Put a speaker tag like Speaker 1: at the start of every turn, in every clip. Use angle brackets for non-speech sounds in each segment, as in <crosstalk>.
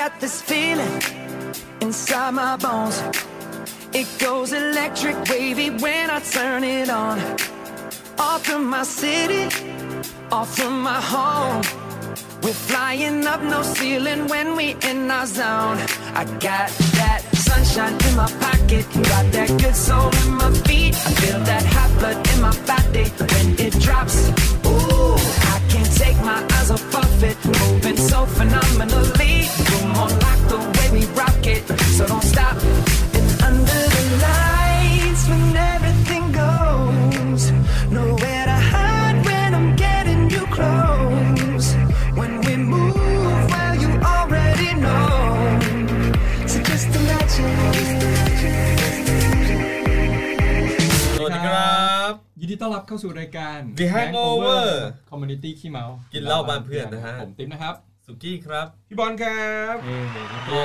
Speaker 1: got this feeling inside my bones. It goes electric wavy when I turn it on. Off from my city, off from my home. We're flying up no ceiling when we in our zone. I got that sunshine in my pocket, got that good soul in my feet. I feel that hot blood in my body when it drops. Ooh, I can't take my eyes off of it, moving so phenomenally. Come on, like the way we rock it, so don't stop. And under the lights when everything goes, nowhere to hide when I'm getting you close. When we move, well you already know. So just imagine.
Speaker 2: สวัสดีครับ
Speaker 3: ยินดีต้อนรับเข้าสู่รายการ
Speaker 2: The Hangover
Speaker 3: Community ขี้เมา กิ
Speaker 2: นเหล้าบ้านเพื่อนนะฮะ
Speaker 3: ผมติ๊มนะครับ
Speaker 2: สุกี้ครับ
Speaker 4: พี่บอลครับ
Speaker 3: เอ่อแล้วก็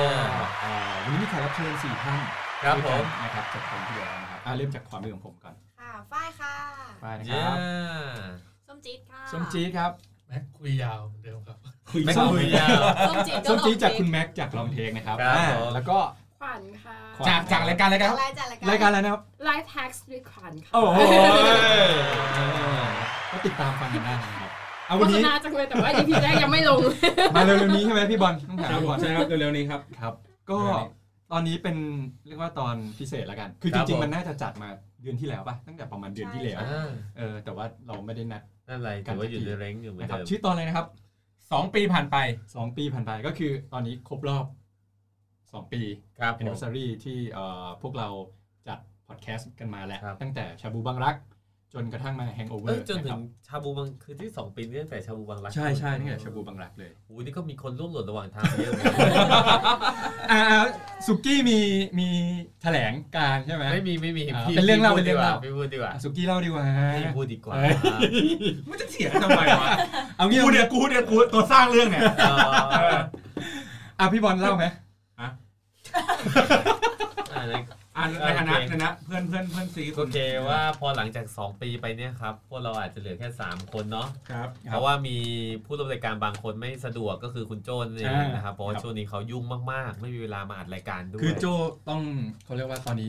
Speaker 3: เอ่อวันนี้มีแขกรับเชิญสี่ท่าน
Speaker 2: ครับ
Speaker 3: ด้วยกั
Speaker 2: ผ
Speaker 3: น
Speaker 2: ม
Speaker 3: นะครับจากคนที่เดียวนะครับอ่ะเริ่มจากความเป็นของผมก่อน
Speaker 5: ค่ะฝ้ายค่ะ
Speaker 3: ไปนะค
Speaker 2: เย้
Speaker 3: รับ
Speaker 5: ส้มจี๊ดค่ะ
Speaker 3: ส้มจี๊ดครับ
Speaker 6: แม็กคุยยาวเหมือนเดิมครับ
Speaker 3: คุย
Speaker 2: แม็กซ์
Speaker 3: ส้ม
Speaker 2: คุยยาว
Speaker 5: ส้มจี๊ดก็
Speaker 3: ส้มจี๊ด
Speaker 5: ลอง
Speaker 3: จากคุณ
Speaker 5: เท
Speaker 3: แม็กซ์จากลองเทคนะครับ
Speaker 2: ครับ
Speaker 3: อ่า
Speaker 2: ผม
Speaker 3: แล้วก็
Speaker 7: ขวัญค่ะ
Speaker 3: ขวัญ
Speaker 4: จากจากรายการอะไราย
Speaker 5: ค
Speaker 4: กัน
Speaker 5: อะ
Speaker 4: ครับ
Speaker 5: ไรายจัดราย
Speaker 3: รายกา
Speaker 5: การ
Speaker 3: รอะไรนะครับ
Speaker 7: ไลฟ์แท็กซ์ด้วยขวัญค่ะ
Speaker 3: โอ้โหเออก็ติดตามฟังกันได้นะครับเอา
Speaker 7: โฆ
Speaker 3: วัน
Speaker 7: ษ
Speaker 3: นี้
Speaker 7: ณาจังเลยแต่ว่า EP แรกยังไม่ล
Speaker 3: <laughs>
Speaker 7: ง
Speaker 3: มาเร็วๆนี้ใช่ไหมพี่บอลต้องถาม
Speaker 4: ใช่
Speaker 3: พี่บอล
Speaker 4: ครับเร็วๆนี้ครับ
Speaker 3: ครับก็ต
Speaker 4: เดือนนี้
Speaker 3: อนนี้เป็นเรียกว่าตอนพิเศษละกัน คือ
Speaker 2: ค
Speaker 3: จ
Speaker 2: รับ
Speaker 3: ริง
Speaker 2: ผม
Speaker 3: ๆมันน่าจะจัดมาเดือนที่แล้วป่ะตั้งแต่ประมาณเดือนที่แล้ว
Speaker 2: อ่า
Speaker 3: เออแต่ว่าเราไม่ได้นัด
Speaker 2: นั่นไรถือว่าอยู่ในเร้งอยู่เหมือน
Speaker 3: นะครับ
Speaker 2: เดิม
Speaker 3: ชื่อตอนอะไรนะครับ
Speaker 4: สองปีผ่านไป
Speaker 3: สองปีผ่านไปก็คือตอนนี้ครบรอบสองปี
Speaker 2: ครับผม
Speaker 3: anniversary ที่เอ่อพวกเราจัดพอดแคสต์กันมาแหละ
Speaker 2: ครับ
Speaker 3: ตั้งแต่ชาบูบังรัก จนกระทั่งมาแฮงโอเวอ
Speaker 2: เอ้ย
Speaker 3: ร์
Speaker 2: จนถึงชาบูบังคือที่ 2 ปีนี่ตั้งแต่ชาบูบังรัก
Speaker 3: ใช่ใช่ตั้งแต่ชาบูบังรักเลย
Speaker 2: โอ้โหนี่ก็มีคนร่วงหล่นระหว่างทางเยอะเหมือนกัน
Speaker 3: อ่าสุกี้มีมีแถลงการณ์ใช่ <laughs> ไหม
Speaker 2: ไม่มีไม่มี
Speaker 3: อ่า
Speaker 2: พี่
Speaker 3: เป็นเรื่องเล่า
Speaker 2: พี่พูด
Speaker 3: เป็นเรื่องเล่า
Speaker 2: ดีกว่พี่พูดดีกว่า
Speaker 3: อ่ะสุกี้เล่าดีกว่า
Speaker 2: พี่พูดดีกว่า
Speaker 3: เอ้ย
Speaker 4: ไม่จะเสียงทำไมวะ
Speaker 3: เอางี้
Speaker 4: กูเนี่ยกูเนี่ยกูตัวสร้างเรื่องเนี่ย
Speaker 2: เอ <laughs> อ
Speaker 4: เออ
Speaker 3: อ่ะพี่บอลเล่าไหม
Speaker 2: อ่า
Speaker 4: อ่านในฐานะในฐานะเพื่อนเพื่อนเพื่อนซี
Speaker 2: โอเคว่าพอหลังจาก 2 ปีไปเนี่ยครับพวกเราอาจจะเหลือแค่ 3 คนเนาะ
Speaker 4: ครับ
Speaker 2: เพราะว่ามีผู้ร่วมรายการบางคนไม่สะดวกก็คือคุณโจ้นนเองนะครับเพราะว่าช่วงนี้เขายุ่งมากๆ ไม่มีเวลามาอัดรายการด้วย
Speaker 3: คือโจต้องเขาเรียกว่าตอนนี้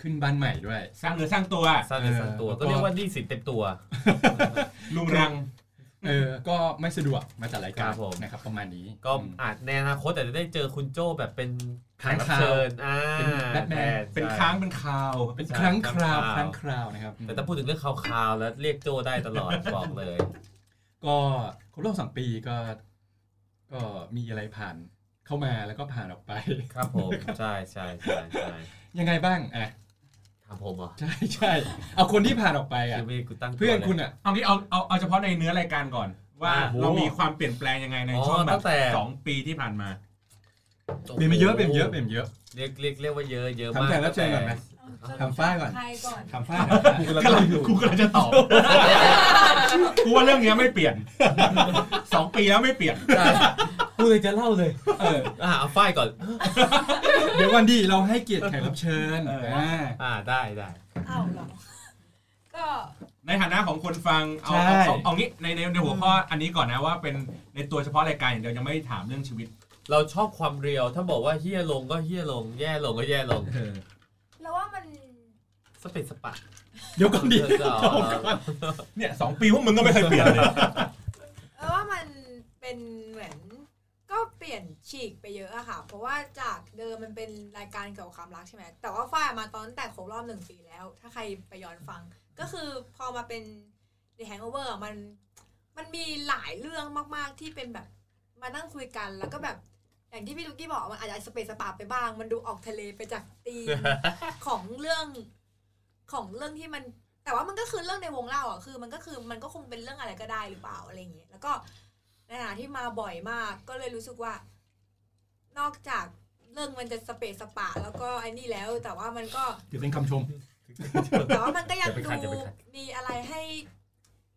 Speaker 3: ขึ้นบ้านใหม่ด้วย
Speaker 4: สร้างเนื้อสร้างตัว
Speaker 2: สร้างเนื้อสร้างตัว
Speaker 3: เออ
Speaker 2: ก็เรียกว่าหนี่สินเต็มตัว
Speaker 4: ลุงรัง
Speaker 3: เออ ก็ไม่สะดวกมาจัดราย
Speaker 2: ค
Speaker 3: การ
Speaker 2: รับผม
Speaker 3: นะครับ ประมาณนี้
Speaker 2: ก็
Speaker 3: อืม
Speaker 2: อาจในอนาคตอาจจะได้เจอคุณโจ้แบบเป็นแขกรับ
Speaker 3: ค้างคาว
Speaker 2: เชิญอ่า
Speaker 3: เป็นแบทแมน
Speaker 2: ใช่
Speaker 4: เป็นค้างเป็นคราว
Speaker 3: เป็นครั้งคราว
Speaker 2: ค
Speaker 3: ค
Speaker 2: รั้
Speaker 3: รั้
Speaker 2: ง
Speaker 3: ง
Speaker 2: คราร
Speaker 3: คาว วนะครับ
Speaker 2: แต่ถ้าพูดถึงเรื่องคราวๆแล้วเรียกโจ้ได้ตลอด บอกเลย
Speaker 3: ก็ครบรอบสองปีก็ ก็มีอะไรผ่านเข้ามาแล้วก็ผ่านออกไป
Speaker 2: ครับผมใช่ใช่ใช่ใช่
Speaker 3: ยังไงบ้างอ่ะ
Speaker 2: ถามผมเหรอ
Speaker 3: ใช่ใช่เอาคนที่ผ่านออกไปอ่ะ
Speaker 2: คือไม่กูตั้งตัว
Speaker 3: เพื่อนคุณ
Speaker 2: ลย
Speaker 3: อ่ะ
Speaker 4: เอางี้เอาเอาเอาเฉพาะในเนื้อรายการก่อน ว่า
Speaker 2: อ่า
Speaker 4: เรามีความเปลี่ยนแปลงยังไงใน
Speaker 2: อ๋อ
Speaker 4: ช่วงแบ
Speaker 2: ตั้
Speaker 4: บ
Speaker 2: งแต่
Speaker 4: สองปีที่ผ่านมา
Speaker 3: เปลี่ยนมาเยอะเปลี่ยนเยอะเปลี่ยนเยอะ
Speaker 2: เรียกเรียกเรียกว่าเยอะเยอะ
Speaker 3: ถาม
Speaker 2: มาก
Speaker 3: แขกรับเชิญก่อนไหม ทำฝ้ายก่อน
Speaker 5: ใครก่อน
Speaker 3: ทำฝ้ายก่อน
Speaker 4: กูกำลังกูกำลังจะตอบ <laughs> กูว่าเรื่องเนี้ยไม่เปลี่ยน <laughs> สองปีแล้วไม่เปลี่ยน
Speaker 2: กูเลยจะเล่าเลย
Speaker 3: เออ
Speaker 2: อ่ะเอาฝ้ายก่อน
Speaker 3: เดี๋ยววันดีเราให้เกียรติแขกรับเชิญ
Speaker 4: เอออ่
Speaker 3: ่า
Speaker 2: อ่าได้ได้
Speaker 5: อ้าวเหรอ ก็
Speaker 4: ในฐานะของคนฟัง เอา
Speaker 3: ใช่
Speaker 4: เอาเอาเอางี้ในในในหัวข้ออันนี้ก่อนนะว่าเป็นในตัวเฉพาะรายการอย่างเดียวยังไม่ถามเรื่องชีวิต
Speaker 2: เราชอบความเรียว ถ้าบอกว่าเฮี้ยลงก็เฮี้ยลง แย่ลงก็แย่ลง
Speaker 5: เราว่ามัน
Speaker 2: สเปซสปะ
Speaker 3: เดี๋ยวก่อนดิ
Speaker 2: เออ
Speaker 4: เนี่ยสองปีพวกมึงก็ไม่เคยเปลี่ยนเลย
Speaker 5: เราว่ามันเป็นเหมือน ก็เปลี่ยนฉีกไปเยอะอะค่ะ เพราะว่าจากเดิมมันเป็นรายการเกี่ยวกับความรักใช่ไหมแต่ว่าฝ้ายมาตอนตั้งแต่ครบรอบหนึ่งปีแล้ว ถ้าใครไปย้อนฟัง ก็คือพอมาเป็น The Hangover อะมันมันมีหลายเรื่องมาก ๆ ที่เป็นแบบมานั่งคุยกันแล้วก็แบบอย่างที่พี่ลูกกี้บอกมันอาจจะสเปซสปาไปบ้าง มันดูออกทะเลไปจากตีม ของเรื่องของเรื่องที่มัน แต่ว่ามันก็คือเรื่องในวงเล่าอ่ะคือ มันก็คือมันก็คงเป็นเรื่องอะไรก็ได้หรือเปล่าอะไรอย่างเงี้ยแล้วก็ในขณะที่มาบ่อยมาก ก็เลยรู้สึกว่า นอกจากเรื่องมันจะสเปซสปะ แล้วก็ไอ้นี่แล้ว แต่ว่ามันก็
Speaker 3: ถือเป็นคำชม
Speaker 5: แต่ว่ามันก็ยัง
Speaker 2: อย่าไป
Speaker 5: ดู
Speaker 2: ขัดอย่าไปขัด
Speaker 5: มีอะไรให้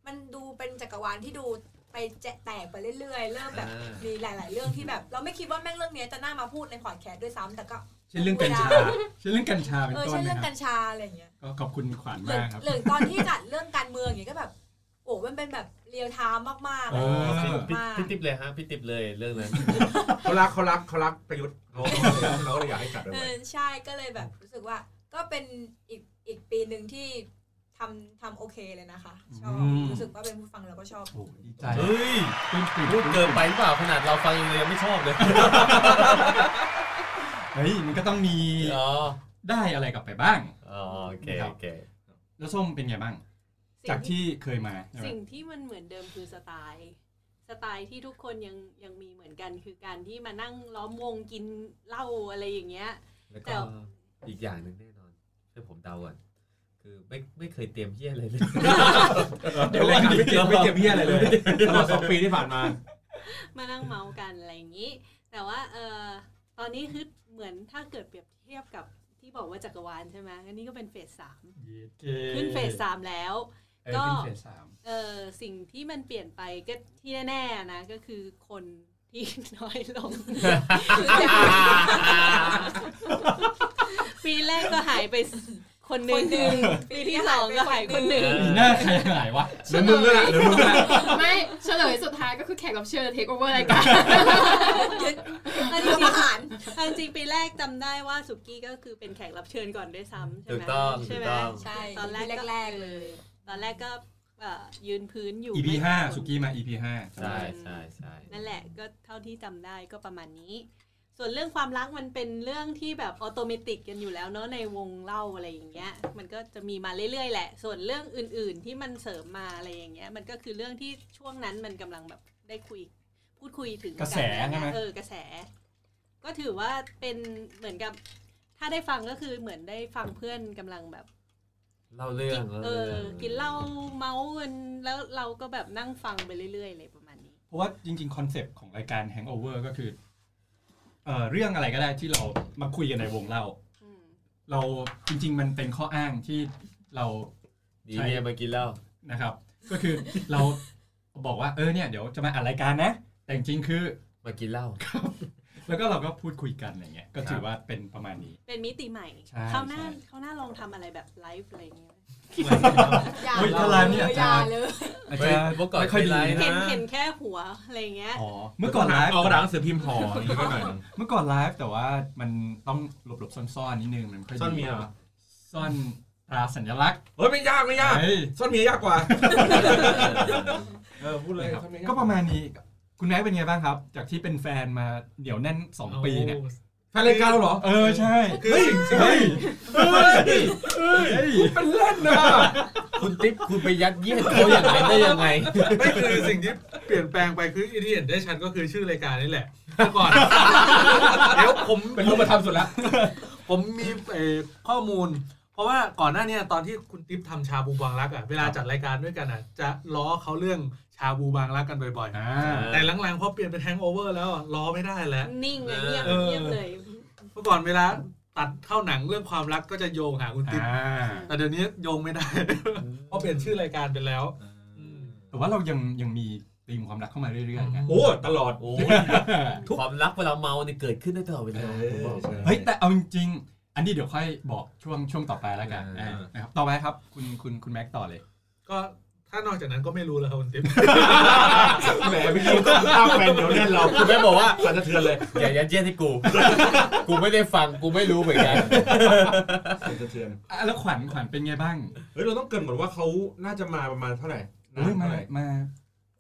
Speaker 5: มันดูเป็นจักรวาลที่ดูไปแจะแตกไปเรื่อยๆ เริ่มแบบ
Speaker 2: อ่า
Speaker 5: มีหลาย ๆ เรื่องที่แบบ เราไม่คิดว่าแม่งเรื่องเนี้ยจะน่ามาพูดในพอดแคสต์ด้วยซ้ำแต่ก็
Speaker 3: เช่นเรื่องกัญชา เช่นเรื่องกัญชาเป็น
Speaker 5: เออ
Speaker 3: ต้น
Speaker 5: ใช่เรื่
Speaker 3: นะ
Speaker 5: อง
Speaker 3: ค
Speaker 5: กั
Speaker 3: รับ
Speaker 5: ญชาอะไรอย่างเงี้ย
Speaker 3: ก็ขอบคุณขวัญ
Speaker 5: หรือ
Speaker 3: มากครับ
Speaker 5: หรือตอนที่จัดเรื่องการเมืองอย่างเงี้ยก็แบบ โอ้มันเป็นแบบเรียลไทม์มากๆ
Speaker 3: เอ
Speaker 5: อะ
Speaker 3: อ
Speaker 5: สนุก
Speaker 2: พี่
Speaker 5: มาก
Speaker 2: พี่ติ๊บเลยฮะพี่ติ๊บเลยเรื่องนั้น
Speaker 8: เขารักเขารักเขารักประยุทธ์เขาเขาเลยอยากให้จัด
Speaker 5: เอ
Speaker 8: ไว้
Speaker 5: อใช่ก็เลยแบบรู้สึกว่า ก็เป็นอีกอีกปีหนึ่งที่ทำทำโอเคเลยนะคะชอบ
Speaker 3: อืม
Speaker 5: รู้สึกว่าเป็นผู้ฟังแล้วก็ชอบ
Speaker 3: โอ้ดีใจ
Speaker 2: เฮ้ย
Speaker 3: ปลื้มปริ่ม
Speaker 2: พูดเกินไปหรือเปล่าขนาดเราฟังยังเลยยังไม่ชอบเลย
Speaker 3: เฮ้ยมันก็ต้องมี
Speaker 2: อ๋อ
Speaker 3: ได้อะไรกลับไปบ้าง
Speaker 2: อ๋อโอเคโอเค
Speaker 3: แล้วส้มเป็นไงบ้าง จากที่เคยมาใช่ไหม
Speaker 9: สิ่งที่มันเหมือนเดิมคือสไตล์ สไตล์ที่ทุกคนยังยังมีเหมือนกัน คือการที่มานั่งล้อมวงกินเหล้าอะไรอย่างเงี้ย
Speaker 2: แล้ว
Speaker 9: แต่
Speaker 2: ก็อีกอย่างหนึ่งแน่นอนให้ผมเดาก่อนคือไม่ไม่เคยเตรียมเฮียอะไรเลย
Speaker 8: เดี๋ยวเลยครับไม่เตรียมไม่เตรียมเพี้ยอะไรเลยตลอดสองปีที่ผ่านมา
Speaker 9: มานั่งเมากันอะไรอย่างนี้ แต่ว่าเออตอนนี้คือเหมือนถ้าเกิดเปรียบเทียบกับที่บอกว่าจักรวาลใช่ไหมอันนี้ก็เป็นเฟสสาม
Speaker 3: เย้เก
Speaker 9: ขึ้นเฟสสามแล้ว
Speaker 3: เออขึ้นเฟสสาม
Speaker 9: เออสิ่งที่มันเปลี่ยนไปก็ที่แน่ๆนะ ก็คือคนที่ น้อยลง ปีแรกก็หายไปคนหนึ่งปีที่สองก็หายคนหนึ่ง
Speaker 3: ปีหน้าใครหายวะ
Speaker 8: เดี๋ยวมึงก็แหละเดี๋ยวมึงก็แหละ
Speaker 7: ไม่เฉลยสุดท้ายก็คือแขกรับเชิญเทคโอเวอร์รายการ
Speaker 5: ยึดอันนี้อาหาร
Speaker 9: เอาจริงๆปีแรกจำได้ว่าสุกี้ก็คือเป็นแขกรับเชิญก่อนด้วยซ้ำใช่
Speaker 2: ถู
Speaker 9: ไหม
Speaker 2: กต้อง
Speaker 9: ใช่ไหม
Speaker 2: ถูกต้อง
Speaker 5: ใช่
Speaker 9: ตอนแรก
Speaker 5: ปีแรกๆเลย
Speaker 9: ตอนแรกก็เอ่อยืนพื้นอยู่
Speaker 3: EP
Speaker 9: ไม่
Speaker 3: ห้า
Speaker 9: กี่คน
Speaker 3: สุกี้มา EP ห้าจำได้
Speaker 2: ใช่ใช่ใช่
Speaker 9: นั่นแหละก็เท่าที่จำได้ก็ประมาณนี้ ส่วนเรื่องความรักมันเป็นเรื่องที่แบบออโตเมติกกันอยู่แล้วเนอะในวงเล่าอะไรอย่างเงี้ย มันก็จะมีมาเรื่อยๆแหละ ส่วนเรื่องอื่นๆที่มันเสริมมาอะไรอย่างเงี้ย มันก็คือเรื่องที่ช่วงนั้นมันกำลังแบบได้คุย พูดคุยถึง
Speaker 3: กระแส
Speaker 9: น
Speaker 3: ใช่ไหม
Speaker 9: เออกระแส ก็ถือว่าเป็นเหมือนกับ ถ้าได้ฟังก็คือเหมือนได้ฟังเพื่อนกำลังแบบ
Speaker 2: เล่าเรื่อง
Speaker 9: กินเอ
Speaker 2: ล่า
Speaker 9: อ
Speaker 2: รื่อง
Speaker 9: กินเหล้าเมากันแล้วเราก็แบบนั่งฟังไปเรื่อยๆเลยประมาณนี้
Speaker 3: เพราะว่าจริงๆ คอนเซปต์ของรายการ Hangover ก็คือเอ่อเรื่องอะไรก็ได้ที่เรามาคุยกันในวงเรา
Speaker 9: อืม
Speaker 3: เราจริง ๆ มันเป็นข้ออ้างที่เรา
Speaker 2: ดีเนี่ยมากินเหล้า
Speaker 3: นะครับ ก็คือ <laughs> เราบอกว่าเออเนี่ยเดี๋ยวจะมาอัดรายการนะ แต่จริงๆคือ
Speaker 2: มากินเหล้า
Speaker 3: แล้วก็เราก็พูดคุยกันอะไรเงี้ยก็ถือว่าเป็นประมาณนี้
Speaker 9: เป็นมิติใหม่
Speaker 3: ใช่
Speaker 9: เขาวหน้า
Speaker 3: ใช่
Speaker 9: เขาวหน้าลองทำอะไรแบบไลฟ์อะไรอย่างเงี้ย
Speaker 5: อย่า
Speaker 3: โอ้ย
Speaker 5: เล
Speaker 3: ถ้าร้านเนี่ย
Speaker 5: ย
Speaker 3: อา
Speaker 5: อ
Speaker 3: จา
Speaker 5: ย่าร
Speaker 3: ย์
Speaker 5: เลย
Speaker 3: อาจารย์
Speaker 2: เมื่อก่อน
Speaker 3: ไม่ค่อยดี
Speaker 2: ไม่ไลฟ์
Speaker 9: เห็น
Speaker 2: นะ
Speaker 9: เห็นแค่หัวอะไรอย่างเงี้ย
Speaker 3: อ๋อเมื่อก่อนไลฟ์
Speaker 8: เอากระดาษหนังสือพิมพ์ห่ออย่างนี้ก็หน่อยนึง
Speaker 3: เมื่อก่อนไลฟ์แต่ว่ามันต้องหลบหลบๆซ่อนๆนิดนึงมันไค่อยดี
Speaker 8: ซ่อนเมียเหรอ
Speaker 3: ซ่อนตราสัญลักษณ์
Speaker 8: เฮ้ยไม่ยากไม่ยาก
Speaker 3: เฮ้ย
Speaker 8: ซ่อนเมียยากกว่า เออพูดเลย
Speaker 3: นะครับ
Speaker 8: ซ่อนเมียย
Speaker 3: ก็ประมาณนี้คุณแม็กเป็นไงบ้างครับ จากที่เป็นแฟนมาเหนียวแน่น 2 ปีเนี่ย
Speaker 8: แฟนรายการเราเหรอ
Speaker 3: เออใช่
Speaker 8: คือ
Speaker 3: เฮ้ยเฮ้ยเฮ้ยเฮ้ย
Speaker 8: เป็นเล่นนะ
Speaker 2: คุณติ๊บคุณไปยัดเยียดเขาอย่างไรได้ยังไง
Speaker 4: ไม่คือสิ่งที่เปลี่ยนแปลงไปคืออีที่เห็นได้ชัดก็คือชื่อรายการนี่แหละเมื่อก่อน เดี๋ยวผม
Speaker 8: เป็นรูปธรรมสุดละ
Speaker 4: ผมมีเอ่อข้อมูล เพราะว่าก่อนหน้าเนี้ตอนที่คุณติ๊บทำชาบูบางรักอ่ะเวลาจัดรายการด้วยกันอ่ะจะล้อเขาเรื่องชาบูบางรักกันบ่อย
Speaker 3: อ่า
Speaker 4: ๆ แต่หลังๆพอเปลี่ยนเป็นแฮงโอเวอร์แล้วอะล้อไม่ได้แล้ว
Speaker 9: นิ่งเลยเงียบ
Speaker 4: เออ
Speaker 9: เงียบเลย
Speaker 4: เมื่อก่อนเวลาตัดเข้าหนังเรื่องความรักก็จะโยงหาคุณติ๊บ
Speaker 3: อ่า
Speaker 4: แต่เดี๋ยวนี้โยงไม่ได้ เพราะเปลี่ยนชื่อรายการไปแล้ว
Speaker 3: แต่ว่าเรายังยังมีธีมความรักเข้ามาเรื่อยๆนะ
Speaker 8: โอ้ตลอด
Speaker 2: โอ้ยความรักเวลาเมาเนี่ยเกิดขึ้นได้ตลอดเวลาผมบอกเลย
Speaker 3: เฮ้ยแต่เอาจริงๆอันนี้เดี๋ยวค่อยบอกช่วงช่วงต่อไปแล้วกัน
Speaker 2: อ่า
Speaker 3: อ่านะครับต่อไปครับคุณคุณคุณแม็กต่อเลย
Speaker 4: ก็ถ้านอกจากนั้นก็ไม่รู้แล้วครับคุณติ๊บ
Speaker 8: แหมพี่คิวตั้งตั้งแฟนเดี๋ยวแน่นเราคุณแม่บอกว่าสั่นสะเทือนเลย
Speaker 2: อย่ายัดเยียดให้กู กูไม่ได้ฟังกูไม่รู้เหมือนกัน
Speaker 8: สั่นสะเทือน
Speaker 3: อ่ะแล้วขวัญขวัญเป็นไงบ้าง
Speaker 8: เฮ้ยเราต้องเกรินก่อนว่าเขาน่าจะมาประมาณเท่าไหร่
Speaker 3: เฮ้ยมา
Speaker 8: เท่าไหร่
Speaker 3: มา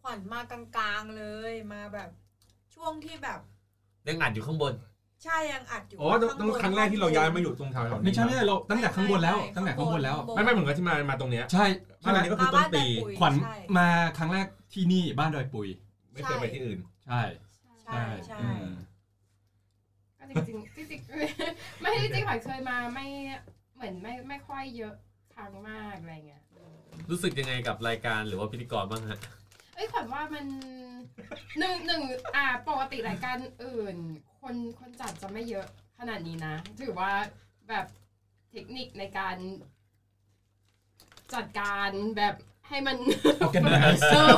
Speaker 5: ขวัญมากลางๆเลยมาแบบช่วงที่แบบ
Speaker 2: ยังอ่านอยู่ข้างบน
Speaker 5: ใช่ยังอัดอยู่
Speaker 8: อ๋อตั้งตั้งครั้งแรกที่เราย้ายมาอยู่ตรงแถวๆนี้
Speaker 3: ไม่ใช่ไม่ใช่เราตั้งแต่ข้างบนแล้วตั้งแต่ข้างบนแล้ว
Speaker 8: ไม่ไม่เหมือนกับที่มามาตรงเนี้ย
Speaker 3: ใช่
Speaker 8: มา
Speaker 3: ใช่ไหม
Speaker 8: อันนี้ก็คือต้นปี
Speaker 3: ขวัญ
Speaker 5: ใช่
Speaker 3: มาครั้งแรกที่นี่บ้านดอยปุย
Speaker 8: ไม่เคยไปที่อื่น
Speaker 3: ใช่
Speaker 5: ใช่ใช่
Speaker 3: อืม
Speaker 7: ก็จริงๆจริงๆ <laughs> ไม่จริงๆขวัญเคยมาไม่เหมือนไม่ไม่ค่อยเยอะครั้งมากอะไรเงี้ย
Speaker 2: รู้สึกยังไงกับรายการหรือว่าพิธีกรบ้างฮะ
Speaker 7: เอ้ยขวัญว่ามัน <laughs> หนึ่งหนึ่งอ่าปกติรายการอื่น คนคนจัดจะไม่เยอะขนาดนี้นะ ถือว่าแบบเทคนิคในการ จัดการแบบให้มัน
Speaker 3: โอเคนะ
Speaker 7: <laughs> เออ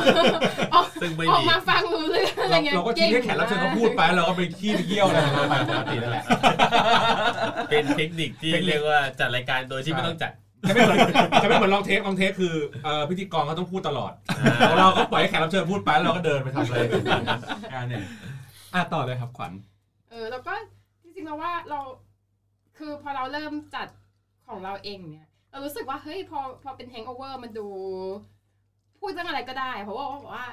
Speaker 7: ออก
Speaker 2: ซึ่งไม่
Speaker 7: ออก
Speaker 2: มี
Speaker 7: มาฟังรู้เรื่องอะไร
Speaker 8: เรา
Speaker 7: เงี้ย
Speaker 8: เราก็คิดให้แขกรับเชิญเขาพูดไปแล้วเราก็ไปขี้ไปเยี่ยวอะไรของเราไปปกตินั่นแหละ
Speaker 2: เป็นเทคนิคที่
Speaker 8: เทคนิค
Speaker 2: เรียกว่าจัดรายการโดยที่ไม่ต้องจัด
Speaker 8: จะไม่เหมือนจะไม่เหมือนลองเทคลองเทคคือเอ่อพิธีกรเขาต้องพูดตลอดของเราก็ปล่อยให้แขกรับเชิญพูดไปแล้วเราก็เดินไปทำอะไรอ่าเนี่ย
Speaker 3: อ่ะต่อเลยครับขวัญ
Speaker 7: เออแล้วก็จริงๆแล้วว่าเราคือพอเราเริ่มจัดของเราเองเนี่ยเรารู้สึกว่าเฮ้ยพอพอเป็นแฮง g อ v เวอร์มันดู พูดเรื่องอะไรก็ได้ เพราะว่าบอกว่า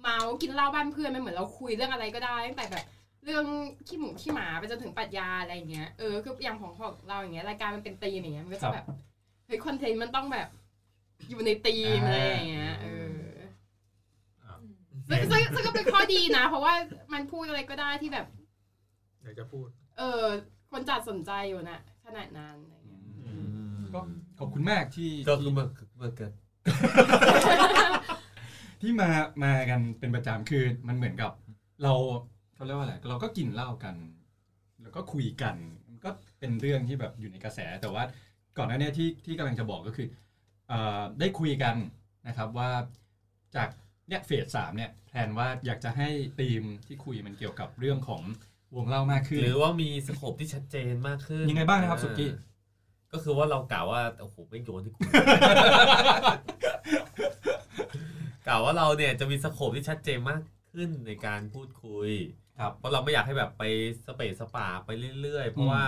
Speaker 7: เมากินเหล้าบ้านเพื่อนมันเหมือนเราคุยเรื่องอะไรก็ได้ตั้งแต่แบบ เรื่องขี้หมูขี้หมาไปจนถึงปรัชญาอะไรอย่างเงี้ยเออคืออย่างของของเราอย่างเงี้ยรายการมันเป็นตีมอย่างเงี้ยมันก็จะแบบเฮ้ยคอนเทนต์มันต้องแบบ อยู่ในตีมอะไรอย่างเงี้ยเออ ซึ่งซึ่งซึ่งก็เป็นข้อดีนะ เพราะว่ามันพูดอะไรก็ได้ที่แบบ
Speaker 4: อยากจะพูด
Speaker 7: เออคนจัดสนใจอยู่นะขนาดนั้นอะไรเงี้ย
Speaker 3: ก็ขอบคุณมากที่
Speaker 2: ก็คือเมื่อเมื่อเกิด
Speaker 3: ที่มามากันเป็นประจำคือมันเหมือนกับ เราเขาเรียกว่าอะไรเราก็กินเหล้ากัน แล้วก็คุยกันมันก็เป็นเรื่องที่แบบอยู่ในกระแส แต่ว่าก่อนหน้าเนี้ที่ที่กำลังจะบอกก็คือเออได้คุยกันนะครับว่าจากเนี่ยเฟสสามเนี่ยแพลนว่าอยากจะให้ธีมที่คุยมันเกี่ยวกับเรื่องของวงเล่ามากขึ้น
Speaker 2: หรือว่ามีสโคปที่ชัดเจนมากขึ้น
Speaker 3: ยังไงบ้างนะครับสุกี้
Speaker 2: ก็คือว่าเรากล่าวว่าโอ้โหไม่โยนที่กู
Speaker 3: <laughs>
Speaker 2: กล่าวว่าเราเนี่ยจะมีสโคปที่ชัดเจนมากขึ้นในการพูดคุย
Speaker 3: ครับ
Speaker 2: เพราะเราไม่อยากให้แบบไปสเปซสปาไปเรื่อย ๆ เพราะว่า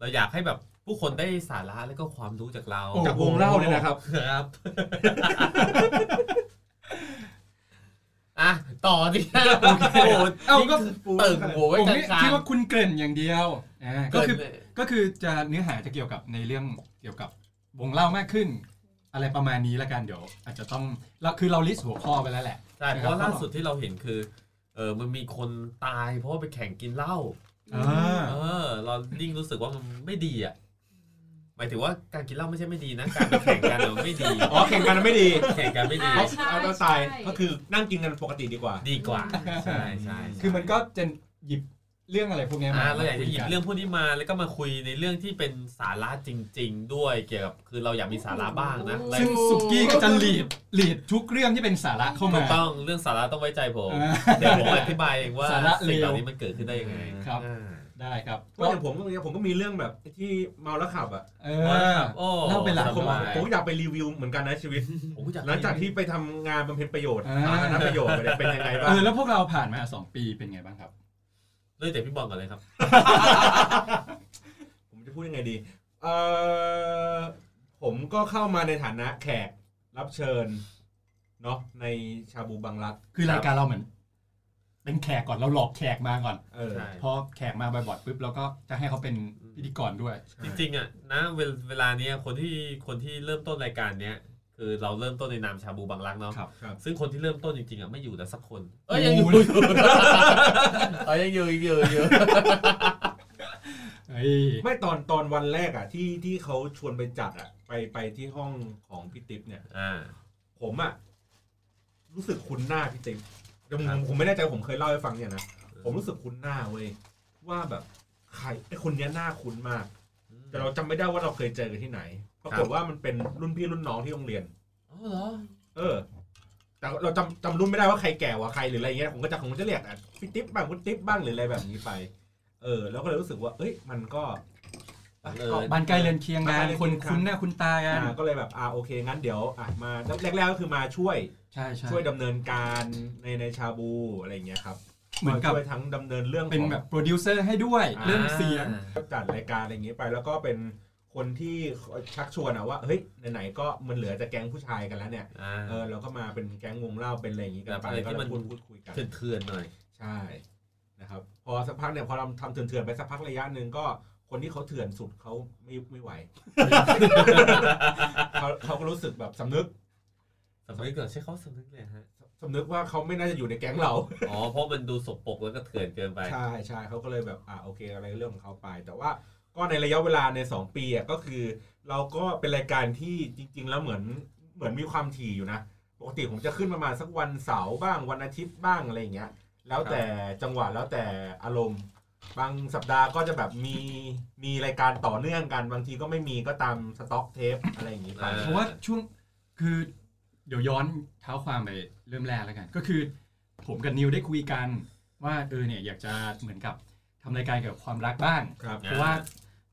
Speaker 2: เราอยากให้แบบผู้คนได้สาระและก็ความรู้จากเรา
Speaker 3: จากวงเล่าเนี่ยนะครับ
Speaker 2: ครับ อ่ะต่อดิโอ้โห
Speaker 3: เอ้าก็
Speaker 2: เติ่งหัวไว้
Speaker 3: ผม
Speaker 2: กลาง
Speaker 3: เนี่ยคิด
Speaker 2: ๆ
Speaker 3: ว่าคุณเกริ่นอย่างเดียวอ่าก็
Speaker 2: ก็
Speaker 3: คื
Speaker 2: คือ อ
Speaker 3: ก็คือจะเนื้อหาจะเกี่ยวกับในเรื่องเกี่ยวกับวงเล่ามากขึ้น อะไรประมาณนี้ละกันเดี๋ยว อาจจะต้องเราคือเราลิสต์หัวข้อไปแล้วแหละ
Speaker 2: ใช่เพราะว่าล่าสุดที่เราเห็นคือเออมันมีคนตายเพราะว่าไปแข่งกินเหล้า
Speaker 3: อ่า
Speaker 2: เออ เรายิ่งรู้สึกว่ามันไม่ดีอ่ะหมายถึงว่าการกินเหล้าไม่ใช่ไม่ดีนะการไปแข่งกันมันไม่ดี
Speaker 8: อ๋อแข่งกันไม่ดี
Speaker 2: แข่งกันไม่ดี
Speaker 7: อ่าใช่
Speaker 8: เอาตัว
Speaker 7: ใช่
Speaker 8: ตายก็คือนั่งกินกันปกติดีกว่า
Speaker 2: ดีกว่าใช่ใช่
Speaker 3: คือมันก็จะหยิบเรื่องอะไรพวกเนี้ย
Speaker 2: อ่า
Speaker 3: มา
Speaker 2: เราอยากจะหยิบเรื่องพวกนี้มาแล้วก็มาคุยในเรื่องที่เป็นสาระจริง ๆ ด้วยเกี่ยวกับคือเราอยากมีสาระบ้างนะ
Speaker 7: ซึ่
Speaker 3: ซึ่งสุกี้ก็จะหลีดหลีดทุกเรื่องที่เป็นสาระเข้า
Speaker 2: ถู
Speaker 3: มาก
Speaker 2: ต้องเรื่องสาระต้องไว้ใจผม
Speaker 3: อ่า
Speaker 2: เดี๋ยวผมอธิบายเองว่า
Speaker 3: สาระเลว
Speaker 2: สิ่งเหล่านี้มันเกิดขึ้นได้ยังไง
Speaker 3: ครับ
Speaker 2: อ่า
Speaker 3: ได้ครับ
Speaker 8: ก็อย่างผมก็มีผมก็มีเรื่องแบบที่เมาแล้วขับอ่ะ
Speaker 3: เออ
Speaker 2: โอ้
Speaker 3: เล่าไปหลาย
Speaker 2: ส
Speaker 8: ผม
Speaker 2: บาย
Speaker 8: ผมก็อยากไปรีวิวเหมือนกันนะชีวิต
Speaker 2: ผมอย
Speaker 8: หลังจากที่ไปทำงานบำเพ็ญประโยชน์
Speaker 3: อ่า
Speaker 8: สาธารณประโยชน์ไปเนี่ยเป็นยังไงบ้า
Speaker 3: เอง อแล้วพวกเราผ่านมา 2 ปีเป็นไงบ้างครับ
Speaker 2: เริ่มจากพี่บอลก่อนเลยครับ
Speaker 8: ผมจะพูดยังไงดีเออผมก็เข้ามาในฐานะแขกรับเชิญเนาะในชาบูบังรัก
Speaker 3: คือรายการเราเหมือน เป็นแขกก่อนเราหลอกแขกมาก่อน
Speaker 8: เออ
Speaker 2: ใช่
Speaker 3: พอแขกมาบ่อยๆปุ๊บเราก็จะให้เขาเป็นพิธีกรด้วย
Speaker 2: จริงๆอ่ะนะเวลเวลาเนี้ยคนที่คนที่เริ่มต้นรายการเนี้ยคือเราเริ่มต้นในนามชาบูบางรักเนาะ
Speaker 3: ครับ
Speaker 8: ครับ
Speaker 2: ซึ่งคนที่เริ่มต้นจริงๆอ่ะไม่อยู่แล้วสักคนเอ้ยยังอยู่อยู่ เอ้ยยังอยู่ยังอยู่ยังอยู่
Speaker 3: เอ้ย
Speaker 8: ไม่ตอนตอนวันแรกอ่ะที่ที่เขาชวนไปจัดอ่ะไปไปที่ห้องของพี่ติ๊บเนี่ย
Speaker 2: อ่า
Speaker 8: ผมอ่ะรู้สึกคุ้นหน้าพี่ติ๊บแต่ผม
Speaker 2: ครับ
Speaker 8: ผมไม่แน่ใจว่าผมเคยเล่าให้ฟังเนี่ยนะผมรู้สึกคุ้นหน้าเว้ยว่าแบบใครไอ้คนเนี้ยหน้าคุ้นมาก แต่เราจำไม่ได้ว่าเราเคยเจอกันที่ไหนปรากฏว่ามันเป็นรุ่นพี่รุ่นน้องที่โรงเรียน
Speaker 2: อ๋อเหรอ
Speaker 8: เออ แต่เราจำจำรุ่นไม่ได้ว่าใครแก่กว่าใครหรืออะไรเงี้ยผมก็จะผมก็จะเรียกอ่ะพี่ติ๊บบ้างคุณติ๊บบ้างหรืออะไรแบบนี้ไป เออ แล้วก็เลยรู้สึกว่า เอ้ย มันก็
Speaker 2: บัง
Speaker 8: ก็
Speaker 2: เอิญ
Speaker 3: บ้านใกล้เรือนเคียงกั
Speaker 8: บ้าน นใกล้เรือน
Speaker 3: คน
Speaker 8: เคียงกัน
Speaker 3: คุ้นหน้าคุ้นตากัน
Speaker 8: อ่าก็เลยแบบอ่าโอเคงั้นเดี๋ยวอ่ะมาแรกๆก็คือมาช่วย
Speaker 3: ใช่ใช่
Speaker 8: ช่วยดำเนินการในในชาบูอะไรอย่างเงี้ยครับ
Speaker 3: เหมือนกับ
Speaker 8: ช่วยทั้งดำเนินเรื่อง
Speaker 3: เป็น
Speaker 8: ของ
Speaker 3: แบบโปรดิวเซอร์ให้ด้วย
Speaker 8: อ่า
Speaker 3: เรื่องเสียง
Speaker 8: จัดรายการอะไรอย่างเงี้ยไป แล้วก็เป็นคนที่ชักชวนอะว่าเฮ้ยไหนๆก็มันเหลือแต่แก๊งผู้ชายกันแล้วเนี่ย
Speaker 2: อ่า
Speaker 8: เออเราก็มาเป็นแก๊งวงเล่าเป็นอะไรอย่างงี้กัน
Speaker 2: แบบ
Speaker 8: ไป
Speaker 2: อะไร
Speaker 8: ก็
Speaker 2: ที่มัน
Speaker 8: พูดพูดคุยกัน
Speaker 2: เถื่อนๆหน่อย
Speaker 8: ใช่นะครับ พอสักพักเนี่ยพอเราทำเถื่อนๆไปสักพักระยะหนึ่งก็คนที่เขาเถื่อนสุดเขาไม่ไม่ไหว เขาเขาก็รู้สึกแบบสำนึก
Speaker 2: สมัยก่อนใช้เขาสำนึกเลยฮะ
Speaker 8: สำนึกว่าเขาไม่น่าจะอยู่ในแก๊งเรา
Speaker 2: อ๋อเพราะมันดูสกปรกแล้วก็เถื่อนเกินไป
Speaker 8: ใช่ใช่เขาก็เลยแบบอ่าโอเคอะไรเรื่องของเขาไป แต่ว่าก็ในระยะเวลาใน 2 ปีอ่ะก็คือ เราก็เป็นรายการที่จริง ๆ แล้วเหมือนเหมือนมีความถี่อยู่นะปกติผมจะขึ้นประมาณสักวันเสาร์บ้างวันอาทิตย์บ้างอะไรอย่างเงี้ย แล้วแต่จังหวะแล้วแต่อารมณ์ บางสัปดาห์ก็จะแบบมีมีรายการต่อเนื่องกัน บางทีก็ไม่มีก็ตามสต็อกเทปอะไรอย่างงี้ไป
Speaker 3: เพราะว่าช่วงคือเดี๋ยวย้อนเท้าความไปเริ่มแรกแล้วกัน ก็คือผมกับนิวได้คุยกันว่าเออเนี่ยอยากจะเหมือนกับทำรายการเกี่ยวกับความรักบ้าง
Speaker 8: ครับ
Speaker 3: เพราะว่า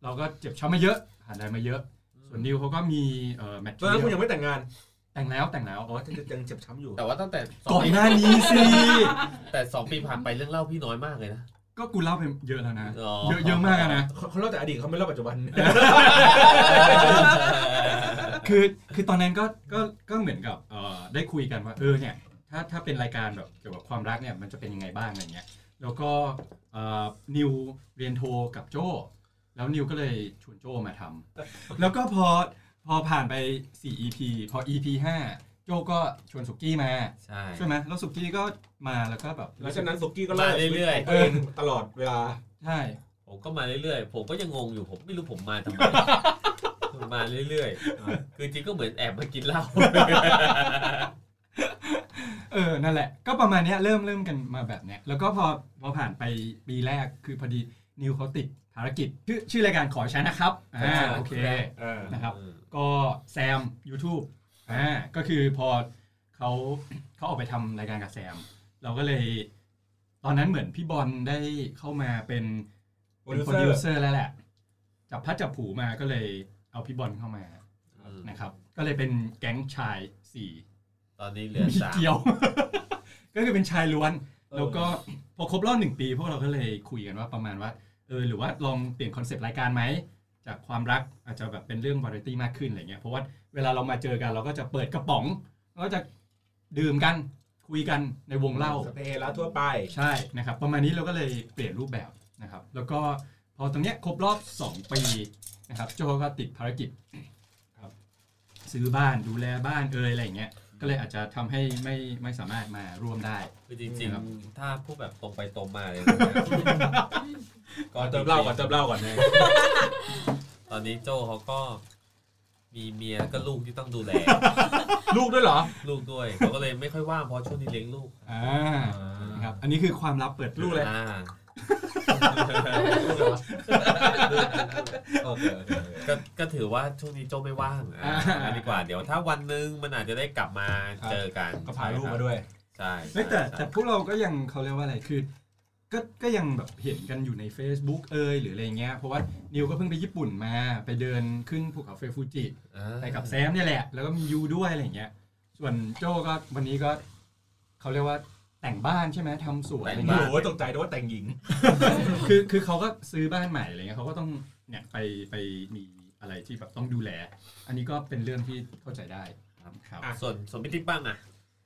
Speaker 3: เราก็เจ็บช้ำมาเยอะผ่านอะไรมาเยอะ ส่ ส่วนนิวเขาก็มีเอ่อแมท
Speaker 8: ตอนนั้นคุณยัง
Speaker 3: เ
Speaker 8: ไม่แต่งงาน
Speaker 3: แต่งแล้วแต่งแล้ว
Speaker 8: อ๋อยังเจ็บช้ำอยู่
Speaker 2: แต่ว่าตั้งแต่ส
Speaker 3: ก่
Speaker 2: อ
Speaker 3: อง น
Speaker 2: ปี
Speaker 3: หน้านี้สิ
Speaker 2: แต่สองปีผ่านไปเรื่องเล่าพี่น้อยมากเลยนะ
Speaker 3: ก็กูเล่าไปเยอะแล้วนะ
Speaker 2: อ๋
Speaker 3: เยอะเยอะมากอะนะ
Speaker 8: เขาเขาเล่าแต่อดีตเขาไม่เล่าปัจจุบัน
Speaker 3: คือคือตอนนั้นก็ก็ก็เหมือนกับเอ่อได้คุยกันว่าเออเนี่ยถ้าถ้าเป็นรายการแบบเกี่ยวกับความรักเนี่ยมันจะเป็นยังไงบ้างอะไรเงี้ยแล้วก็เอ่อนิวเรียนโทกับโจแล้วนิวก็เลยชวนโจมาทำแล้วก็พอพอผ่านไป 4 EP พอ EP 5 โจก็ชวนสุกี้มา
Speaker 2: ใช่
Speaker 3: ใช่ไหมแล้วสุกี้ก็มาแล้วก็แบบ
Speaker 8: หลังจากนั้นสุกี้ก็เล่าๆตลอดเวลา
Speaker 3: ใช่
Speaker 2: ผมก็มาเรื่อยๆ ผมก็ยังงงอยู่ผมไม่รู้ผมมา
Speaker 8: <laughs>
Speaker 2: ทำไมผมมาเรื่อยๆ คือจริงก็เหมือนแอบมากินเหล้า
Speaker 3: เออนั่นแหละ ก็ประมาณเนี้ยเริ่มเริ่มกันมาแบบเนี้ยแล้วก็พอพอผ่านไปปีแรกคือพอดีนิวเขาติดภารกิจชื่อชื่อรายการขอใช้นะครับอ่าโอเค
Speaker 8: เออ
Speaker 3: นะครับ ก็แซม YouTube อ่าก็คือพอเขาเขาออกไปทำรายการกับแซม เราก็เลย ตอนนั้นเหมือนพี่บอลได้เข้ามาเป็นเป็นโปรดิวเซอร์แล้วแหละ จับพัดจับผูมาก็เลยเอาพี่บอลเข้ามา
Speaker 2: อืม
Speaker 3: นะครับ ก็เลยเป็นแก๊งชายสี่
Speaker 2: ตอนนี้เหลือ
Speaker 3: มี
Speaker 2: สาม
Speaker 3: เกี่ยว <laughs> ก็คือเป็นชายล้วน แล้วก็พอครบรอบหนึ่งปี พวกเราก็เลยคุยกันว่าประมาณว่าเออหรือว่าลองเปลี่ยนคอนเซปต์รายการไหม จากความรักอาจจะแบบเป็นเรื่องวาไรตี้มากขึ้นอะไรเงี้ยเพราะว่าเวลาเรามาเจอกันเราก็จะเปิดกระป๋องแล้วก็จะดื่มกันคุยกันในวงเล่า
Speaker 8: สเปรย์ร้านทั่วไป
Speaker 3: ใช่นะครับประมาณนี้เราก็เลยเปลี่ยนรูปแบบนะครับ แล้วก็พอตรงเนี้ยครบรอบ 2 ปีนะครับโจก็ติดภารกิจครับซื้อบ้านดูแลบ้านเอยอะไรอย่างเงี้ยก็เลยอาจจะทำให้ไม่ไม่สามารถมาร่วมได้
Speaker 2: คือจริง
Speaker 3: ครับ
Speaker 2: ๆ ถ้าพูดแบบตรงไปตรงมาเลย
Speaker 8: <laughs> ก่อนเติมเหล้าก่อนเติมเหล้าก่อนนะ
Speaker 2: ตอนนี้โจเขาก็มีเมียแล้วก็ลูกที่ต้องดูแล
Speaker 8: ลูกด้วยเหรอ
Speaker 2: ลูกด้วยเขาก็เลยไม่ค่อยว่างเพราะช่วงนี้เลี้ยงลูก
Speaker 3: อ่านะครับอันนี้คือความลับเปิดเผย
Speaker 8: รู้เลย
Speaker 2: อ่า
Speaker 8: โอเคโอเคโอเค
Speaker 2: ก็ก็ถือว่าช่วงนี้โจไม่ว่างอ่าอันดีกว่าเดี๋ยวถ้าวันหนึงมันอาจจะได้กลับมา
Speaker 8: ครับ
Speaker 2: เจอกัน
Speaker 8: ก็พาลูกมาด้วย
Speaker 2: ใช่
Speaker 3: เฮ้ยแต่
Speaker 2: ใช่
Speaker 3: แต่พวกเราก็ยังเขาเรียกว่าอะไรคือก็ก็ยังแบบเห็นกันอยู่ใน Facebook เอยหรืออะไรเงี้ยเพราะว่านิวก็เพิ่งไปญี่ปุ่นมาไปเดินขึ้นภูเขาเฟฟูจิ
Speaker 2: อ่า
Speaker 3: ไปกับแซมเนี่ยแหละ แล้วก็มียูด้วยอะไรอย่างเงี้ย ส่วนโจก็วันนี้ก็เขาเรียกว่าแต่งบ้านใช่ไหมทำสวนอะไร
Speaker 8: โอ้
Speaker 3: เงี้ย
Speaker 8: โหตกใจด้วยว่าแต่งหญิง
Speaker 3: คือคือเขาก็ซื้อบ้านใหม่อะไรเงี้ยเขาก็ต้องเนี่ยไปไปมีอะไรที่แบบต้องดูแล อันนี้ก็เป็นเรื่องที่เข้าใจได้ครับ
Speaker 2: อ่ะส่วนส่วนพี่ติ๊กบ้างอ่ะ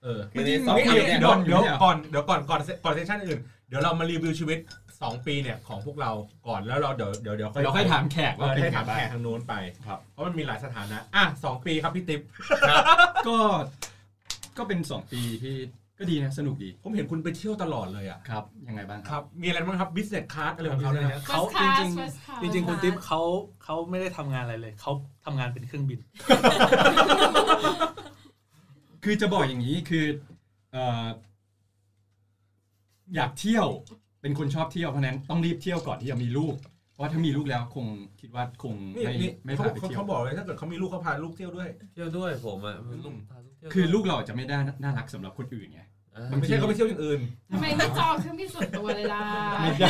Speaker 8: เออ
Speaker 2: ไม่ได้ส
Speaker 8: ส
Speaker 2: อ
Speaker 8: อง ง
Speaker 2: ปี
Speaker 8: ปี
Speaker 2: เนี่ย
Speaker 8: เดี๋ยวเดี๋ยวก่อนเดี๋ยวก่อนก่อนก่อนเซสชั่นอื่น เดี๋ยวเรามารีวิวชีวิต 2 ปีเนี่ยของพวกเราก่อนแล้วเราเดี๋ยวเดี๋ยวเดี๋ยว
Speaker 3: เราค่อยถามแขก
Speaker 8: เรา
Speaker 3: ว่าเป็น
Speaker 8: ให้
Speaker 3: ยัง
Speaker 8: ถาม
Speaker 3: ไงบ้า
Speaker 8: แข
Speaker 3: ง
Speaker 8: กทางโน้นไป
Speaker 3: ครับ
Speaker 8: เพราะมันมีหลายสถานะ อ่ะสองปีครับพี่ติ๊บ
Speaker 3: ก็ ก็เป็น 2 ปีที่ก็ดีนะสนุกดี
Speaker 8: ผมเห็นคุณไปเที่ยวตลอดเลยอ่ะ
Speaker 3: ครับ ยังไงบ้างค
Speaker 8: ครับ รับมีอะไรบ้างครับบิสเนสคลาสอะไรของเขาเนี่ยนะ
Speaker 4: เขาจริง
Speaker 7: First class, first class
Speaker 4: ๆ จริง ๆ คุณติ๊บเขาเขาไม่ได้ทำงานอะไรเลย เขาทำงานเป็นเครื่องบิน
Speaker 3: คือจะบอกอย่างนี้คือเอ่ออยากเที่ยวเป็นคนชอบเที่ยวเพราะฉะนั้นต้องรีบเที่ยวก่อนที่จะมีลูก เพราะว่าถ้ามีลูกแล้วคงคิดว่าคง
Speaker 8: นี่
Speaker 3: ไม่
Speaker 8: นี่
Speaker 3: ไม่
Speaker 8: เขา
Speaker 3: พาไป
Speaker 8: เขา
Speaker 3: เที่ยว
Speaker 8: เขาบอกเลยถ้าเกิดเขามีลูกเขาพาลูกเที่ยวด้วย
Speaker 2: เที่ยวด้วยผมอ่ะลูกพาลูกเที่ยว
Speaker 3: คือลูกเราอาจจะไม่ได้น่ารักสำหรับคนอื่นไง
Speaker 2: อ่า
Speaker 3: มั
Speaker 8: ไม่ใช่เขาไปเที่ยวอย่างอื่น
Speaker 7: ทำไมไม่จองเครื่องบินส่วนตัวเลยล่ะ
Speaker 3: ไม่ <laughs> ได้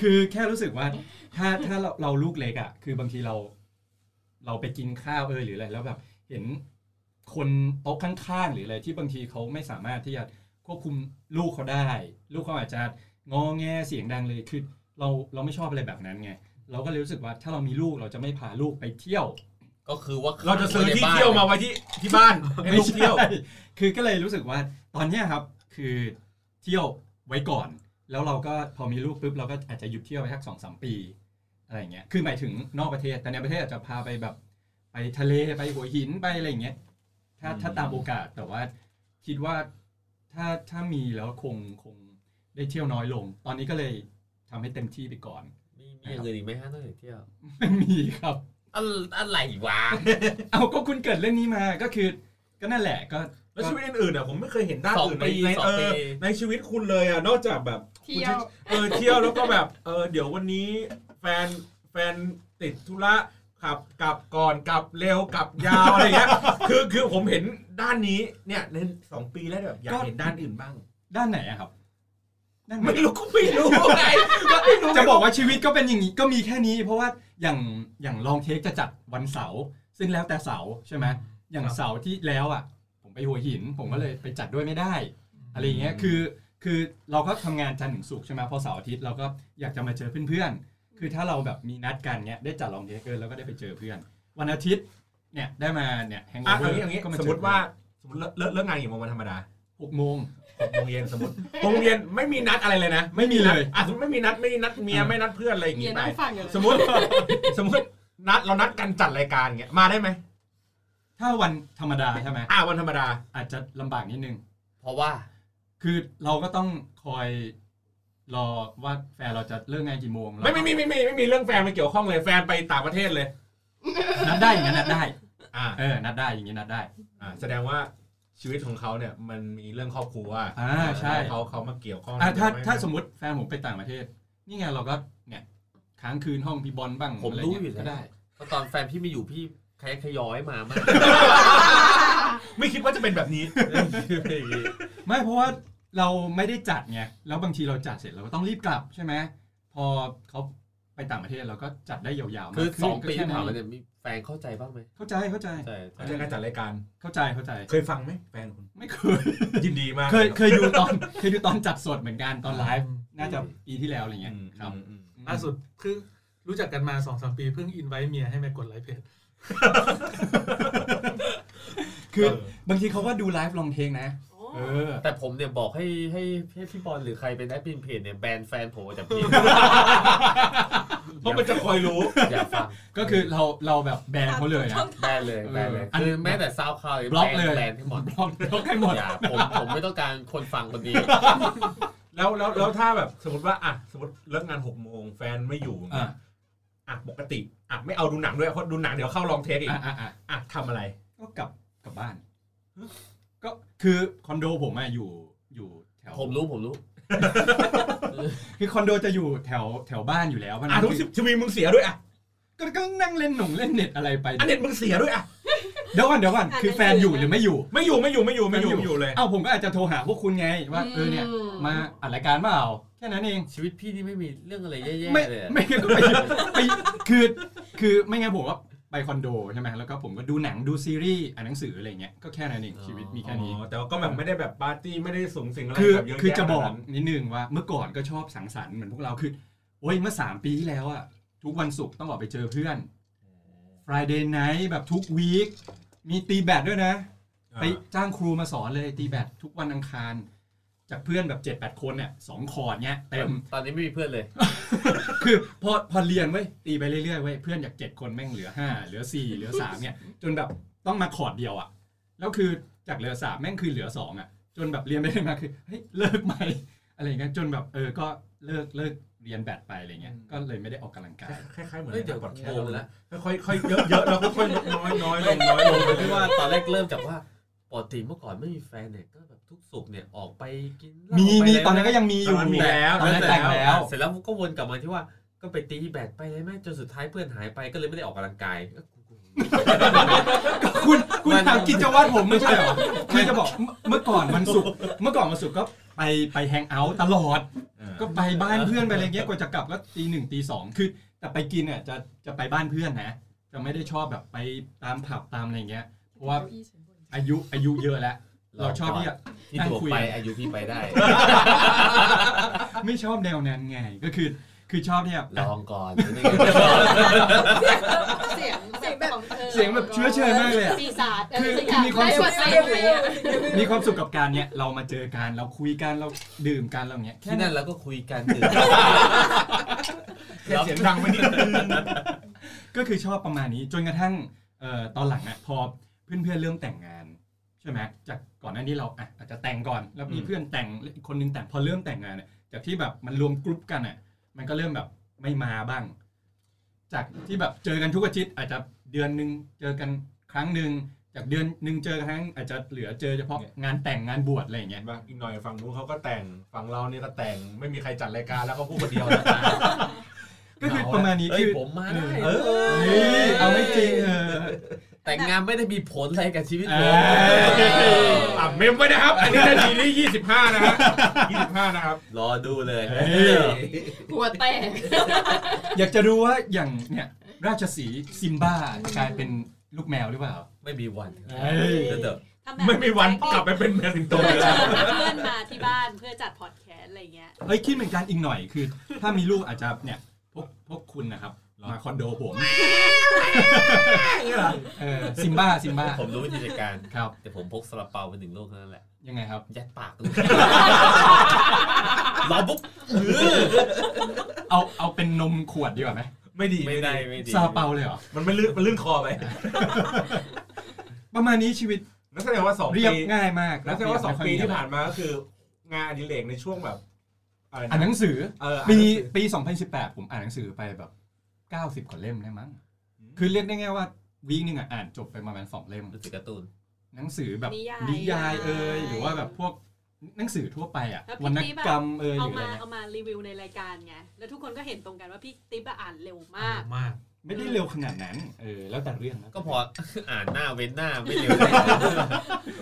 Speaker 3: คือแค่รู้สึกว่า ถ้าถ้าเราเราลูกเล็กอ่ะ คือบางทีเรา เราไปกินข้าวเออหรืออะไรแล้วแบบ เห็นคนโต๊ะข้างๆหรืออะไรที่บางทีเขาไม่สามารถที่จะควบคุมลูกเขาได้ ลูกเขาอาจจะงอแงเสียงดังเลยคือเราเราไม่ชอบอะไรแบบนั้นไงเราก็เลยรู้สึกว่าถ้าเรามีลูกเราจะไม่พาลูกไปเที่ยว
Speaker 2: ก็คือว่า
Speaker 8: เราจะซื้อที่เที่ยวมาไว้ที่ที่ <laughs> บ้านให้ลูกเที่ยว
Speaker 3: ไม่ใช่คือก็เลยรู้สึกว่าตอนเนี้ยครับคือเที่ยวไว้ก่อน แล้วเราก็พอมีลูกปุ๊บเราก็อาจจะหยุดเที่ยวไปสักสองสามปีอะไรอย่างเงี้ยคือหมายถึงนอกประเทศแต่ในประเทศอาจจะพาไปแบบไปทะเลไปหัวหินไปอะไรอย่างเงี้ยถ้าถ้าตามโอกาสแต่ว่าคิดว่าถ้าถ้ามีแล้วคงคงได้เที่ยวน้อยลง ตอนนี้ก็เลยทำให้เต็มที่ไปก่อน <laughs>
Speaker 2: มีมีอย่างอื่นอีกไหมฮะนอกจากเที่ยว
Speaker 3: ไม่มีครับ
Speaker 2: อันอะไรวะ
Speaker 3: เอาก็คุณเกิดเรื่องนี้มาก็คือก็นั่นแหละก็
Speaker 8: แล้วชีวิตอื่นๆอ่ะผมไม่เคยเห็นด้าน
Speaker 2: สอง
Speaker 8: อื่น
Speaker 2: ปี
Speaker 8: ในใน
Speaker 2: สอง
Speaker 8: เอ
Speaker 2: ปี
Speaker 8: อในชีวิตคุณเลยอ่ะนอกจากแบบ
Speaker 7: เที่ยว
Speaker 8: เออเที่ยวแล้วก็แบบเออเดี๋ยววันนี้แฟนแฟนติดธุระขับกลับก่อนกลับเร็วกลับยาวอะไรเงี้ย <laughs> คือคือผมเห็นด้านนี้เนี่ยในสองปีแล้วแบบอยากเห็นด้านอื่นบ้าง
Speaker 3: ด้านไหนอะครับ นั่น
Speaker 8: ไม่รู้ก็ไม่รู้ไงก็ไม่รู้
Speaker 3: จะบอกว่าชีวิตก็เป็นอย่างนี้ก็มีแค่นี้ เพราะว่าอย่างอย่างลองเทคจะจัดวันเสาร์ซึ่งแล้วแต่เสาร์ใช่ไหมอย่างเสาร์ที่แล้วอ่ะ ผมไปหัวหิน ผมก็เลยไปจัดด้วยไม่ได้ อะไรอย่างเงี้ยคือคือเราก็ทำงานจันทร์ถึงศุกร์ใช่ไหมพอเสาร์อาทิตย์เราก็อยากจะมาเจอเพื่อนๆคือถ้าเราแบบมีนัดกันเนี้ยได้จัดลองเทคเกอร์แล้วก็ได้ไปเจอเพื่อน วันอาทิตย์เนี่ยได้มาเนี่ยแฮง
Speaker 8: อ่ะ
Speaker 3: เอาท์
Speaker 8: เอาอย่างงี้อย่างงี้สมมติว่าสมมติเลิกเลิกเลิกงานกี่โมงวันธรรมดา
Speaker 3: หกโมง
Speaker 8: หกโมงเย็นสมมติหกโมงเย็นไม่มีนัดอะไรเลยนะ
Speaker 3: ไม่มีเลย
Speaker 8: นัดอ่ะสมมติไม่มีนัดไม่มีนัดเมียไม่นัดเพื่อนอะไรอย่าง
Speaker 7: เมี
Speaker 8: งี้
Speaker 7: ย
Speaker 8: ไป
Speaker 7: นั่งฟังอยู่เลย
Speaker 8: สมมติ สมมตินัดเรานัดกันจัดรายการเงี้ยมาได้ไหม
Speaker 3: ถ้าวันธรรมดาใช่ไหม
Speaker 8: อ่ะวันธรรมดา
Speaker 3: อาจจะลำบากนิดนึง
Speaker 2: เพราะว่า
Speaker 3: คือเราก็ต้องคอยรอว่าแฟนเราจะเลิกงานกี่โมง
Speaker 8: ไม่ไม่มีไม่มีไม่มีเรื่องแฟนมาเกี่ยวข้องเลยแฟนไปต่างประเทศเลย
Speaker 3: นัดได้อย่างนี้ยนัด
Speaker 2: <laughs>
Speaker 3: ได้
Speaker 8: อ่า
Speaker 3: เออนัดได้อย่างนี้นัดได้
Speaker 8: อ่าแสดงว่าชีวิตของเขาเนี่ยมันมีเรื่องครอบครัว
Speaker 3: อ่าใช่
Speaker 8: เขาเขามาเกี่ยวข้อง
Speaker 3: อ่ะถ้า
Speaker 8: ไม่
Speaker 3: ถ้าสมมติแฟนผมไปต่างประเทศ นี่ไงเราก็เนี่ยค้างคืนห้องพี่บอลบ้าง
Speaker 2: ผม
Speaker 3: ะไเงี้
Speaker 2: รู้อยู่แล้ว
Speaker 3: ก็ได้
Speaker 2: เพราะตอนแฟนพี่ไม่อยู่พี่ขยะขย้อยมามาก
Speaker 8: ไม่คิดว่าจะเป็นแบบนี้
Speaker 3: <laughs> ไม่เพราะว่าเราไม่ได้จัดไงแล้วบางทีเราจัดเสร็จเราก็ต้องรีบกลับใช่ไหมพอเขาไปต่างประเทศเราก็จัดได้ยาวๆมาก
Speaker 2: คือสอง
Speaker 3: ขึ้น
Speaker 2: ปีที่
Speaker 3: ก็แค่
Speaker 2: ผ่านมา
Speaker 3: นั้น
Speaker 2: เนี่ยมีแฟนเข้าใจบ้างไหม
Speaker 3: เข้าใจเข้าใจ
Speaker 2: เข้าใจ
Speaker 8: เขาจะการจัดรายการ
Speaker 3: เข้าใจเข้าใจ
Speaker 8: เคยฟังไหมแฟนคุณ
Speaker 3: ไม่เคย
Speaker 8: ยินดีมาก
Speaker 3: เคยเคยดูตอน <laughs> เคยดูตอนจัดสดเหมือนกันตอนไลฟ์น่าจะปีที่แล้วอะไรเงี้ยครับ
Speaker 4: ล่าสุดเพิ่งรู้จักกันมาสองสามปีเพิ่งอินไว้เมียให้มากดไลค์เพจ
Speaker 3: คือบางทีเขาก็ดูไลฟ์ลองเทงนะ เออ
Speaker 2: แต่ผมเนี่ยบอกให้ให้ให้พี่บอลหรือใครเป็นแอดมินเพจเนี่ยแบนแฟนผมจากเพจ
Speaker 8: เพราะมันจะคอยรู้
Speaker 2: อย่าฟัง
Speaker 3: ก็คือเราเราแบบแบนเขาเลยนะ
Speaker 2: แบนเลยแบนเลย
Speaker 3: เออ
Speaker 2: คือแม้แต่ซาวคลาว
Speaker 3: บล็อกเลย
Speaker 2: แบนที่หมด
Speaker 3: บล็อกบล็อกให้หมด
Speaker 2: อย่าผมผมไม่ต้องการคนฟังคน
Speaker 3: <laughs>
Speaker 2: นี้
Speaker 8: แล้วแล้วแล้วถ้าแบบสมมติว่าอ่ะสมมติเลิกงานหกโมงแฟนไม่อยู่
Speaker 3: อ่ะ
Speaker 8: อ่ะปกติอ่ะไม่เอาดูหนังด้วยเพราะดูหนังเดี๋ยวเข้าลองเทคอีก
Speaker 3: อ่ะอ่ะอ่ะ
Speaker 8: อ่ะทำอะไร
Speaker 3: ก็กลับกลับบ้าน ก็คือคอนโดผมอะอยู่อยู่แถว
Speaker 2: ผมรู้ผมรู้
Speaker 3: คือคอนโดจะอยู่แถวแถวบ้านอยู่แล้วเพราะ
Speaker 8: อ่ะ
Speaker 3: นั้น
Speaker 8: ทุกสิบทีวีมึงเสียด้วยอ่ะ
Speaker 3: ก็ก็นั่งเล่นหนุ่งเล่นเน็ตอะไรไป
Speaker 8: อันเน็ตมึงเสียด้วยอ่ะ
Speaker 3: เดี๋ยวก่อนเดี๋ยวก่อนคือแฟนอยู่หรือไม่อยู่
Speaker 8: ไม่อยู่ไม่อยู่ไม่อยู่ไม่อยู่ไม่อยู่เลย
Speaker 3: เอ้าผมก็อาจจะโทรหาพวกคุณไงว่าเออเนี่ยมาอัดรายการเปล่าแค่นั้นเอง
Speaker 2: ชีวิตพี่นี่ไม่มีเรื่องอะไรแย่
Speaker 3: ไม่
Speaker 2: ๆเลยอะ
Speaker 3: ไม่ก็ไปไปคือคือไม่งั้นผมว่าไปคอนโดใช่ไหมแล้วก็ผมก็ดูหนังดูซีรีส์อ่านหนังสืออะไรเงี้ยก็แค่นั้นเองชีวิตมีแค่นี้
Speaker 8: อ๋อแต่ว่าก็แบบไม่ได้แบบปาร์ตี้ไม่ได้สูงสิงอะไร
Speaker 3: คือ
Speaker 8: แบบเยอะ
Speaker 3: คือ
Speaker 8: แยะ
Speaker 3: จะบอก
Speaker 8: ขนาดนั้น
Speaker 3: นิดนึงว่าเมื่อก่อนก็ชอบสังสรรค์เหมือนพวกเราคือโอ้ยเมื่อ 3 ปีที่แล้วอะทุกวันศุกร์ต้องออกไปเจอเพื่อน Friday night แบบทุกวีคมีตีแบดด้วยนะ ไปจ้างครูมาสอนเลยตีแบดทุกวันอังคาร จากเพื่อนแบบ 7-8 คนเนี่ยสองคอร์ดเนี่ยเต็ม
Speaker 2: ตอนนี้ไม่มีเพื่อนเลย
Speaker 3: คือพอพอเรียนเว้ยตีไปเรื่อยๆเว้ยเพื่อนจากเจ็ดคนแม่งเหลือห้าเหลือสี่เหลือสามเนี่ย จนแบบต้องมาคอร์ดเดียวอ่ะแล้วคือจากเหลือสามแม่งคือเหลือสองอ่ะ จนแบบเรียนไปเรียนมาคือเฮ้ยเลิกไหมอะไรอย่างเงี้ยจนแบบเออก็เลิกเลิกเรียนแบดไปอะไรเงี้ยก็เลยไม่ได้ออกกำลังกาย
Speaker 8: คล้ายๆเหมือน
Speaker 2: เฮ้ยเดี๋ยว
Speaker 8: ใน podcast
Speaker 2: งงเลยนะ
Speaker 8: ค่อยๆค่อยๆเยอะเยอะแล้วค่อยๆน้อยน้อยลงน้อยลง
Speaker 2: ผมคิดว่าตอนแรกเริ่มจากว่าปกติเมื่อก่อนไม่มีแฟนเนี่ยก็แบบทุกสุกร์เนี่ยออกไปกินเหล้า
Speaker 3: มีมี
Speaker 2: ไปะไร
Speaker 3: ตอนนั้นก็ยังมีอ
Speaker 8: ต
Speaker 3: ยู่
Speaker 8: อนนั้นมีแล้ว
Speaker 3: ตอนนั้นแต่งแล้ว
Speaker 2: เสร็จแล้วก็วนกลับมาที่ว่าก็ไปตีแบดไปเลยแม่จนสุดท้ายเพื่อนหายไปก็เลยไม่ได้ออกกำลังกายก็กู
Speaker 3: คุณคุณถามกิจวัตรผมไม่ใช่เหรอคือจะบอกเมื่อเมื่อก่อนวันศุกร์เมื่อก่อนวันศุกร์ก็ไปไปแฮงเอาท์ตลอด ก็
Speaker 8: ก็
Speaker 3: ไปบ้านเพื่อนไปอะไรเงี้ยกว่าจะกลับก็ตีหนึ่งตีสองคือ แต่ไปกินเนี่ยจะจะไปบ้านเพื่อนนะ จะไม่ได้ชอบแบบไปตามผับตามอะไรเงี้ย เพราะว่าอายุอายุเยอะแล้ว เราชอบที่จะ
Speaker 2: ที่ตัว
Speaker 3: นั่งคุย
Speaker 2: ไปอายุพี่ไป
Speaker 3: <laughs>
Speaker 2: ได้
Speaker 3: ไม่ชอบแนวนั้นไงก็คือ คือชอบที่แบบ
Speaker 2: ลองก่
Speaker 3: <laughs>
Speaker 2: อน
Speaker 7: เสียง
Speaker 5: เสียงแบบ
Speaker 3: เสียงแบบเชื้อเชิญมากเลยอะ
Speaker 7: ปีศาจ
Speaker 3: คือ
Speaker 7: อะไรสักอย่าง
Speaker 3: มีความ
Speaker 7: ได้
Speaker 3: สุข
Speaker 7: บทเพลงไหมอะ
Speaker 3: มีความสุขกับการเนี้ยเรามาเจอกันเราคุยกันเราดื่มกันเราเนี้ยแค่
Speaker 2: ที่
Speaker 3: นั้
Speaker 2: นั่
Speaker 3: น
Speaker 2: นเราก็คุยกันถึง
Speaker 8: เสียงดังไปนิดนึง
Speaker 3: ก็คือชอบประมาณนี้จนกระทั่งเอ่อตอนหลังอ่ะพอเพื่อนเพื่อนๆเริ่มแต่งงานใช่ไหมจากก่อนหน้านี้เราอ่ะอาจจะแต่งก่อนแล้วมีเพื่อนแต่งแล้วอีกคนนึงแต่งพอเริ่มแต่งงานเนี่ยจากที่แบบมันรวมกรุ๊ปกันอ่ะ มันก็เริ่มแบบไม่มาบ้าง จากที่แบบเจอกันทุกอาทิตย์อาจจะเดือนหนึ่งเจอกันครั้งหนึ่งจากเดือนหนึ่งเจอกันครั้งอาจจะเหลือเจอเฉพาะงานแต่งงานบวชอะไรอย่างเงี้ย
Speaker 8: เห็นป่ะอีกหน่อย
Speaker 2: <laughs>
Speaker 8: ฝั่งนู้นเขาก็แต่งฝั่งเราเนี่ยก็แต่งไม่มีใครจัดรายการแล้วก็พูดคนเดียวนะ
Speaker 3: ก็คือประมาณนี้
Speaker 2: เอ้ย
Speaker 3: คือ
Speaker 2: ผมมาได้
Speaker 3: เอ
Speaker 2: เอ้
Speaker 3: นี่
Speaker 2: ย
Speaker 3: เอาไม่จริงเออ
Speaker 2: แต่งงานไม่ได้มีผลอะไรกับชีวิตผม
Speaker 3: เอ้ย
Speaker 8: อ่ะเมมไว้นะครับ อันนี้นาทีที่ยี่สิบห้านะฮะยี่สิบห้านะครับ
Speaker 2: รอดูเลย
Speaker 3: เฮ้ย
Speaker 7: หัวแตก
Speaker 3: อยากจะรู้ว่าอย่างเนี่ยราชสีห์ซิมบ้ากลายเป็นลูกแมวหรือเปล่า
Speaker 2: ไม่มีวัน
Speaker 3: เอ้ย
Speaker 2: เดี๋ยว
Speaker 9: ทำแบบ
Speaker 8: ไม่มีวันกลับ
Speaker 9: เ
Speaker 8: ไปเป็นแมวสิงโต
Speaker 9: พื่
Speaker 8: เล
Speaker 9: อน
Speaker 8: ยนะ
Speaker 9: ชวนเพื่อนมาที่บ้านเพื่อจัดพอดแคสต์อะไรเงี้ย
Speaker 3: เอ้ยคิดเหมือนกันอีกหน่อยคือ ถ้ามีลูกอาจจะเนี่ยพวกพวกคุณนะครับมาคอนโดผมเออซิมบ้าซิมบ้า
Speaker 2: ผมรู้วิธีจัดการ
Speaker 3: ครับ
Speaker 2: แต่ผมพกซาลาเปาไปหนึ่งลูกเท่านั้นแหละ
Speaker 3: ยังไงครับ
Speaker 2: ยัดปากลูก <laughs> รอปุ๊บ
Speaker 3: เอาเอาเป็นนมขวดดีกว่าไหม
Speaker 8: ไม่ดี
Speaker 2: ไม่ได้ไม่ดี
Speaker 3: ซาเปาเลยเหรอ
Speaker 8: มันไม่ลื่นมันลื่นคอไป
Speaker 3: ประมาณนี้ชีวิต
Speaker 8: นั่นแสดงว่าสอง
Speaker 3: เรี
Speaker 8: ปี
Speaker 3: ยบง่ายมาก
Speaker 8: นั่นแสดงว่าสอง
Speaker 3: ไม่ค่ย
Speaker 8: ปี
Speaker 3: มีะ
Speaker 8: ที่
Speaker 3: ไร
Speaker 8: ผ่านมาก็คือ งานอดิเรกในช่วงแบบอะไร
Speaker 3: อ่านหนังสือ
Speaker 8: เออ
Speaker 3: ปี
Speaker 8: อ่านหนังสือ
Speaker 3: ปี 2018 ผมอ่านหนังสือไปแบบ 90 กว่าเล่มได้มั้ง
Speaker 8: อืม
Speaker 3: คือเรียกได้ไง่ายว่าวีคหนึ่งอ่ะอ่านจบไปประมาณ 2 เล่ม
Speaker 2: หนังสือการ์ตูน
Speaker 3: หนังสือแบบ
Speaker 9: นิยาย
Speaker 3: นิยายเอ่ยหรือว่าแบบพวกหนังสือทั่วไปอ่ะว
Speaker 9: แล้วพี่
Speaker 3: รรณ
Speaker 9: ติ๊บอะ
Speaker 3: กรรมเอ่ยห
Speaker 9: เอา
Speaker 3: รืออะไร
Speaker 9: มา
Speaker 3: เงี้ย
Speaker 9: เอามารีวิวในรายการไงแล้วทุกคนก็เห็นตรงกันว่าพี่ติ๊บอะอ่านเร็วมาก
Speaker 4: มาก
Speaker 3: ไม่ได้เร็วขนาดนั้นเออแล้วแต่เรื่องนะ
Speaker 2: ก็พออ่านหน้าเว้นหน้าไม่เร็ว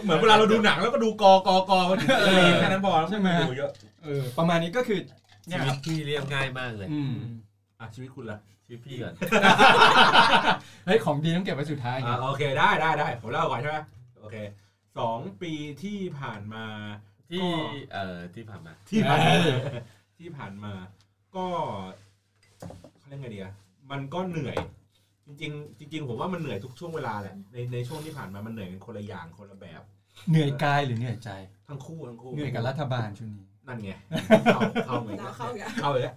Speaker 8: เหมือนเวลาเราดูหนังแล้วก็ดูกอกอกอมันเออแค่นั้นพอแล้ว
Speaker 3: ใช่ไหม
Speaker 8: ดูเยอะ
Speaker 3: เออประมาณนี้ก็คือ
Speaker 2: ชี
Speaker 3: เนี่ยค
Speaker 2: วิ
Speaker 3: รั
Speaker 2: ต
Speaker 3: บ
Speaker 2: พี่เรียบง่ายมากเลย
Speaker 3: อืม
Speaker 8: อ่ะชีวิตคุณล่ะ
Speaker 2: ชีวิตพี่ก่อน
Speaker 3: เฮ้ยของดีต้องเก็บไว้สุดท้าย
Speaker 8: อ่ะโอเคได้ได้ได้ผมเล่าก่อนใช่ไหมโอเคสองปีที่ผ่านมา
Speaker 2: ที่เอ่อที่ผ่านมา
Speaker 8: ที่ผ่านมาที่ผ่านมา ก็เขาเรียกไงดีอะมันก็เหนื่อย จริง ๆ จริง ๆ ผมว่ามันเหนื่อยทุกช่วงเวลาแหละในในช่วงที่ผ่านมามันเหนื่อยเป็นคนละอย่างคนละแบบ
Speaker 3: เหนื่อยกายหรือเหนื่อยใจ
Speaker 8: ทั้งคู่ทั้งคู่
Speaker 3: เหนื่อยกับรัฐบาลช่วงนี้ <laughs>
Speaker 8: นั่นไงเข้าเข้าเหมือน
Speaker 5: แล้
Speaker 8: กั
Speaker 5: วน เข้าอีกอะ
Speaker 8: เข้าเลย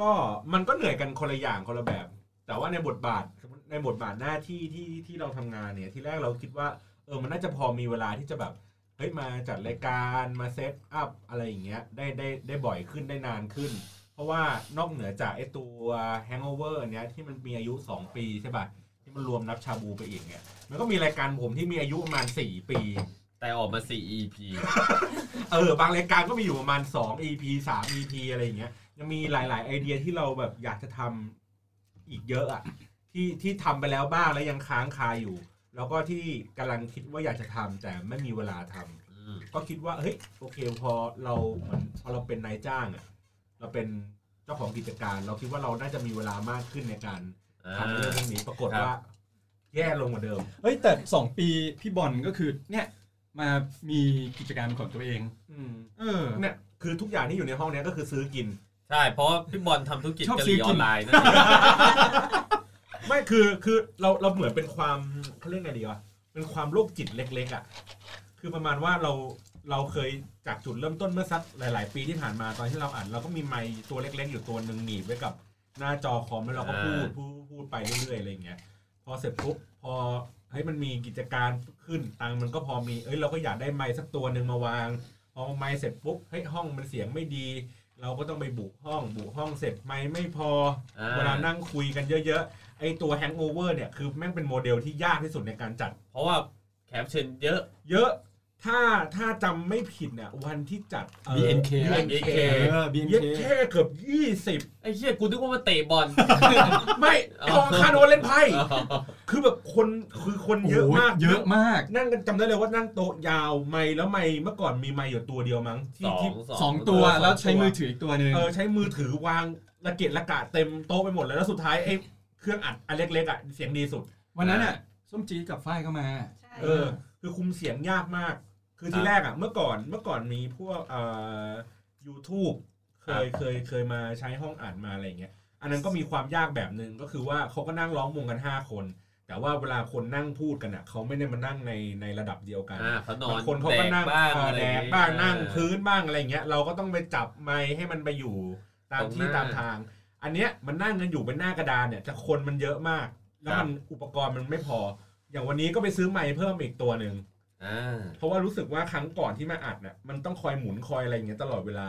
Speaker 8: ก็มันก็เหนื่อยกันคนละอย่างคนละแบบ แต่ว่าในบทบาทในบทบาทหน้าที่ที่ที่เราทำงานเนี่ย ที่แรกเราคิดว่า เออมันน่าจะพอมีเวลาที่จะแบบเฮ้ยมาจัดรายการมาเซตอัพอะไรอย่างเงี้ยได้ได้ได้บ่อยขึ้นได้นานขึ้น เพราะว่านอกเหนือจากไอตัว Hangover เนี้ยที่มันมีอายุ 2 ปีใช่ป่ะที่มันรวมนับชาบูไปอีกเนี่ยมันก็มีรายการผมที่มีอายุประมาณ 4 ปี
Speaker 2: แต่ออกมา 4 EP
Speaker 8: เออบางรายการก็มีอยู่ประมาณ 2 EP 3 EP อะไรอย่างเงี้ยยังมีหลาย ๆ ไอเดียที่เราแบบอยากจะทำอีกเยอะอะที่ที่ทำไปแล้วบ้างแล้วยังค้างคาอยู่ แล้วก็ที่กำลังคิดว่าอยากจะทำแต่ไม่มีเวลาทำ
Speaker 2: อืม
Speaker 8: ก็คิดว่าเฮ้ยโอเคพอเราเหมือนพอเราเป็นนายจ้างอะเราเป็นเจ้าของกิจการ เราคิดว่าเราน่าจะมีเวลามากขึ้นในการ
Speaker 2: อ่า
Speaker 8: ทำเรื่องพวกนี้ปรากฏ
Speaker 2: ครับ
Speaker 8: ว่า แย่ลงกว่าเดิม
Speaker 3: เอ้ยแต่สองปีพี่บอลก็คือเนี่ยมามีกิจการเป็นของตัวเอง
Speaker 8: อืม
Speaker 3: เออ
Speaker 8: เนี่ยคือทุกอย่างที่อยู่ในห้องเนี้ยก็คือซื้อกิน
Speaker 2: ใช่ เพราะว่าพี่บอลทำธุรกิจ
Speaker 3: ชอบ
Speaker 2: กะห
Speaker 3: ซื้อ
Speaker 2: รี่อ
Speaker 3: กิน
Speaker 2: อนไลน์นั่นเอง
Speaker 8: ไม่คือคือเราเราเหมือนเป็นความเขาเรียกไงดีวะเป็นความโรคจิตเล็กๆอ่ะคือประมาณว่าเราเราเคยจากจุดเริ่มต้นเมื่อสักหลาย ๆ ปีที่ผ่านมาตอนที่เราอ่านเราก็มีไมค์ตัวเล็ก ๆ อยู่ตัวหนึ่งหนีบไว้กับหน้าจอคอมแล้วเราก็พูดพูดพูดไปเรื่อยๆอะไรอย่างเงี้ยพอเสร็จปุ๊บพอเฮ้ยมันมีกิจการขึ้นตังค์มันก็พอมีเอ้ยเราก็อยากได้ไมค์สักตัวหนึ่งมาวาง พอไมค์เสร็จปุ๊บเฮ้ยห้องมันเสียงไม่ดี เราก็ต้องไปบุกห้องบุกห้องเสร็จไมค์ไม่พอ
Speaker 2: อ่
Speaker 8: เวลา
Speaker 2: า
Speaker 8: นั่งคุยกันเยอะๆ ไอตัวแฮงโอเวอร์เนี่ย คือแม่งเป็นโมเดลที่ยากที่สุดในการจัด
Speaker 2: เพราะว่าแขกรับเชิญเยอะ
Speaker 8: เยอะ ถ้าถ้าจำไม่ผิดเนี่ยวันที่จัด
Speaker 3: BNK
Speaker 8: BNK
Speaker 3: เออ
Speaker 8: เย็ด
Speaker 3: BNK
Speaker 8: แค่เกือบยี่สิบ
Speaker 2: ไอ้เหี้ยกูนึกว่ามาเตะบอล
Speaker 8: 20 ไม่กองคาโนเล่นไพ่ คือแบบคนคือคนเยอะมาก
Speaker 3: โโหเยอะมาก
Speaker 8: นั่งกันจำได้เลยว่านั่งโต๊ะยาวไม่แล้วไม่เมื่อก่อนมีไม่อยู่ตัวเดียวมั้ง
Speaker 2: ส
Speaker 8: ที่
Speaker 2: อง
Speaker 8: ที่
Speaker 3: สองตัว
Speaker 8: เออสองตัว
Speaker 3: แล้วใช้มือถืออีกตัวหนึ่ง
Speaker 8: เออใช้มือถือวางระเกะระกะเต็มโต๊ะไปหมดเลยแล้วสุดท้ายไอ้เครื่องอัดอันเล็กๆอ่ะเสียงดีสุด
Speaker 3: วันนั้นอ่ะส้มจีดกับฝ้ายก็มา
Speaker 9: ใช่
Speaker 8: เออคือคุมเสียงยากมาก คือที่แรกอ่ะเมื่อก่อนเมื่อก่อนมีพวกเอ่อ YouTube เคยเคยเคยมาใช้ห้องอ่านมาอะไรอย่างเงี้ยอันนั้นก็มีความยากแบบหนึ่งก็คือว่าเขาก็นั่งร้องวงกัน 5 คน แต่ว่าเวลาคนนั่งพูดกันอ่ะเขาไม่ได้มานั่งในในระดับเดียวกัน
Speaker 2: อ่าเขานอบ
Speaker 8: าน งคนเขาก็นั่ง
Speaker 2: แดบ้าง
Speaker 8: เออ
Speaker 2: อะไรอ
Speaker 8: แด
Speaker 2: ย่
Speaker 8: ก
Speaker 2: เย
Speaker 8: บ้างนั่งพื้นบ้างอะไรอย่างเงี้ยเราก็ต้องไปจับไมค์ให้มันไปอยู่ตาม
Speaker 2: ตรง
Speaker 8: ที่
Speaker 2: หน้า
Speaker 8: ตามทาง อันเนี้ยมันนั่งกันอยู่เป็นหน้ากระดานเนี่ยแต่คนมันเยอะมาก แล้ว
Speaker 2: ครับ
Speaker 8: มันอุปกรณ์มันไม่พอ อย่างวันนี้ก็ไปซื้อไมค์เพิ่มอีกตัวหนึ่ง
Speaker 2: อ่า
Speaker 8: เพราะว่ารู้สึกว่าครั้งก่อนที่มาอัดเนี่ยมันต้องคอยหมุนคอยอะไรอย่างเงี้ยตลอดเวลา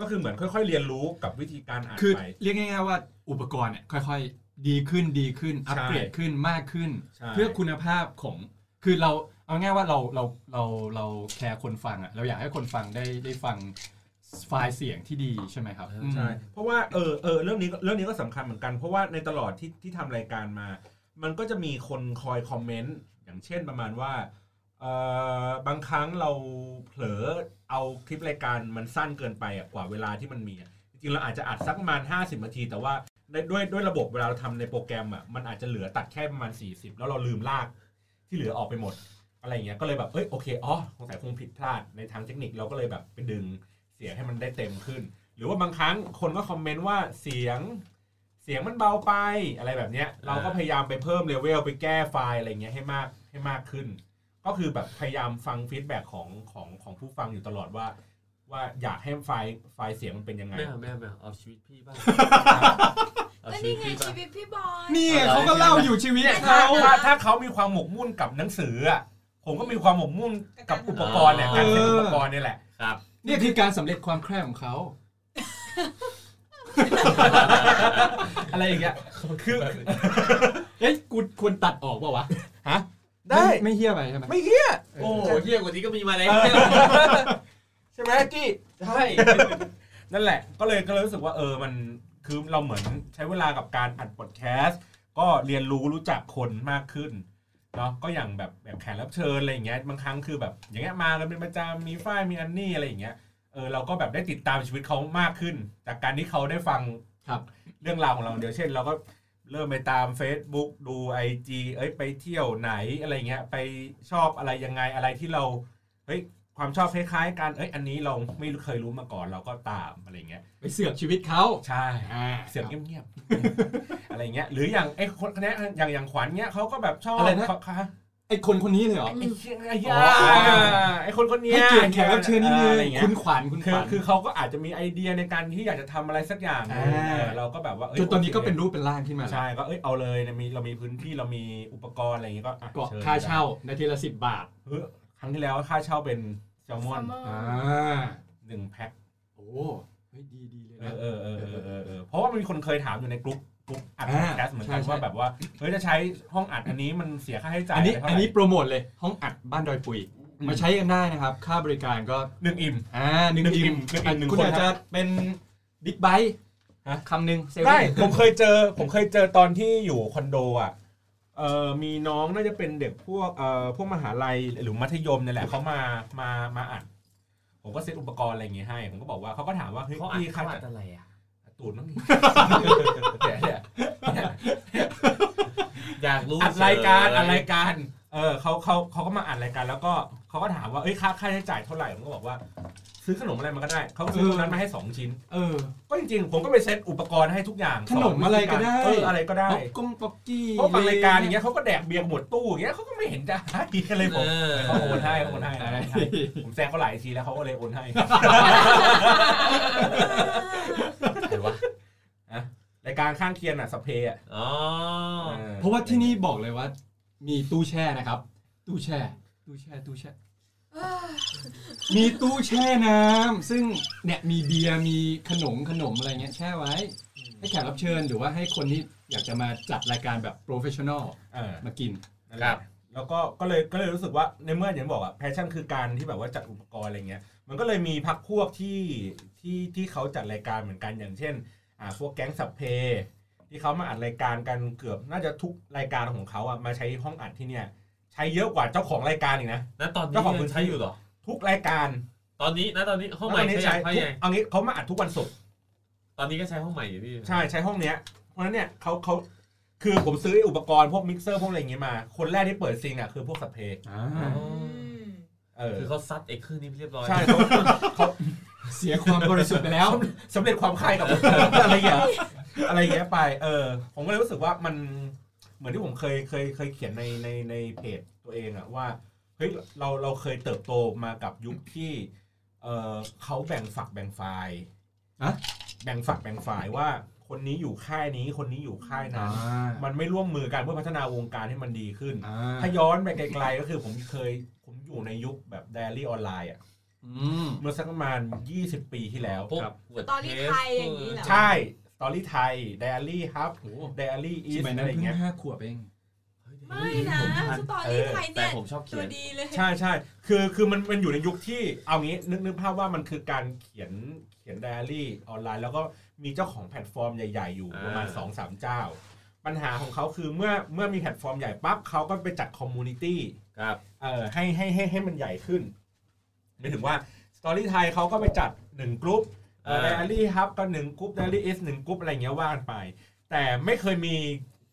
Speaker 8: ก็คือเหมือนค่อย ๆ เรียนรู้กับวิธีการอัด
Speaker 3: คือ
Speaker 8: ไป
Speaker 3: เรียกง่ายๆว่าอุปกรณ์เนี่ยค่อยๆ ดีขึ้นดีขึ้น
Speaker 8: ใช่
Speaker 3: อัปเกรดขึ้นมากขึ้น
Speaker 8: ใช่
Speaker 3: เพื่อคุณภาพของคือเราเอาง่ายว่าเราเราเราเราแคร์คนฟังอ่ะเราอยากให้คนฟังได้ได้ฟัง ไฟล์เสียงที่ดีใช่ไหมครับ
Speaker 8: ใช่เพราะว่าเออเออเรื่องนี้ก็เรื่องนี้ก็สำคัญเหมือนกัน เพราะว่าในตลอดที่ที่ทำรายการมา มันก็จะมีคนคอยคอมเมนต์อย่างเช่นประมาณว่าเออบางครั้งเราเผลอเอาคลิปรายการมันสั้นเกินไปอะกว่าเวลาที่มันมีอะจริงๆเราอาจจะอัดสักประมาณ 50นาที แต่ว่าในด้วยด้วยระบบเวลาเราทำในโปรแกรมอ่ะมันอาจจะเหลือตัดแค่ประมาณ 40 แล้วเราลืมลากที่เหลือออกไปหมด อะไรอย่างเงี้ยก็เลยแบบเอ้ยโอเคอ๋อสงสัยคงผิดพลาดในทางเทคนิคเราก็เลยแบบไปดึงเสียงให้มันได้เต็มขึ้น หรือว่าบางครั้งคนก็คอมเมนต์ว่าเสียงเสียงมันเบาไปอะไรแบบเนี้ย เราก็พยายามไปเพิ่มเลเวลไปแก้ไฟล์อะไรเงี้ยให้มากให้มากขึ้น ก็คือแบบพยายามฟังฟีดแบ็ของของของผู้ฟังอยู่ตลอดว่า ว่าอยากให้ไฟล์ไฟล์เสียงมันเป็นยังไง
Speaker 2: ไม่เอาไม่เอาไม่เอาเอาชีวิตพี่บ้างเอา
Speaker 5: ก็
Speaker 2: ชีวิ
Speaker 5: นี่
Speaker 2: ต
Speaker 5: ไง
Speaker 2: พี่บ้าง
Speaker 5: ชีวิตพี่บอย
Speaker 3: นี่เขาก็เล่าอยู่ชีวิตเขา
Speaker 8: ถ้าถ้าเขามีความหมกมุ่นกับหนังสืออะผมก็มีความหมกมุ่นกับอุปกรณ์เนี่ย
Speaker 2: เออ
Speaker 8: การเซ็นอุปกรณ์เนี่ยแหละ
Speaker 2: ครับ
Speaker 3: เนี่ยคือการสำเร็จความแคร่ของเขา
Speaker 8: <laughs> อะไรอย่างเงี้ยคือ
Speaker 3: <laughs> เอ้ยกูควรตัดออกเปล่าวะ
Speaker 8: ได้
Speaker 3: ม่ไม่เฮี้ยไปใช่ไหม
Speaker 8: ไม่เหี้ย
Speaker 2: โอ้โหเยี่ยกว่านี้ก็มีมาแล้ว
Speaker 8: <laughs> ใช่ไหมกี้
Speaker 2: ใช่
Speaker 8: นั่นแหละ ก็เลยก็เลยรู้สึกว่าเออมันคือเราเหมือนใช้เวลากับการอัดพอดแคสต์ก็เรียนรู้รู้จักคนมากขึ้นเนาะก็อย่างแบบแบบแขกรับเชิญอะไรอย่างเงี้ยบางครั้งคือแบบ อย่างเงี้ยมากันเป็นประจำมีฝ้ายมีอันนี่อะไรอย่างเงี้ยเออเราก็แบบได้ติดตามชีวิตเขามากขึ้น จากการที่เขาได้ฟัง
Speaker 3: ครับ
Speaker 8: เรื่องราวของเราเดี๋ยวเช่นเราก็เริ่มไปตาม Facebook ดู IG เอ้ยไปเที่ยวไหนอะไรเงี้ยไปชอบอะไรยังไงอะไรที่เราเฮ้ยความชอบคล้ายๆกันเอ้ยอันนี้เราไม่เคยรู้มาก่อนเราก็ตามอะไรเงี้ย
Speaker 3: ไปเสือกชีวิตเขา
Speaker 8: ใช่
Speaker 3: อ่า
Speaker 8: เสียงเงียบๆ อะไรเงี้ยหรืออย่างไอ้คนเนี้ยอย่างอย่างขวัญเนี้ยเขาก็แบบชอบ
Speaker 3: อะไรนะ
Speaker 8: เขาเขา
Speaker 3: ไอ้คนคนนี้เลยเหรอ
Speaker 8: ไอ้เชี่ยไอ้
Speaker 3: อ๋
Speaker 8: ยา
Speaker 3: ออ๋อ
Speaker 8: ไอ้คนคนเนี้ย
Speaker 3: ให้เกียรติแขกรับเชิญนิดนึง
Speaker 8: อะไรเงี้ย
Speaker 3: คุณขวัญคุณข
Speaker 8: คือ
Speaker 3: วัญ
Speaker 8: คือเขาก็อาจจะมีไอเดียในการที่อยากจะทำอะไรสักอย่าง
Speaker 3: อ่า
Speaker 8: เออเราก็แบบว่าเย
Speaker 3: จนตอนนี้ก็
Speaker 8: โค
Speaker 3: เป็นรูปเป็นร่างขึ้นมาแล้ว
Speaker 8: ใช่ก็เอ้ยเอาเลยเนี่ยมีเรามีพื้นที่เรามีอุปกรณ์อะไรอย่างงี้ก็อ่ะ
Speaker 3: เกาะ
Speaker 8: ชิญ
Speaker 3: ค่าเช่าในทีละสิบบาท
Speaker 8: เฮ้ยครั้งที่แล้วค่าเช่าเป็นแซลมอน
Speaker 7: ซัมเมอร์
Speaker 3: อ่า
Speaker 8: หนึ่งแพ็ค
Speaker 3: โอ้เฮ้ยดีดีเลย
Speaker 8: เอ
Speaker 3: นะ
Speaker 8: อเออเออเออเออเออเพราะว่ามันมีคนเคยถามอยู่ในกลุ่มกลุ่มอัดพอดแคสต์เหมือนกัน
Speaker 3: ใช่ใช่
Speaker 8: ว่าแบบว่าเฮ้ยจะใช้ห้องอัดอันนี้มันเสียค่าใช้จ่า
Speaker 3: อันนี้
Speaker 8: ยะไร
Speaker 3: อั
Speaker 8: เท่าน ไหร่
Speaker 3: นี้โปรโมทเลยห้องอัดบ้านดอยปุยมาใช้กันได้นะครับ ค่าบริการก็
Speaker 8: หนึ่งอิ่ม
Speaker 3: อ่าหนึ่ง
Speaker 8: หนึ่ง
Speaker 3: อิ่ม
Speaker 8: อิ่มหนึ่ง
Speaker 3: คุณ
Speaker 8: คน
Speaker 3: อาจจะเป็นบิ๊กไบค์
Speaker 8: ฮะ
Speaker 3: คำหนึ่งเซเว่น
Speaker 8: ได้ผมเคยเจอผมเคยเจอตอนที่อยู่คอนโดอ่ะเออมีน้องน่าจะเป็นเด็กพวกเอ่อพวกมหาลัยหรือมัธยมเนี่ยแหละเขามามามาอัดผมก็เซตอุปกรณ์อะไรอย่างงี้ให้ผมก็บอกว่าเขาก็ถามว่าเฮ้ย
Speaker 2: เขาอ่าน
Speaker 8: พี่
Speaker 2: เขา
Speaker 8: ค่า
Speaker 2: อ่า
Speaker 8: จัด
Speaker 2: นอะไรอ่ะ
Speaker 8: ตูดมั้งเนี่ยเนี่ยเนี่ย
Speaker 2: อยากรู้
Speaker 8: อัดรายการอัดรายการ เออเขาเขาเขาก็มาอัดรายการ แล้วก็เขาก็ถามว่าเอ้ยค่าค่าใช้จ่ายเท่าไหร่ผมก็บอกว่า ซื้อขนมอะไรมันก็ได้ เขาก็ซื้อ
Speaker 3: เออ
Speaker 8: พวกนั้นมาให้สองชิ้น
Speaker 3: เออ
Speaker 8: ก็จริงๆ ผมก็ไปเซตอุปกรณ์ให้ทุกอย่าง
Speaker 3: ขนมอะไรก็ได้
Speaker 8: เอออะไรก็ได้
Speaker 3: ป๊อกกุ้งป๊อกกี้
Speaker 8: เพราะบางรายการอย่างเงี้ยเขาก็แดกเบียร์หมดตู้อย่างเงี้ยเขาก็ไม่เห็นจะให้อะไร
Speaker 2: เอ
Speaker 8: ผม
Speaker 2: อ
Speaker 8: เขาโอนให้เขาโอนให้เขาโอนให้ผมแซงเขาหลายทีแล้วเขาก็เลยโอนให้
Speaker 2: ใครวะ
Speaker 8: รายการข้างเคียงอ่ะสพเพอ่ะ
Speaker 2: อ๋อ
Speaker 8: เออ
Speaker 3: เพราะว่าที่นี่บอกเลยว่า มีตู้แช่นะครับ ตู้แช่ ตู้แช่ตู้แช่ มีตู้แช่น้ำซึ่งเนี่ยมีเบียร์มีขนมขนมอะไรเงี้ยแช่ไว้ ให้แขกรับเชิญหรือว่าให้คนที่อยากจะมาจัดรายการแบบโปรเฟชชั่นอล
Speaker 8: เออ
Speaker 3: มากิน
Speaker 8: นั่นแหละแล้วก็ก็เลยก็เลยรู้สึกว่าในเมื่ออย่างที่บอกอะแพชชั่นคือการที่แบบว่าจัดอุปกรณ์อะไรเงี้ยมันก็เลยมีพักพวกที่ที่ที่เขาจัดรายการเหมือนกันอย่างเช่นอ่าพวกแก๊งสับเพ ที่เขามาอัดรายการกันเกือบน่าจะทุกรายการของเขาอะมาใช้ห้องอัดที่เนี่ยใช้เยอะกว่าเจ้าของรายการอีกนะ
Speaker 2: นั้นตอนนี้
Speaker 8: เจ้าของพื้
Speaker 2: ยั
Speaker 8: น
Speaker 2: ง
Speaker 8: ที่
Speaker 2: ใช้อยู่เหรอ
Speaker 8: ทุกรายการ
Speaker 2: ตอนนี้นะตอนนี้ห้องใหม่
Speaker 8: แล้วตนนี้
Speaker 2: ใช้ยัง
Speaker 8: ทุ
Speaker 2: ใช้
Speaker 8: ก
Speaker 2: ยัง
Speaker 8: เอางี้เขามาอัดทุกวันศุกร์
Speaker 2: ตอนนี้ก็ใช้ห้องใหม่อยู่พี่
Speaker 8: ใช่ใช้ห้องเนี้ยเพราะฉะนั้นเนี่ยเขาเขาคือผมซื้ออุปกรณ์พวกมิกเซอร์พวกอะไรอย่างเงี้ยมา คนแรกที่เปิดซิงอะคือพวกสับเพ
Speaker 2: อ๋อ
Speaker 8: เออ
Speaker 2: คือเขาซัดไอ้เครื่องนี้ไปเรียบร้อย
Speaker 8: ใช่ <laughs> เขาเขา
Speaker 3: เสียความบริสุทธิ์ไปแล้ว
Speaker 8: สำเร็จความใคร่ <laughs> กับ อะไรอย่างเงี้ยอะไรอย่างเงี้ยไป เออ ผมก็เลยรู้สึกว่ามันเหมือนที่ผมเคยเคยเคยเขียนในในในเพจตัวเองอะว่าเฮ้ยเราเราเคยเติบโตมากับยุคที่ เออเขาแบ่งฝักแบ่งฝ่าย
Speaker 3: อะ
Speaker 8: แบ่งฝักแบ่งฝ่ายว่า คนนี้อยู่ค่ายนี้คนนี้อยู่ค่ายนั้น มันไม่ร่วมมือกันเพื่อพัฒนาวงการให้มันดีขึ้น
Speaker 3: อ่า
Speaker 8: ถ้าย้อนไปไกลๆก็คือผมเคยผมอยู่ในยุคแบบไดอารี่ออนไลน์อะ
Speaker 3: อืม
Speaker 8: เมื่อสักประมาณ 20 ปีที่แล้ว
Speaker 2: พวก
Speaker 3: ครับ
Speaker 2: วด
Speaker 5: ตอนนี้
Speaker 2: เป
Speaker 5: ไทยอย่างนี้เหรอ
Speaker 8: ใช่สตอรี่ไทยไดอารี่ครับ
Speaker 3: โอ้
Speaker 8: ไดอารี่อี
Speaker 3: ส
Speaker 8: ส
Speaker 3: มัยนั้
Speaker 8: อะ
Speaker 3: น
Speaker 8: ไร
Speaker 3: เพิ่ง
Speaker 8: เงี้ย
Speaker 3: ห้าขวบเอง
Speaker 2: เฮ้ย
Speaker 5: ไม่ ไม่นะสตอรี่ไทย
Speaker 2: แต่
Speaker 5: เนี่ย
Speaker 2: ผมชอบเขี
Speaker 5: ตัวย
Speaker 2: น
Speaker 5: ดีเลย
Speaker 8: ใช่ใช่คือคือมันมันอยู่ในยุคที่เอางี้นึกนึกภาพว่ามันคือการเขียนเขียนไดอารี่ออนไลน์ แล้วก็มีเจ้าของแพลตฟอร์มใหญ่ ๆ อยู่
Speaker 2: อ่า
Speaker 8: ประมาณ2อสามเจ้า ปัญหาของเขาคือเมื่อเมื่อมีแพลตฟอร์มใหญ่ปั๊บเขาก็ไปจัดคอมมูนิตี้
Speaker 2: ครับ
Speaker 8: เอ่อให้ให้ให้ให้มันใหญ่ขึ้นหมายถึงว่าสตอรี่ไทยเขาก็ไปจัดหนึ่งกลุ่ม
Speaker 2: อ่า
Speaker 8: ไดอารี่ฮับก็หนึ่งกรุ๊ปไดอารี่เอสหนึ่งกรุ๊ปอะไรเงี้ยว่ากันไป แต่ไม่เคยมี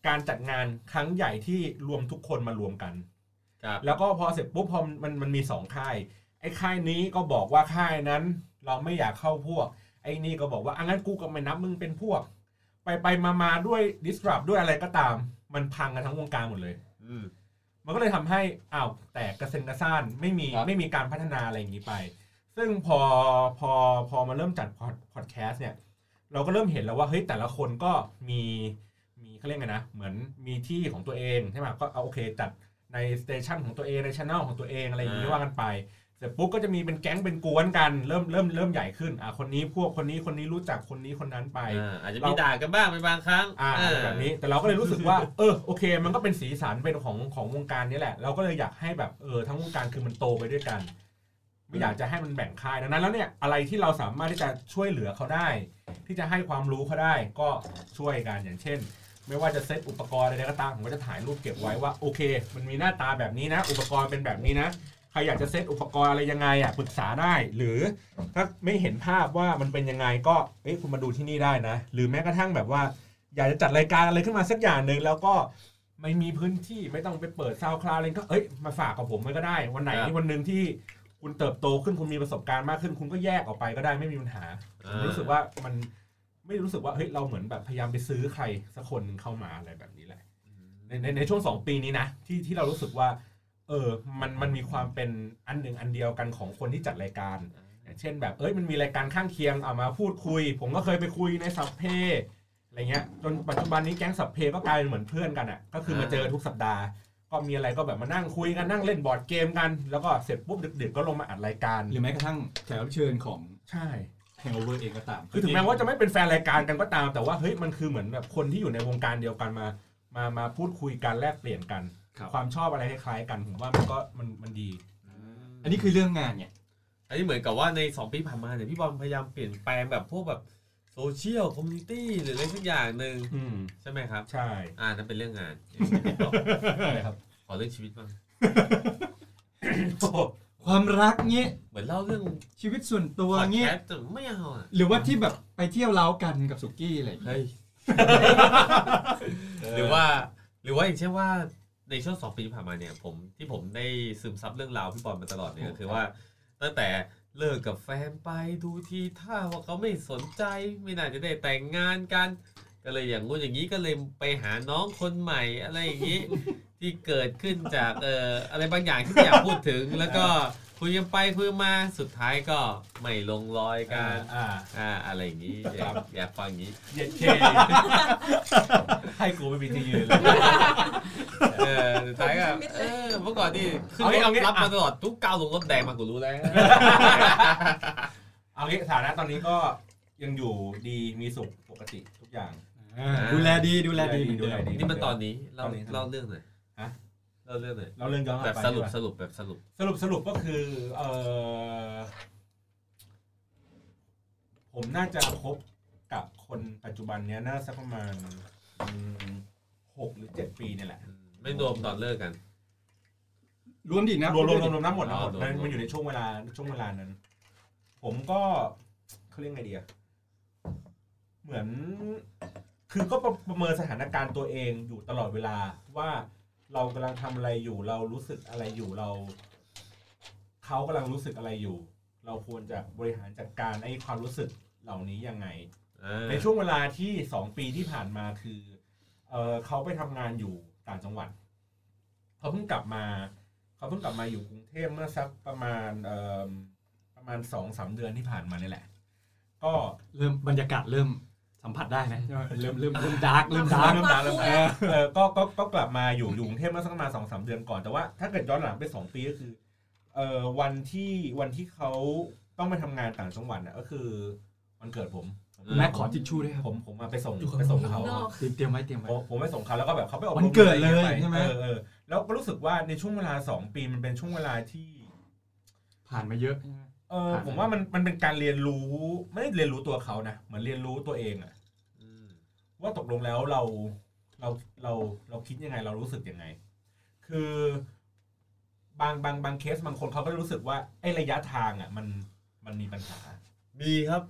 Speaker 8: การจัดงานครั้งใหญ่ที่รวมทุกคนมารวมกัน
Speaker 2: ครับ
Speaker 8: แล้วก็พอเสร็จปุ๊บพอมันมันมีสองค่าย ไอ้ค่ายนี้ก็บอกว่าค่ายนั้น เราไม่อยากเข้าพวก ไอ้นี่ก็บอกว่าอังั้นกูก็ไม่นับมึงเป็นพวก ไปไปมามาด้วย disrupt ด้วยอะไรก็ตาม มันพังกันทั้งวงการหมดเลย
Speaker 2: อืม
Speaker 8: มันก็เลยทำให้อ้าวแตกกระเซ็นกระซ่านไม่มี
Speaker 2: ครับ
Speaker 8: ไม่มีการพัฒนาอะไรอย่างนี้ไป ซึ่งพอพอพอมาเริ่มจัดพอดแคสต์เนี่ย เราก็เริ่มเห็นแล้วว่าเฮ้ยแต่ละคนก็มีมีเขาเรียกไงนะ เหมือนมีที่ของตัวเองใช่ไหมก็เอาโอเคจัดในสเตชันของตัวเองในช anel ของตัวเองอะไรอย่างนี้ว่ากันไป เสร็จปุ๊บก็จะมีเป็นแก๊งเป็นกวนกันเริ่มเริ่มเริ่มใหญ่ขึ้นอ่ะคนนี้พวกคนนี้คนนี้รู้จักคนนี้คนนั้นไป
Speaker 2: อ่าอาจจะมีด่ากันบ้างเป็นบางครั้ง
Speaker 8: อ่า
Speaker 2: เออ
Speaker 8: แบบนี้แต่เราก็เลยรู้สึก
Speaker 2: <laughs>
Speaker 8: ว่า เออโอเค มันก็เป็นสีสันเป็นของของวงการนี้แหละ เราก็เลยอยากให้แบบเออทั้งวงการคือมันโตไปด้วยกัน ไม่อยากจะให้มันแบ่งค่ายดังนั้นแล้วเนี่ยอะไรที่เราสามารถที่จะช่วยเหลือเขาได้ ที่จะให้ความรู้เขาได้ ก็ช่วยกันอย่างเช่น ไม่ว่าจะเซตอุปกรณ์อะไรก็ตามผมก็จะถ่ายรูปเก็บไว้ว่าโอเค มันมีหน้าตาแบบนี้นะ อุปกรณ์เป็นแบบนี้นะใครอยากจะเซตอุปกรณ์อะไรยังไงอ่ะปรึกษาได้ หรือถ้าไม่เห็นภาพว่ามันเป็นยังไงก็เอ้ยคุณมาดูที่นี่ได้นะ หรือแม้กระทั่งแบบว่า อยากจะจัดรายการอะไรขึ้นมาสักอย่างหนึ่งแล้วก็ไม่มีพื้นที่ไม่ต้องไปเปิดซาวคลาวอะไรก็เอ้ยมาฝากกับผมมันก็ได้ วันไหน
Speaker 2: ครับ
Speaker 8: วันหนึ่งที่คุณเติบโตขึ้นคุณมีประสบการณ์มากขึ้น คุณก็แยกออกไปก็ได้ไม่มีปัญหา ผมรู้สึกว่ามันไม่รู้สึกว่าเฮ้ยเราเหมือนแบบพยายามไปซื้อใครสักคนหนึ่งเข้ามาอะไรแบบนี้แหละในในในช่วงสองปีนี้นะที่ที่เรารู้สึกว่า เออมันมันมีความเป็นอันหนึ่งอันเดียวกันของคนที่จัดรายการ อย่างเช่นแบบเอ้ยมันมีรายการข้างเคียงเอามาพูดคุย ผมก็เคยไปคุยในสับเพอะไรเงี้ยจนปัจจุบันนี้แก๊งสับเพก็กลายเป็นเหมือนเพื่อนกันอ่ะก็คือมาเจอทุกสัปดาห์ ก็มีอะไรก็แบบมานั่งคุยกันนั่งเล่นบอร์ดเกมกัน แล้วก็เสร็จปุ๊บดึก ๆ ก็ลงมาอัดรายการ
Speaker 3: หรือแม้กระทั่งแขกรับเชิญของ
Speaker 8: ใช่
Speaker 3: Hangover เองก็ตาม
Speaker 8: คือถึงแม้ว่าจะไม่เป็นแฟนรายการกันก็ตาม แต่ว่าเฮ้ยมันคือเหมือนแบบคนที่อยู่ในวงการเดียวกันมา มามาพูดคุยกันแลกเปลี่ยนกัน ความชอบอะไรคล้ายๆกันผมว่ามันก็มันมันดี
Speaker 3: อันนี้คือเรื่องงานเนี่ย
Speaker 2: อันนี้เหมือนกับว่าใน 2 ปีผ่านมาเนี่ยพี่บอลพยายามเปลี่ยนแปลงแบบพวกแบบโซเชียลคอมมูนิตี้หรืออะไรสักอย่างหนึ่ง
Speaker 8: อืม
Speaker 2: ใช่ไหมครับ
Speaker 8: ใช่
Speaker 2: อ่านั่นเป็นเรื่องงาน <laughs> ขอเรื่องชีวิตบ้าง
Speaker 8: โอ้โห
Speaker 3: ความรักเงี้ย
Speaker 2: เหมือนเล่าเรื่อง
Speaker 3: ชีวิตส่วนตัว
Speaker 2: พอดแค
Speaker 3: เงี้ย
Speaker 2: สต์แต่ไม่เอาอ่ะ
Speaker 3: หรือว่าที่แบบไปเที่ยวเล้ากันกับสุกี้อะไรอย่างเงี้ย
Speaker 2: เฮ้ยหรือว่าหรือว่าอย่างเช่นว่าในช่วงสองปีที่ผ่านมาเนี่ยผมที่ผมได้ซึมซับเรื่องราวพี่บอลมาตลอดเนี่ยก็คือว่า ตั้งแต่เลิกกับแฟนไปดูทีท่าว่าเขาไม่สนใจไม่น่าจะได้แต่งงานกัน ก็เลยอย่างงู้นอย่างนี้ก็เลยไปหาน้องคนใหม่อะไรอย่างนี้ <laughs> ที่เกิดขึ้นจากเอ่ออะไรบางอย่างที่ไม่อยากพูด <laughs> ถึง แล้วก็คุยกันไปคุยมาสุดท้ายก็ไม่ลงรอยกั
Speaker 8: อ่านอ่า
Speaker 2: อ่าอะไรอย่างนี้อยากอยากฟังอย่างนี้
Speaker 8: เย็ดเคให้กูไม่มีที่ยืนเลย <laughs>
Speaker 2: เออสุดท้ายก็เออเมื่อก่อนนี่ขึ้น
Speaker 8: เอางี้
Speaker 2: รถ
Speaker 8: เอางี้
Speaker 2: รับมาตลอดทุกก้าวลงรถแดงมากูรู้แล้ว
Speaker 8: เอางี้ฐานะตอนนี้ก็ยังอยู่ดีมีสุขปกติทุกอย่าง
Speaker 3: อ่าดูแลดีดูแลดีเหมือน
Speaker 8: ดู
Speaker 3: เดิ
Speaker 8: แล
Speaker 3: ม
Speaker 8: ดี
Speaker 2: นี่มันตอนนี้เล่า
Speaker 8: ตอนนี้ครับ
Speaker 2: เล่าเรื่องหน่อย
Speaker 8: ฮะ
Speaker 2: เล่าเรื่องหน่อย
Speaker 8: เราเรื่องย้อนก
Speaker 2: แบ
Speaker 8: ลับบ ไป
Speaker 2: สรุปส
Speaker 8: ใช่ปะ
Speaker 2: รุปแบบสรุป
Speaker 8: สรุปสรุปก็คือเออผมน่าจะคบกับคนปัจจุบันเนี้ยน่าสักประมาณอืมหกหรือเจ็ดปีเนี่ยแหละ
Speaker 2: อืมไม่รวมตอนเลิกกัน
Speaker 3: รวมดินะ
Speaker 8: รวมรวมรวมรวมน้ำหมดนะหม
Speaker 2: อ๋
Speaker 8: ด
Speaker 2: อรวม
Speaker 8: มัน
Speaker 2: รวม
Speaker 8: มันอยู่ในช่วงเวลาช่วงเวลานั้น ผมก็เขาเรียกไงดีอะเหมือน คือก็ประประเมินสถานการณ์ตัวเองอยู่ตลอดเวลาว่าเรากำลังทำอะไรอยู่ เรารู้สึกอะไรอยู่เราเขากำลังรู้สึกอะไรอยู่ เราควรจะบริหารจัดการไอ้ความรู้สึกเหล่านี้ยังไง
Speaker 2: อ่า
Speaker 8: ในช่วงเวลาที่สองปีที่ผ่านมาคือเออเขาไปทำงานอยู่ต่างจังหวัดเขาเพิ่งกลับมาเขาเพิ่งกลับมาอยู่กรุงเทพเมื่อสักประมาณเอมประมาณสองสามเดือนที่ผ่านมานี่แหละ ก็
Speaker 3: เริ่มบรรยากาศเริ่มสัมผัสได้นะเริ่มเริ่มเริ่มดาร์กเริ่มดาร์ก
Speaker 8: เริ่มดาเริ่มดาเออก็ก็ก็กลับมาอยู่อยู่กรุงเทพเมื่อสักประมาณสองสามเดือนก่อนแต่ว่าถ้าเกิดย้อนหลังไปสองปีก็คือเออวันที่วันที่เขาต้องไปทำงานต่างจังหวัดน่ะก็คือวันเกิดผม
Speaker 3: แม็กขอทิชชู่ด้วยครับ
Speaker 8: ผมผมมาไปส่งไปส่งเขา
Speaker 3: เตรียมเตรียมไว้เตรียมไว้
Speaker 8: ผมผมไปส่งเขาแล้วก็แบบเขาไปออก
Speaker 3: วันเกิดเลย
Speaker 8: ป
Speaker 3: ใช่ไหม
Speaker 8: เออเออแล้วก็รู้สึกว่าในช่วงเวลาสองปีมันเป็นช่วงเวลาที่
Speaker 3: ผ่านมาเยอะ
Speaker 8: เออ
Speaker 3: ผ่าน
Speaker 8: ผมว่ามันมันเป็นการเรียนรู้ไม่ได้เรียนรู้ตัวเขานะเหมือนเรียนรู้ตัวเองอะว่าตกลงแล้วเราเราเราเราคิดยังไง เรารู้สึกยังไง คือบางบางบางเคสบางคนเขาก็รู้สึกว่าไอ้ระยะทางอะมันมันมีปัญหา
Speaker 10: มีครับ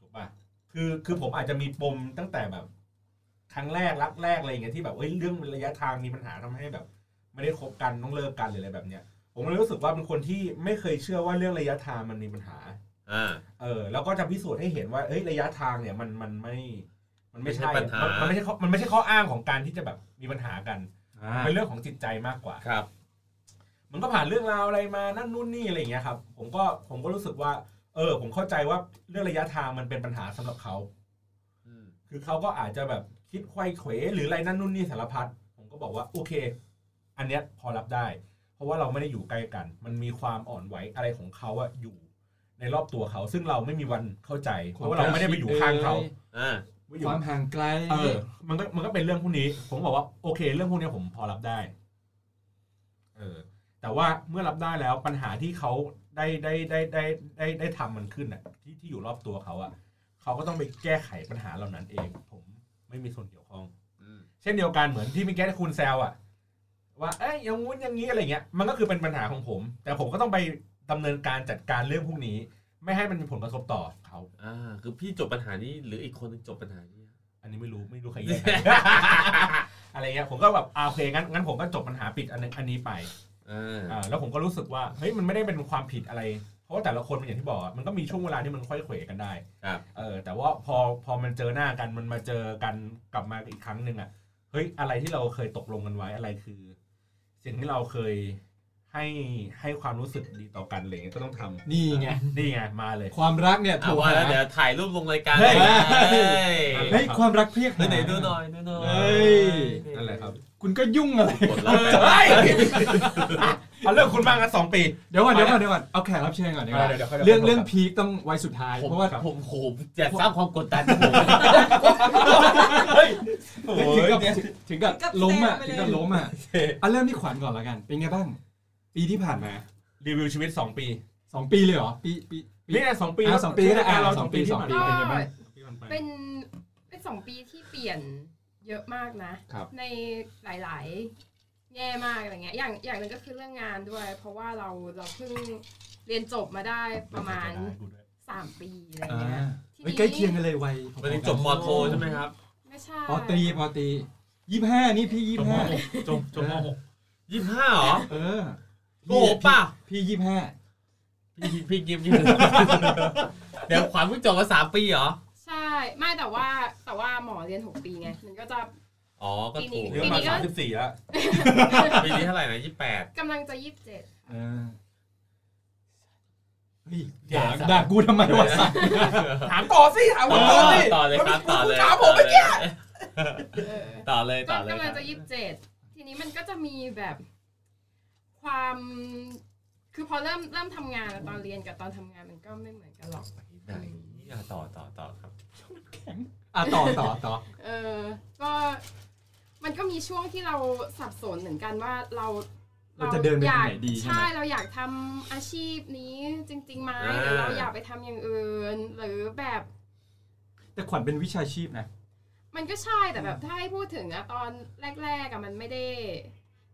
Speaker 8: ถูกป่ะ คือคือผมอาจจะมีปมตั้งแต่แบบ ครั้งแรกรักแรกอะไรอย่างเงี้ยที่แบบเอ้ยเรื่องระยะทางมีปัญหาทำให้แบบ ไม่ได้คบกันต้องเลิกกันหรืออะไรแบบเนี้ย ผมเลยรู้สึกว่าเป็นคนที่ไม่เคยเชื่อว่าเรื่องระยะทางมันมีปัญหา
Speaker 10: อ่า
Speaker 8: เออ แล้วก็จะพิสูจน์ให้เห็นว่าเอ้ยระยะทางเนี่ยมันมันไม่ มันไม่ใช่
Speaker 10: ไม่ใช่ปัญหามั
Speaker 8: นมันไม่ใช่ข้อมันไม่ใช่ข้ออ้างของการที่จะแบบมีปัญหากัน
Speaker 3: อ่า
Speaker 8: เป็นเรื่องของจิตใจมากกว่า
Speaker 10: ครับ
Speaker 8: มันก็ผ่านเรื่องราวอะไรมานั่นนู่นนี่อะไรอย่างเงี้ยครับ ผมก็ผมก็รู้สึกว่า เออ ผมเข้าใจว่าเรื่องระยะทางมันเป็นปัญหาสำหรับเขา
Speaker 10: อืม
Speaker 8: คือเขาก็อาจจะแบบคิดไขว้เขวหรืออะไรนั่นนู่นนี่สารพัดผมก็บอกว่าโอเค อันเนี้ยพอรับได้ เพราะว่าเราไม่ได้อยู่ใกล้กัน มันมีความอ่อนไหวอะไรของเขาอะอยู่ ในรอบตัวเขา ซึ่งเราไม่มีวันเข้าใจ เพราะว่าเราไม่ได้ไปอยู่ข้างเขา
Speaker 10: อ่า
Speaker 8: ไม่อยู่
Speaker 3: ความห่างไกล
Speaker 8: เออ มันก็มันก็เป็นเรื่องพวกนี้ ผมบอกว่าโอเค เรื่องพวกนี้ผมพอรับได้ เออ แต่ว่าเมื่อรับได้แล้วปัญหาที่เขาได้ได้ได้ได้ได้ได้ทำมันขึ้นอ่ะ ที่ที่อยู่รอบตัวเขาอ่ะเขาก็ต้องไปแก้ไขปัญหาเหล่านั้นเอง ผมไม่มีส่วนเกี่ยวข้อง
Speaker 10: อืม
Speaker 8: เช่นเดียวกันเหมือนที่เมิแก้คุณแซวอ่ะ ว่าเอ้ยอย่างงู้นอย่างนี้อะไรเงี้ย มันก็คือเป็นปัญหาของผม แต่ผมก็ต้องไปดำเนินการจัดการเรื่องพวกนี้ ไม่ให้มันมีผลกระทบต่อเขา
Speaker 10: อ่า คือพี่จบปัญหานี้หรืออีกคนนึงจบปัญหานี้
Speaker 8: อันนี้ไม่รู้ไม่รู้ใคร <laughs> แย่งกัน อะไรเงี้ยผมก็แบบอ่าโอเคงั้นงั้นผมก็จบปัญหาปิดอันนี้อันนี้ไป
Speaker 10: อ่า
Speaker 8: อ่าแล้วผมก็รู้สึกว่าเฮ้ยมันไม่ได้เป็นความผิดอะไร เพราะว่าแต่ละคนมันอย่างที่บอกอะมันก็มีช่วงเวลาที่มันค่อยเขวกันได้
Speaker 10: ครับ
Speaker 8: เออแต่ว่าพอพอมันเจอหน้ากันมันมาเจอกันกลับมาอีกครั้งหนึ่งอ่ะเฮ้ยอะไรที่เราเคยตกลงกันไว้อะไรคือ สิ่งที่เราเคยให้ให้ความรู้สึกดีต่อกันอะไรเงี้ยก็ต้องทำ
Speaker 3: นี่ไง
Speaker 8: นี่ไงมาเลย
Speaker 3: ความรักเนี่ย
Speaker 10: อ่ะ
Speaker 3: ถูก
Speaker 10: ว่าแล้ว
Speaker 3: หา
Speaker 10: เดี๋ยวถ่ายรูปลงรายการ
Speaker 3: เฮ้ย
Speaker 10: เฮ้ย
Speaker 3: เฮ้ยความรักเพียกา
Speaker 10: ไหนๆดูหน่อยดูหน่อย
Speaker 3: เฮ้ย
Speaker 8: นั่นแหละครับ
Speaker 3: คุณก็ยุ่งอะไร
Speaker 10: กดไลค์
Speaker 8: เฮ้ย <laughs> อ่ะเอาเรื่องคุณบ้างกันสองปี
Speaker 3: เดี๋ยวก่อนเดี๋ยวก่อนเดี๋ยวก่อนเอาแขกรับเชิญก่อนดีกว่า
Speaker 8: เดี๋ยวเดี๋ยวค่อย
Speaker 3: เรื่อง
Speaker 8: ค่อย
Speaker 3: เรื่อง
Speaker 8: ครับ
Speaker 3: พีคต้องไว้สุดท้าย
Speaker 10: ผม
Speaker 3: เพราะว่า
Speaker 10: ผมผมจะสร้างความกดดันให้ผม
Speaker 3: เฮ้ยถึงกับถึงกับ
Speaker 9: ถึงกับ
Speaker 3: ล้มอ่ะ
Speaker 9: แซงไปเลย
Speaker 3: ถึงกับล้มอ่ะอ่ะเริ่มที่ขวัญก่อนละกัน เป็นไงบ้าง ปีที่ผ่านมา
Speaker 8: รีวิวชีวิต 2 ปี
Speaker 3: สองปีเลยเหรอปีปีปี
Speaker 8: นี่ไงสองปี
Speaker 3: อ่ะสองปีก็ได้อ่ะ
Speaker 8: เรา
Speaker 3: ส
Speaker 8: ส
Speaker 3: อ
Speaker 8: อง ง
Speaker 3: ปี
Speaker 8: ปี
Speaker 3: สอ
Speaker 8: ที่
Speaker 3: ง
Speaker 8: ผ่าน
Speaker 3: ปี
Speaker 8: มา
Speaker 7: ก็
Speaker 3: เป็นไงบ้าง
Speaker 7: เป็นเป็นสองปีที่เปลี่ยนเยอะมากนะ
Speaker 3: ครับ
Speaker 7: ในหลาย ๆ แง่มากอะไรเงี้ย อย่างอย่างหนึ่งก็คือเรื่องงานด้วย เพราะว่าเราเราเพิ่งเรียนจบมาได้ประมาณสามปีอะไร
Speaker 3: อ่า
Speaker 7: เงี้ย
Speaker 3: เฮ้ยใกล้เคียงกันเลยวัยพอๆ
Speaker 10: <laughs>
Speaker 3: กั
Speaker 10: วันนี้จบปอโทใช่ไหมครับ
Speaker 7: ไม่ใช่
Speaker 3: ปอตรีปอตรียี่ห้านี่พี่ยี่
Speaker 6: จบม
Speaker 3: ห้า
Speaker 6: หกจบจบมหก
Speaker 10: ยี่สิบห้าเหรอ
Speaker 3: เออ
Speaker 10: โกหกเปล่ะ
Speaker 3: พี่ยี่ห้า
Speaker 10: พี่พี่กิฟต์ยี่สิบ <laughs> เดี๋ยวขวัญเพิ่งจบมาสามปีเหรอ
Speaker 7: ใช่ ไม่แต่ว่าแต่ว่าหมอเรียนหกปีไง มันก็จะ
Speaker 10: อ๋อ ก็ถูก
Speaker 7: ปี
Speaker 8: เรื่อง
Speaker 7: นี้
Speaker 8: มาสามสิบสี่แล้ว
Speaker 10: ปีนี้เท่าไหร่นะยี่สิบแปด
Speaker 7: กำลังจะยี่สิบเจ็ด
Speaker 3: เออเฮ้ยด่าด่ากูทำไมวะสัตว์
Speaker 8: ถามต่อสิถามผมต่อสิ
Speaker 10: ต่อเลยครับต่อเลย
Speaker 8: ถามผมเมื่อกี้
Speaker 7: เออ
Speaker 10: ต่อเลย
Speaker 7: ก็
Speaker 10: ต่อเลย
Speaker 7: กำลัง
Speaker 10: ค
Speaker 7: จะ
Speaker 10: รับ
Speaker 7: ยี่สิบเจ็ดทีนี้มันก็จะมีแบบความคือพอเริ่มเริ่มทำงานอะตอนเรียนกับตอนทำงานมันก็ไม่เหมือนกันหรอก
Speaker 10: ไหนอ่ะต่อต่อต่อครับ
Speaker 3: อ่ะต่อต่อต่อ
Speaker 7: เออก็มันก็มีช่วงที่เราสับสนเหมือนกันว่าเรา
Speaker 3: เราจะเดินไป
Speaker 7: อยก
Speaker 3: ทางไหนดีใช่ไหม
Speaker 7: ใช่เราอยากทำอาชีพนี้จริงๆไหม
Speaker 10: อ่า
Speaker 7: หรือเราอยากไปทำอย่างอื่น หรือแบบ
Speaker 3: แต่ขวัญเป็นวิชาชีพนะ
Speaker 7: มันก็ใช่แต่แบบถ้าให้พูดถึงอะตอนแรกๆอะมันไม่ได้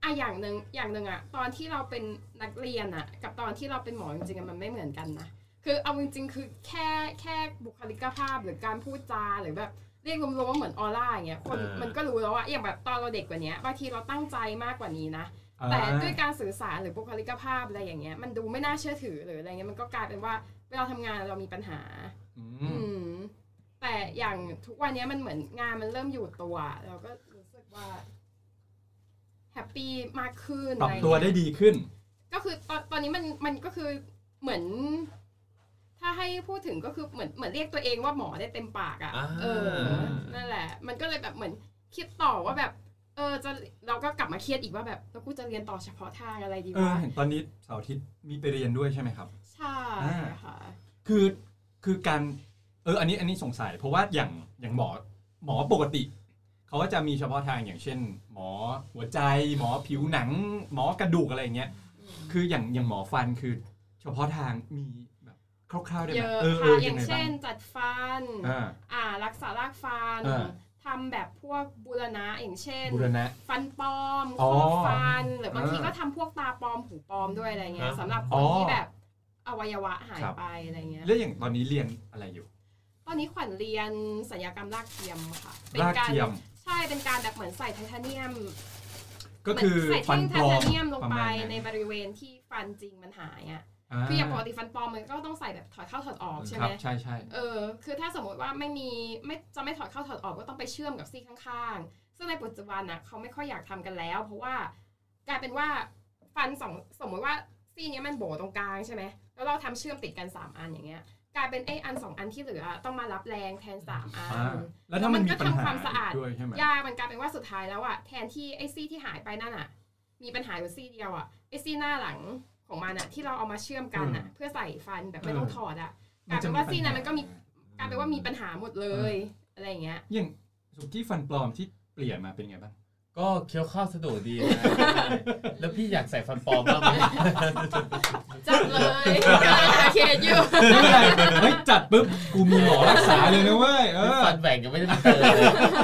Speaker 7: อะอย่างหนึ่งอย่างหนึ่งอะตอนที่เราเป็นนักเรียนอะกับตอนที่เราเป็นหมอจริงๆอะมันไม่เหมือนกันนะคือเอาจริงๆคือแค่แค่บุคลิกภาพหรือการพูดจาหรือแบบ เรียกรวมๆว่าเหมือนออร่าอย่างเงี้ยคน
Speaker 10: อ่ามั
Speaker 7: มันก็รู้แล้วว่าอย่างแบบตอนเราเด็กกว่าเนี้ยบางทีเราตั้งใจมากกว่านี้นะ แต่ด้วยการสื่อสารหรือบุคลิกภาพอะไรอย่างเงี้ยมันดูไม่น่าเชื่อถือหรืออะไรเงี้ยมันก็กลายเป็นว่าเวลาทำงานเรามีปัญหา อืมแต่อย่างทุกวันเนี้ยมันเหมือนงานมันเริ่มอยู่ตัว เราก็รู้สึกว่าแฮปปี้มากขึ้น
Speaker 3: ปรับ
Speaker 7: อะร
Speaker 3: ตัวได้
Speaker 7: เงี้ย
Speaker 3: ดีขึ้น
Speaker 7: ก็คือตอนตอนนี้มันมันก็คือเหมือน ถ้าให้พูดถึงก็คือเหมือนเหมือนเรียกตัวเองว่าหมอได้เต็มปากอะ่ะ
Speaker 10: อ่า
Speaker 7: เออ นั่นแหละ มันก็เลยแบบเหมือนคิดต่อว่าแบบ เออจะเราก็กลับมาเครียดอีกว่าแบบแล้วกูจะเรียนต่อเฉพาะทางอะไรดี
Speaker 3: เออ
Speaker 7: วะ
Speaker 3: เห็นตอนนี้เสาร์อาทิตย์มีไปเรียนด้วยใช่ไหมครับ
Speaker 7: ใช่
Speaker 3: อ่า
Speaker 7: ค่ะ
Speaker 3: คือคือการ เอออันนี้อันนี้สงสัย เพราะว่าอย่างอย่างหมอหมอปกติ เขาก็จะมีเฉพาะทางอย่างเช่น หมอหัวใจ หมอผิวหนัง หมอกระดูกอะไรอย่างเงี้ยคืออย่างอย่างหมอฟันคือ เฉพาะทางมีแบบคร่าวๆได้ไห
Speaker 7: เย
Speaker 3: ม
Speaker 7: อะ
Speaker 3: เออเอ
Speaker 7: ค่ะ
Speaker 3: อ
Speaker 7: อ
Speaker 3: ยั
Speaker 7: ย่าง ง
Speaker 3: ไงบ้า
Speaker 7: เช่
Speaker 3: ง
Speaker 7: นจัดฟัน
Speaker 3: อ่า
Speaker 7: อ่า รักษารากฟัน
Speaker 3: อ่า
Speaker 7: ทำแบบพวกบูรณะอย่างเช่น
Speaker 3: บูรณะ
Speaker 7: ฟันปลอม
Speaker 3: อ๋
Speaker 7: ข้
Speaker 3: อ
Speaker 7: อฟัน หรือบางที
Speaker 3: อ่า
Speaker 7: ก็ทำพวกตาปลอมหูปลอมด้วยอะไรเงี้ย
Speaker 3: อ่า
Speaker 7: สำหรับค
Speaker 3: อ๋
Speaker 7: น
Speaker 3: อ
Speaker 7: ที่แบบอวัยวะหาย
Speaker 3: ครับ
Speaker 7: ไปอะไรเงี้ย
Speaker 3: แล้วอย่างตอนนี้เรียนอะไรอยู่
Speaker 7: ตอนนี้ขวัญเรียนศัลยกรรมรากเทียมค่ะ
Speaker 3: รากเทียม
Speaker 7: ใช่เป็นการแบบเหมือนใส่ไทเทเนียม
Speaker 3: ก็คือ
Speaker 7: เหมืนใส่
Speaker 3: ฟั
Speaker 7: แท่
Speaker 3: นปล
Speaker 7: งไท
Speaker 3: อ
Speaker 7: เท
Speaker 3: ม
Speaker 7: เนียมลง
Speaker 3: ประ
Speaker 7: ไป
Speaker 3: มาณ
Speaker 7: ใน
Speaker 3: นั้น
Speaker 7: บริเวณที่ฟันจริงมันหายอ่ะ
Speaker 3: อ่า
Speaker 7: คืออย่างปกติฟันปลอมมันก็ต้องใส่แบบถอดเข้าถอดออกใช่
Speaker 3: ค
Speaker 7: ไห
Speaker 3: รั
Speaker 7: ม
Speaker 3: บใช่ใช่
Speaker 7: เออคือถ้าสมมติว่าไม่มีไม่จะไม่ถอดเข้าถอดออกก็ต้องไปเชื่อมกับซี่ข้างๆ ซึ่งในปัจจุบันน่ะเขาไม่ค่อยอยากทำกันแล้ว เพราะว่ากลายเป็นว่าฟันสองสมมติว่าซี่เนี้ยมันโบตรงกลางใช่ไหมแล้วเราทำเชื่อมติดกันสามอันอย่างเงี้ย กลายเป็นไอ้อันสองอันที่เหลือต้องมารับแรงแทนสามอัน
Speaker 3: อ่าแล้วถ้ามันมี
Speaker 7: ก็
Speaker 3: ปัญหา
Speaker 7: ทำความสะอาด
Speaker 3: ด้วยใช่ไหม
Speaker 7: ยากมันกลายเป็นว่าสุดท้ายแล้วอะแทนที่ไอ้ซี่ที่หายไปนั่นอะมีปัญหาอยู่ซี่เดียวอะไอ้ซี่หน้าหลังของมันอะที่เราเอามาเชื่อมกันอะเพื่อใส่ฟันแบบไม่ต้องถอดอะกลายเป็นว่าซี่นั้นมันก็มีกลายเป็นว่ามีปัญหาหมดเลยอะไรอย่างเงี้ย
Speaker 3: อย่างสุกี้ฟันปลอมที่เปลี่ยนมาเป็นไงบ้าง
Speaker 10: ก็เคี้ยวข้าวสะดวก
Speaker 7: <laughs>
Speaker 10: ดีนะแล้วพี่อยากใส่ฟันปลอมบ้างไหม
Speaker 7: จัดเลยอาเคสอยู่
Speaker 3: <laughs> ไม่เป็นไรเฮ้ยจัดปุ๊บกูมีหมอรักษาเลยนะเว้ยเออ
Speaker 10: ฟันแหว่งยังไม่ได้ไปเติมเลย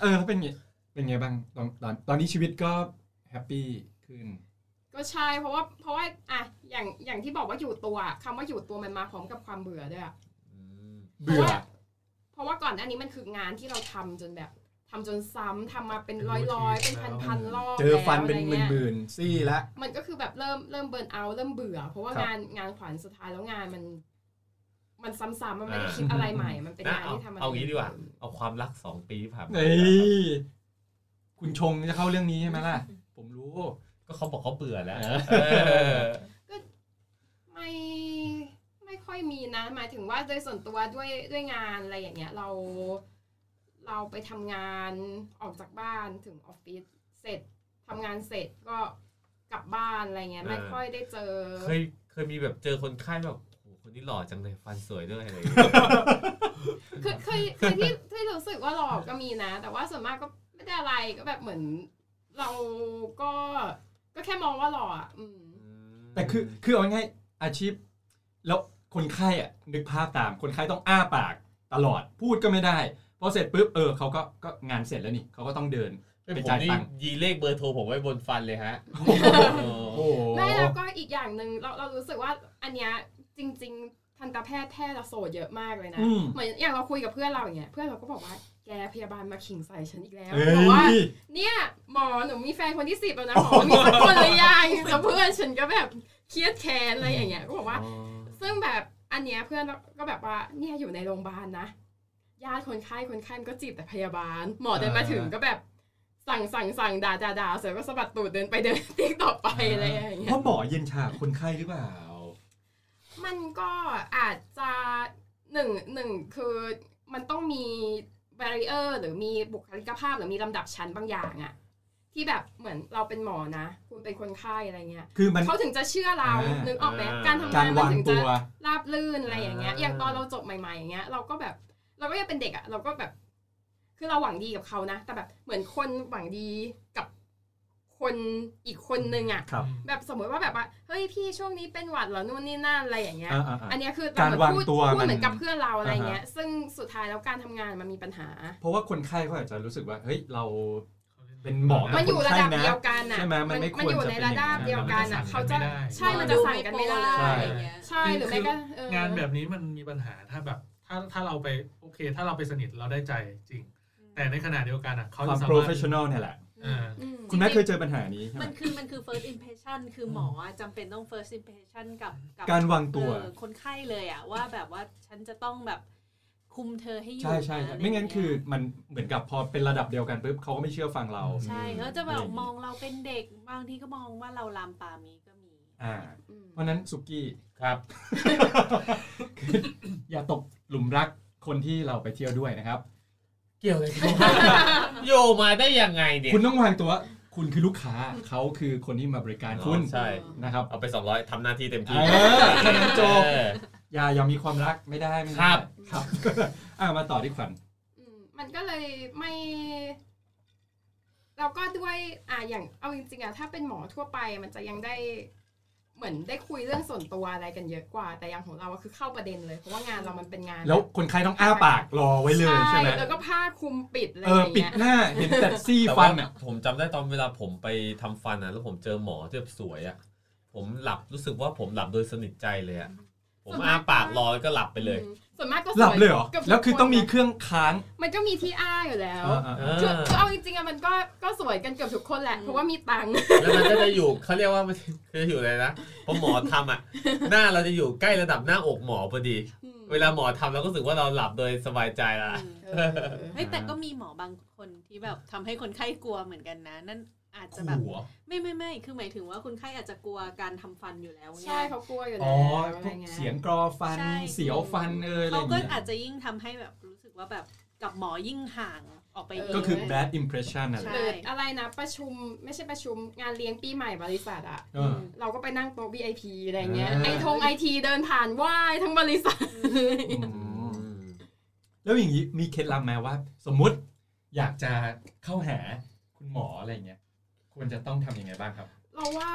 Speaker 3: เออแล้วเป็นไงเป็นไงบ้างตอนตอนตอนนี้ชีวิตก็แฮปปี้ขึ้น
Speaker 7: ก็ใช่เพราะว่าเพราะว่าอะอย่างอย่างที่บอกว่าอยู่ตัวคำว่าอยู่ตัวมันมาพร้อมกับความเบื่อด้วยอะ
Speaker 3: เบื่อ
Speaker 7: เพราะว่าก่อนหน้านี้มันคืองานที่เราทำจนแบบทำจนซ้ำทำมาเป็นร้อยร้อยๆเป็นพันพันๆรอบ
Speaker 3: เจอฟันเป็น
Speaker 7: แล้ว
Speaker 3: ห
Speaker 7: อะไร
Speaker 3: มื่น
Speaker 7: งี้ย
Speaker 3: หมื่นๆซี่ละ
Speaker 7: มันก็คือแบบเริ่มเริ่มเบิร์นเอาท์เริ่มเบื่อ เพราะว่า
Speaker 3: ครับ
Speaker 7: งานงานขวัญสุดท้ายแล้วงานมัน มันซ้ำๆมันไม่ได้
Speaker 10: อ่า
Speaker 7: คิดอะไรใหม่ มันเป็น
Speaker 10: นะ
Speaker 7: งาน
Speaker 10: เอา
Speaker 7: ที่ทำอะไร
Speaker 10: เอางี้ดีกว่า เอาความรักสองปีที่ผ่านมา
Speaker 3: นี่คุณชงจะเข้าเรื่องนี้ใช่ไหมล่ะ ผมรู้
Speaker 10: ก็เขาบอกเขาเบื่อแล้ว
Speaker 3: เออ
Speaker 7: ไม่ไม่ค่อยมีนะ หมายถึงว่าโดยส่วนตัวด้วยด้วยงานอะไรอย่างเงี้ย เรา เราไปทำงานออกจากบ้านถึงออฟฟิศเสร็จทำงานเสร็จก็กลับบ้านอะไรเงี้ย ไม่ค่อยได้เจอ
Speaker 10: เคยเคยมีแบบเจอคนไข้แบบโอ้โหคนนี้หล่อจังเลยฟันสวยด้วยอะไรอย่างเงี้ย
Speaker 2: <laughs>
Speaker 7: เคยเคยเคยที่ที่รู้สึกว่าหลอกก็มีนะ แต่ว่าส่วนมากก็ไม่ได้อะไรก็แบบเหมือน เราก็ก็แค่มองว่าหล่ออ่ะอืม
Speaker 3: แต่คือคือเอาง่ายๆอาชีพ แล้วคนไข้อ่ะนึกภาพตามคนไข้ต้องอ้าปากตลอดพูดก็ไม่ได้พอเสร็จปุ๊บเออเขาก็ก็งานเสร็จแล้วนี่เขาก็ต้องเดิน
Speaker 10: เป็น
Speaker 3: ไป
Speaker 10: ผม
Speaker 3: จ่าย
Speaker 10: นี่
Speaker 3: ตังค์
Speaker 10: ยีเลขเบอร์โทรผมไว้บนฟันเลยฮะ
Speaker 3: โอ้โห
Speaker 7: ไม่แล้วก็อีกอย่างหนึ่งเราเรารู้สึกว่าอันเนี้ยจริง ๆ ทันตแพทย์แพทย์ละโสดเยอะมากเลยนะ
Speaker 3: อืม
Speaker 7: เหมือนอย่างเราคุยกับเพื่อนเราอย่างเงี้ยเพื่อนเราก็บอกว่าแกพยาบาลมาขิงใส่ฉันอีกแล้ว
Speaker 3: เอ้
Speaker 7: บอกว่า
Speaker 3: ย
Speaker 7: เนี่ยหมอหนูมีแฟนคนที่สิบแล้วนะหมอมีสักคนหรือยังแล้วเพื่อนฉันก็แบบเครียดแค้นอะไรอย่างเงี้ยก็บอกว่า ซึ่งแบบอันเนี้ยเพื่อนก็แบบว่าเนี่ยอยู่ในโรงพยาบาลนะญาติคนไข้คนไข้มันก็จีบแต่พยาบาล หมอเดินมาถึงก็แบบสั่งสั่งสั่งด่าด่าด่าเสร็จก็สะบัดตูดเดินไปเดิน <laughs> ติ๊กต่อไปอะไรอย่างเงี้
Speaker 3: เพ
Speaker 7: ย
Speaker 3: ราะหมอเย็นชาคนไข้หรือเปล่า
Speaker 7: มันก็อาจจะหนึ่งหนึ่งคือมันต้องมี b a r r i e r หรือมีบุคลิกภาพหรือมีลำดับชั้นบางอย่างอะที่แบบเหมือนเราเป็นหมอนะ คุณเป็นคนไข้อะไรเงี้ย
Speaker 3: คือมัน
Speaker 7: เขาถึงจะเชื่อเรา
Speaker 3: อ่านึ
Speaker 7: นึกออกไหม
Speaker 10: อ่า
Speaker 7: การ
Speaker 3: กาง
Speaker 7: ทำาร น
Speaker 3: วาง
Speaker 7: มันถึง
Speaker 3: ตั
Speaker 7: จะ
Speaker 3: ว
Speaker 7: ราบลื่นอะไรอย่างเงี้ย
Speaker 10: อ่า
Speaker 7: อย่างตอนเราจบใหม่ๆอย่างเงี้ย เราก็แบบ เราก็ยังเป็นเด็กอะเราก็แบบ คือเราหวังดีกับเขานะ แต่แบบเหมือนคนหวังดีกับคนอีกคนนึงอะ
Speaker 3: ครับ
Speaker 7: แบบสมมติว่าแบบว่าเฮ้ยพี่ช่วงนี้เป็นหวัดเหรอนู่นนี่นั่นอะไรอย่างเงี้ย
Speaker 3: อ่าอ่าอ่า
Speaker 7: อันเนี้ยคือเ
Speaker 3: การวาง
Speaker 7: พูด
Speaker 3: ตัว
Speaker 7: พู
Speaker 3: มั
Speaker 7: ด
Speaker 3: น
Speaker 7: เหมือนกับเพื่อนเราอะไรเงี้ย
Speaker 3: อ่าฮะ
Speaker 7: ซึ่งสุดท้ายแล้วการทำงานมันมีปัญหา
Speaker 3: เพราะว่าคนไข้เขาอาจจะรู้สึกว่า เฮ้ย เราเป็นหมอกับ
Speaker 7: มันอยู่
Speaker 3: คน
Speaker 7: ระ
Speaker 3: ไข้
Speaker 7: ดับ
Speaker 3: นะ
Speaker 7: เดียวกันอะ
Speaker 3: ใช่ไหมมันไม่ควร
Speaker 7: อยู่
Speaker 3: จะ
Speaker 7: ใน
Speaker 3: เป็น
Speaker 7: ระดับ
Speaker 3: อย่างนั้น
Speaker 7: เดียวกันอะเขาจะใช่มันจะสั่งกันไม่ได้
Speaker 3: ใช่
Speaker 5: อะไรเงี้ย
Speaker 7: ใช่หรือไม่ก็เออ
Speaker 4: งานแบบนี้มันมีปัญหาถ้าแบบถ้าถ้าเราไปโอเค ถ้าเราไปสนิทเราได้ใจจริง แต่ในขณะเดียวกันอ่ะเขา
Speaker 3: ความ
Speaker 4: จะสา
Speaker 3: โปร
Speaker 4: มารถ
Speaker 3: เฟชชั่นอลเนี่ยแหละ
Speaker 4: อ่า
Speaker 7: อืม
Speaker 3: คุณแม่เคยเจอปัญหานี้ใช่ไหม
Speaker 9: มันคือมันคือ first impression คือหมออะจำเป็นต้อง first impression กับกับ
Speaker 3: การวางตัว
Speaker 9: เออคนไข้เลยอะว่าแบบว่าฉันจะต้องแบบคุมเธอให้อยู่
Speaker 3: ใช่ใช่ใช่
Speaker 9: ะรย่าเย
Speaker 3: ไม่งั้นคือมันเหมือนกับพอเป็นระดับเดียวกันปุ๊บเขาก็ไม่เชื่อฟังเรา
Speaker 9: ใช่เขาจะแบบ
Speaker 3: อืม
Speaker 9: มองเราเป็นเด็กบางทีก็มองว่าเราลามปามีก็มี
Speaker 3: อ่า
Speaker 7: อืม
Speaker 3: เพราะฉะนั้นสุกี้
Speaker 10: ครับ
Speaker 3: <laughs> อย่าตกหลุมรักคนที่เราไปเที่ยวด้วยนะครับ
Speaker 10: เกี่ยวอะไรกับโยมาได้ยังไงเนี่ย
Speaker 3: คุณต้องวางตัวว่าคุณคือลูกค้าเขาคือคนที่มาบริการคุณ
Speaker 10: ใช่
Speaker 3: นะครับ
Speaker 10: เอาไป 200ทำหน้าที่เต็ม
Speaker 3: เอ
Speaker 10: ที่
Speaker 3: อแค่นั้นจบ อย่าอย่ามีความรักไม่ได้ไม่ได้
Speaker 2: ครับ
Speaker 3: ครับ อ่ะมาต่อที่ขวัญ
Speaker 7: อืมมันก็เลยไม่เราก็ด้วยอ่ะอย่างเอาจริงๆอ่ะถ้าเป็นหมอทั่วไปมันจะยังได้เหมือนได้คุยเรื่องส่วนตัวอะไรกันเยอะกว่า แต่อย่างของเราอะคือเข้าประเด็นเลย เพราะว่างานเรามันเป็นงาน
Speaker 3: แล้วคนไข้ต้องอ้าปากรอไว้เลยใช่ไหม
Speaker 7: แล้วก็ผ้าคลุมปิดอะไร
Speaker 3: เอ
Speaker 7: อ
Speaker 3: อย่าง ปิด
Speaker 7: เงี้ย
Speaker 3: หน้าเห็นแต่ซี่
Speaker 2: แต่
Speaker 3: ฟั
Speaker 2: ว่าน
Speaker 3: อ่ะ
Speaker 2: ผมจำได้ตอนเวลาผมไปทำฟันอ่ะแล้วผมเจอหมอที่แบบสวยอ่ะผมหลับรู้สึกว่าผมหลับโดยสนิทใจเลยอ่ะผมอ้าปากรอแล้วก็หลับไปเลย
Speaker 7: อืมส่วนมากก็สว
Speaker 3: หลับเลยเหรอ
Speaker 7: กืบทุก
Speaker 3: แล้วคือต้องมี
Speaker 7: น
Speaker 3: เครื่องค้าง
Speaker 7: มันก็มีที่อ้าอยู่แล้ว
Speaker 3: อ่า
Speaker 2: เอ
Speaker 3: ๆ
Speaker 2: อ
Speaker 7: คือคือเอาจริงๆอะมันก็ก็สวยกันเกือบทุกคนแหละเพราะว่ามีตังค์
Speaker 2: แล้วมันก็จะอยู่เขาเรียกว่ามันคืออยู่เลยนะเพอหมอทำ
Speaker 7: <laughs>
Speaker 2: อ่ะ หน้าเราจะอยู่ใกล้ระดับหน้าอกหมอพอดี
Speaker 7: อืม
Speaker 2: เวลาหมอทำเราก็รู้สึกว่าเราหลับโดยสบายใจละ
Speaker 7: เออ
Speaker 9: เฮ้ยแต่ก็มีหมอบางคนที่แบบทำให้คนไข้กลัวเหมือนกันนะ นั่นอาจจะแบบ
Speaker 3: หัว
Speaker 9: ไม่ไม่ไม่คือหมายถึงว่าคนไข้อาจจะกลัวการทำฟันอยู่แล้วไง
Speaker 7: ใช่เขากลัวอยู่แล้ว
Speaker 3: อ๋อ
Speaker 7: อะ
Speaker 3: พ
Speaker 7: ไร
Speaker 3: วก
Speaker 7: เงี้ย
Speaker 3: เสียงกรอฟัน
Speaker 9: ใช่
Speaker 3: เสียวฟันเอยอะไรอ
Speaker 9: เขา
Speaker 3: ย่าง
Speaker 9: ก็
Speaker 3: เงี้ย
Speaker 9: อาจจะยิ่งทำให้แบบรู้สึกว่าแบบกับหมอยิ่งห่างออกไปเง
Speaker 3: ก็คือ bad impression อะไร
Speaker 9: ใช่
Speaker 7: หรืออะไรนะประชุมไม่ใช่ประชุมงานเลี้ยงปีใหม่บริษัทอะ
Speaker 3: เออ
Speaker 7: เราก็ไปนั่งโต๊ะ VIP อะไรเงี้ย
Speaker 3: อ่า
Speaker 7: ไอทงไอทีเดินผ่านไหว้ทั้งบริษัท
Speaker 3: อืมแล้วอย่างนี้มีเคล็ดลับไหมว่า สมมุติอยากจะเข้าหาคุณหมออะไรอย่างเงี้ยควรจะต้องทำยังไงบ้างครับ
Speaker 7: เราว่า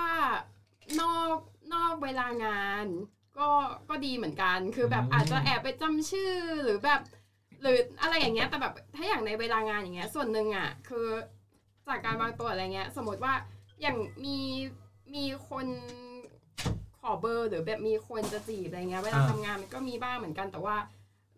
Speaker 7: นอกนอกเวลางาน ก็ก็ดีเหมือนกัน คือแบบ
Speaker 3: อืม
Speaker 7: อาจจะแอบไปจำชื่อหรือแบบ หรืออะไรอย่างเงี้ยแต่แบบถ้าอย่างในเวลางานอย่างเงี้ยส่วนหนึ่งอ่ะคือจากการวางตัวอะไรเงี้ย สมมติว่าอย่างมีมีคนขอเบอร์หรือแบบมีคนจะจีบอะไรเงี้ยเวลาทำงานมันก็มีบ้างเหมือนกันแต่ว่า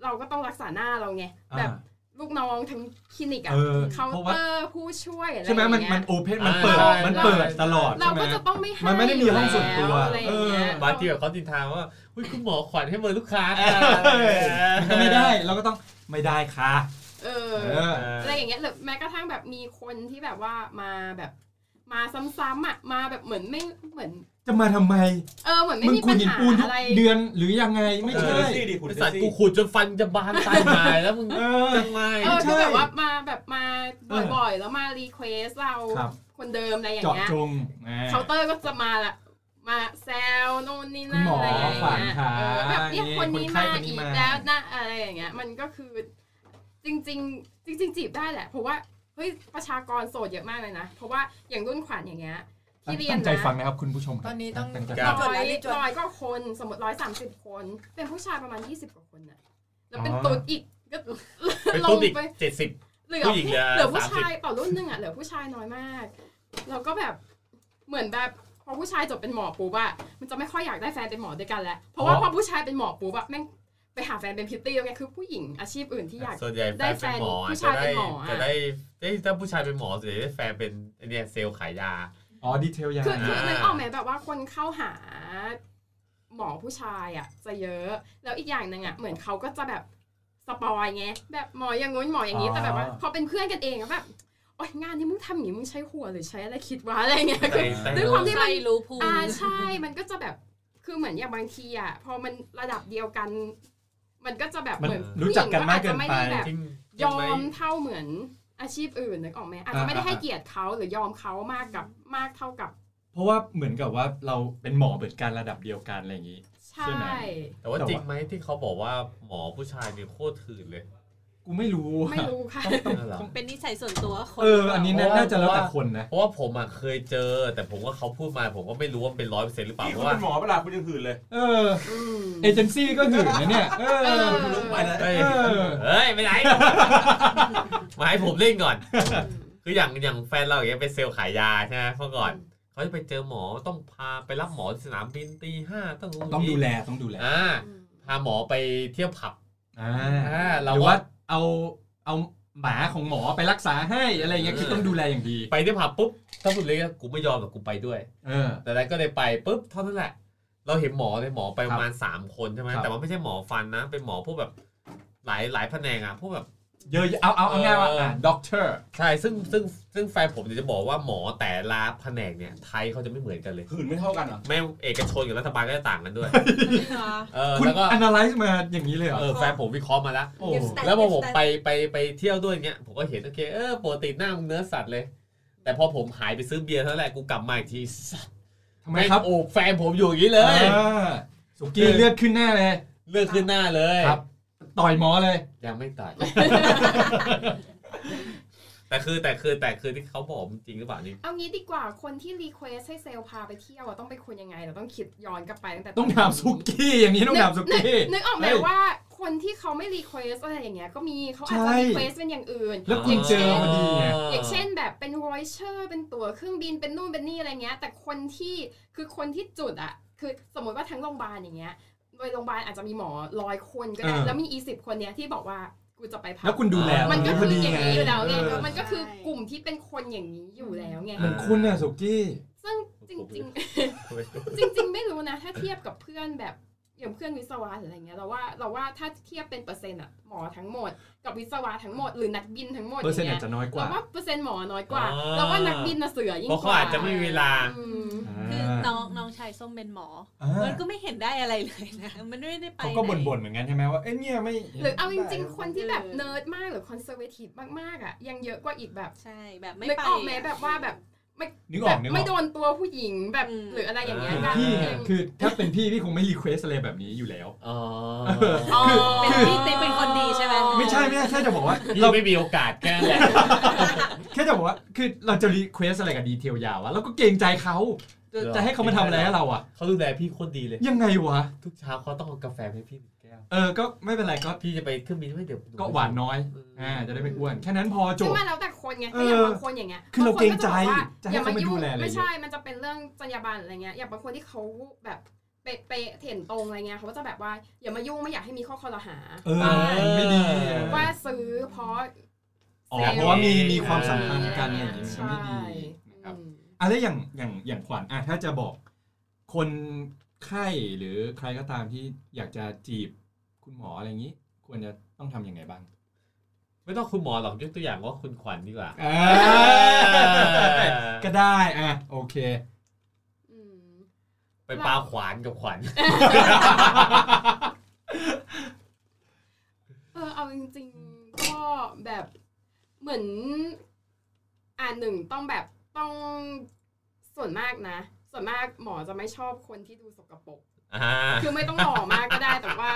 Speaker 7: เราก็ต้องรักษาหน้าเราไงแบบลูกน้องทั้งคลินิก
Speaker 3: เอ
Speaker 7: อะ
Speaker 3: อ
Speaker 7: เคาน์
Speaker 3: เพราะว่า
Speaker 7: เตอร์ผู้ช่วยอะไรอ
Speaker 3: ใช่
Speaker 7: ย่าง
Speaker 3: ไหม
Speaker 7: เงี้ย
Speaker 3: มันมันโอเพนมันเปิด
Speaker 2: ใช่
Speaker 3: มันเปิดตลอด
Speaker 7: เรา
Speaker 3: ใช่ไหม
Speaker 7: ก็จะต้องไม่ให้
Speaker 3: มันไม่ได้มีห้องส่วนตัว
Speaker 7: แล้อะไรอย่างเงี้ย
Speaker 2: บางทีแบบเขาตินทาว่าอุ้ยคุณหมอขวัญให้เบอร์ลูกค้า
Speaker 3: มันก็ไม่ได้เราก็ต้องไม่ได้ค่ะ
Speaker 7: เออ
Speaker 3: เออ
Speaker 7: อะไรอย่างเงี้ยหรือแม้กระทั่งแบบมีคนที่แบบว่ามาแบบมาซ้ำๆอ่ะมาแบบเหมือนไม่เหมือน
Speaker 3: จะมาทำไม
Speaker 7: เออเหมือนไม่
Speaker 3: มึง
Speaker 7: มี
Speaker 3: คุ
Speaker 7: ปั
Speaker 3: ณ
Speaker 7: ญ
Speaker 3: หิน
Speaker 7: หา
Speaker 3: ปูนทุ
Speaker 7: อะ
Speaker 3: ก
Speaker 7: ไร
Speaker 3: เดือนหรือยังไงไม่
Speaker 8: คุณ
Speaker 3: ใช่
Speaker 8: เซซี่ดิคุณ
Speaker 2: ไอ้
Speaker 8: เซ
Speaker 2: สัตว์
Speaker 8: ซี่
Speaker 2: กูขูดจนฟันจะบานตายหายแล้วมึง
Speaker 3: เออ
Speaker 2: จังไม่
Speaker 7: เออ
Speaker 3: ใช่
Speaker 7: คือแบบว่ามาแบบมา
Speaker 3: เออ
Speaker 7: บ่อยๆ แล้วมารีเควสเรา
Speaker 3: ครับ
Speaker 7: คนเดิมอะไรอย่าง
Speaker 3: เจาะ
Speaker 7: เงี้ย
Speaker 3: จงแหม
Speaker 7: เคาน์เตอร์ก็จะมาละมาแซวโน่นนี่
Speaker 3: คุณ
Speaker 7: นั่น
Speaker 3: หมออ
Speaker 7: อะไรอย่าง
Speaker 3: ขวัญ
Speaker 7: เงี้ย
Speaker 3: ค่ะ
Speaker 7: เออแบบเนี่ยคนนี้
Speaker 3: คนไข้ค
Speaker 7: มา
Speaker 3: นนี้
Speaker 7: อีก
Speaker 3: มา
Speaker 7: แล้วนะอะไรอย่างเงี้ย มันก็คือจริง ๆ จริง ๆ จีบได้แหละ เพราะว่าเฮ้ยประชากรโสดเยอะมากเลยนะ เพราะว่าอย่างรุ่นขวัญอย่างเงี้ยที่เรียน
Speaker 3: ตั้งใจ
Speaker 7: นะ
Speaker 3: ฟังนะครับคุณผู้ชมครับ
Speaker 5: ตอนนี้ต้อง
Speaker 3: ตั้งใจ
Speaker 5: ค
Speaker 7: ร้
Speaker 5: รั
Speaker 3: ฟั
Speaker 5: บ
Speaker 3: ง
Speaker 5: จด
Speaker 7: อย
Speaker 5: แล้วรีบจด
Speaker 7: ร้อยก็คนสมมติร้อยสามสิบคน เป็นผู้ชายประมาณยี่สิบกว่าคนน่ะแล้วเป็นตุ๊ดอีกก็
Speaker 2: เป็น
Speaker 7: ล
Speaker 2: ตุ๊
Speaker 7: ง
Speaker 2: ดอีก
Speaker 7: ไป
Speaker 2: เจ็ดสิบ
Speaker 7: เหลือ
Speaker 2: ผู้หญิงเหลือ
Speaker 7: เหลือผู้
Speaker 2: 30
Speaker 7: ชายต่อรุ่นหนึ่งอ่ะเหลือผู้ชายน้อยมากแล้วก็แบบเหมือนแบบพอผู้ชายจบเป็นหมอปุ๊บอะมันจะไม่ค่อยอยากได้แฟนเป็นหมอด้วยกันแล้วเพราะว่าพอผู้ชายเป็นหมอปุ๊บอะแม่งไปหาแฟนเป็นพิตตี้แล้วไงคือผู้หญิงอาชีพอื่นที่อยาก
Speaker 2: ส่วนใหญ่แฟนเป็นหมออะ
Speaker 7: ได้
Speaker 2: จะ
Speaker 7: แฟนผู้
Speaker 2: ได้
Speaker 7: ชายเป็นหมออะ
Speaker 2: จะได้เอ้ยถ้าผู้ชายเป็นหมอส่วนใหญ่ได้แฟนเป็นไอ้เนี่ยเซลล์ขายยา
Speaker 3: อ๋อดีเทลยา
Speaker 7: คือคือ
Speaker 2: อ่า
Speaker 7: นึกออกไหมแบบว่าคนเข้าหาหมอผู้ชายอะจะเยอะ แล้วอีกอย่างหนึ่งอะเหมือนเขาก็จะแบบสปอยไงแบบหมออย่างงู้นหมออย่างนี้แต่แบบว่าพอเป็นเพื่อนกันเองอะแบบโอ๊ยงานนี้มึงทำอย่างนี้มึงใช้หัวหรือใช้อะไรคิดวะอะไรเงี้ยคือ
Speaker 2: แต่แต่
Speaker 7: ด้วยความที่มัน
Speaker 9: ไรู้ภูมิ
Speaker 7: อ่าใช่ มันก็จะแบบ คือเหมือนอย่างบางทีอ่ะ พอมันระดับเดียวกัน มันก็จะแบบ
Speaker 3: มัน
Speaker 7: เหมือน
Speaker 3: รู้จักกันมากเกิน
Speaker 7: ผู้หญิ
Speaker 3: ไป
Speaker 7: งก็อาจจะไม่ได้แบบ
Speaker 2: จริง
Speaker 7: ยอ
Speaker 2: ไห
Speaker 7: มเท่าเหมือนอาชีพอื่นนึกออกไหมอาจจะ
Speaker 3: อ่า
Speaker 7: ไม่ได้ให้
Speaker 3: อ่า
Speaker 7: เกียรติเขาหรือยอมเขามากกับมากเท่ากับ
Speaker 3: เพราะว่าเหมือนกับว่าเราเป็นหมอเหมือนกันระดับเดียวกันอะไรอย่างนี้
Speaker 7: ใช่
Speaker 3: ใช่ไหม
Speaker 2: แต่ว่า
Speaker 3: แต่ว่า
Speaker 2: จริงไหมที่เขาบอกว่าหมอผู้ชายเนี่ยโคตรถื่นเลย
Speaker 3: กูไม่รู้อะ
Speaker 7: ไม่รู้ค่ะ
Speaker 3: ต้อง
Speaker 2: เหรอ
Speaker 3: ต้อง
Speaker 9: เป็นนิสัยส่วนตัวคน
Speaker 3: เอออันนี้
Speaker 2: เพ
Speaker 3: น่า
Speaker 2: ราะว่า
Speaker 3: น่าจะแล้วแต่คนนะ
Speaker 2: เพราะว่าผมอ่ะเคยเจอ แต่ผมว่าเขาพูดมาผมก็ไม่รู้ว่าเป็นร้อยเปอร์เซ็นต์หรือเปล่า
Speaker 8: นี่
Speaker 2: เพ
Speaker 8: คุณ
Speaker 2: ราะว่า
Speaker 8: เป็นหมอเวลาคุณยังหื่นเลย
Speaker 3: เออ
Speaker 7: อืม
Speaker 3: เอเจนซี่ก็หื่นนะเนี่ยเอ
Speaker 7: เอ
Speaker 3: อ
Speaker 7: อ
Speaker 2: เฮ้ย
Speaker 3: เออ
Speaker 2: เฮ้ยไม่
Speaker 3: <laughs>
Speaker 2: ไหน มาให้ผมเล่นก่อน คืออย่างอย่างแฟนเราอย่างเงี้ยเป็นเซลล์ขายยาใช่ไหมเมื่อก่อนเขาจะไปเจอหมอต้องพาไปรับหมอที่สนามบินตีห้าต้องรู้
Speaker 3: ต้องดูแลต้องดูแล
Speaker 2: อ่าพาหมอไปเที่ยวผับ
Speaker 3: อ่า
Speaker 2: อ่า
Speaker 3: ห
Speaker 2: เรา
Speaker 3: รือ
Speaker 2: ว่า
Speaker 3: ว่าเอาเอาหมาของหมอไปรักษาให้อะไรอย่างเงี้ยคือต้องดูแลอย่างดี
Speaker 2: ไปเที่ยวผับปุ๊บถ้าคุณเลยก็กูไม่ยอมหรอกกูไปด้วย
Speaker 3: เออ
Speaker 2: แต่นั้นก็เลยไปปุ๊บเท่านั้นแหละ เราเห็นหมอเลยหมอไปประมาณสามคนใช่ไหม
Speaker 3: ครับ
Speaker 2: แต่ว่าไม่ใช่หมอฟันนะ เป็นหมอพวกแบบหลายหลายแผนกอะพวกแบบ
Speaker 3: เยอะๆเอาเอาเอาง่ายว่า
Speaker 2: เอออ่
Speaker 3: อ่าด็อกเตอร์
Speaker 2: ใช่ซึ่งซึ่งซึ่งแฟนผมเนี่ยจะบอกว่าหมอแต่ละแผนกเนี่ยไทยเขาจะไม่เหมือนกันเลย
Speaker 8: หื่นไม่เท่ากันเหรอ
Speaker 2: แม่งเอกชนกับรัฐบาลก็จะต่างกัน
Speaker 3: <laughs>
Speaker 2: ด้วยเออ
Speaker 3: คุณ
Speaker 2: แล้ว
Speaker 3: <laughs>
Speaker 2: ก็
Speaker 3: analyze มาอย่างนี้เลยเหรอ
Speaker 2: เออแฟนผมวิเคราะห์มาแล้ว
Speaker 3: โอ้
Speaker 5: Give stand
Speaker 2: แล้วพอ
Speaker 5: give
Speaker 2: ผม
Speaker 5: stand
Speaker 2: ไปไปไปเที่ยวด้วยเงี้ยผมก็เห็นโอเคเออปกติหน้ามึงเนื้อสัตว์เลย แต่พอผมหายไปซื้อเบียร์เท่านั้นแหละกูกลับมาอีก <laughs> ทีสัตว์
Speaker 3: ทำไมครับ
Speaker 2: แงโอบแฟนผมอยู่อย่างนี้เลย
Speaker 3: อ่าสุกี้เลือดขึ้นหน้าเลย
Speaker 2: เลือกขึ้นหน้าเลย
Speaker 3: ครับ ต่อยหมอเลย
Speaker 2: ยังไม่ตาย <laughs> แต่คือแต่คือแต่คือที่เขาบอกจริงหรือเปล่านี่
Speaker 7: เอางี้ดีกว่าคนที่รีเควสให้เซลล์พาไปเที่ยวอะต้องไปคุยยังไงเราต้องคิดย้อนกลับไปตั้งแต่
Speaker 3: ต้องถามสุกี้อย่างนี้ต้องถามสุ
Speaker 7: นึ
Speaker 3: กี้
Speaker 7: นึกออกไหม
Speaker 3: เฮ้ย
Speaker 7: ว่าคนที่เขาไม่รีเควสอะไรอย่างเงี้ยก็มีเขาอาจ
Speaker 3: ใช่
Speaker 7: จะรีเควสเป็นอย่างอื่น
Speaker 3: แล้วคุณเจอพอดีไง
Speaker 7: อย่างเช่นแบบเป็นวอยเชอร์เป็นตั๋วเครื่องบินเป็นนู่นเป็นนี่อะไรเงี้ย แต่คนที่คือคนที่จุดอ่ะ คือสมมติว่าทั้งโรงพยาบาลอย่างเงี้ยโดยโรงพยาบาลอาจจะมีหมอร้อยคนก็ได้
Speaker 3: เออ
Speaker 7: แล้วมีอีสิบคนเนี้ยที่บอกว่ากูจะไปพั
Speaker 3: แล้วคุณดูแล
Speaker 7: มันก็
Speaker 3: พ
Speaker 7: คือ อ
Speaker 3: ดี
Speaker 7: อย่าง
Speaker 3: ไง
Speaker 7: นี้อยู่แล้วไง
Speaker 3: เออ
Speaker 7: มันก็คือกลุ่มที่เป็นคนอย่างนี้อยู่แล้วไง
Speaker 3: เหมือนคุณน่ะสุกี้
Speaker 7: ซึ่งจริง ๆ จริง ๆ ไม่รู้นะ ถ้าเทียบกับเพื่อนแบบอย่างเพื่อนวิศวะหรืออะไรเงี้ยเราว่าเราว่าถ้าเทียบเป็นเปอร์เซ็นต์อะหมอทั้งหมด กับวิศวะทั้งหมดหรือนักบินทั้งหมด
Speaker 3: เปอร์เซ็นต์
Speaker 7: ย่างงี้ย
Speaker 3: อาจจะน้อยกว่า
Speaker 7: เราว่าเปอร์เซ็นต์หมอน้อยกว่า
Speaker 2: อ๋อ
Speaker 7: เราว่านักบินน่ะเสือยิ่ง
Speaker 2: เพราะ
Speaker 7: ก
Speaker 2: เขา
Speaker 7: ว่า
Speaker 2: อาจจะไม่มีเวลา
Speaker 7: อืม
Speaker 9: คือน้องน้องชายส้มเป็นหมอ มันก็ไม่เห็นได้อะไรเลยนะ <laughs> มันไม่ได้ไป
Speaker 3: เขาก็
Speaker 9: ไห
Speaker 3: บ่นๆเหมือนกันใช่ไหมว่า เอ้ยเนี่ยไม่
Speaker 7: หรือเอาจริง ๆ คนที่แบบ
Speaker 9: เออ
Speaker 7: เนิร์ดมากหรือคอนเซอร์เวทีฟมากๆอ่ะยังเยอะกว่าอีกแบบ
Speaker 9: ใช่แบบไม่
Speaker 7: นึก
Speaker 9: ไป
Speaker 7: ออกไหมแบบว่าแบบ
Speaker 3: นึกอ
Speaker 7: แบ
Speaker 3: อก
Speaker 7: บ
Speaker 3: นึกอ
Speaker 7: ไม่
Speaker 3: อก
Speaker 7: โดนตัวผู้หญิงแบบ
Speaker 9: อืม
Speaker 7: หรืออะไรอย่างเงี้ย
Speaker 3: เป็น
Speaker 7: กัน
Speaker 3: พี่
Speaker 7: เอ
Speaker 3: ไง
Speaker 7: ง
Speaker 3: คือถ้าเป็นพี่พี่คงไม่รีเควสอะไรแบบนี้อยู่แล้ว
Speaker 2: อ๋อ
Speaker 7: อ๋อ
Speaker 9: เป็นพี่ติ๊กเป็นคนดีใช่ไหม
Speaker 3: ไม่ใช่ไม่ใช่แค่จะบอกว่า
Speaker 2: พี่
Speaker 3: เรา
Speaker 2: ไม่มีโอกาสแค่นั้นแหละ
Speaker 3: แค่จะบอกว่าคือเราจะรีเควสอะไรกับดีเทลยาวอะเราก็เกรงใจเขาจะจะให้เขามาทำอะไรให้เราอะ
Speaker 2: <laughs> เขาดูแลพี่โคตรดีเลย
Speaker 3: ยังไงวะ
Speaker 2: ทุกเช้าเขาต้องเอากาแฟให้พี่หนึ่งแก้ว
Speaker 3: เออ ก็ไม่เป็นไรก็
Speaker 2: พี่จะไปเครื่องบินไม่เดี๋ยว
Speaker 3: ก็หวานน้อยอ่าจะได้ไม่อ้วน แค่นั้นพอจ
Speaker 7: ซึ่ง
Speaker 3: บ
Speaker 7: มันแล้วแต่คนไง
Speaker 3: เออ
Speaker 7: ถ้าอย่างบางคนอย่างเงี้ย
Speaker 3: คือเราเกรงใจ
Speaker 7: บคน
Speaker 3: จะ
Speaker 7: ก็
Speaker 3: ให้
Speaker 7: อย่ามา
Speaker 3: เขามาดู
Speaker 7: ยุ่ง
Speaker 3: แลอะไรเยอะ
Speaker 7: ไม่ใช่ มันจะเป็นเรื่องจรรยาบรรณอะไรเงี้ยอย่างบางคนที่เขาแบบเปะเปะเห็นตรงอะไรเงี้ยเขาก็จะแบบว่าอย่ามายุ่งไม่อยากให้มีข้อคอรหา
Speaker 3: เออไม่ดีอะ
Speaker 7: ว่าซื้อเพราะ
Speaker 3: อ๋อเพราะว่ามีมีความสัมพันธ์กันอะไรอย่างงี้มัน
Speaker 7: ใช่
Speaker 3: ไม่ดีนะครับ อะแล้วอย่างอย่างอย่างขวัญอ่ะถ้าจะบอก คนไข้หรือใครก็ตามที่อยากจะจีบคุณหมออะไรอย่างนี้ ควรจะต้องทำยังไงบ้าง
Speaker 2: ไม่ต้องคุณหมอหรอกยกตัวอย่างว่าคุณขวัญดีกว่า
Speaker 3: ก็ได้อ่ะโอเค
Speaker 7: อืม
Speaker 2: <laughs> ไปปาขวานกับขวัญ
Speaker 7: เออเอาจริงๆ ก็แบบเหมือน อ่าหนึ่งต้องแบบต้องส่วนมากนะ ส่วนมากหมอจะไม่ชอบคนที่ดูสกปรก
Speaker 2: อ่า
Speaker 7: คือไม่ต้องหล่อมากก็ได้แต่ว่า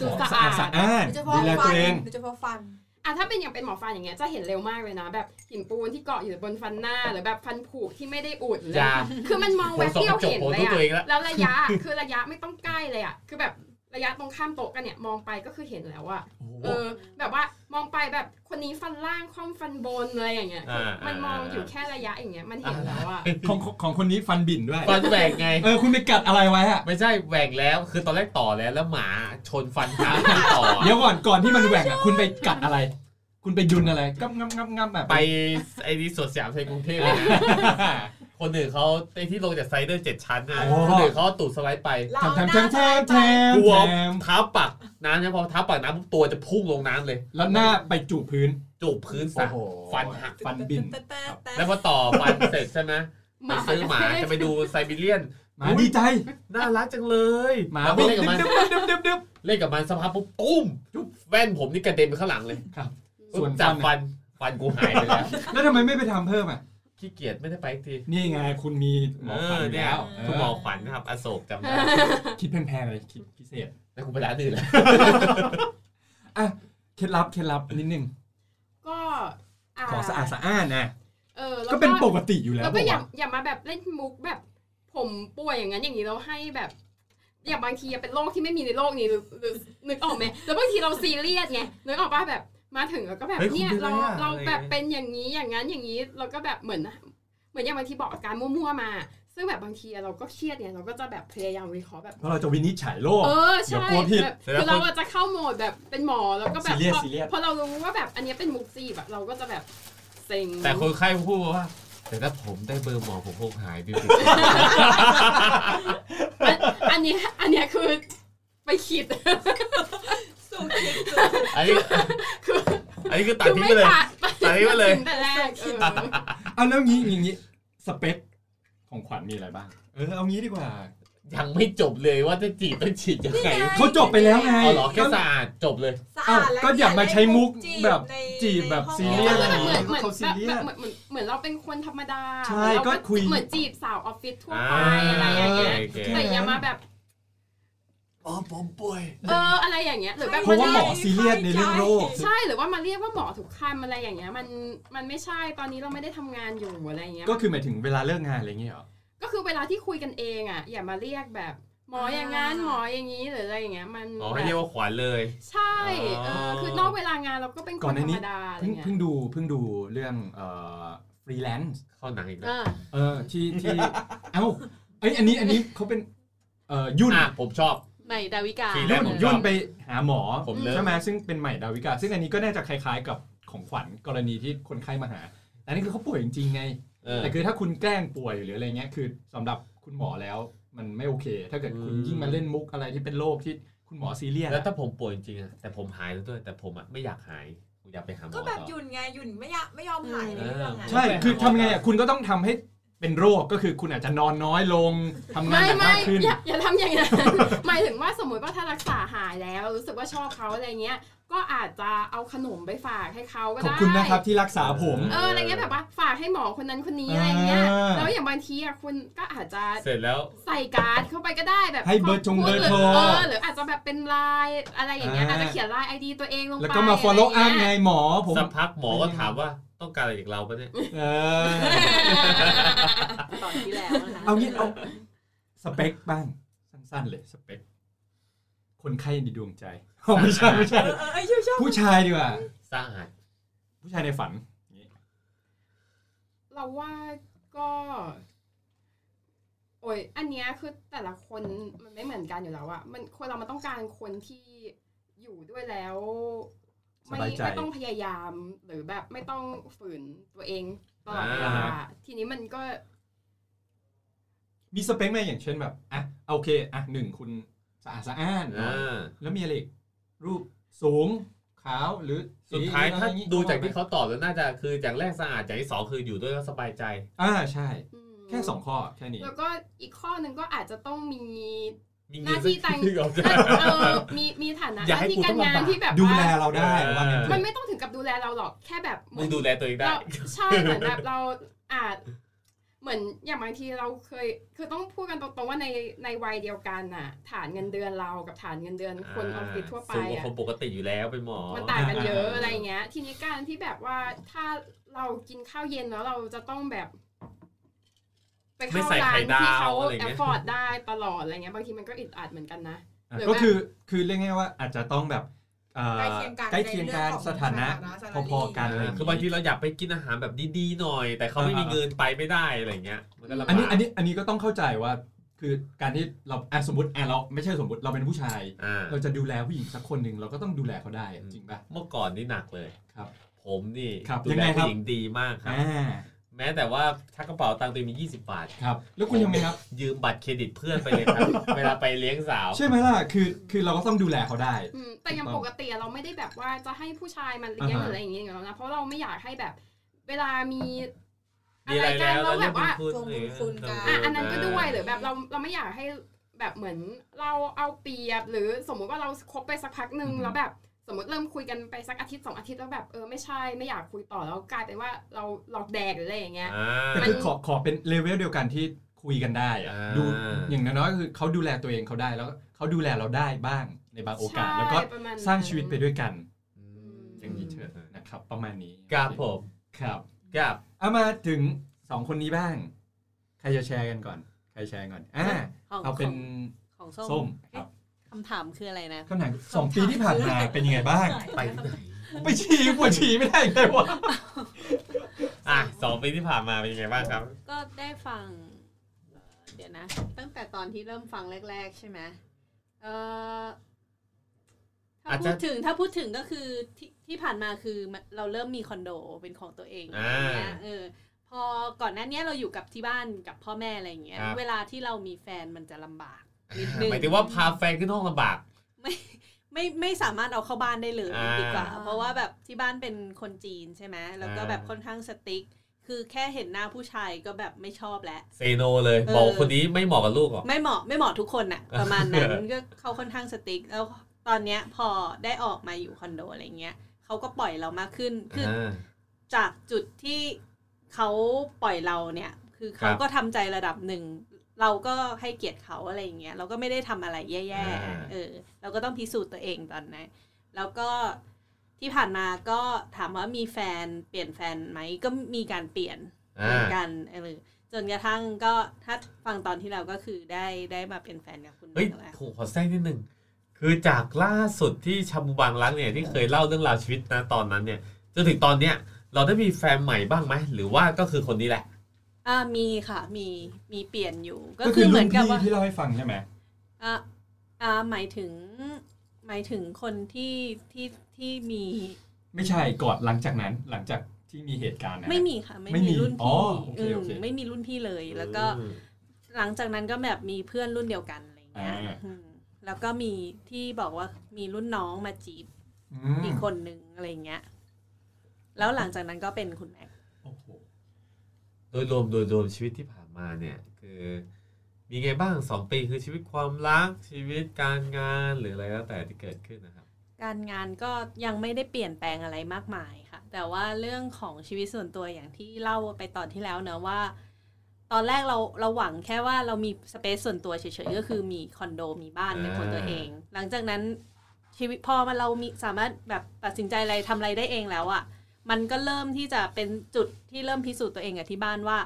Speaker 7: ดู
Speaker 3: ของ
Speaker 7: สะ
Speaker 3: สะ
Speaker 7: อา
Speaker 3: อาดสะ
Speaker 7: ด
Speaker 3: อ้านดู
Speaker 5: โดยเฉพาะ
Speaker 3: แล
Speaker 5: ฟั
Speaker 3: ตั
Speaker 5: น
Speaker 3: วเอง
Speaker 5: โดยเฉพาะฟัน
Speaker 7: อ่ะถ้าเป็นอย่างเป็นหมอฟันอย่างเงี้ยจะเห็นเร็วมากเลยนะ แบบหินปูนที่เกาะอยู่บนฟันหน้าหรือแบบฟันผุที่ไม่ได้อุดหรืออะไร
Speaker 2: ยา
Speaker 7: คือมันมองแวบเดียวเห็นเลย
Speaker 2: ผมส่องกระจกผมดูตัวเองแล้
Speaker 7: อะ
Speaker 2: ว
Speaker 7: แล้วระยะ คือระยะไม่ต้องใกล้เลยอะคือแบบระยะตรงข้ามโต๊ะกันเนี่ยมองไปก็คือเห็นแล้วอะ
Speaker 3: โอ้โห
Speaker 7: เออ แบบว่ามองไปแบบคนนี้ฟันล่างคล่อมฟันบนอะไรอย่างเงี้ย
Speaker 2: อ่า
Speaker 7: มันมองอยู่
Speaker 2: า
Speaker 7: แค่ระยะอย่างเงี้ยมันเห็นแล้วอะ
Speaker 3: ของของของคนนี้ฟันบิ่นด้วย
Speaker 2: ฟันแหว่งไง
Speaker 3: เออ คุณไปกัดอะไรไว้อะ
Speaker 2: ไม่ใช่แหว่งแล้ว คือตอนแรกต่อแล้วแล้วหมาชนฟันขาต่อ
Speaker 3: เดี๋ยวก่อนก่อนที่มันแหว่งอ่ะ คุณไปกัดอะไร คุณไปยุนอะไรงับงับงับงับแบบ
Speaker 2: ไปไอ้ที่สวนสยามชัยกรุงเทพ
Speaker 3: <laughs>
Speaker 2: เลยนะคนหนึ่งเขาไอ้ที่ลงจากไซเดอร์เจ็ดชั้นน่ะ
Speaker 3: โอ้
Speaker 2: คนหนึ่งเขาตูดสไลด์ไป
Speaker 5: เรา
Speaker 3: แทมแทม
Speaker 5: ห
Speaker 3: แท
Speaker 5: น้าม
Speaker 3: แทมแทม
Speaker 2: กลัว
Speaker 3: แทม
Speaker 2: เท้าปักน้ำใช่พอเท้าปักน้ำปุ๊บตัวจะพุ่งลงน้ำเลย
Speaker 3: แล้วหน้าไปจูบพื้น
Speaker 2: จูบพื้นซะ
Speaker 3: โอ้โห
Speaker 2: ฟันหัก
Speaker 3: ฟันบิ่น
Speaker 5: แต่แต่แต่
Speaker 2: แล้วพอต่อฟันเสร็จใช่ไหมไปซื้อหมาจะไปดูไซบีเรียน
Speaker 3: หมาดีใจ
Speaker 2: น่ารักจังเลย
Speaker 3: หมา
Speaker 2: เราไป
Speaker 3: วิ่ง
Speaker 2: เล่นกับมัน
Speaker 3: ดึ๊บดึ๊บดึ๊บดึ๊บ
Speaker 2: เล่นกับมันสักพักปุ๊บตุ้มจุ๊บแว่นผมนี่กระเด็นไปข้างหลังเลย
Speaker 3: ครับส่
Speaker 2: ส่
Speaker 3: ว
Speaker 2: วนน
Speaker 3: ฟัน
Speaker 2: จับฟัน ฟันกูหายไปแล้ว
Speaker 3: แล้วทำไมไม่ไปทำเพิ่มอ่ะ
Speaker 2: ขี้เกียจไม่ได้ไปอีกที
Speaker 3: นี่ไงคุณมีหมอฟันอยู่แล้ว
Speaker 2: คุณหมอขวัญนะครับ อโศกจำได้
Speaker 3: เออคิดแพงๆเลยคิดพิเศษ
Speaker 2: แล้วคุณไปร้านอื่นแล้ว
Speaker 3: เคล็ดลับเคล็ดลับนิดนึง
Speaker 7: ก็า
Speaker 3: ขอสะอาดสะอ้านนะ
Speaker 7: เออแล้ว
Speaker 3: ก็เป็นปกติอยู่แล้ว
Speaker 7: แล้วก็อย่า
Speaker 3: ปะวะ
Speaker 7: อย่ามาแบบเล่นมุกแบบ ผมป่วยอย่างนั้นอย่างนี้เราให้แบบ อย่างบางทีอะเป็นโรคที่ไม่มีในโลกนี้หรือหรือนึกออกไหมแล้วบางทีเราซีเรียสไงนึกออกป่ะแบบมาถึงแล้วก็แบบเนี่ยเราเราแบบเป็นอย่างนี้อย่างนั้นอย่างนี้เราก็แบบเหมือน เหมือนอย่างบางทีบอกอาการมั่วๆมา ซึ่งแบบบางทีอะเราก็เครียดไงเราก็จะแบบพยายามวิเคราะห์แบบ
Speaker 3: เพราะเราจะวินิจฉัยโรค
Speaker 7: เออ
Speaker 3: เดี๋ยว
Speaker 7: ใช่
Speaker 3: กลัวผิด
Speaker 7: แบบคือเราอะจะเข้าโหมดแบบเป็นหมอแล้วก็แบบ
Speaker 3: ซีเรียส
Speaker 7: พอ
Speaker 3: ซีเรียส
Speaker 7: พอเรารู้ว่าแบบอันเนี้ยเป็นมุกซีแบบเราก็จะแบบเซ็ง
Speaker 2: แต่คนไข้พูดมาว่า แต่ถ้าผมได้เบอร์หมอผมคงหายไปเลย
Speaker 7: อันอันเนี้ยอันเนี้ยคือไปคิด <laughs>
Speaker 5: สุขิดสุข
Speaker 2: อันนี้
Speaker 7: คือ
Speaker 2: อันนี้คือตัด
Speaker 7: คือ
Speaker 2: ทิ้ง
Speaker 7: ไม่
Speaker 2: ไปเลย
Speaker 7: ตัด
Speaker 2: ตัดทิ้งไปเลย
Speaker 7: ตัดทิ้งแต่แรกเออ
Speaker 3: เอาแล้วงี้อย่างงี้สเปคของขวัญมีอะไรบ้าง เออเอางี้ดีกว่า
Speaker 2: ยังไม่จบเลยว่าจะจีบต้องฉีดยังไง
Speaker 3: เขาจบไปแล้วไง
Speaker 2: เอาเหรอแค่สะอาดจบเลย
Speaker 5: สะอาดและ
Speaker 3: ก็อย่ามาใช้มุก
Speaker 5: จี
Speaker 3: แบบ
Speaker 5: ใน
Speaker 3: จีบแบบ
Speaker 5: ในห้อง
Speaker 3: ซีเรียส
Speaker 7: ก็คือเหมือนเหมือน
Speaker 3: เขาซี
Speaker 7: แบบ
Speaker 3: เรียส
Speaker 7: แบบเหมือนเหมือนเหมือนเราเป็นคนธรรมดา
Speaker 3: ใช่
Speaker 7: เรา
Speaker 3: ก็คุย
Speaker 7: เหมือนจีบสาวออฟฟิศทั่ว
Speaker 2: อ่า
Speaker 7: ไปอะไรอย่างเงี้ย
Speaker 2: โอเค
Speaker 7: แต่อย่ามาแบบ อ๋อผมป่วย เอออะไรอย่างเงี้ยหรือแบบ
Speaker 3: เพราะว่าหมอ
Speaker 7: เรียก
Speaker 3: ซีเรียสในเรื่องโรค
Speaker 7: ใช่หรือว่ามาเรียกว่าหมอทุกคำอะไรอย่างเงี้ยมันมันไม่ใช่ตอนนี้เราไม่ได้ทำงานอยู่อะไรอย่างเงี้ย
Speaker 3: ก็คือหมายถึงเวลาเลิกงานอะไรอย่างเงี้ยเหรอ
Speaker 7: ก็คือเวลาที่คุยกันเองอ่ะ อย่ามาเรียกแบบ หมออย่างงั้นหมออย่างนี้หรืออะไรอย่างเงี้ยมัน
Speaker 10: อ๋อให้เรียกว่าขวัญเลย
Speaker 7: ใช่เออคือนอกเวลางานเราก็เป็นค
Speaker 3: ก่อน
Speaker 7: น
Speaker 3: ห
Speaker 7: ธ
Speaker 3: น้าร นี้
Speaker 7: รมดาอะไร
Speaker 3: เพิ่ง
Speaker 7: เงี้ย
Speaker 3: เพิ่งดูเพิ่งดูเรื่องเอ่อฟรีแลนซ์
Speaker 10: เข้าหนังอีกแล้ว
Speaker 7: เออ
Speaker 3: เออที่ที่ เอ้าเอ้ยอันนี้อันนี้เขาเป็นเอ่อยุ่น
Speaker 10: อ่ะผมชอบ
Speaker 7: ใหม่ดาวิกา
Speaker 10: ฟรีแล
Speaker 3: ยุ่
Speaker 10: ซ์
Speaker 3: น
Speaker 10: ผมชอบ
Speaker 3: ยุ่นไปหาหมอ
Speaker 10: ผมเลิฟ
Speaker 3: ใช่ไหมซึ่งเป็นใหม่ดาวิกา ซึ่งอันนี้ก็น่าจะคล้ายๆกับของขวัญกรณีที่คนไข้มาหาแต่นี่คือเขาป่วยจริงๆไง
Speaker 10: เออ
Speaker 3: แต่คือถ้าคุณแกล้งป่วยหรืออะไรเงี้ยคือสำหรับคุณหมอแล้วมันไม่โอเค ถ้าเกิดคุณ
Speaker 10: อืม
Speaker 3: ยิ่งมาเล่นมุกอะไรที่เป็นโรคที่คุณหมอซีเรียส
Speaker 10: แล้ว
Speaker 3: อะ
Speaker 10: ถ้าผมป่วยจริงๆอะแต่ผมหายแล้วด้วย แต่ผมอะไม่อยากหายผมอยากไปหาหมอ
Speaker 5: ก็แบบห
Speaker 10: ต่อ
Speaker 5: ยุ่นไงหยุ่นไม่ยะไม่ยอมหายในเรื่องไง
Speaker 3: ใช่คือทำไงอ่ะคุณก็ต้องทำให้เป็นโรคก็คือคุณอาจจะนอนน้อยลงทำงานห
Speaker 7: ไม่
Speaker 3: นัก
Speaker 7: ไม่
Speaker 3: มากขึ้น
Speaker 7: อย่าอย่าทำอย่างนั้น <laughs> หมายถึงว่าสมมติว่าถ้ารักษาหายแล้ว รู้สึกว่าชอบเขาอะไรเงี้ย ก็อาจจะเอาขนมไปฝากให้เขา
Speaker 3: ข
Speaker 7: ก็ได้
Speaker 3: อบคุณนะครับที่รักษาผม
Speaker 7: เอออะไรเงี้ยแบบว่าฝากให้หมอคนนั้นคนนี้อะไรเงี้ย
Speaker 3: อ่า
Speaker 7: แล้วอย่างบางทีอ่ะคุณก็อาจจะ
Speaker 10: เสร็จแล้ว
Speaker 7: ใส่การ์ดเข้าไปก็ได้แบบ
Speaker 3: ให้เบอร์จงเบอร์โทร
Speaker 7: เออหรืออาจจะแบบเป็นไลายอะไรอย่างเงี้ยอาจจะเขียนไลายไอดีตัวเองลงไป
Speaker 3: แล้วก็มา follow up ไง
Speaker 7: <laughs>
Speaker 3: หมอผม
Speaker 10: สักพักหมอก็ถามว่าต้องการอะไรจากเราปะเนี่ย
Speaker 3: เออ
Speaker 9: ตอนที่แล้วนะคะ
Speaker 3: เอางี้เอาสเปคบ้างสั้นๆเลยสเปคคนไข้ในดวงใจ <laughs> อ๋อไม่ใช่ไม่ใช่
Speaker 7: <laughs>
Speaker 5: เออเออเออชื่อชอบ
Speaker 3: ผู้ชายดีกว่า
Speaker 10: สะอาด
Speaker 3: ผู้ชายในฝัน
Speaker 7: เราว่าก็ โอ้ยอันเนี้ยคือแต่ละคนมันไม่เหมือนกันอยู่แล้วอะมันคนเรามันต้องการคนที่อยู่ด้วยแล้วไม่
Speaker 3: สบายใจ
Speaker 7: ไม่ต้องพยายามหรือแบบไม่ต้องฝืนตัวเองตลอดเวลาทีนี้มันก็
Speaker 3: มีสเปคไหมอย่างเช่นแบบอ่ะโอเคอ่ะหนึ่งคุณสะอาดสะอ้าน
Speaker 10: อ่า
Speaker 3: แล้วมีอะไรอีกรูปสูงขาวหรือ
Speaker 10: สุดท้าย
Speaker 3: อะไร
Speaker 10: ถ้า
Speaker 3: อย่งงี้
Speaker 10: ดูจากที่เขาตอบแล้วน่าจะคืออย่างแรกสะอาดอย่างที่สองคืออยู่ด้วยแล้วสบายใจ
Speaker 3: อ่าใช่
Speaker 7: อืม
Speaker 3: แค่สองข้อแค่นี้
Speaker 7: แล้วก็อีกข้อหนึ่งก็อาจจะต้องมี
Speaker 10: มี
Speaker 7: ห
Speaker 10: เงิ
Speaker 7: น้าน
Speaker 10: สั
Speaker 7: ที่
Speaker 10: ก
Speaker 7: ต่าง
Speaker 10: ทีก่อน
Speaker 7: เออมีมีฐานะห
Speaker 10: อย่า
Speaker 7: น้า
Speaker 10: ให้
Speaker 7: ที่
Speaker 10: กูต้
Speaker 7: กา
Speaker 10: อ
Speaker 7: รง งาน
Speaker 10: ลำบาก
Speaker 7: ที่แบบ
Speaker 3: ดูแล
Speaker 7: ว่า
Speaker 3: เราได้
Speaker 10: เออ
Speaker 3: ว่างั้นเถ
Speaker 7: มั
Speaker 3: อะ
Speaker 7: นไม่ต้องถึงกับดูแลเราหรอกแค่แบบเห
Speaker 10: มึ
Speaker 7: มือง น
Speaker 10: ดูแลตัวเองได้
Speaker 7: เราใช่เหมือนแบบเราอ่าเหมือนอย่างบางทีเราเคย คือต้องพูดกันตรงๆว่าในในวัยเดียวกันน่ะ ฐานเงินเดือนเรากับฐานเงินเดือนคนออฟฟิศทั่วไป
Speaker 10: สูงกว่า
Speaker 7: อ่ะ
Speaker 10: คนปกติอยู่แล้วเป็นหมอ
Speaker 7: มันต่างกันเย
Speaker 10: <laughs>
Speaker 7: อะอะไรเงี้ย ทีนี้การที่แบบว่าถ้าเรากินข้าวเย็นแล้วเราจะต้องแบบ ไป
Speaker 10: ไม่
Speaker 7: เข้า
Speaker 10: ใส่
Speaker 7: ร้า
Speaker 10: ไข่
Speaker 7: น
Speaker 10: ดาว
Speaker 7: ที่เขา
Speaker 10: อะไรเงี้
Speaker 7: แอย ฟฟอร์ดได้ตลอดอะไรเงี้ยบางทีมันก็อึดอัดเหมือนกันนะ
Speaker 3: อ่ะก็คือคือเรียกง่ายๆว่าอาจจะต้องแบบเอ่อ
Speaker 5: ใกล้เคียงกัน
Speaker 3: ใกล้เคียงกัน
Speaker 5: ในเรื่องของ
Speaker 3: สถานะ
Speaker 5: สถานะ
Speaker 3: พอๆกันอะไรย่
Speaker 10: คือบางทีเราอยากไปกินอาหารแบบดีๆหน่อย แต่เขาไม่มีเงินไปไม่ได้อะไรเงี้ยมันก็ลำบาก
Speaker 3: อันนี้อันนี้อันนี้ก็ต้องเข้าใจว่า คือการที่เราอ่ะสมมติอ่ะเราไม่ใช่สมมติเราเป็นผู้ชาย
Speaker 10: อ่า
Speaker 3: เราจะดูแลผู้หญิงสักคนหนึ่งเราก็ต้องดูแลเขาได้อะ
Speaker 10: อืม
Speaker 3: จริงป่ะ
Speaker 10: เมื่อก่อนนี่หนักเลย
Speaker 3: ครับ
Speaker 10: ผมนี่
Speaker 3: ครับ
Speaker 10: ดู
Speaker 3: ยัง
Speaker 10: แล
Speaker 3: ไงครับ
Speaker 10: ผู้หญิงดีมากครับ
Speaker 3: อ่า
Speaker 10: แม้แต่ว่าชักกระเป๋าตังค์ตัวเองมี 20 บาท
Speaker 3: ครับ แล้วคุณยังไงครับ
Speaker 10: ยืมบัตรเครดิตเพื่อนไปเลย
Speaker 3: <laughs>
Speaker 10: ครับ เวลาไปเลี้ยงสาว
Speaker 3: ใช่ไหมล่ะ คือคือเราก็ต้องดูแลเขาได้
Speaker 7: อืมแต่อย่าง
Speaker 3: ถูกต้
Speaker 7: ป
Speaker 3: อง
Speaker 7: กติอะเราไม่ได้แบบว่าจะให้ผู้ชายมันเลี้ยง
Speaker 3: อ่าฮะ
Speaker 7: หรืออะไรอย่างเงี้ยอยู่แล้วนะเพราะเราไม่อยากให้แบบ เวลามี
Speaker 10: มี
Speaker 7: อะ
Speaker 10: อะไร ไร
Speaker 7: กั
Speaker 10: แล้ว
Speaker 7: นแล้วแบบว่า
Speaker 10: เรื่อ
Speaker 5: จง
Speaker 10: ง
Speaker 5: บุญคุณกัน
Speaker 10: เรื่
Speaker 7: อ่ะ
Speaker 10: ง
Speaker 7: อันนั้นก็ด้วย
Speaker 10: ะ
Speaker 7: หรือแบบเราเราไม่อยากให้แบบเหมือนเราเอาเปรียบ หรือสมมุติว่าเราคบไปสักพักหนึ่ง
Speaker 3: อือฮึ
Speaker 7: แล้วแบบสมมติเริ่มคุยกันไปสักอาทิตย์สองอาทิตย์แล้วแบบเออไม่ใช่ไม่อยากคุยต่อแล้วกลายเป็นว่าเราหลอกแดกหรืออะไรอย่างเงี้ย
Speaker 10: อ่า
Speaker 3: แต่คือขอขอเป็นเลเวลเดียวกันที่คุยกันได้อะ
Speaker 10: อ่า
Speaker 3: ดูอย่างน้อยๆก็คือเขาดูแลตัวเองเขาได้แล้วก็เขาดูแลเราได้บ้างในบางโอกาส
Speaker 7: ใช่
Speaker 3: แล้วก็
Speaker 7: ประมาณนั้น
Speaker 3: สร้างชีวิตไปด้วยกัน
Speaker 10: อืม
Speaker 3: อย่างนี้เถอะนะครับ ประมาณนี้
Speaker 10: กับผม
Speaker 3: ครับ
Speaker 10: กับ
Speaker 3: เอามาถึงสองคนนี้บ้าง ใครจะแชร์กันก่อน ใครแชร์ก่อนอ่า
Speaker 9: ของ
Speaker 3: เอาเป็น
Speaker 9: ของของส้
Speaker 3: ส้
Speaker 9: ม
Speaker 3: มครับ
Speaker 9: คำถามคืออะไรนะ
Speaker 3: คำถามสองปีที่ผ่านมาเป็นยังไงบ้าง
Speaker 10: ไปที่ไหน
Speaker 3: ไปฉี่ปวดฉี่ไม่ได้เลย
Speaker 9: <laughs>
Speaker 3: วะ
Speaker 10: อ่ะสองปีที่ผ่านมาเป็นยังไงบ้างครับ
Speaker 9: ก็ได้ฟังเอ่อเดี๋ยวนะ ตั้งแต่ตอนที่เริ่มฟังแรก ๆ ใช่ไหมเออถ้า
Speaker 10: อาจ
Speaker 9: พู
Speaker 10: จะ
Speaker 9: ดถึงถ้าพูดถึงก็คือที่ที่ผ่านมาคือมันเราเริ่มมีคอนโดเป็นของตัวเอง
Speaker 10: อ่า
Speaker 9: อย่างเงี้ยเออ พอก่อนหน้าเนี้ยเราอยู่กับที่บ้านกับพ่อแม่อะไรอย่างเงี้ย
Speaker 10: ครับ
Speaker 9: เวลาที่เรามีแฟนมันจะลำบากนิดนึง
Speaker 10: หมายถึงว่าพาแฟนขึ้นห้องลำบาก
Speaker 9: ไม่ไม่สามารถเอาเข้าบ้านได้เลย
Speaker 10: อ่า
Speaker 9: ดีกว่า เพราะว่าแบบที่บ้านเป็นคนจีนใช่ไหมแล้วก็
Speaker 10: อ่า
Speaker 9: แบบค่อนข้างสติ๊ก คือแค่เห็นหน้าผู้ชายก็แบบไม่ชอบแล้ว
Speaker 10: เซโนเลย
Speaker 9: เออ
Speaker 10: บอกคนนี้ไม่เหมาะกับลูกหรอก
Speaker 9: ไม่เหมาะไม่เหมาะทุกคนน่ะ ประมาณนั้น
Speaker 10: <laughs> เออ
Speaker 9: ก็เขาค่อนข้างสติ๊กแล้วตอนเนี้ยพอได้ออกมาอยู่คอนโดอะไรเงี้ยเขาก็ปล่อยเรามากขึ้นคือ
Speaker 10: อ่า
Speaker 9: จากจุดที่เขาปล่อยเราเนี่ย คือเขา
Speaker 10: ครับ
Speaker 9: ก็ทำใจระดับหนึ่ง เราก็ให้เกียรติเขาอะไรอย่างเงี้ยเราก็ไม่ได้ทำอะไรแย่
Speaker 10: อ่า
Speaker 9: ๆเออ เราก็ต้องพิสูจน์ตัวเองตอนนั้นแล้วก็ที่ผ่านมาก็ถามว่ามีแฟนเปลี่ยนแฟนไหมก็มีการเปลี่ยนเหมือนกันเออจนกระทั่งก็ถ้าฟังตอนที่เราก็คือได้ได้มาเป็นแฟนกับคุณ
Speaker 10: เฮ้ย
Speaker 9: แล้
Speaker 10: ผมขอแทรกนิดนึงคือจากล่าสุดที่ชาบูบางรักเนี่ยที่เคยเล่าเรื่องราวชีวิตนะตอนนั้นเนี่ยจนถึงตอนเนี้ยเราได้มีแฟนใหม่บ้างไหมหรือว่าก็คือคนนี้แหละ
Speaker 9: อ่ามีค่ะมีมีเปลี่ยนอยู่ก็
Speaker 3: ก็คื
Speaker 9: คืออเห
Speaker 3: รุ่
Speaker 9: มือน นกับ
Speaker 3: พี่
Speaker 9: ว่า
Speaker 3: ที่เล่าให้ฟังใช่ไหม
Speaker 9: อ่าอ่าหมายถึงหมายถึงคนที่ที่ที่มี
Speaker 3: ไม่ใช่ก่อนหลังจากนั้นหลังจากที่มีเหตุการณ์นะ
Speaker 9: ไม่มีค่ะ ไม่
Speaker 3: ไม่มี
Speaker 9: มีรุ่น
Speaker 3: อ๋อโอเค
Speaker 9: พี่อืม
Speaker 3: โอเค
Speaker 9: ไม่มีรุ่นพี่เลยแล้วก็หลังจากนั้นก็แบบมีเพื่อนรุ่นเดียวกันอะไรอย่างเงี้ย
Speaker 3: อ่า
Speaker 9: อืมแล้วก็มีที่บอกว่ามีรุ่นน้องมาจีบ
Speaker 3: อืม
Speaker 9: อีกคนนึงอะไรอย่างเงี้ยแล้วหลังจากนั้นก็เป็นคุณแม็กซ์
Speaker 3: โอ้โห
Speaker 10: โดยรวมโดยรวมชีวิตที่ผ่านมาเนี่ยคือมีไงบ้างสองปีคือชีวิตความรักชีวิตการงานหรืออะไรแล้วแต่ที่เกิดขึ้นนะครับ
Speaker 9: การงานก็ยังไม่ได้เปลี่ยนแปลงอะไรมากมายค่ะ แต่ว่าเรื่องของชีวิตส่วนตัวอย่างที่เล่าไปตอนที่แล้วเนอะว่า ตอนแรกเราเราหวังแค่ว่าเรามีสเปซส่วนตัวเฉยๆก็คือมีคอนโดมีบ้านเป็นของตัวเอง หลังจากนั้นชีวิตพอมาเรามีสามารถแบบตัดสินใจอะไรทำอะไรได้เองแล้วอะ่ะมันก็เริ่มที่จะเป็นจุดที่เริ่มพิสูจน์ตัวเองกับที่บ้านว่า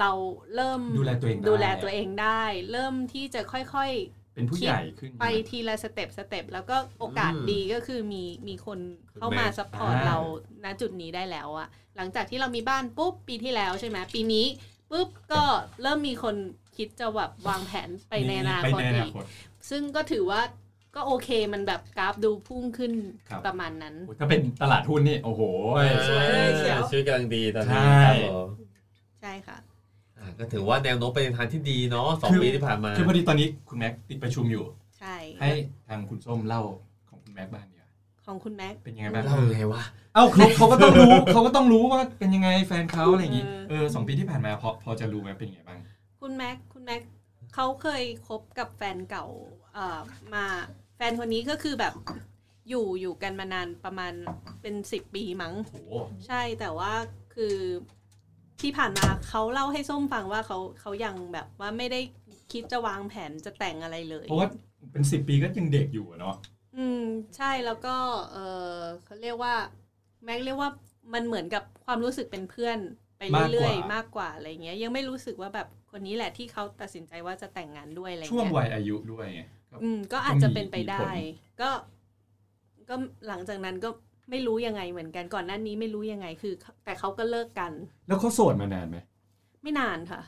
Speaker 9: เราเริ่ม
Speaker 3: ดูแลตัวเองไ
Speaker 9: ดูแลตัวเองได้ เริ่มที่จะค่อย
Speaker 3: เป็นผู้ใหญ่ขึ้น
Speaker 9: ๆ ไปทีละสเต็ปสเต็ปแล้วก็โอกาส
Speaker 10: อืม
Speaker 9: ดีก็คือมีมีคนเข้ามา
Speaker 10: คุณแม่
Speaker 9: ซัพพอร์ต
Speaker 3: อ่า
Speaker 9: เราณจุดนี้ได้แล้วอะหลังจากที่เรามีบ้านปุ๊บปีที่แล้วใช่ไหมปีนี้ปุ๊บก็เริ่มมีคนคิดจะแบบวางแผนไปในอนา
Speaker 3: ไป
Speaker 9: คต
Speaker 3: ในอ
Speaker 9: อี
Speaker 3: นาก คต
Speaker 9: ซึ่งก็ถือว่าก็โอเคมันแบบกราฟดูพุ่งขึ้น
Speaker 3: ครับ
Speaker 9: ประมาณนั้น
Speaker 3: โอ้ยถ้าเป็นตลาดหุ้นนี่ โอ้โห
Speaker 5: สวยเลยเชียว
Speaker 10: ชีวิตกำลังดีตอน
Speaker 3: ใช่
Speaker 10: นี้ครับผม
Speaker 9: ใช่ค่ะ
Speaker 10: อ่ะก็ถือว่าแนวโน้มไปในทางที่ดีเนาะสอง
Speaker 3: คือ
Speaker 10: ปีที่ผ่านมา
Speaker 3: คือพอดีตอนนี้คุณแม็กติดประชุมอยู่
Speaker 9: ใช่
Speaker 3: ให้ทางคุณส้มเล่าของคุณแม็กบ้างดีกว่า
Speaker 9: ของคุณแม็ก
Speaker 3: เป็นยังไงบ้าง
Speaker 10: เล่าไงวะ
Speaker 3: เอ้าเขาเขาก็ต้องรู้ เขาก็ต้องรู้ว่าเป็นยังไงแฟนเขาอะไรอย่างงี้
Speaker 9: เออ
Speaker 3: เออสองปีที่ผ่านมาพอพอจะรู้ไหมเป็นยังไงบ้าง
Speaker 9: คุณแม็กคุณแม็กเขาเคยคบกับแฟนเก่าเอ่อมาแฟนคนนี้ก็คือแบบอยู่อยู่กันมานานประมาณเป็นสิบปีมั้ง
Speaker 3: โอ้โห
Speaker 9: ใช่แต่ว่าคือที่ผ่านมาเขาเล่าให้ส้มฟังว่าเขาเขายังแบบว่าไม่ได้คิดจะวางแผนจะแต่งอะไรเลย
Speaker 3: เพราะว่าเป็นสิบปีก็ยังเด็กอยู่อะเนาะ
Speaker 9: อืมใช่แล้วก็เออเขาเรียกว่าแม็กเรียกว่ามันเหมือนกับความรู้สึกเป็นเพื่อนไปเรื่อยๆ
Speaker 3: มากกว่า
Speaker 9: มากกว่าอะไรเงี้ยยังไม่รู้สึกว่าแบบคนนี้แหละที่เขาตัดสินใจว่าจะแต่งงานด้วยอะไร
Speaker 3: ช่วง
Speaker 9: เงี้ย
Speaker 3: วัยอายุด้วยไงก็
Speaker 9: อืมก็อาจจะเป็นไปได้
Speaker 3: มีผล
Speaker 9: ก็ก็หลังจากนั้นก็ไม่รู้ยังไงเหมือนกันก่อนหน้านี้ไม่รู้ยังไงคือ แต่เขาก็เลิกกัน
Speaker 3: แล้วเขาโสดมานานไหม
Speaker 9: ไม่นานค่ะ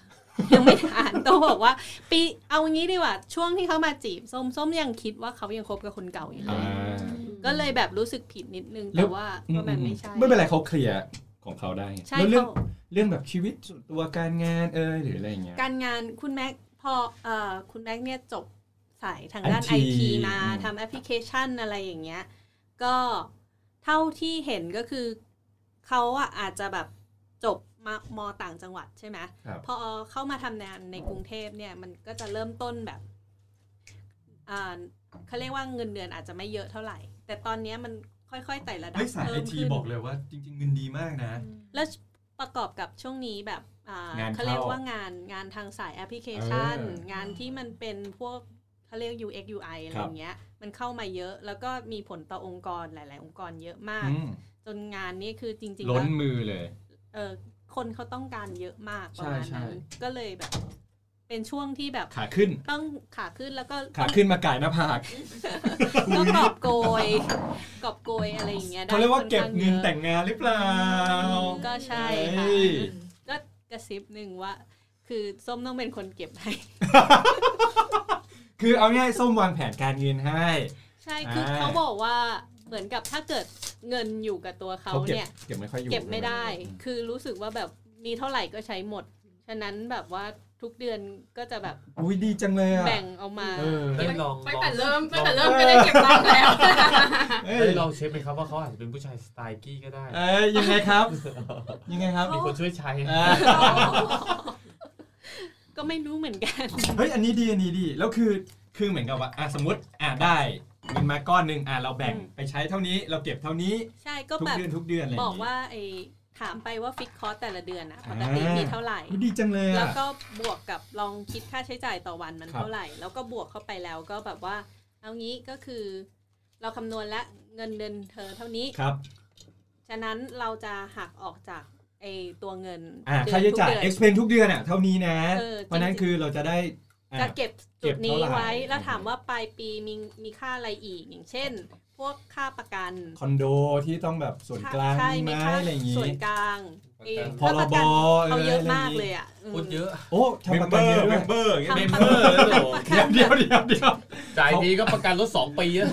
Speaker 9: <laughs> ยังไม่นานต้องบอกว่า ปีเอางี้ดีกว่าช่วงที่เขามาจีบส้มส้มยังคิดว่าเขายังคบกับคนเก่าอยู่เลย ก็เลยแบบรู้สึกผิดนิดนึง
Speaker 3: แล้
Speaker 9: แต่
Speaker 3: ว
Speaker 9: ว่าก็มันไม่ใช่
Speaker 3: ไม่เป็นไรเขาเคลียร์ของเขาได้ไง
Speaker 9: ใช่
Speaker 3: แล้วเรื่อง
Speaker 9: เขา
Speaker 3: เรื่องแบบชีวิตส่วนตัวการงานเอยหรืออะไรอย่างเงี้ย
Speaker 9: การงานคุณแม็กพอเอ่อคุณแม็กเนี่ยจบสายทางด้านไอ
Speaker 3: IT
Speaker 9: ทีมา
Speaker 3: อืม
Speaker 9: ทำแอปพลิเคชันอะไรอย่างเงี้ย ก็เท่าที่เห็นก็คือเขาอะอาจจะแบบจบมามอต่างจังหวัดใช่ไหม
Speaker 3: ครับ
Speaker 9: พอเข้ามาทำงานในกรุงเทพเนี่ยมันก็จะเริ่มต้นแบบอ่าเขาเรียกว่าเงินเดือนอาจจะไม่เยอะเท่าไหร่ แต่ตอนเนี้ยมันค่อยๆไต่ระดับ
Speaker 3: เฮ้ยสายไอ
Speaker 9: เพิ่ม
Speaker 3: ที
Speaker 9: ขึ้น
Speaker 3: บอกเลยว่าจริง ๆ เงินดีมากนะ
Speaker 9: แล้วประกอบกับช่วงนี้แบบอ่าง
Speaker 3: านเข้า
Speaker 9: เขาเรียกว่างานงานทางสายแอปพลิเคชัน
Speaker 3: เออง
Speaker 9: านที่มันเป็นพวกเขาเรียก UX UI อะไร
Speaker 3: ครับ
Speaker 9: อย่างเงี้ย มันเข้ามาเยอะ แล้วก็มีผลต่อองค์กรหลาย ๆ องค์กรเยอะมาก
Speaker 3: อืม
Speaker 9: จนงานนี่คือจริงๆ
Speaker 3: ล้
Speaker 9: แล้
Speaker 3: น
Speaker 9: ว
Speaker 3: มือเลย
Speaker 9: เออคนเขาต้องการเยอะมากประ
Speaker 3: ใช่
Speaker 9: มาณ
Speaker 3: ใช่
Speaker 9: นั้น ก็เลยแบบ เป็นช่วงที่แบบ
Speaker 3: ขาขึ้น
Speaker 9: ต้องขาขึ้นแล้วก็
Speaker 3: ขาขึ้นมาก่ายหน้าผาก
Speaker 9: ก็กอบโกยกอบโกยอะไรอย่างเงี้ยได้
Speaker 3: เขาเรียกว่าเก็บ
Speaker 9: ค่อ
Speaker 3: เงิ
Speaker 9: ข้าน ยอะ
Speaker 3: แต่งงานหรือเปล่า
Speaker 9: ก็ใช่ค่ะ
Speaker 3: เฮ้ย
Speaker 9: ก็กระซิบหนึ่งว่า คือส้มต้องเป็นคนเก็บให้
Speaker 3: คือเอาง่ายส้มวางแผนการเงินให้
Speaker 9: ใช่คือ
Speaker 3: ใช่
Speaker 9: เขาบอกว่าเหมือนกับถ้าเกิดเงินอยู่กับตัวเขา
Speaker 3: เก็บ
Speaker 9: เนี่ย
Speaker 3: เก็บไม่ค่อยอยู่
Speaker 9: เก็บไม่ได้
Speaker 3: อืม
Speaker 9: คือรู้สึกว่าแบบมีเท่าไหร่ก็ใช้หมด ฉะนั้นแบบว่าทุกเดือนก็จะแบบ
Speaker 3: อุ้ยดีจังเลยอ่ะ
Speaker 9: แบ่งเอามา
Speaker 3: เออ
Speaker 10: ได้ลอง
Speaker 7: ตั้งแต่
Speaker 10: ลอง
Speaker 7: เริ่มตั้งแต่เริ่มก็ได้เก็บบ้างแล้ว
Speaker 3: เอ้ย
Speaker 10: ได้ลองเช็คไหมครับว่าเขาอาจจะเป็นผู้ชายสไตล์กี้ก็ได้
Speaker 3: เอ้ยยังไงครับ ยังไงครับ
Speaker 10: มีคนช่วยใช้
Speaker 3: อ่า
Speaker 9: ก็ไม่รู้เหมือนกัน
Speaker 3: เฮ้ยอันนี้ดีอันนี้ดีแล้วคือคือเหมือนกับว่าอ่ะสมมติอ่ะได้เงินมาก้อนหนึ่งอ่ะเราแบ่ง
Speaker 9: อืม
Speaker 3: ไปใช้เท่านี้เราเก็บเท่านี้
Speaker 9: ใช่ก็
Speaker 3: ทุก
Speaker 9: แบบ
Speaker 3: เดือนทุกเดือนอะไรอย่าง
Speaker 9: บอก
Speaker 3: งี้
Speaker 9: ว่าไอ้ ถามไปว่าฟิกคอร์สแต่ละเดือนอะปกติมีเท่าไหร่
Speaker 3: ดีจังเลยอะ
Speaker 9: แล้วก็บวกกับลองคิดค่าใช้จ่ายต่อวันมัน
Speaker 3: ครับ
Speaker 9: เท่าไหร่ แล้วก็บวกเข้าไปแล้วก็แบบว่า เอางี้ก็คือ เราคำนวณและเงินเดือนเธอเท่านี้
Speaker 3: ครับ
Speaker 9: ฉะนั้นเราจะหักออกจากไอตัวเงิน
Speaker 3: อ่า
Speaker 9: เดือน
Speaker 3: ค่าใช้จ่าย
Speaker 9: ทุกเดือน
Speaker 3: explain ทุกเดือนอ่ะเท่านี้นะ
Speaker 9: เออ
Speaker 3: เพราะนั้นคือเราจะได้อ่ะ
Speaker 9: จะเก็บจุดนี้
Speaker 3: เก็บเท่าไหร่
Speaker 9: ไว้แล้วถามว่าปลายปีมีมีค่าอะไรอีกอย่างเช่น พวกค่าประกัน
Speaker 3: คอนโดที่ต้องแบบส่วนกลาง
Speaker 9: ใช่
Speaker 3: มี
Speaker 9: มี
Speaker 3: ไหม
Speaker 9: ค่า
Speaker 3: อะไรอย่างงี้
Speaker 9: ส่วนกลางไอ้
Speaker 3: พรบ
Speaker 9: ค่าประกันเขาเยอะ
Speaker 3: เอออะไรอย่างงี้
Speaker 9: มากเลยอ่ะม
Speaker 10: พูดเยอะ
Speaker 3: โอ้ทำประกันเยอะด้วย
Speaker 8: เบอร์อย่างเงี้ย
Speaker 10: เมมเบอร์แล้วเหรอ
Speaker 3: เดี๋ยวเดี๋ยวเดี๋ยวเดี๋ยว
Speaker 10: จ่ายทีก็ประกันรถสองปีอะ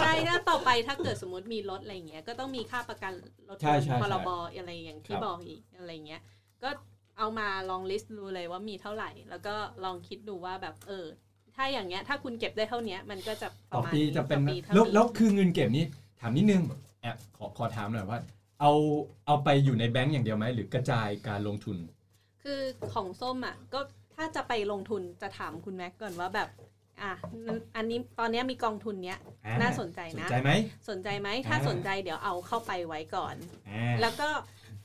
Speaker 9: ใช่ถ้าต่อไปถ้าเกิดสมมติมีรถอะไรอย่างเงี้ยก็ต้องมีค่าประกันรถ
Speaker 3: ใช่ใช่
Speaker 9: พร
Speaker 3: ใช่
Speaker 9: บอะไรอย่าง
Speaker 3: ค
Speaker 9: ที่
Speaker 3: รับ
Speaker 9: บอกอีกอะไรอย่างเงี้ยก็เอามาลองลิสต์ดูเลยว่ามีเท่าไหร่ แล้วก็ลองคิดดูว่าแบบเออ ถ้าอย่างเงี้ยถ้าคุณเก็บได้เท่าเนี้ยมันก็จะป
Speaker 3: ต่
Speaker 9: ระ
Speaker 3: อ
Speaker 9: มาณ
Speaker 3: ปีจะเป็น
Speaker 9: ต่อ
Speaker 3: นะ
Speaker 9: ปีท่า
Speaker 3: แล้ว
Speaker 9: นี้
Speaker 3: แล้วคือเงินเก็บนี้ถามนิดนึงแอบขอขอถามหน่อยว่า เอาเอาไปอยู่ในแบงก์อย่างเดียวไหมหรือกระจายการลงทุน
Speaker 9: คือของส้มอ่ะก็ถ้าจะไปลงทุนจะถามคุณแม็กก่อนว่าแบบอ่ะอันนี้ตอนเนี้ยมีกองทุนเนี้ย
Speaker 3: อ่า
Speaker 9: น่าสนใจ
Speaker 3: สน
Speaker 9: นะ
Speaker 3: ใจไหม
Speaker 9: สนใจไหมถ้า
Speaker 3: อ่า
Speaker 9: สนใจเดี๋ยวเอาเข้าไปไว้ก่อน
Speaker 3: อ่า
Speaker 9: แล้วก็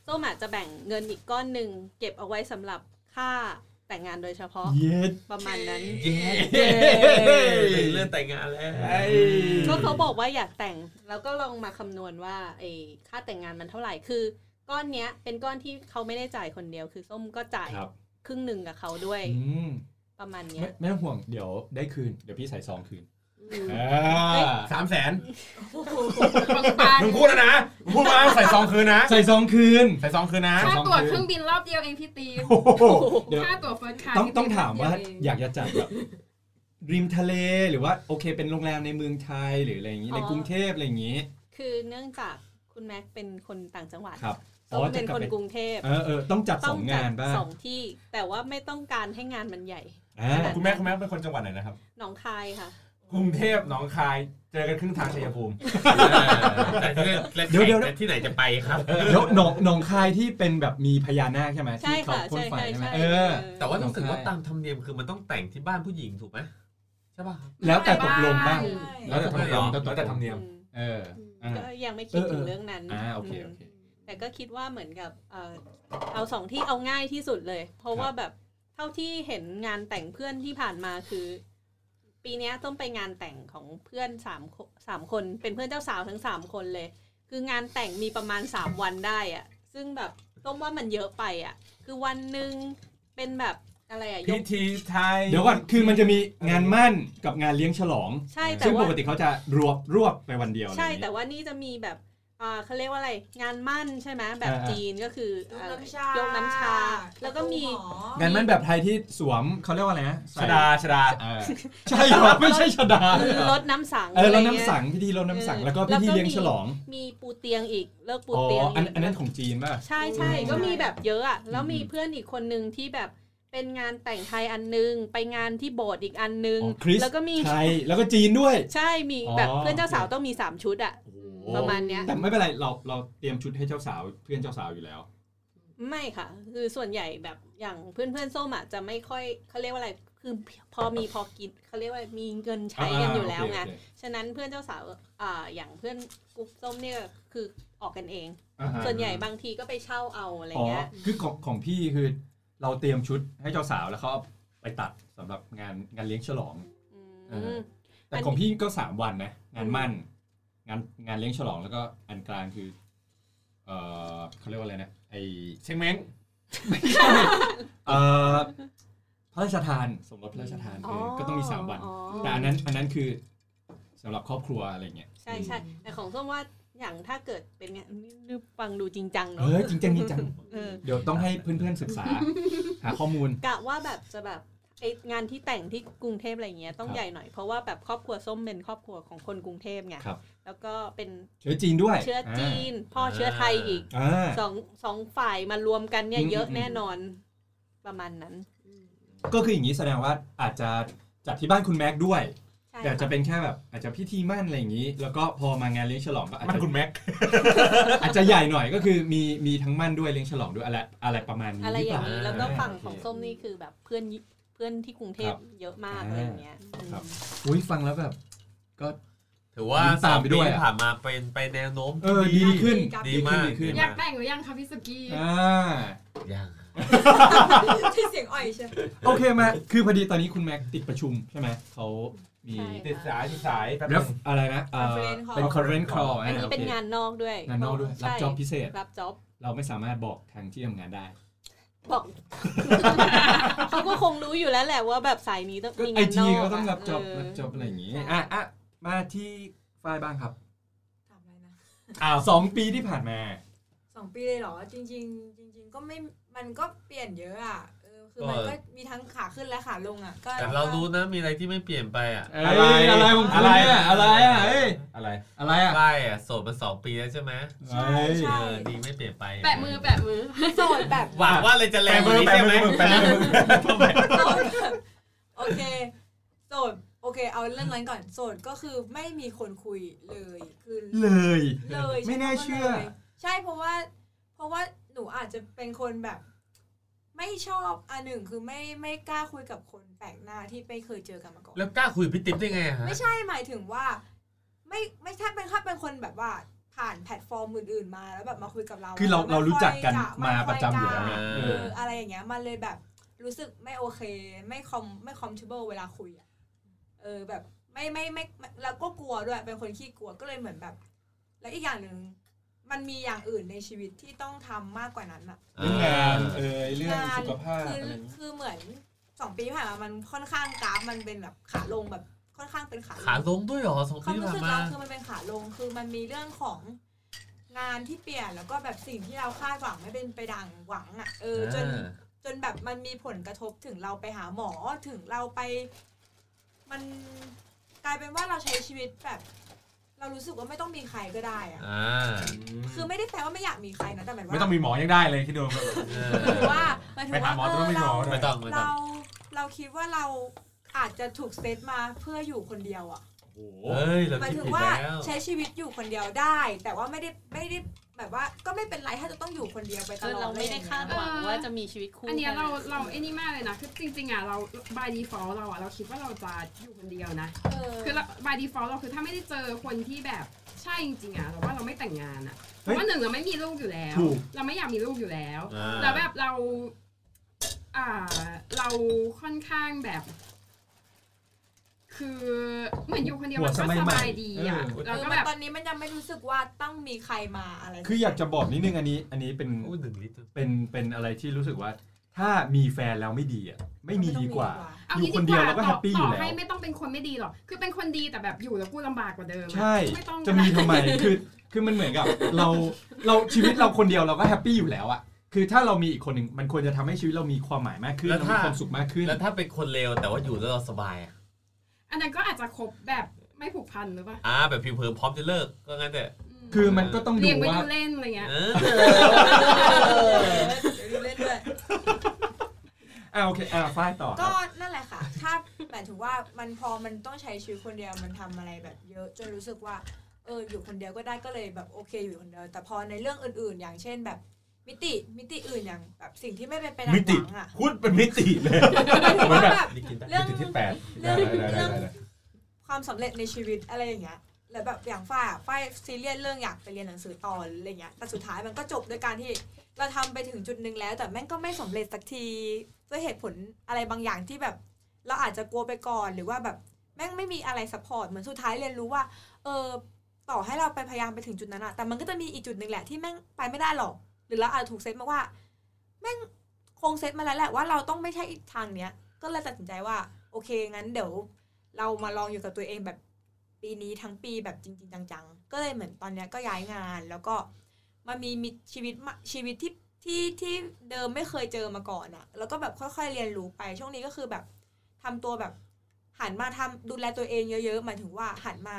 Speaker 9: ส้มอาจจะแบ่งเงินอีกก้อนหนึ่งเก็บเอาไว้สำหรับค่าแต่งงานโดยเฉพาะ
Speaker 3: เย็ด
Speaker 9: ประมาณนั้น
Speaker 10: เรื่องแต่งงานแล้ว
Speaker 9: ก็เขาบอกว่าอยากแต่งแล้วก็ลองมาคำนวณว่าไอ้ค่าแต่งงานมันเท่าไหร่คือ ก้อนเนี้ยเป็นก้อนที่เขาไม่ได้จ่ายคนเดียว คือส้มก็จ่าย
Speaker 3: ครับ
Speaker 9: ครึ่งหนึ่งกับเขาด้วย
Speaker 3: อืม
Speaker 9: ประมาณเนี้
Speaker 3: ไม่
Speaker 9: ย
Speaker 3: ไม่ต้องห่วงเดี๋ยวได้คืน เดี๋ยวพี่ใส่ซองคืนอ่า
Speaker 8: สามแสน
Speaker 7: ปังปัง
Speaker 8: มึงพูดแล้วนะมึงพูดว่าใส่ซองคืนนะ
Speaker 3: ใส่ซองคืน
Speaker 8: ใส่ซองคืนนะ
Speaker 7: ค่าตั๋
Speaker 3: ส
Speaker 7: ว
Speaker 3: องคืน
Speaker 7: เครื่องบินรอบเดียวเองพี่ตี
Speaker 3: โอ้โหเดี๋ยว
Speaker 7: ค่าตั๋วเฟิร์สคลาส
Speaker 3: ต้อง
Speaker 7: พี่
Speaker 3: ต้องถามว่า
Speaker 7: รบเดีย
Speaker 3: อ
Speaker 7: เง
Speaker 3: ยากจะจัดแบบริมทะเลหรือว่าโอเคเป็นโรงแรมในเมืองไทยหรืออะไรอย่างนี้ในกรุงเทพอะไรอย่างนี้
Speaker 9: <laughs> คือเนื่องจากคุณแม็กเป็นคนต่างจังหวัด
Speaker 3: ครับ
Speaker 9: ส้ม
Speaker 3: จะ
Speaker 9: เป็น
Speaker 3: กลับ
Speaker 9: คน
Speaker 3: ไป
Speaker 9: กรุงเทพ
Speaker 3: เออเออต้องจัดส
Speaker 9: ต้
Speaker 3: อ
Speaker 9: อง ง
Speaker 3: งา
Speaker 9: จัด
Speaker 3: นบ้าง
Speaker 9: สองที่ แต่ว่าไม่ต้องการให้งานมันใหญ่
Speaker 3: อ่า
Speaker 8: คุณแม่คุณแม่เป็นคนจังหวัดไหนนะครับ
Speaker 9: หนองคายค่ะ
Speaker 8: กรุงเทพหนองคาย เจอกันครึ่งทางชัยภูมิ
Speaker 10: แต่ที่เดี๋ยวที่ไหนจะไปครับ
Speaker 3: เดี๋ยวหนองหนองคายที่เป็นแบบมีพญานาคใช่ไหม
Speaker 9: ใช่
Speaker 3: ที่เขา
Speaker 9: ค่ะ
Speaker 3: พ่น
Speaker 9: ใช่
Speaker 3: ไฟ
Speaker 9: ใช่
Speaker 3: ใช่ไหม
Speaker 9: ใช่
Speaker 3: เออ
Speaker 10: แต่ว่ารู้สึกว่าตามธรรมเนียมคือมันต้องแต่งที่บ้านผู้หญิงถูกไหมใช่ป่ะครับ
Speaker 3: แล้วแต่ตกลงบ้าง
Speaker 5: ใช่
Speaker 3: แล้วแต่ธรรมเนียม
Speaker 10: แล้ว
Speaker 8: แต่ธรรมเนียม
Speaker 9: อื
Speaker 3: เออ
Speaker 9: มอืม
Speaker 3: อ่า
Speaker 9: ก็ยังไม่คิด
Speaker 3: เออเออ
Speaker 9: ถึงเรื่องนั้น
Speaker 3: อ่าโอเค
Speaker 9: ม
Speaker 3: โอเค
Speaker 9: แต่ก็คิดว่าเหมือนกับเอ่อเอาสองที่เอาง่ายที่สุดเลย เพราะว่าแบบเท่าที่เห็นงานแต่งเพื่อนที่ผ่านมาคือ ปีเนี้ยต้องไปงานแต่งของเพื่อนสามคนสามคน เป็นเพื่อนเจ้าสาวทั้งสามคนเลย คืองานแต่งมีประมาณสามวันได้อะซึ่งแบบต้องว่ามันเยอะไปอะคือวันหนึ่งเป็นแบบอะไรอะย
Speaker 8: พิ
Speaker 9: ก
Speaker 8: ธีไทย
Speaker 3: เดี๋ยวก่อนคือมันจะมีงานมั่นกับงานเลี้ยงฉลอง
Speaker 9: ใช่แต่
Speaker 3: ซึ่งป
Speaker 9: ว่า
Speaker 3: กติเขาจะรวบรวบไปวันเดียวอะไรอ
Speaker 9: ใช่
Speaker 3: ย่าง
Speaker 9: แต่
Speaker 3: นี้
Speaker 9: ว่านี่จะมีแบบอ่าเขาเรียกว่าอะไรงานมั่นใช่ไหมแบบ
Speaker 3: อ่า
Speaker 9: จีนก็คือย
Speaker 5: กน้ำชาย
Speaker 9: กน้ำชา แล้วก็มี
Speaker 3: งานมั่นแบบไทยที่สวมเขาเรียกว่าอะไรนะ
Speaker 8: ชดาชดา
Speaker 3: เออใช่เหรอไม่ใช่ชดาเหรอ
Speaker 9: รดน้ำสัง
Speaker 3: เออ
Speaker 9: อะไร
Speaker 3: เรา
Speaker 9: เงี้
Speaker 3: น้ำ
Speaker 9: ย
Speaker 3: สังพิธีเราน้ำสัง
Speaker 9: เออ
Speaker 3: แล้วก็
Speaker 9: แล้
Speaker 3: พิ
Speaker 9: วก็
Speaker 3: ธีเลี้ยงฉลอง
Speaker 9: มีปูเตียงอีกเลิกปู
Speaker 3: อ๋อ
Speaker 9: เตียง
Speaker 3: อัน
Speaker 9: ก
Speaker 3: อันนั้นของจีนป่ะ
Speaker 9: ใช่ใช่
Speaker 3: อืม
Speaker 9: ก็มีแบบเยอะอะแล้วมี
Speaker 3: อืม
Speaker 9: เพื่อนอีกคนนึงที่แบบเป็นงานแต่งไทยอันนึง ไปงานที่โบสถ์อีกอันนึง
Speaker 3: อ๋อคริส
Speaker 9: แล้วก็มี
Speaker 3: ไทยแล้วก็จีนด้วย
Speaker 9: ใช่มีแบบ
Speaker 3: อ๋อ
Speaker 9: เพื่อนเจ้าสาวต้องมีสามชุดอะประมาณเนี้ย
Speaker 3: แต่ไม่เป็นไรเราเราเตรียมชุดให้เจ้าสาวเพื่อนเจ้าสาวอยู่แล้ว
Speaker 9: ไม่ค่ะ คือส่วนใหญ่แบบอย่างเพื่อนเพื่อนๆส้มอ่ะจะไม่ค่อยเขาเรียกว่าอะไรคือพอมีพอกินเขาเรียกว่ามีเงินใช้กันอยู่แล้วไง
Speaker 3: อ่าโอเคโอเค
Speaker 9: ฉะนั้นเพื่อนเจ้าสาวอ่าอย่างเพื่อนกรุ๊ปส้มเนี่ยคือออกกันเอง
Speaker 3: อ่าฮะ
Speaker 9: ส่วนใหญ่บางทีก็ไปเช่าเอาอะไร
Speaker 3: อ๋อ
Speaker 9: เงี้ย
Speaker 3: คือของของพี่คือเราเตรียมชุดให้เจ้าสาวแล้วเขาเอาไปตัดสำหรับงานงานเลี้ยงฉลอง
Speaker 9: อืม
Speaker 3: แต่
Speaker 9: อัน
Speaker 3: ของพี่ก็สามวันนะ งาน
Speaker 9: อืม
Speaker 3: มั่น งานงานเลี้ยงฉลองแล้วก็อันกลางคือ เออเขาเรียกว่าอะไรนะไอ
Speaker 8: เชงเม้ง
Speaker 3: เออพระราชทานสมรสพระราชทานเออก็ต้องมีสามวัน
Speaker 9: อ๋อ
Speaker 3: แต่อันนั้นอันนั้นคือสำหรับครอบครัวอะไรเงี้ย
Speaker 9: ใช่ใช่แต่ของส้มว่าอย่างถ้าเกิดเป็นเนี่ยนี่ฟังดูจริงจัง
Speaker 3: เออ
Speaker 9: เนาะ
Speaker 3: จริงจังจริงจัง
Speaker 9: เออ
Speaker 3: เดี๋ยวต้องให้เพื่อนๆศึกษา หาข้อมูล
Speaker 9: กะว่าแบบจะแบบไองานที่แต่งที่กรุงเทพอะไรเงี้ยต้อง
Speaker 3: ครับ
Speaker 9: ใหญ่หน่อยเพราะว่าแบบครอบครัวส้มเป็นครอบครัวของคนกรุงเทพไง
Speaker 3: ครับ
Speaker 9: แล้วก็เป็น
Speaker 3: เชื้อจีนด้วย
Speaker 9: เชื้อจีน พ่อเชื้อไทยอีก
Speaker 3: อ่า
Speaker 9: สองสองฝ่ายมารวมกันเนี่ย
Speaker 3: อืม
Speaker 9: เยอะ
Speaker 3: อืม
Speaker 9: แน่นอนประมาณนั้น
Speaker 3: ก็คืออย่างนี้แสดงว่าอาจจะจัดที่บ้านคุณแม็กซ์ด้วย
Speaker 9: ใช่
Speaker 3: แต่จะ
Speaker 9: ค่ะ
Speaker 3: เป็นแค่แบบอาจจะพิธีมั่นอะไรอย่างนี้ แล้วก็พอมางานเลี้ยงฉลองก็อาจ
Speaker 8: มัน
Speaker 3: จะ
Speaker 8: คุณแม็ก
Speaker 3: อาจจะใหญ่หน่อยก็คือมีมีทั้งมั่นด้วยเลี้ยงฉลองด้วยอะไรอะไรประมาณนี้
Speaker 9: อะไร
Speaker 3: หรือเป
Speaker 9: อย่าง
Speaker 3: ล่า
Speaker 9: นี้แล้วก็ฝั่งของส้มนี่คือแบบเพื่อนเพื่อนที่กรุงเท
Speaker 3: ค
Speaker 9: พ
Speaker 3: รับ
Speaker 9: เยอะมาก
Speaker 3: อ่า
Speaker 9: อะไรอย่างเงี้ยอืม
Speaker 3: ครับ อุ้ยฟังแล้วแบบ ก็
Speaker 10: ถ
Speaker 2: ถือว่า
Speaker 3: ยิ้ม
Speaker 2: ส
Speaker 3: ตา
Speaker 2: อ
Speaker 3: ม
Speaker 2: ง
Speaker 3: ไปด้
Speaker 2: ปี
Speaker 3: วย
Speaker 2: ที่ผ่านมาเป็นไปแนวโน้ม
Speaker 3: เออ
Speaker 2: ที่
Speaker 3: ดีขึ้น
Speaker 2: ดีมาก
Speaker 3: ดีขึ้น
Speaker 7: อยากแต่งหรือยังคะพี่สุกี้
Speaker 3: อ่า
Speaker 2: ยัง
Speaker 5: ที่เสียงอ่อยใช่ไหม <laughs>
Speaker 3: โอเคมาคือพอดีตอนนี้คุณแม็กติดประชุมใช่ไหมเขามี
Speaker 9: ใช่
Speaker 8: ติดสายติดสายแป๊บ
Speaker 3: เร
Speaker 8: นึ
Speaker 3: ฟ
Speaker 8: ง
Speaker 3: อะไรนะเอ่อเป็น conference call
Speaker 9: อันนี้
Speaker 3: โค
Speaker 9: เป็นงานนอกด้วย
Speaker 3: งานนอกด้วยรับ
Speaker 9: ใช่
Speaker 3: จอบพิเศษ
Speaker 9: รับจ็อบ
Speaker 3: เราไม่สามารถบอกทางที่ทำงานได้
Speaker 9: บอก <laughs> เขาก็คงรู้อยู่แล้วแหละว่าแบบสายนี้ต้อง
Speaker 3: ก็ไอง
Speaker 9: มีานน
Speaker 3: ที
Speaker 9: อก
Speaker 3: ก็ต้อง
Speaker 9: ะ
Speaker 3: รับจอบ
Speaker 9: เ
Speaker 3: รับจอบอะไรอย่างงี้อ่ะอ่ะมาที่ฝ้ายบ้างครับ
Speaker 5: ถามอะไรนะ
Speaker 3: อ่าสองปีที่ผ่านมา
Speaker 5: สองปีเลยเหรอ จริง ๆ จริง ๆ ก็ไม่มันก็เปลี่ยนเยอะอ่ะเออคือมัน
Speaker 2: ก็
Speaker 5: ก็มีทั้งขาขึ้นและขาลงอ่ะก็
Speaker 2: แต่เรารู้นะมีอะไรที่ไม่เปลี่ยนไปอ่ะ
Speaker 3: อะไรอะไรของคุณเนี่ยอะไรอ่ะเอ้ย
Speaker 8: อะไร
Speaker 3: อะไรอ่ะ
Speaker 2: ใช่อ่ะโสดมาสองปีแล้วใช่ไหม
Speaker 5: ใช่ใช่
Speaker 2: เออดีไม่เปลี่ยนไป
Speaker 7: แปะมือแปะมือ
Speaker 5: โสดแบบ
Speaker 2: หวังว่าเลยจะแรงกว่านี้ใช่ไหม
Speaker 5: โสดแบบโอเคโสดโอเค เอาเรื่องนั้นก่อนโสดก็คือไม่มีคนคุยเลยคือ
Speaker 3: เลย
Speaker 5: เลย
Speaker 3: ไม่น่าเชื่อ
Speaker 5: ลยใช่เพราะว่า เพราะว่าหนูอาจจะเป็นคนแบบ ไม่ชอบอันหนึ่งคือไม่ไม่กล้าคุยกับคนแปลกหน้าที่ไม่เคยเจอกันมาก่อน
Speaker 2: แล้วกล้าคุยกับพี่ติ๊บได้ไงอะฮะ
Speaker 5: ไม่ใช่หมายถึงว่า ไม่ไม่ถ้าเป็นถ้าเป็นคนแบบว่าผ่านแพลตฟอร์มอื่นๆมาแล้วแบบมาคุยกับเรา
Speaker 3: คือเรา
Speaker 5: ไม่
Speaker 3: เรารู้จักกัน
Speaker 5: ค่อย
Speaker 3: มาประจำอ
Speaker 5: ไค่
Speaker 3: ยู่แล้ว
Speaker 5: ก
Speaker 3: ไง
Speaker 5: ล้า
Speaker 3: เอ
Speaker 5: เอ
Speaker 3: อ
Speaker 5: ออะไรอย่างเงี้ยมันเลยแบบรู้สึกไม่โอเค ไม่คอมไม่คอมชิเบิลเวลาคุยอะเออแบบไม่ไม่ไม่ไม่แล้วก็กลัวด้วยเป็นคนขี้กลัวก็เลยเหมือนแบบ แล้วอีกอย่างหนึ่งมันมีอย่างอื่นในชีวิตที่ต้องทำมากกว่านั้นอะ
Speaker 3: เรื่องงานเอ่ยเรื่องสุขภาพ
Speaker 5: คื
Speaker 3: อะ
Speaker 5: อ
Speaker 3: ไรอย่างงี้
Speaker 5: คือเหมือนสองปีที่ผ่านมามันค่อนข้างกราฟมันเป็นแบบขาลงแบบค่อนข้างเป็นขาล
Speaker 2: ขาง ลงด้วยเหรอสอง
Speaker 5: ค
Speaker 2: ปี
Speaker 5: วาม
Speaker 2: ที่
Speaker 5: รู้
Speaker 2: ผ่านมา
Speaker 5: สึกเราคือมันเป็นขาลงคือมันมีเรื่องของงานที่เปลี่ยนแล้วก็แบบสิ่งที่เราคาดหวังไม่เป็นไปดังหวังอ่ะเออจน
Speaker 2: อ่า
Speaker 5: จนแบบมันมีผลกระทบถึงเราไปหาหมอถึงเราไป มันกลายเป็นว่าเราใช้ชีวิตแบบ เรารู้สึกว่าไม่ต้องมีใครก็ได้อ่ะ
Speaker 2: อ่า
Speaker 5: คือไม่ได้แปลว่าไม่อยากมีใครนะแต่หมายว่า
Speaker 4: ไม่ต้องมีหมอยังได้เลยคิดดู
Speaker 2: เอ
Speaker 5: หรือ
Speaker 2: อ
Speaker 5: ว่าหมายถึงว่า
Speaker 4: ไปหาหมอตัวไม่หมอ
Speaker 5: เออ
Speaker 2: ไม่ต้องไม่ต้อ
Speaker 5: เรา
Speaker 2: ง
Speaker 5: เราเราคิดว่าเราอาจจะถูกเซตมาเพื่ออยู่คนเดียวอ่ะ
Speaker 2: เฮ้ยเรา
Speaker 5: หมาย
Speaker 2: คิด
Speaker 5: ถึง
Speaker 2: ผิด
Speaker 5: ว่า
Speaker 2: แล้ว
Speaker 5: ใช้ชีวิตอยู่คนเดียวได้ แต่ว่าไม่ได้ไม่ได้แบบว่าก็ไม่เป็นไรถ้าจะต้องอยู่คนเดียวไปต
Speaker 9: คือ
Speaker 5: ลอด
Speaker 9: เราไม่ได้คาดหวัง
Speaker 7: เออ
Speaker 9: ว่าจะมีชีวิตคู่
Speaker 7: อันเนี้ยเรา
Speaker 9: ขด
Speaker 7: เราไอ้นี่มากเลยนะคือจริงๆอ่ะเรา by default เราอ่ะเราคิดว่าเราจะอยู่คนเดียวนะ
Speaker 5: เออ
Speaker 7: คือเรา by default เราคือถ้าไม่ได้เจอคนที่แบบใช่จริงๆอ่ะเราว่าเราไม่แต่งงานอ่ะเพราะว่าหนึ่งเราไม่มีลูกอยู่แล้ว
Speaker 3: ถูก
Speaker 7: เราไม่อยากมีลูกอยู่แล้ว
Speaker 2: อ่า
Speaker 7: แล้วแบบเรา อ่า เราค่อนข้างแบบ คือเหมือนอยู่คนเดียว
Speaker 3: หัว
Speaker 7: มันก็
Speaker 3: สมัย
Speaker 7: ส
Speaker 3: ใหม่
Speaker 7: บายดีอ่ะ
Speaker 3: เออ
Speaker 7: เรา
Speaker 5: คือ
Speaker 7: ก็
Speaker 5: มัน
Speaker 7: แบบ
Speaker 5: ตอนนี้มันยังไม่รู้สึกว่าต้องมีใครมาอะไร
Speaker 3: คืออยากจะบอกนิดนึงอันนี้ อันนี้เป็น
Speaker 2: อู้หนึ่งลิตร
Speaker 3: เป็นเป็นอะไรที่รู้สึกว่า ถ้ามีแฟนแล้วไม่ดีอ่ะไม่มีดีกว่า
Speaker 7: เอา
Speaker 3: อยู่
Speaker 7: งี้
Speaker 3: คนเดียวเราก็
Speaker 7: ต่
Speaker 3: แฮปปี้อยู่
Speaker 7: ต่
Speaker 3: แล้ว
Speaker 7: ให้ไม่ต้องเป็นคนไม่ดีหรอกคือเป็นคนดีแต่แบบอยู่แล้วกูลำบากกว่าเดิมอะ
Speaker 3: ใช่
Speaker 7: ไม่ต้อง
Speaker 3: จะมีทำไมคือคือมันเหมือนกับ เราเราชีวิตเราคนเดียวเราก็แฮปปี้อยู่แล้วอ่ะคือถ้าเรามีอีกคนหนึ่งมันควรจะทำให้ชีวิตเรามีความหมายมากขึ้นเรามีความสุขมากขึ้น
Speaker 2: แล้วถ้าเป็นคนเลวแต่ว่าอยู่แล้วเราสบายอะ
Speaker 7: อันนั้นก็อาจจะคบแบบไม่ผูกพันหรือเปล่า
Speaker 2: อ่าแบบผิวเผินพร้อมจะเลิกก็งั้นแต่
Speaker 7: อืม
Speaker 3: คือมันก็ต้องดู
Speaker 7: เรียกไป
Speaker 3: ว่า
Speaker 7: ดูเล่นอะไรเงี้ย
Speaker 2: เออ
Speaker 5: เดี๋ยวดูเล่นด้วย
Speaker 3: อ่าโอเคอ่าฝ้ายต่อค
Speaker 5: ก็
Speaker 3: รับ
Speaker 5: นั่นแหละค่ะ ถ้าหมายถึงว่ามันพอมันต้องใช้ชีวิตคนเดียวมันทำอะไรแบบเยอะจนรู้สึกว่าเอออยู่คนเดียวก็ได้ก็เลยแบบโอเคอยู่คนเดียวแต่พอในเรื่องอื่นๆ อย่างเช่นแบบมิติมิติอื่นอย่างแบบสิ่งที่ไม่เป็นไปตาม
Speaker 8: มิติ
Speaker 5: หวังอ่ะ
Speaker 8: พูดเป็นมิติเลย
Speaker 5: หมายถึงว่าแบบ
Speaker 8: นี่กินได้
Speaker 5: เรื่อง
Speaker 8: มิติที่แปด
Speaker 5: เรื่
Speaker 8: ได้
Speaker 5: อง
Speaker 8: ได้ได้ได้ได้
Speaker 5: ความสำเร็จในชีวิตอะไรอย่างเงี้ยแล้วแบบอย่างฝ้ายอะฝ้ายซีเรียสเรื่องอยากไปเรียนหนังสือต่ออะไรเงี้ยแต่สุดท้ายมันก็จบด้วยการที่เราทำไปถึงจุดหนึ่งแล้ว แต่แม่งก็ไม่สำเร็จสักทีด้วยเหตุผลอะไรบางอย่างที่แบบ เราอาจจะกลัวไปก่อนหรือว่าแบบแม่งไม่มีอะไรสปอร์ตเหมือนสุดท้ายเรียนรู้ว่า เออต่อให้เราไปพยายามไปถึงจุดนั้นอะแต่มันก็จะมีอีกจุดหนึ่งแหละที่แม่งไปไม่ได้หรอก หรือเราอาจจะถูกเซตมาว่า แม่งคงเซตมาแล้วแหละว่าเราต้องไม่ใช่อีกทางเนี้ย ก็เลยตัดสินใจว่า โอเคงั้นเดี๋ยว เรามาลองอยู่กับตัวเองแบบปีนี้ทั้งปีแบบจริง ๆ จังๆ ก็เลยเหมือนตอนเนี้ยก็ย้ายงานแล้วก็มามีมิตรชีวิตมาชีวิตที่ที่ที่เดิมไม่เคยเจอมาก่อนอะแล้วก็แบบค่อยๆเรียนรู้ไป ช่วงนี้ก็คือแบบทำตัวแบบหันมาทำดูแลตัวเองเยอะๆหมายถึงว่าหันมา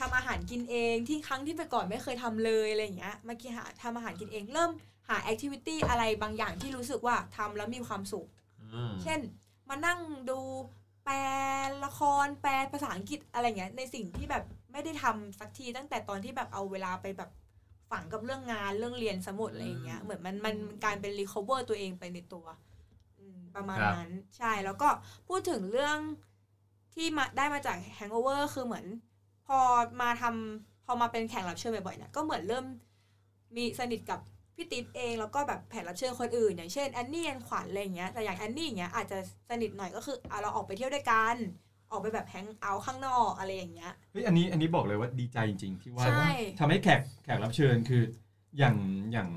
Speaker 5: ทำอาหารกินเองที่ครั้งที่ไปก่อนไม่เคยทำเลยอะไรอย่างเงี้ยมากินหาทำอาหารกินเองเริ่มหาแอคทิวิตี้อะไรบางอย่างที่รู้สึกว่าทำแล้วมีความสุข
Speaker 2: อืม
Speaker 5: เช่น มานั่งดูแปลละครแปลภาษาอังกฤษอะไรเงี้ยในสิ่งที่แบบไม่ได้ทำสักทีตั้งแต่ตอนที่แบบเอาเวลาไปแบบฝังกับเรื่องงานเรื่องเรียนสมุดอะไรอย่างเงี้ยเหมือนมันมันมันการเป็นรีคอเวอร์ตัวเองไปในตัวอืมประมาณนั้นใช่แล้วก็พูดถึงเรื่องที่มาได้มาจากแฮง g อ v เวอร์คือเหมือน พอมาทำพอมาเป็นแขกรับเชิญบ่อยๆเนี่ยก็เหมือนเริ่มมีสนิทกับพี่ติ๊ดเองแล้วก็แบบแขกรับเชิญคนอื่น อย่างเช่นแอนนี่แอนขวัญอะไรอย่างเงี้ยแต่อย่างแอนนี่อย่างเงี้ยอาจจะสนิทหน่อยก็คืออ่ะเราออกไปเที่ยวด้วยกัน ออกไปแบบแฮงเอาท์ข้างนอกอะไรอย่างเงี้ย
Speaker 3: เฮ้ยอันนี้อันนี้บอกเลยว่าดีใจจริง ๆ ที่ว่า
Speaker 5: ใช่
Speaker 3: ทำให้แขกแขกรับเชิญคืออย่างอย่าง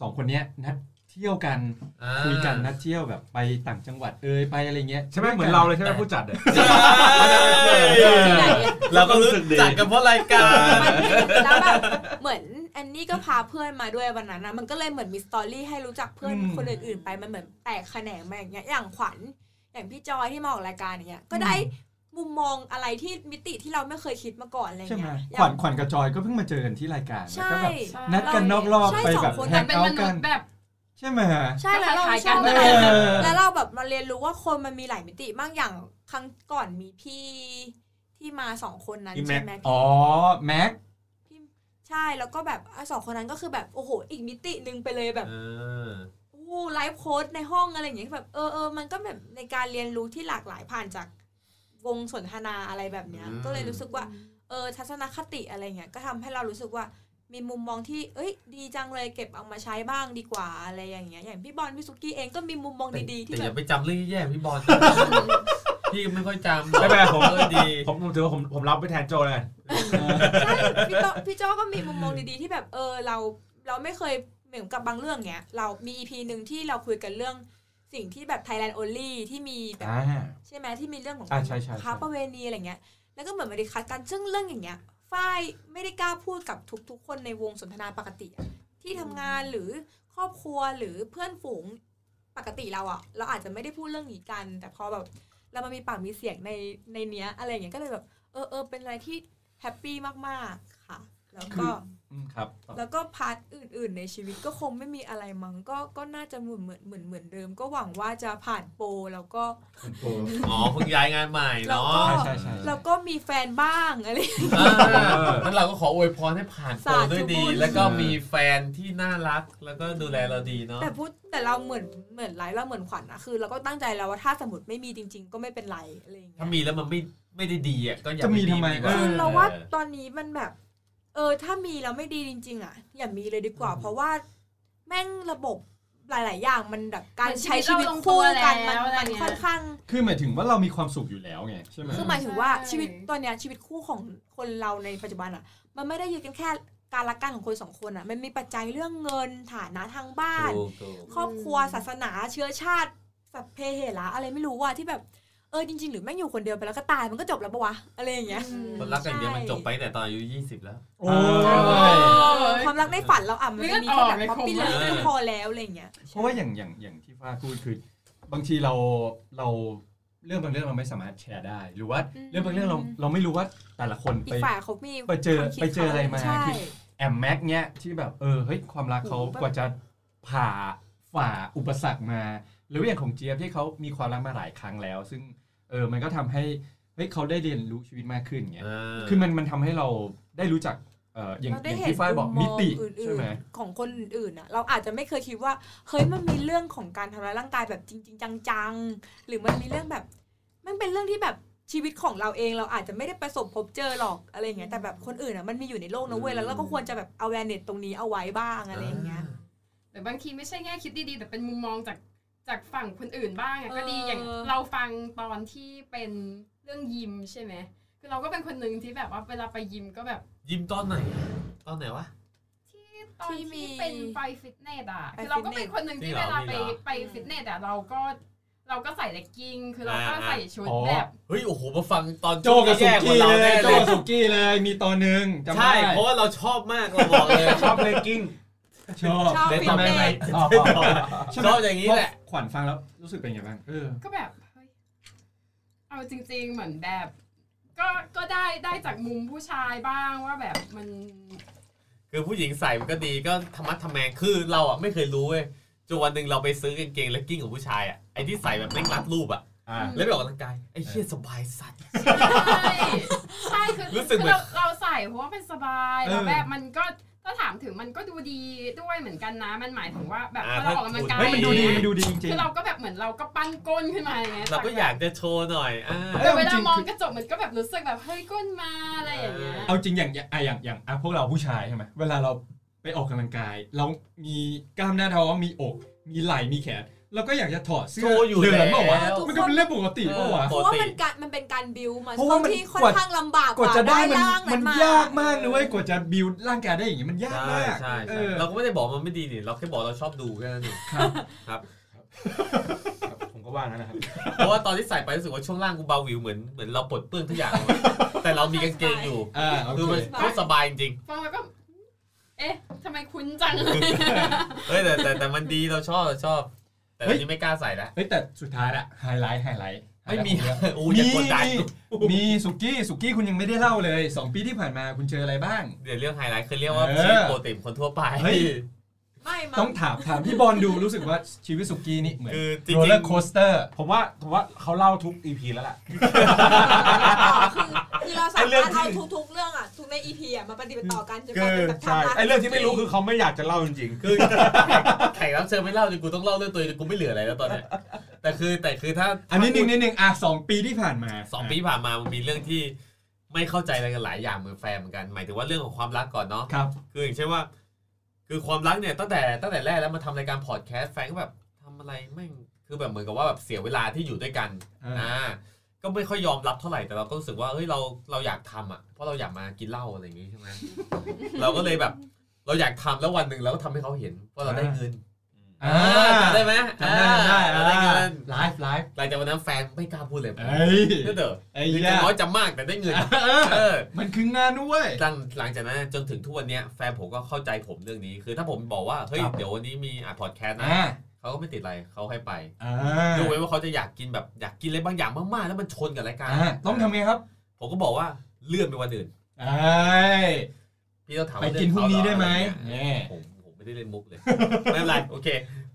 Speaker 3: สองคนเนี้ยนัดเที่ยวกัน
Speaker 2: อ่า
Speaker 3: คุยกันนัดเที่ยวแบบไปต่างจังหวัดเอยไปอะไรเงี้ย
Speaker 8: ใช่ไหมเหมือนเราเลยใช่ไหมผู้จัดอะ
Speaker 2: เราก็รู้สึกดีจัดกันเพราะรายการ
Speaker 5: แล้วแบบเหมือนแอนนี่ก็พาเพื่อนมาด้วยวันนั้นนะมันก็เลยเหมือนมีสตอรี่ให้รู้จักเพื่อน
Speaker 9: อืม
Speaker 5: คนอื่นๆไปมันเหมือนแตกแขนงมาอย่างเงี้ยอย่างขวัญอย่างพี่จอยที่มาออกรายการอย่างเงี้ยก็ได้มุมมองอะไรที่มิติที่เราไม่เคยคิดมาก่อนอะไร
Speaker 3: ใช่ไหม
Speaker 5: เงี้ยอ
Speaker 3: ขวั
Speaker 5: ย่า
Speaker 3: ญ
Speaker 5: ง
Speaker 3: ขวัญกับจอยก็เพิ่งมาเจอกันที่รายการแล้
Speaker 5: ใช่
Speaker 3: วก็แบบ
Speaker 5: ใช่
Speaker 3: นัดกันนอกรอบ
Speaker 5: ใช่
Speaker 3: ไป
Speaker 5: สอง
Speaker 3: แบบ
Speaker 5: คน
Speaker 3: แฮ
Speaker 7: แต่
Speaker 3: ง
Speaker 7: เป็น
Speaker 3: เอา
Speaker 7: ม
Speaker 3: ท์
Speaker 7: นุ
Speaker 3: กั
Speaker 7: ษ
Speaker 3: น
Speaker 7: ย์แบบ
Speaker 3: ใช่ไหมฮะ
Speaker 5: ใช่แล้วเรา
Speaker 7: คล้ายๆ
Speaker 5: ชอบ
Speaker 7: กัน
Speaker 5: อะไรแบบ
Speaker 3: เออ
Speaker 5: แล้วเราแบบมาเรียนรู้ว่าคนมันมีหลายมิติมากอย่างครั้งก่อนมีพี่ที่มาสองคนนั้น
Speaker 8: พี่แม็
Speaker 5: ใช่
Speaker 8: ก
Speaker 5: ไหม
Speaker 3: อ๋อแม็ก
Speaker 5: ใช่แล้วก็แบบอ่ะสองคนนั้นก็คือแบบ โอ้โห อีกมิติหนึงไปเลยแบบอู้ไลฟ์โค้ดในห้องอะไรอย่างเงี้ยแบบเออเออมันก็แบบในการเรียนรู้ที่หลากหลายผ่านจากวงสนทนาอะไรแบบเนี้ย
Speaker 2: อืม
Speaker 5: ก็เลยรู้สึกว่า เออทัศนคติอะไรเงี้ยก็ทำให้เรารู้สึกว่ามีมุมมองที่เอ้ย ดีจังเลยเก็บเอามาใช้บ้างดีกว่าอะไรอย่างเงี้ยอย่างพี่บอลพี่สุกี้เองก็มีมุมมองดีๆที่
Speaker 2: แต่
Speaker 5: แบ
Speaker 2: อย่า
Speaker 5: บ
Speaker 2: ไปจำเรื่องแย่ๆพี่บอลพี่ไม่ค่อยจำ
Speaker 8: ไม่เป็นไรผม
Speaker 2: เออดี
Speaker 8: ผมผมถือว่าผมผมรับไปแทนโจเลย
Speaker 5: ใช่พี่โตพี่โจก็มีมุมมองดีๆที่แบบเออเราเราไม่เคยเหมือนกับบางเรื่องเงี้ยเรามีอีพีหนึ่งที่เราคุยกันเรื่องสิ่งที่แบบ Thailand Only ที่มีแบบ
Speaker 3: อ่า
Speaker 5: ใช่ไหมที่มีเรื่องของ
Speaker 3: อ่าใช่ใช่ใช่
Speaker 5: ค้าประเวณีอะไรเงี้ย แล้วก็เหมือนมาดิคัสกันซึ่งเรื่องอย่างเงี้ยฝ้ายไม่ได้กล้าพูดกับทุก ๆ คนในวงสนทนาปกติอะที่ทำงานหรือครอบครัวหรือเพื่อนฝูงปกติเราอะเราอาจจะไม่ได้พูดเรื่องนี้กัน แต่พอแบบเรามามีปากมีเสียงในในเนี้ยอะไรอย่างเงี้ยก็เลยแบบเออเออเป็นอะไรที่แฮปปี้มากๆค่ะ แล้วก็
Speaker 3: อืมครับ
Speaker 5: แล้วก็พาร์ทอื่น ๆ ในชีวิตก็คงไม่มีอะไรมั้งก็ก็น่าจะเหมือนเหมือนเหมือนเหมือนเดิม ก็หวังว่าจะผ่านโปรแล้วก็
Speaker 2: อ๋อเพิ่งย้ายงานใหม่เนาะ
Speaker 5: แล้วก็
Speaker 3: ใช่ใช่ใช่
Speaker 5: แล้วก็มีแฟนบ้างอะไร
Speaker 2: อ่างั้นเราก็ขออวยพรให้ผ่านโปรด้วยดี
Speaker 5: สาธุบุญ
Speaker 2: แล้วก็มีแฟนที่น่ารัก แล้วก็ดูแลเราดีเนาะ
Speaker 5: แต่พูดแต่เราเหมือนเหมือนไรเราเหมือนขวัญนะคือ เราก็ตั้งใจแล้วว่าถ้าสมมติไม่มีจริง ๆ ก็ไม่เป็นไรอะไรอย่างเงี้
Speaker 2: ถ้าย มีแล้วมันไม่ไม่ได้ดีอ่ะก็อย่า
Speaker 3: จะมีทำไม
Speaker 2: ดีกว่
Speaker 5: คือเราว่าตอนนี้มันแบบ เออ ถ้ามีแล้วไม่ดีจริง ๆ อ่ะ อย่ามีเลยดีกว่า เพราะว่าแม่งระบบหลาย ๆ อย่างมันแบบการใช้ชีวิตคู่กันมันมันค่อนข้าง
Speaker 3: คือหมายถึงว่าเรามีความสุขอยู่แล้วไงใช่ไหม
Speaker 5: คือหมายถึงว่า
Speaker 7: ใช่
Speaker 5: ชีวิตตอนเนี้ยชีวิตคู่ของคนเราในปัจจุบันอ่ะ มันไม่ได้ยืนกันแค่การรักกันของคนสองคนอ่ะ มันมีปัจจัยเรื่องเงินฐานะทางบ้าน
Speaker 2: ถูกถูก
Speaker 5: ครอบครัวศาสนาเชื้อชาติสัพเพเหระอะไรไม่รู้ว่าที่แบบเออจริง ๆ หรือแม่งอยู่คนเดียวไปแล้วก็ตายมันก็จบแล้วปะวะอะไรอย่างเงี้ย
Speaker 2: คนรักกันเดียวมันจบไปตั้งแต่ตอนอายุ20 แล้ว
Speaker 3: โอ้ย
Speaker 5: เออความรักในฝันเราอ่ะมันจะมีแค่แบบ
Speaker 7: เลือดออกใน
Speaker 5: ป๊อปปี้
Speaker 7: ค
Speaker 5: เล
Speaker 7: ม
Speaker 5: ย
Speaker 2: อะ
Speaker 5: ก็พอแล้วอะไรอย่างเงี้ย
Speaker 3: เพราะว่าอย่างอย่างอย่างที่ฟ้าพูดคือบางทีเราเราเรื่องบางเรื่องเราไม่สามารถแชร์ได้ หรือว่าเรื่องบางเรื่องเราเราไม่รู้ว่าแต่ละคน
Speaker 5: อี
Speaker 3: ไป
Speaker 5: กฝ่ายเขามี
Speaker 3: ไปเจอ
Speaker 5: ความคิด
Speaker 3: ไปเจออะไรมา
Speaker 5: ใช่
Speaker 3: คือ แอมแม็กเนี้ยที่แบบเออเฮ้ยความรักเขา
Speaker 5: โอ้โหแบบ
Speaker 3: กว่าจะผ่าฝ่าอุปสรรคมา หรืออย่างของเจี๊ยบที่เขามีความรักมาหลายครั้งแล้ว ซึ่งเออมันก็ทำให้เฮ้ยเขาได้เรียนรู้ชีวิตมากขึ้นเงี้ยคือมันมันทำให้เราได้รู้จักเอออย่าง
Speaker 5: เรา
Speaker 3: อ
Speaker 5: ได้
Speaker 3: ย่าง
Speaker 5: เห็น
Speaker 3: ที่ฝ้ายบอกมิติ
Speaker 5: มุมมอง
Speaker 3: ใช่ไหม
Speaker 5: อื่นๆของคนอื่นๆอ่ะเราอาจจะไม่เคยคิดว่าเฮ้ยมันมีเรื่องของการทำร้ายร่างกายแบบจริง ๆ จังๆ หรือมันมีเรื่องแบบ มันเป็นเรื่องที่แบบชีวิตของเราเองเราอาจจะไม่ได้ประสบพบเจอหรอกอะไรอย่างเงี้ยแต่แบบคนอื่นอ่ะมันมีอยู่ในโลกนะเว้ยแล้วเราก็ควรจะแบบเอาแวนเน็ตตรงนี้เอาไว้บ้างอะไรอย่างเงี้ย
Speaker 7: หรือบางทีไม่ใช่แง่คิดดีๆ แต่เป็นมุมมองจากจากฝั่งคนอื่นบ้างอะ
Speaker 5: เออ
Speaker 7: ก็ดีอย่างเราฟังตอนที่เป็นเรื่องยิมใช่ไหมคือเราก็เป็นคนหนึ่งที่แบบว่าเวลาไปยิมก็แบบ
Speaker 2: ยิ้มตอนไหน ตอนไหนวะ
Speaker 7: ที่ตอนที่เป็นไปฟิตเนสอะ
Speaker 5: ไป
Speaker 7: คือเราก็เป็นคนหนึ่งที่
Speaker 2: ฟิ
Speaker 7: เว
Speaker 2: ตเนส
Speaker 7: ลาไป
Speaker 2: จริงเหรอ
Speaker 7: ไปฟิตเนสอะเราก็เราก็ใส่เลกกิ้งคือเราก็ใส่ชุดแบบ
Speaker 2: เฮ้ยโอ้โหมาฟังตอน
Speaker 3: โจกับสุ
Speaker 2: แย่กว่า
Speaker 3: กี้
Speaker 2: เรา
Speaker 3: เล
Speaker 2: แน่
Speaker 3: ยโจ
Speaker 2: เลย
Speaker 3: กับสุกี้เลยมีตอนหนึ่งจำได้
Speaker 2: ใช่ เพราะว่าเราชอบมากเราบอกเลย
Speaker 8: ชอบเลกกิ้ง
Speaker 3: ชอบ
Speaker 5: ชอบฟิตเนส
Speaker 3: อ๋ออ๋อใไหม
Speaker 2: ชอบอย่างนี้แหละ
Speaker 3: ขวัญฟังแล้วรู้สึกเป็นไงบ้างเออ
Speaker 7: ก็แบบเฮ้ยเอาจริง ๆ เหมือนแบบ ก็ก็ได้ได้จากมุมผู้ชายบ้างว่าแบบมัน
Speaker 2: คือผู้หญิงใส่มันก็ดีก็ธรรมะทำแมงคือเราอ่ะไม่เคยรู้เว้ยจนวันหนึ่งเราไปซื้อกางเกงเลกกิ้งของผู้ชายอ่ะไอ้ที่ใส่แบบไม่งรัดรูปอ่ะ
Speaker 8: อ่า
Speaker 2: แล้วไปออกกำลังกายไอ้เหี้ยสบายสัตว์
Speaker 5: <laughs>
Speaker 7: ใช่ ใช่คือ
Speaker 2: รู้สึกเหมือน
Speaker 7: เราเราใส่เพราะว่ามันสบาย
Speaker 3: เออ
Speaker 7: แล้วแบบมันก็ถ้ ถ้าถามถึงมันก็ดูดีด้วยเหมือนกันนะ มันหมายถึงว่าแบบ
Speaker 2: อ่า
Speaker 7: พอเราออกกำลังกาย
Speaker 3: เฮ้ยมันดูดีมันดูดีจริง
Speaker 7: คือเราก็แบบเหมือนเราก็ปั้นก้นขึ้นมาอย่างเงี้ย
Speaker 2: เราก็อยากจะโชว์หน่อยอ่า
Speaker 7: แต่เวลามองกระจกมันก็แบบรู้สึกแบบเฮ้ยก้นมาอะไรอย่างเงี้ย
Speaker 3: เอาจริงอย่างอย่างอ่ะอย่างอย่างอ่ะพวกเราผู้ชายใช่ไหมเวลาเราไปออกกำลังกาย เรามีกล้ามหน้าท้องมีอก มีไหล่มีแขนเราก็อยากจะถอดเสื้
Speaker 2: โช
Speaker 3: อ
Speaker 2: ว์อยู่
Speaker 3: เดิ
Speaker 2: แล้
Speaker 3: น
Speaker 2: ว
Speaker 3: เปล่าวะ
Speaker 5: ทุกคน
Speaker 3: มันก็เป็นเรื่องปกติเปล่าวะ
Speaker 5: เพราะว่ามันการมันเป็นการบิวมา
Speaker 3: เพราะว่ามัน
Speaker 5: ที่ค่อก น
Speaker 3: ว่า
Speaker 5: ข้างลำบาก
Speaker 3: กว่าจะได้มัน
Speaker 5: ร่าง
Speaker 3: มัน
Speaker 5: มาย
Speaker 3: ากมากนะเว้ยกว่าจะบิวร่างกายได้อย่างงี้มันยาก
Speaker 2: ใช่
Speaker 3: มาก
Speaker 2: ใช่
Speaker 3: เอ
Speaker 2: ใช่
Speaker 3: อ
Speaker 2: เราก็ไม่ได้บอกมันไม่ดีนี่เราแค่บอกเราชอบดูแค่นั้นเอง
Speaker 3: ครับ
Speaker 8: ผมก็ว่างั้นนะครับ
Speaker 2: เพราะว่าตอนที่ใส่ไปรู้สึกว่าช่วงล่างกูเบาหวิวเหมือนเหมือนเราปลดเปื้อนทุกอย่างเลยแต่เรามีกางเกงอยู่
Speaker 3: อ่าโอ
Speaker 2: คือ
Speaker 3: เค
Speaker 2: มันโคตรสบายจริง
Speaker 7: ฟังแล้วก็ เอ๊ะทำไมคุ้นจังเลย
Speaker 2: ๆเฮ้ยแต่แต่แต่มันดีเราชอบเราชอบ แต่ตอนนี้ไม่กล้าใส่แล้ว
Speaker 3: เฮ้ยแต่สุดท้ายอะไฮไลท์ไฮไลท์
Speaker 2: ไม่มี
Speaker 3: ของเรื่อง
Speaker 2: อู้อย่ากดดัน
Speaker 3: <laughs> มีมีสุกี้สุกี้คุณยังไม่ได้เล่าเลยสองปีที่ผ่านมาคุณเจออะไรบ้าง
Speaker 2: เดี๋ยวเรื่องไฮไลท์คือเรียกว่า
Speaker 3: เออ
Speaker 2: ชีพโปรตีนคนทั่วไป
Speaker 3: เฮ้ย
Speaker 5: ไม่มา
Speaker 3: ต้องถามถามพี่บอลดูรู้สึกว่าชีวิตสุกี้นี่เหมือน
Speaker 2: คือจริง
Speaker 3: โรลเลอร์
Speaker 2: ๆ
Speaker 3: โคสเตอร์
Speaker 8: ผมว่าผมว่าเขาเล่าทุก EP แล้วล่ะ
Speaker 5: คือคือเราสา
Speaker 8: ไอ้เรื่อง
Speaker 5: มารถ
Speaker 8: ที่
Speaker 5: เอาทุกๆเรื่องอ่ะทุกในอีพีอ่ะมาปฏิบัติต่อกันจะก
Speaker 8: คื
Speaker 5: ลาย
Speaker 8: อ
Speaker 5: เป็นแบบ
Speaker 8: ใช่
Speaker 5: ทำ
Speaker 8: ไอเรื่องที่ไม่รู้คือเขาไม่อยากจะเล่าจริง
Speaker 2: คือแขกรับ <laughs> เชิญไม่เล่าจนกูต้องเล่าเรื่องตัวเองจนกูไม่เหลืออะไรแล้วตอนเนี้ยแต่คือแต่คือถ้า
Speaker 3: อันนี้หนึ่งนิดหนึ่งอ่ะสองปีที่ผ่านมา
Speaker 2: สองปีผ่านมามันมีเรื่องที่ไม่เข้าใจอะไรกันหลายอย่างเหมือนแฟนเหมือนกัน หมายถึงว่าเรื่องของความรักก่อนเนาะ
Speaker 3: ครับ
Speaker 2: คืออย่างเช่นว่า คือความรักเนี่ยตั้งแต่ตั้งแต่แรกแล้วมาทำรายการพอดแคสต์แฟนก็แบบทำอะไรไม่งคือแบบเหมือนกับว่าแบบเสียเวลาที่อยู่ด้วยกัน
Speaker 3: เอออ่
Speaker 2: อ่าก็ไม่ค่อยยอมรับเท่าไหร่แต่เราก็รู้สึกว่าเฮ้ยเราเราอยากทำอ่ะเพราะเราอยากมากินเหล้าอะไรอย่างงี้ใช่ไหม <laughs> เราก็เลยแบบ เราอยากทำแล้ววันหนึ่งเราก็ทำให้เขาเห็นว่าเราได้เงิน
Speaker 3: อ่า
Speaker 2: จำได้ไหม
Speaker 3: จำได้จำได้
Speaker 2: อ่า
Speaker 3: อ่า
Speaker 2: เราได้เงิน
Speaker 3: ไลฟ์ไลฟ์
Speaker 2: หลังจากวันนั้นแฟนไม่กล้าพูดเลย
Speaker 3: เอ้ย
Speaker 2: ก็เถอะ
Speaker 3: ไอ้
Speaker 2: หรือ
Speaker 3: เหี้
Speaker 2: จะ
Speaker 3: ย
Speaker 2: น้อยจะมากแต่ได้เงิน
Speaker 3: เออ
Speaker 2: เออ
Speaker 3: มันคืองานด้วย
Speaker 2: หลังหลังจากนั้นจนถึงทุกวันเนี้ยแฟนผมก็เข้าใจผมเรื่องนี้ คือถ้าผมบอกว่า เฮ้ย
Speaker 3: ครับ
Speaker 2: เดี๋ยววันนี้มีอ่ะพอดแคสต์นะ
Speaker 3: อ่า
Speaker 2: เขาก็ไม่ติดอะไรเขาให้ไป
Speaker 3: อ่าย
Speaker 2: กเว้นว่าเขาจะอยากกินแบบอยากกินอะไรบางอย่างมากๆ แล้วมันชนกับรายการ
Speaker 3: อ่าต้องทำไงครับ
Speaker 2: ผมก็บอกว่าเลื่อนไปวันอื่น
Speaker 3: ไอ้ย
Speaker 2: พี่ต้องถาม
Speaker 3: ไป
Speaker 2: ว่า
Speaker 3: กินพรุ่งนี้ได้ไหม
Speaker 2: เลื่อนเขาเรออะไรเงี้ยผมผม
Speaker 3: แน่
Speaker 2: ไม่ได้เล่นมุกเลย ไม่เป็นไรโอเค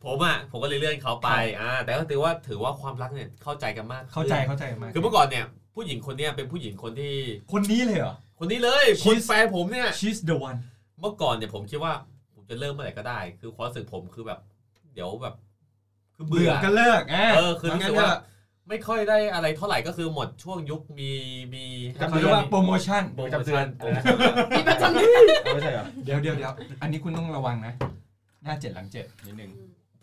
Speaker 2: ผมอ่ะผมก็เลยเลื่อนเขาไปอ่าแต่ก็ถือว่าถือว่าความรักเนี่ยเข้าใจกันมาก
Speaker 3: เข้าใจเข้าใจมาก
Speaker 2: คือเมื่อก่อนเนี่ยผู้หญิงคนเนี้ยเป็นผู้หญิงคนที่
Speaker 3: คนนี้เลยเหรอ
Speaker 2: คนนี้เลยคน
Speaker 3: ชีส
Speaker 2: แฟนผมเนี่ย
Speaker 3: she's the one
Speaker 2: เมื่อก่อนเนี่ยผมคิดว่าผมจะเริ่มเมื่อไหร่ก็ได้ คือความรู้สึกผมคือแบบ เดี๋ยวแบบ คือ
Speaker 3: เบื่
Speaker 2: เบื่
Speaker 3: อ
Speaker 2: อ
Speaker 3: ก็เลิกอ่า
Speaker 2: เออคือรู้
Speaker 3: งั้
Speaker 2: สึก
Speaker 3: นก็
Speaker 2: ว่า ไม่ค่อยได้อะไรเท่าไหร่ก็คือหมดช่วงยุคมีมี
Speaker 8: จำ
Speaker 3: เขา
Speaker 8: เดื
Speaker 3: เรีย
Speaker 8: อก น
Speaker 3: ว่าโปรโมชั่น
Speaker 2: โปรโมชั่น
Speaker 7: มีประจำเดือน
Speaker 8: เอาไม่ใช่เหรอ
Speaker 3: เดี๋ยวเดี๋ยวเดี๋ยวอันนี้คุณต้องระวังนะ หน้าเจ็ดหลังเจ็ดนิดนึง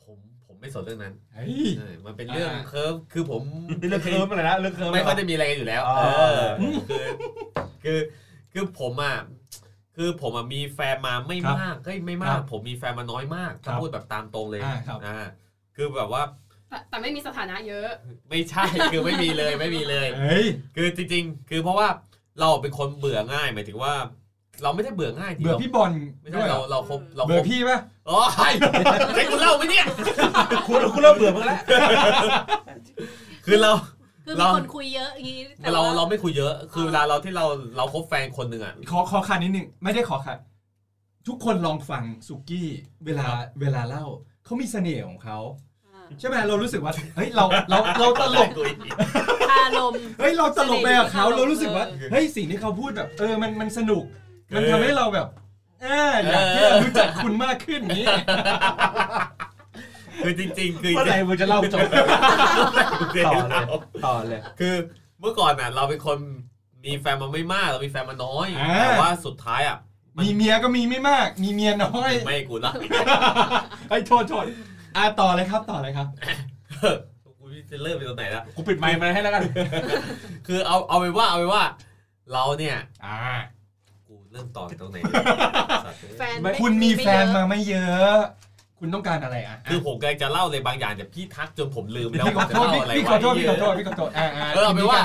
Speaker 2: ผมผมไม่สนเรื่องนั้น
Speaker 3: เฮ้ย
Speaker 2: เออมันเป็นเรื่อง
Speaker 3: อ่า
Speaker 2: เคิร์ฟคือผม
Speaker 8: เรื่องเคิร์มอะไรนะเรื่องเคิร์ม
Speaker 2: ไม่ค่อยจะมีอะไรกันอยู่แล้ว
Speaker 8: อ๋อ
Speaker 2: เออคือคือคือผมอ่ะคือผมอ่ะมีแฟนมาไม่
Speaker 3: ครับ
Speaker 2: มากเฮ้ยไม่มา
Speaker 3: ค
Speaker 2: ก
Speaker 3: รับ
Speaker 2: ผมมีแฟนมาน้อยมาก
Speaker 3: ครั
Speaker 2: ถ้า
Speaker 3: บ
Speaker 2: พูดแบบตามตรงเลย
Speaker 3: อ่าครับ
Speaker 2: อ่าคือแบบว่า
Speaker 7: แต่แต่ไม่มีสถานะเยอะ
Speaker 2: ไม่ใช่ <laughs> คือไม่มีเลยไม่มีเลย
Speaker 3: เฮ้ย
Speaker 2: คือจริงๆ คือเพราะว่าเราเป็นคนเบื่อง่ายหมายถึงว่า เราไม่ได้เบื่อง่ายที
Speaker 3: เบื่อ
Speaker 2: เรา
Speaker 3: พี่บอล
Speaker 2: ไม่ใช่
Speaker 3: ด้วยเหร
Speaker 2: เรา
Speaker 3: อ
Speaker 2: เราคบเราค
Speaker 3: เบื่อบ พี่ป่ะ
Speaker 2: โอ้ยใช่คุณเล่าไหมเนี่ย
Speaker 8: คุณคุณเริ่มเบื่อมึงแล้ว
Speaker 2: คือเรา
Speaker 9: คือมี
Speaker 2: เรา
Speaker 9: คนคุยเยอะอย่างงี้แต่
Speaker 2: เรา
Speaker 9: ว่
Speaker 2: เราไม่คุยเยอะ คือเวลาเราที่เราเราคบแฟนคนหนึ่งอ่ะ
Speaker 3: ขอขอคันนิดนึงไม่ได้ขอคันทุกคนลองฟังสุกี้เวลาเวลาเล่าเขามีเสน่ห์ของเขา
Speaker 9: อ่า
Speaker 3: ใช่ไหมเรารู้สึกว่าเฮ้ยเราเราเราตลก
Speaker 9: คารม
Speaker 3: เฮ้ยเราตลกไปกับเขา
Speaker 9: เสน่ห์
Speaker 3: เรารู้สึกว่า
Speaker 9: เออ
Speaker 3: เฮ้ยสิ่งที่เขาพูดแบบ เออมันมันสนุก มัน
Speaker 2: เออ
Speaker 3: ทำให้เราแบบเอออยากที่จะรู้จักคุณมากขึ้นอย่างนี้
Speaker 2: คือจริง ๆ คือ
Speaker 8: เมื่อไหร่มึงจะเล่าจบ
Speaker 2: ต่อ
Speaker 8: เล
Speaker 2: เลย ย
Speaker 8: ต่อเลย
Speaker 2: คือเมื่อก่อนอ่ะ เราเป็นคนมีแฟนมาไม่มาก เรามีแฟนมาน้อย แต่ว่าสุดท้ายอ่ะ มัน
Speaker 3: มีเมียก็มีไม่มาก มีเมียน้อย
Speaker 2: ไม่กูละ <laughs>
Speaker 3: ไอ้ยโทษโทษอ่ะต่อเลยครับต่อเลยครับ
Speaker 2: กูจะเลิกไปตรงไหนละ
Speaker 8: กูปิดไมค์มาให้แล้วกัน
Speaker 2: คือเอาเอาไปนว่าเอาไปนว่า เราเนี่ย
Speaker 3: อ่า
Speaker 2: กูเริ่มต่อตรงไหน
Speaker 9: แฟน
Speaker 3: คุณมีแฟน
Speaker 9: ไเย
Speaker 3: มา
Speaker 9: อะ
Speaker 3: ไม่เยอะ คุณต้องการอะไรอ่ะ
Speaker 2: คือผมกำลังจะเล่าเลยบางอย่างแต่พี่ทักจนผมลืมแล้ว
Speaker 3: พี่ขอ
Speaker 2: ว่าจะ
Speaker 3: โทษ
Speaker 2: เล่าอะไร
Speaker 3: พี่ขอ
Speaker 2: วะ
Speaker 3: โทษพี่ขอโทษพี่ขอโทษอ่าอ่า
Speaker 2: เออเอาไปนว่า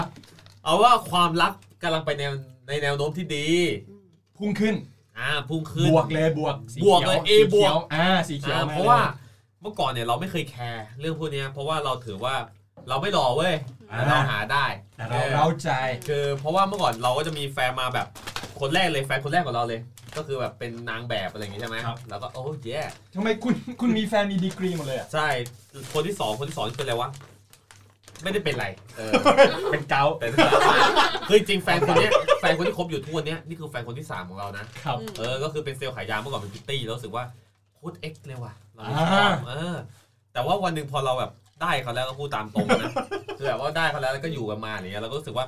Speaker 2: เอาว่าความรักกำลังไปในวในแนวโน้มที่ดี
Speaker 3: พุ่งขึ้น
Speaker 2: อ่าพุ่งขึ้น
Speaker 3: บวกเลยบวกสี
Speaker 2: บวกเลย
Speaker 3: ขี
Speaker 2: A บวก
Speaker 3: สีขีอ่าสีเขียว
Speaker 2: อ่าม เพราะว่าเมื่อก่อนเนี่ยเราไม่เคยแคร์เรื่องพวกเนี้ยเพราะว่าเราถือว่าเราไม่รอเว้ยแล้วเราหาได้
Speaker 3: แต่เราเร้าใจ
Speaker 2: คือเพราะว่าเมื่อก่อนเราก็จะมีแฟนมาแบบคนแรกเลยแฟนคนแรกของเราเลย ก็คือแบบเป็นนางแบบอะไรอย่างงี้ใช่ไหม
Speaker 3: ครับ
Speaker 2: แล้วก็โอ้ย yeah
Speaker 3: ทำไมคุณคุณมีแฟนมีดีกรีหมดเลยอ่ะ
Speaker 2: ใช่คนที่สองคนที่สองเป็นอะไรวะไม่ได้เป็นไรเออ
Speaker 8: เป็นเกา
Speaker 2: แต่ถ้าคือจริงแฟนคนเนี้ยแฟ ฟนคนที่คบอยู่ทุกวันเนี้ยนี่คือแฟนคนที่สามของเรานะครับ เออก็คือเป็นเซลล์ขายยาเมื่อก่อนเป็นพิตตี้แล้วรู้สึกว่าโคตรเอ็กซ์เลยว่ะเราไม่
Speaker 3: อ่า
Speaker 2: ชอบเออ แต่ว่าวันหนึ่งพอเราแบบได้เขาแล้วก็พูดตามตรงนะ คือแบบว่าได้เขาแล้วแล้วก็อยู่กันมาอย่างเงี้ยเราก็รู้สึกว่า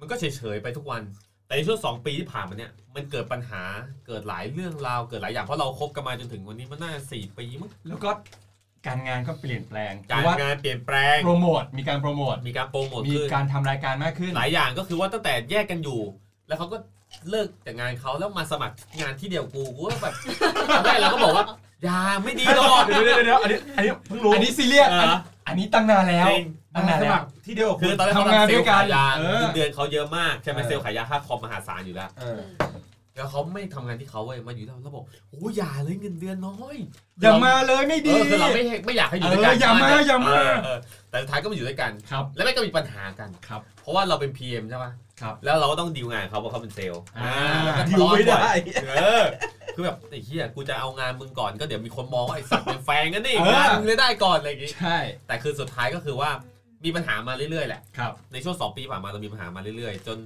Speaker 2: มันก็เฉยๆไปทุกวัน แต่ในช่วงสองปีที่ผ่านมาเนี่ยมันเกิดปัญหาเกิดหลายเรื่องราวเกิดหลายอย่างเพราะเราคบกันมาจนถึงวันนี้มันน่าจะสี่ปีมั้ง
Speaker 3: แล้วก็การงานก็เปลี่ยนแปลงเพ
Speaker 2: การ
Speaker 3: ราะว่าง
Speaker 2: านเปลี่ยนแปลง
Speaker 3: โปรโมทมีการโปรโมท
Speaker 2: มีการโปรโมท
Speaker 3: มี
Speaker 2: ขึ้น
Speaker 3: การทำรายการมากขึ้น
Speaker 2: หลายอย่างก็คือว่าตั้งแต่แยกกันอยู่ แล้วเขาก็เลิกจากงานเขาแล้วมาสมัครงานที่เดียวกูกูก็แบบ
Speaker 3: <laughs>
Speaker 2: ตอนแรกเราก็บอกว่าอย่าไม่ดีหรอก
Speaker 3: เดี๋ยวเดี๋ยวเดี๋ยวอันนี้อันนี้เพิ่งรู้ อันนี้ซีเรียสอันอันนี้ตั้งนานแล้ว
Speaker 2: จริง
Speaker 3: ตั้งนาน
Speaker 8: ส
Speaker 3: แล้
Speaker 8: มั
Speaker 3: ว
Speaker 8: ครที่เดียวกับ
Speaker 2: คือตอนแรกเขา
Speaker 3: ทำงาน
Speaker 2: ทำเซ
Speaker 3: ด้
Speaker 2: ล
Speaker 3: วย
Speaker 2: ล์
Speaker 3: กั
Speaker 2: ขาน ยยา
Speaker 3: เออ
Speaker 2: เงินเดือนเขาเยอะมากใช่ไหม
Speaker 8: เออ
Speaker 2: เซลล์ขายยาค่าคอมมหาศาลอยู่แล้ว
Speaker 8: เออ
Speaker 2: แล้วเขาไม่ทำงานที่เขาเว้ยมาอยู่ที่เราแล้วบอกโอ้ยอย่าเลยเงินเดือนน้อย
Speaker 3: อย่ามาเลยไม่
Speaker 2: เอ
Speaker 3: ดี
Speaker 2: อคือเราไม่ให้ไม่อยากให้อยู่ด้วยกั
Speaker 3: เอน ออย่ามา
Speaker 2: แต่
Speaker 3: อย่ามา
Speaker 2: เเออแต่สุดท้ายก็มาอยู่ด้วยกัน
Speaker 3: ครับ
Speaker 2: แล้วแม่งก็มีปัญหากัน
Speaker 3: ครับ
Speaker 2: เพราะว่าเราเป็น PM ใช่ปะ
Speaker 3: ครับ
Speaker 2: แล้วเราก็ต้องดีลงานเขาเพราะเขาเป็นเซลล์
Speaker 3: อ่า
Speaker 2: แล้วก็
Speaker 8: ดิ
Speaker 2: ทะ
Speaker 8: ว
Speaker 2: เลาะ
Speaker 8: ไม่
Speaker 2: บ่อย
Speaker 8: ได้
Speaker 2: เออคือแบบไอ้เหี้ยกูจะเอางานมึงก่อนก็เดี๋ยวมีคนมองว่าไอ้สัตว์เป็นแฟนกันนี่
Speaker 3: เออ
Speaker 2: งานมึงเลยได้ก่อนอะไรอย่างงี้
Speaker 3: ใช่
Speaker 2: แต่คือสุดท้ายก็คือว่ามีปัญหามาเรื่อยๆแหละ
Speaker 3: ครับ
Speaker 2: ในช่วงสองปีผ่านมาเรามีปัญหามาเรื่อยๆ จน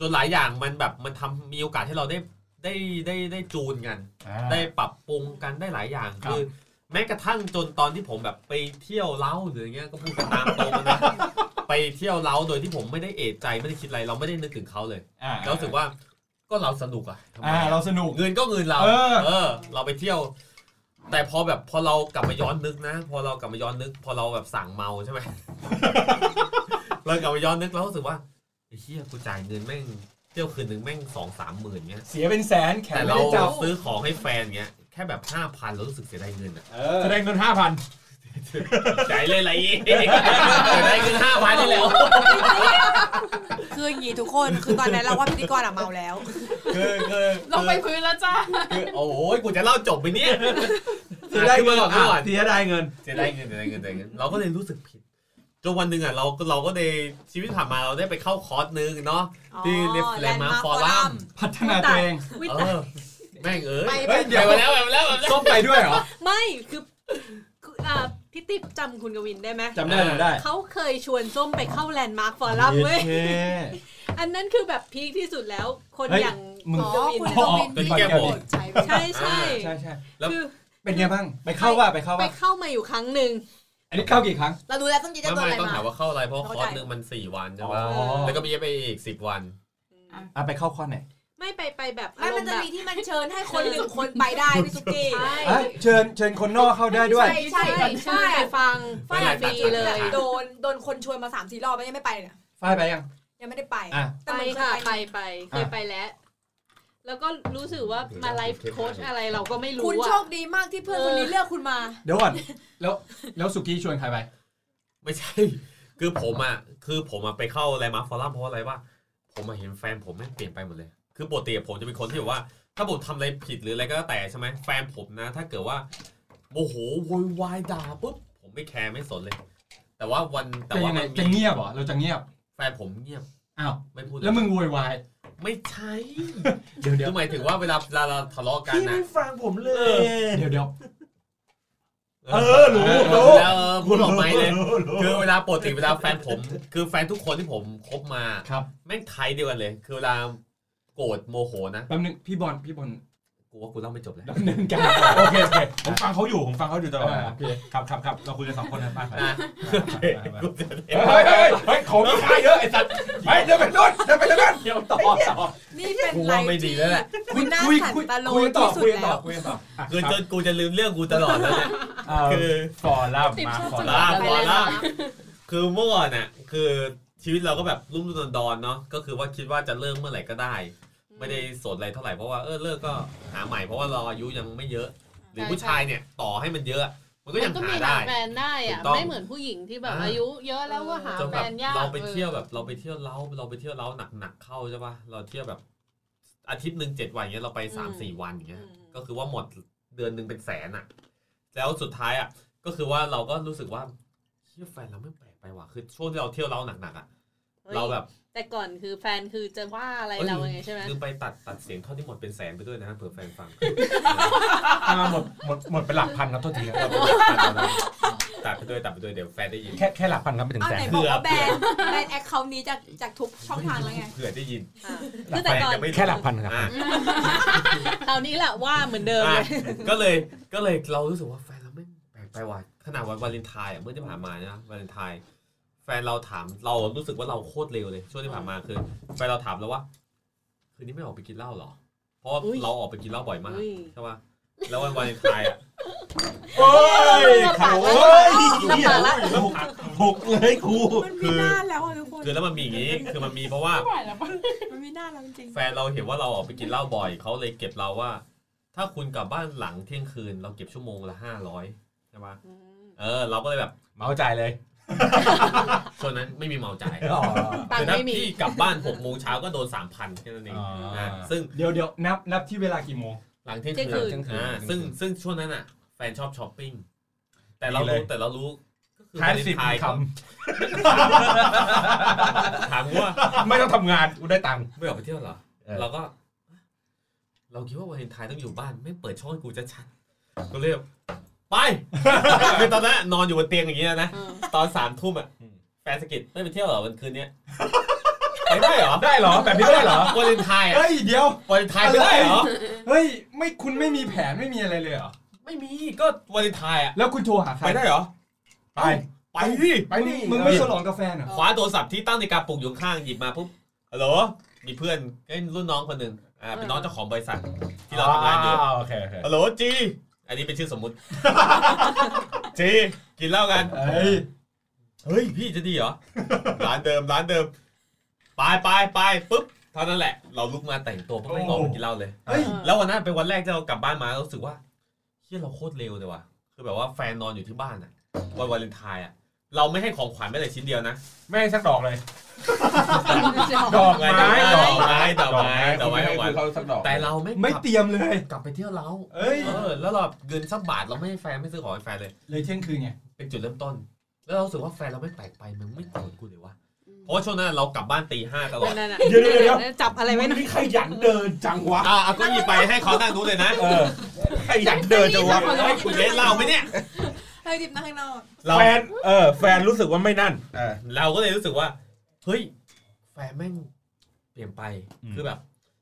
Speaker 2: จนหลายอย่างมันแบบมันทำมีโอกาสให้เราได้ได้ได้ได้จูนกัน ได้ปรับปรุงกันได้หลายอย่าง
Speaker 3: ครับ
Speaker 2: คือ แม้กระทั่งจนตอนที่ผมแบบไปเที่ยวเล้าหรืออย่างเงี้ยก็พูดกันตามตรงนะ
Speaker 3: <laughs>
Speaker 2: ไปเที่ยวเล้าโดยที่ผมไม่ได้เอะใจไม่ได้คิดอะไรเราไม่ได้นึกถึงเขาเลย
Speaker 3: อ่า
Speaker 2: เรารู้สึกว่าก็เราสนุกอะทำไม
Speaker 3: อ่า
Speaker 2: อะ
Speaker 3: เราสนุก
Speaker 2: เงินก็เงินเรา
Speaker 3: เออ
Speaker 2: เออ เราไปเที่ยว แต่พอแบบพอเรากลับมาย้อนนึกนะ พอเรากลับมาย้อนนึก พอเราแบบสั่งเมา
Speaker 3: <laughs>
Speaker 2: ใช่ไหม เรากลับมาย้อนนึกเรารู้สึกว่าไอ้เหี้ยกูจ่ายเงินแม่งเที่ยวคืนหนึ่งแม่งสองสามหมื่นเงี้ย
Speaker 3: เสียเป็นแสนแขน
Speaker 2: แต่
Speaker 3: ไม่
Speaker 2: เรา
Speaker 3: ได้จับ
Speaker 2: ซื้อของให้แฟนเงี้ยแค่แบบห้าพันเรารู้สึกเสียดายเงินอะ
Speaker 3: เออ
Speaker 8: แสดงเงินห้าพัน
Speaker 2: จ่ายเลยอะไรอีก <laughs> เสียดายเงินห้าพันนี่แหละ
Speaker 5: คืออย่างนี้ทุกคนคือตอนนั้นเราว่าพิธีกรอะเมาแล้ว
Speaker 2: คือคือ
Speaker 7: ลงไปพื้นแล้วจ้า
Speaker 2: คือโอ้โหกูจะเล่าจบไปเนี่ย
Speaker 8: เสียได้
Speaker 2: ขึ้น
Speaker 8: เงิ
Speaker 2: มานก่อนขึ้นมาก่อน
Speaker 8: เสียได้เงิน
Speaker 2: เสียดายเงินเสียดายเงินเสียดายเงินเราก็เลยรู้สึกผิดจนวันหนึ่งอ่ะเราก็เราก็ได้ชีวิตผ่านมาเราได้ไปเข้าคอร์สนึงเนาะ ที่ Left Landmark Forum
Speaker 3: พัฒนาตัวเอง
Speaker 9: วิ
Speaker 2: เอ
Speaker 9: ตาย
Speaker 2: อแม่งเอ้
Speaker 5: ไป
Speaker 2: ย
Speaker 5: แบ
Speaker 3: เฮ้ย
Speaker 5: บ
Speaker 3: เดี๋ยว
Speaker 2: ไปแล้วไปแล้วไปแล้ว
Speaker 3: ส้มไปด้วยเหรอ
Speaker 9: ไม่คือคืออ่าพี่ติ๊บจำคุณกวินได้ไหม
Speaker 3: จำได้จำได้
Speaker 9: เขาเคยชวนส้มไปเข้าแลนด์มาร์คฟอรัมเว้ย
Speaker 3: เท่
Speaker 9: อันนั้นคือแบบพีคที่สุดแล้ว คน
Speaker 3: เฮ้ย
Speaker 9: อย่าง
Speaker 3: มึง
Speaker 9: อ๋
Speaker 5: อ๋
Speaker 9: อ
Speaker 5: อคุ
Speaker 9: คุ
Speaker 5: ณ
Speaker 9: ณ
Speaker 5: กวินที่โปรดใช้ไป
Speaker 9: ใช่ใช่
Speaker 3: ใช่ใช่
Speaker 9: คือ
Speaker 3: เป็นไงบ้าง ไปเข้าว่าไปเข้า
Speaker 9: ไป
Speaker 3: ว่า
Speaker 9: เข้ามาอยู่ครั้งหนึ่ง
Speaker 3: อันนี้เข้ากี่ครั้ง
Speaker 5: เราดูแล้วต้องยินได้
Speaker 2: ไม่
Speaker 5: ตัว
Speaker 2: ไม่
Speaker 5: อะไร
Speaker 2: ต้อง
Speaker 5: มา
Speaker 2: ถามว่าเข้าอะไรเพราะคอร์สนึงมันสี่วันใช่ปะ
Speaker 3: อ๋อ
Speaker 2: แล้วก็มีไปอีกสิบวัน
Speaker 3: อ่ะไปเข้าข้อไหน
Speaker 9: ไม่ไปไปแบบ
Speaker 5: ไม่มันจะ
Speaker 9: อาร
Speaker 5: มี
Speaker 9: ณ์
Speaker 5: ที่มันเชิญให้คนหนึ่งคนไปได้พี่สุกี้
Speaker 9: แบบใช่
Speaker 3: อ่ะเชิญเชิญคนนอกเข้าได้ด้วย
Speaker 5: ใช่
Speaker 9: ใช่ใช่ไปฟัง
Speaker 2: ไม่ได้
Speaker 9: ฟรีเลย
Speaker 5: โดนโดนคนชวนมาสามสี่รอบแล้วยังไม่ไปเนี่ย
Speaker 3: ฝ้ายไปยัง
Speaker 5: ยังไม่ได้ไป
Speaker 3: อ่ะ
Speaker 5: แต่
Speaker 9: ไป
Speaker 5: มัน
Speaker 9: ค่ะ
Speaker 5: เค
Speaker 9: ไป
Speaker 5: ย
Speaker 9: ไปเคยไปแล้ว แล้วก็รู้สึกว่ามาไลฟ์โค้ชอะไรเราก็ไม่
Speaker 5: ไป
Speaker 9: รู้
Speaker 5: คุณโช
Speaker 9: อะ
Speaker 5: คดีมากที่เพื่อนคนนี้เลือกคุณมา
Speaker 3: เดี๋ยวก่อน แล้วแล้วสุกี้ชวนใครไป
Speaker 2: ไม่ใช่ <laughs> คือผมอ่ะคือผมอ่ะไปเข้าอะไรมาฟอรัมเพราะอะไรว่า ผมมาเห็นแฟนผมแม่งเปลี่ยนไปหมดเลย คือปกติผมจะเป็นคนที่แบบว่า ถ้าผมทำอะไรผิดหรืออะไรก็แล้วแต่ใช่ไหมแฟนผมนะ ถ้าเกิดว่าโมโหโวยวายด่าปุ๊บผมไม่แคร์ไม่สนเลย แต่ว่าวันแต่
Speaker 3: จะ
Speaker 2: ว่า
Speaker 3: ยังไง
Speaker 2: มัน
Speaker 3: จะ
Speaker 2: มี
Speaker 3: เงียบเหรอ เราจะเงียบ
Speaker 2: แฟนผมเงียบ
Speaker 3: อ้าว
Speaker 2: ไม่พูดเย
Speaker 3: แล้วมึงโวยวาย
Speaker 2: ไม่ใช่
Speaker 3: เดี๋ยวเดี๋ยว
Speaker 2: คือหมายถึงว่าเวลาเราเราทะเลาะกัน
Speaker 8: พี่
Speaker 2: นะ
Speaker 8: ไม่ฟังผมเลย
Speaker 3: เดี๋ยวเดี๋ยว
Speaker 8: เออรู้รู้
Speaker 2: แล้วเออพูดออกไมค์เลย
Speaker 8: คื
Speaker 2: คือ อเวลาปกติเวลาแฟนผม คือแฟนทุกคนที่ผมคบมา
Speaker 3: ครับ
Speaker 2: แม่งไทยเดียวกันเลย คือเวลาโกรธโมโหนะ
Speaker 3: แป๊บนึงพี่บอลพี่บอล
Speaker 2: กูว่ากูเล่าไม่จบเลย
Speaker 3: ดำเนินการ
Speaker 8: โอเคโอเคผมฟังเขาอยู่ผมฟังเขาอยู่ตลอด
Speaker 3: อ่าโอเค
Speaker 8: ครับครับครับเราคุยกันสองคนนะมาไป
Speaker 2: นะ
Speaker 8: ไป
Speaker 2: กูจะได้
Speaker 8: เฮ้ยเฮ้ยเฮ้ยของมีค่าเยอะไอ้สัตว์ไปเดินไปโน่นเดินไปเดินไป
Speaker 3: เดี๋ยวต่อต่อ
Speaker 5: นี่เป็น
Speaker 2: กู
Speaker 5: ไล
Speaker 2: ว่า
Speaker 5: ฟ์
Speaker 2: ไม่ดี
Speaker 5: ที่
Speaker 2: แล้วแหละ
Speaker 5: คุณน่า
Speaker 3: คุย
Speaker 5: ขัน
Speaker 3: คุย
Speaker 5: ตะโล
Speaker 3: คุยต่อ
Speaker 5: ที่สุ
Speaker 3: คุ
Speaker 5: ด
Speaker 3: ยต่
Speaker 5: แล้
Speaker 3: อ
Speaker 5: ว
Speaker 3: คุยต่อ
Speaker 2: คือจนกูจะลืมเรื่องกูตลอดแล้วเนี่ย
Speaker 3: คื
Speaker 2: คือ อ
Speaker 3: ฟอล่า
Speaker 7: ติด
Speaker 3: มา
Speaker 7: ชอบ
Speaker 3: ฟอ
Speaker 7: สนุ
Speaker 3: ล่าก
Speaker 2: ขอลา
Speaker 7: ไป
Speaker 2: ขอ
Speaker 7: เลย
Speaker 2: ลา
Speaker 7: นะ
Speaker 2: คือเมื่อก่อนน่ะคือชีวิตเราก็แบบรุ่มรุ่นดอนๆเนาะก็คือว่าคิดว่าจะเลิกเมื่อไหร่ก็ได้ ไม่ได้สนอะไรเท่าไหร่เพราะว่าเออเลิกก็หาใหม่เพราะว่าเราอายุยังไม่เยอะ หรือผู้ชายเนี่ยต่อให้มันเยอะ มันก็
Speaker 9: มั
Speaker 2: ยัง
Speaker 9: นก็
Speaker 2: หา
Speaker 9: มีหา
Speaker 2: ได้
Speaker 9: แฟนได้อะ
Speaker 2: ถูกต้อง
Speaker 9: ไม่เหมือนผู้หญิงที่แบบ
Speaker 2: อ่า
Speaker 9: อายุเยอะแล้วก็หา
Speaker 2: จน
Speaker 9: แฟ
Speaker 2: แบบ
Speaker 9: นยาก
Speaker 2: เราไปเที่ยวแบบเราไปเที่ยวเล้าเราไปเที่ยวเล้าหนักๆเข้าใช่ปะเราเที่ยวแบบอาทิตย์หนึ่งเจ็ดวันอย่างเงี้ยเราไปสามสี่วันอย่าง
Speaker 9: เอ
Speaker 2: เงี้ย
Speaker 9: อ
Speaker 2: ก็คือว่าหมดเดือนหนึ่งเป็นแสนอะแล้วสุดท้ายอะก็คือว่าเราก็รู้สึกว่าเชี่ยแฟนเราไม่งแปลกไปว่ะคือช่วงที่เราเที่ยวเล้าหนักๆอะ
Speaker 9: ฮ้ย
Speaker 2: เราแบบ
Speaker 9: แต่ก่อนคือแฟนคือจะว่าอะไรเราไงใช่ไหม
Speaker 2: ลืมไปตัดตัดเสียงท่อนที่หมดเป็นแสนไปด้วยนะฮะเผื่อแฟน
Speaker 9: <laughs>
Speaker 2: ฟัง
Speaker 3: อ่าหมดหมดหมดเป็นหลักพันครับโทษทีครับ
Speaker 2: ตัดไปด้วยตัดไปด้วยเดี๋ยวแฟนได้ยิน
Speaker 3: แค่แค่หลักพันครับไม่ถึง
Speaker 5: เอา
Speaker 3: แสน
Speaker 5: ไหนบอกว่า
Speaker 2: เผื่
Speaker 5: แบ
Speaker 2: อ
Speaker 5: นแบนแอคเคาท์นี้จากจากทุกช่องทางแล้วไง
Speaker 2: เผื่อได้ยิน
Speaker 9: อ่า
Speaker 3: หลั
Speaker 9: คือก แต่
Speaker 3: แปด
Speaker 9: ก่อน
Speaker 2: จะไม่
Speaker 3: แค่หลักพันครับ
Speaker 2: อ่ะ
Speaker 9: คราวนี้แหละว่าเหมือนเดิมเล
Speaker 2: อ่ะ
Speaker 9: ย
Speaker 2: ก็เลยก็เลยเรารู้สึกว่าแฟนเราไม่แปลกไปว่ะขนาดวันวาเลนไทน์อ่ะเมื่อที่ผ่านมานะวาเลนไทน์แฟนเราถามเรารู้สึกว่าเราโคตรเร็วเลยช่วงที่ผ่านมาคือแฟนเราถามเราว่า คืนนี้ไม่ออกไปกินเหล้าเหรอ เพราะเราออกไปกินเหล้าบ่อยมาก
Speaker 9: อุ้ย
Speaker 2: ใช่ป่ะแล้ววันวาเลนไทน์อ่ะ
Speaker 8: โอ้ยเขาโอ้ย
Speaker 9: ลำบากละ
Speaker 8: หกเลยครู
Speaker 5: มันมีหน้าแล้วอะทุกคน
Speaker 2: คือแล้วมันมีอย่างนี้ คือมันมีเพราะว่า
Speaker 7: ไม่ไหวแล้วป่ะ
Speaker 5: มันมีหน้าแล้วจริง
Speaker 2: แฟนเราเห็นว่าเราออกไปกินเหล้าบ่อย เขาเลยเก็บเราว่า ถ้าคุณกลับบ้านหลังเที่ยงคืน เราเก็บชั่วโมงละห้าร้อยใช่ไหม
Speaker 9: อืม
Speaker 2: เออ เราก็เลยแบบ
Speaker 3: เมาใจายเลย
Speaker 2: ช่วงนั้นไม่มีเมาจ่าย
Speaker 3: อ๋อ
Speaker 9: ตัง
Speaker 2: คือ
Speaker 9: ค์
Speaker 2: นับ
Speaker 9: ไม่มี
Speaker 2: ที่กลับบ้านหกโมงเช้าก็โดนสามพันแค่นั้นเองนะซึ่ง
Speaker 3: เดี๋ยวเดี๋ยวนับนับที่เวลากี่โมง
Speaker 2: หลังเที่ยง
Speaker 9: เจ๊
Speaker 2: คื
Speaker 9: คื
Speaker 2: น
Speaker 9: น
Speaker 3: เที่ยงคืน
Speaker 2: อ่าซึ่งซึ่งช่วงนั้นอ่ะ แฟนชอบช้อปปิ้ง แต่เรารู้แต่เรารู้ก็คือ
Speaker 3: แค่
Speaker 2: วาเลน
Speaker 3: สิบ
Speaker 2: ไทน์
Speaker 3: ค
Speaker 2: ถามว่า
Speaker 3: ำไม่ต้องทำงานกูได้ตังค์
Speaker 2: ไม่ออกไปเที่ยวเหรอ
Speaker 3: เออ
Speaker 2: เราก็ เราคิดว่าวาเลนไทน์ต้องอยู่บ้าน ไม่เปิดช่องให้กูจะชัดๆก็เรียกไป <laughs> คือตอนนั้นนอนอยู่บนเตียงอย่างเงี้ยนะ
Speaker 9: เออ
Speaker 2: ตอนสามทุ่มอ่ะแฟนสะกิดไม่ไปเที่ยวเหรอวันคืน
Speaker 3: <laughs>
Speaker 2: เนี้ย ไปได้เหรอ
Speaker 3: ได้เหรอแบบนี้ได้เหรอ
Speaker 2: วาเลนไทน์อ่ะ
Speaker 3: เฮ้ยเดี๋ยว
Speaker 2: วาเลนไทน์ไปได้เหรอ
Speaker 3: เฮ้ยไม่คุณไม่มีแผนไม่มีอะไรเลยเหรอ
Speaker 2: ไม่มีก็วาเลนไทน์อ่ะ
Speaker 3: แล้วคุณโทรหาใคร
Speaker 2: ไปได้เหรอ
Speaker 3: ไป
Speaker 2: ไปดิ
Speaker 3: ไปนี่มึงไม่ฉลองกาแฟนเหรอ
Speaker 2: คว้าโทรศัพท์ที่ตั้งนาฬิกาปลุกอยู่ข้างหยิบมาปุ๊บฮัลโหลมีเพื่อนเอ้ยรุ่นน้องคนหนึ่งอ่าเป็นน้องเจ้าของบริษัทที่เราทำงานอยู่
Speaker 3: โอเคโอเค
Speaker 2: ฮัลโหลจี อันนี้เป็นชื่อสมมุติ จีกินเหล้ากัน
Speaker 3: เฮ้ย
Speaker 2: เฮ้ยพี่จะดีเหรอ ร้านเดิมร้านเดิม ไปไปไปปุ๊บเท่านั้นแหละ เราลุกมาแต่งตัวเพื่อไม่งออกไปกินเหล้าเลย
Speaker 3: เฮ้ย
Speaker 2: แล้ววันนั้นเป็นวันแรกที่เรากลับบ้านมารู้สึกว่าเฮียเราโคตรเลวเลยว่ะ คือแบบว่าแฟนนอนอยู่ที่บ้านอะวันวาเลนไทน์อะเราไม่ให้ของขวัญไม่แต่ชิ้นเดียวนะ
Speaker 3: ไม่ให้สักดอกเลย
Speaker 2: ดอกไม้ดอกไม้ดอกไม้ด
Speaker 8: แต่
Speaker 2: อก
Speaker 8: ไม่
Speaker 2: ไม้
Speaker 8: ให้
Speaker 2: ดอกไม้
Speaker 8: คือเขาสักดอก
Speaker 2: แต่เราไม่
Speaker 3: ไม่
Speaker 2: กลับ
Speaker 3: เตรียมเลย
Speaker 2: กลับไปเที่ยวเรา
Speaker 3: เอ้ย
Speaker 2: เออแล้วเราเงินสักบาทเราไม่ให้แฟนไม่ซื้อของให้แฟนเลย
Speaker 3: เลยเที่ยงคืนไง
Speaker 2: เป็นจุดเริ่มต้น แล้วเรารู้สึกว่าแฟนเราไม่แปลกไปมึงไม่โกรธกูเลยวะ เพราะว่าช่วงนั้นเรากลับบ้านตีห้าตลอด
Speaker 9: นั่นน่ะ
Speaker 8: เดี๋ยวเดี๋ยวเดี๋ยว
Speaker 9: จับอะไรไว้หน่อย
Speaker 8: นี่ขยันเดินจังวะ
Speaker 2: อ่าก็หยิบไปให้เขานั่งนู้นเลยนะ
Speaker 8: เออขยันเดินจังวะ
Speaker 2: เฮ้ยคุณเล่นเหล่าไหมเนี่ย
Speaker 5: ๆเฮ้ยดิบนั่งข้างนอก
Speaker 2: เรา
Speaker 8: แฟนเออแฟนรู้สึกว่าไม่นั่นเออ
Speaker 2: เราก็เลยรู้สึกว่า เฮ้ย แฟนแม่งเปลี่ยนไป
Speaker 8: อืม
Speaker 2: คือแบบ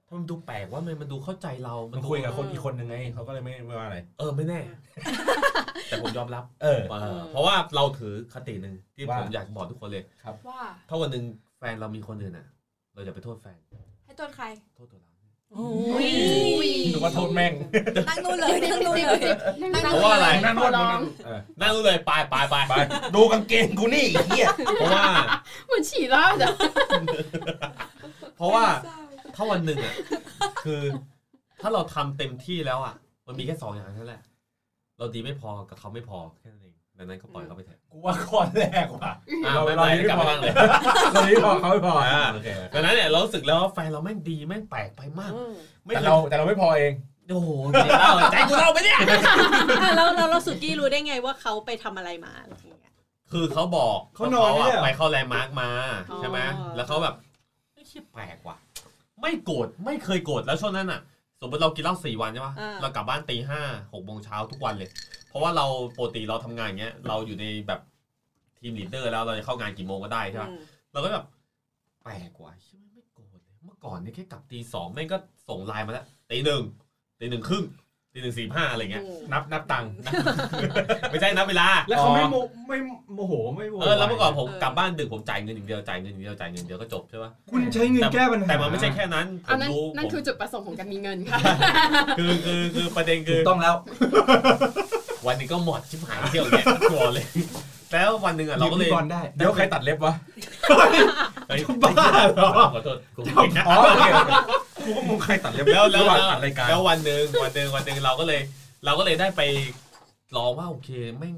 Speaker 2: ถ้ามันดูแปลกว่ามันมันดูเข้าใจเรา มั
Speaker 8: มันน
Speaker 2: ดู
Speaker 8: คุยกับคนอีกคนหนึ่งไงเขาก็เลยไม่ไม่ว่าอะไร
Speaker 2: เออไม่แน่
Speaker 9: <laughs>
Speaker 2: แต่ผมยอมรับ
Speaker 8: เออ
Speaker 2: เออเพราะว่าเราถือคติหนึ่งที่
Speaker 8: ว่า
Speaker 2: ผมอยากบอกทุกคนเลย
Speaker 5: ว่า
Speaker 2: ถ้าวันหนึ่งแฟนเรามีคนอื่นอ่ะ เราอย่าไปโทษแฟน
Speaker 5: ให้โทษใคร
Speaker 2: โทษตัวเรา
Speaker 9: โอ้ย
Speaker 8: หรือว่าโทษแม่ง
Speaker 5: นั่งนู่นเลยนั่งนู่นเลย
Speaker 2: เพราะว่าอะไร
Speaker 7: นั่งร้อง
Speaker 8: เออ
Speaker 2: นั่งนู้นเลยไปไปไป
Speaker 8: ไปดูกางเกงกูนี่ไอ้เหี้ย
Speaker 2: เพราะว่า
Speaker 7: เหมือนฉี่ราดอ่ะ
Speaker 2: เพราะว่าถ้าวันหนึ่งอ่ะ <laughs> คือ ถ้าเราทำเต็มที่แล้วอ่ะ มันมีแค่สองอย่างเท่านั้นแหละ เราดีไม่พอกับเขาไม่พอแค่นั้นเองดังนั้นก็ปล่อยเขาไปเถอะ
Speaker 8: กูว่าข้อแรกว่ะ
Speaker 2: อ่ะ
Speaker 8: เรา
Speaker 2: ไม่
Speaker 8: เรา
Speaker 2: ไม่
Speaker 8: ดีไม่
Speaker 2: กลับ
Speaker 8: พ
Speaker 2: มา
Speaker 8: อ
Speaker 2: บ้างเลย
Speaker 8: ตอนนี้พอเขาไม่พอ
Speaker 2: อ่า
Speaker 8: โอเค
Speaker 2: ดังนั้นเนี่ยเรารู้สึกแล้วว่าแฟนเราแม่งดีแม่งแปลกไปมาก ไม่
Speaker 8: แต่
Speaker 2: เคย
Speaker 8: เราแต่เราไม่พอเอง
Speaker 2: โอ้โห <laughs> เดี๋ยวเล่าใจกูเล่าไปเนี่ย
Speaker 9: อ่ะแล้วแล้วแล้วสุกี้รู้ได้ไงว่าเขาไปทำอะไรมาอะไรอย่างเงี้ย
Speaker 2: คือเขาบอก
Speaker 3: เขานอน
Speaker 2: ว่
Speaker 3: ไม่ได้เหรอ
Speaker 2: ไปเข้าแลนด์มาร์กมา
Speaker 9: อ๋อ
Speaker 2: ใช่ไหมแล้วเขาแบบไอ้เชี่ยแปลกว่ะ ไม่โกรธไม่เคยโกรธแล้วช่วงนั้นอ่ะ สมมติเรากินเหล้าสี่วันใช่ปะ
Speaker 9: อ่า
Speaker 2: เรากลับบ้านตีห้าหกโมงเช้าทุกวันเลย เพราะว่าเราปกติเราทำงานอย่างเงี้ย เราอยู่ในแบบทีมลีดเดอร์แล้วเราจะเข้างานกี่โมงก็ได้ใช่ปะ
Speaker 9: อืม
Speaker 2: เราก็แบบแปลกว่ะเชี่ยไม่โกรธเลยเมื่อก่อนเนี่ยแค่กลับตีสองแม่งก็ส่งไลน์มาแล้วตีหนึ่งตีหนึ่งครึ่งตีหนึ่งสี่ห้าอะไรเงี้ย
Speaker 9: โอ้
Speaker 2: นับนับตังค์ ไม่ใช่นับเวลา
Speaker 3: แล้วเขาไม่โมไม่โมโหไม่โว
Speaker 2: เออแล้วเมื่อก่อนผม
Speaker 9: เออ
Speaker 2: กลับบ้านดึกผมจ่ายเงินอย่างเดียวจ่ายเงินอย่างเดียวจ่ายเงินอย่างเดียวก็จบใช่ปะ
Speaker 3: คุณใช้เงินแก้ปัญหา
Speaker 2: แต่มันไม่ใช่แค่นั้นผ
Speaker 7: อัน
Speaker 2: ม
Speaker 7: นั้น
Speaker 2: รู้
Speaker 7: นั่น
Speaker 2: ผม
Speaker 7: คือจุดประสงค์ของการมีเงินค่ะ
Speaker 2: คือคือคือประเด็น
Speaker 3: ถู
Speaker 2: คื
Speaker 3: ก
Speaker 2: อ
Speaker 3: ต้องแล้ว
Speaker 2: วันหนี้ก็หมดชิบหายเที่ยว <laughs> เนี่ยกลัวเลย แล้ววันหนึ่งอ่ะเราก็เลย
Speaker 3: บอลได้
Speaker 8: เดี๋ยวใครตัดเล็บวะ
Speaker 2: เฮ้ย
Speaker 8: บ้าเหรอ
Speaker 2: ขอโทษกูผิดนะ
Speaker 8: อ๋อโอเคกูก็งงใครตัดเล็บ
Speaker 2: แล้วแล้ว
Speaker 8: ระหางตัดรายการ
Speaker 2: แล้ววันหนึ่งวันหนึ่งวันหนึ่งเราก็เลย เราก็เลยได้ไปลองว่าโอเคแม่ง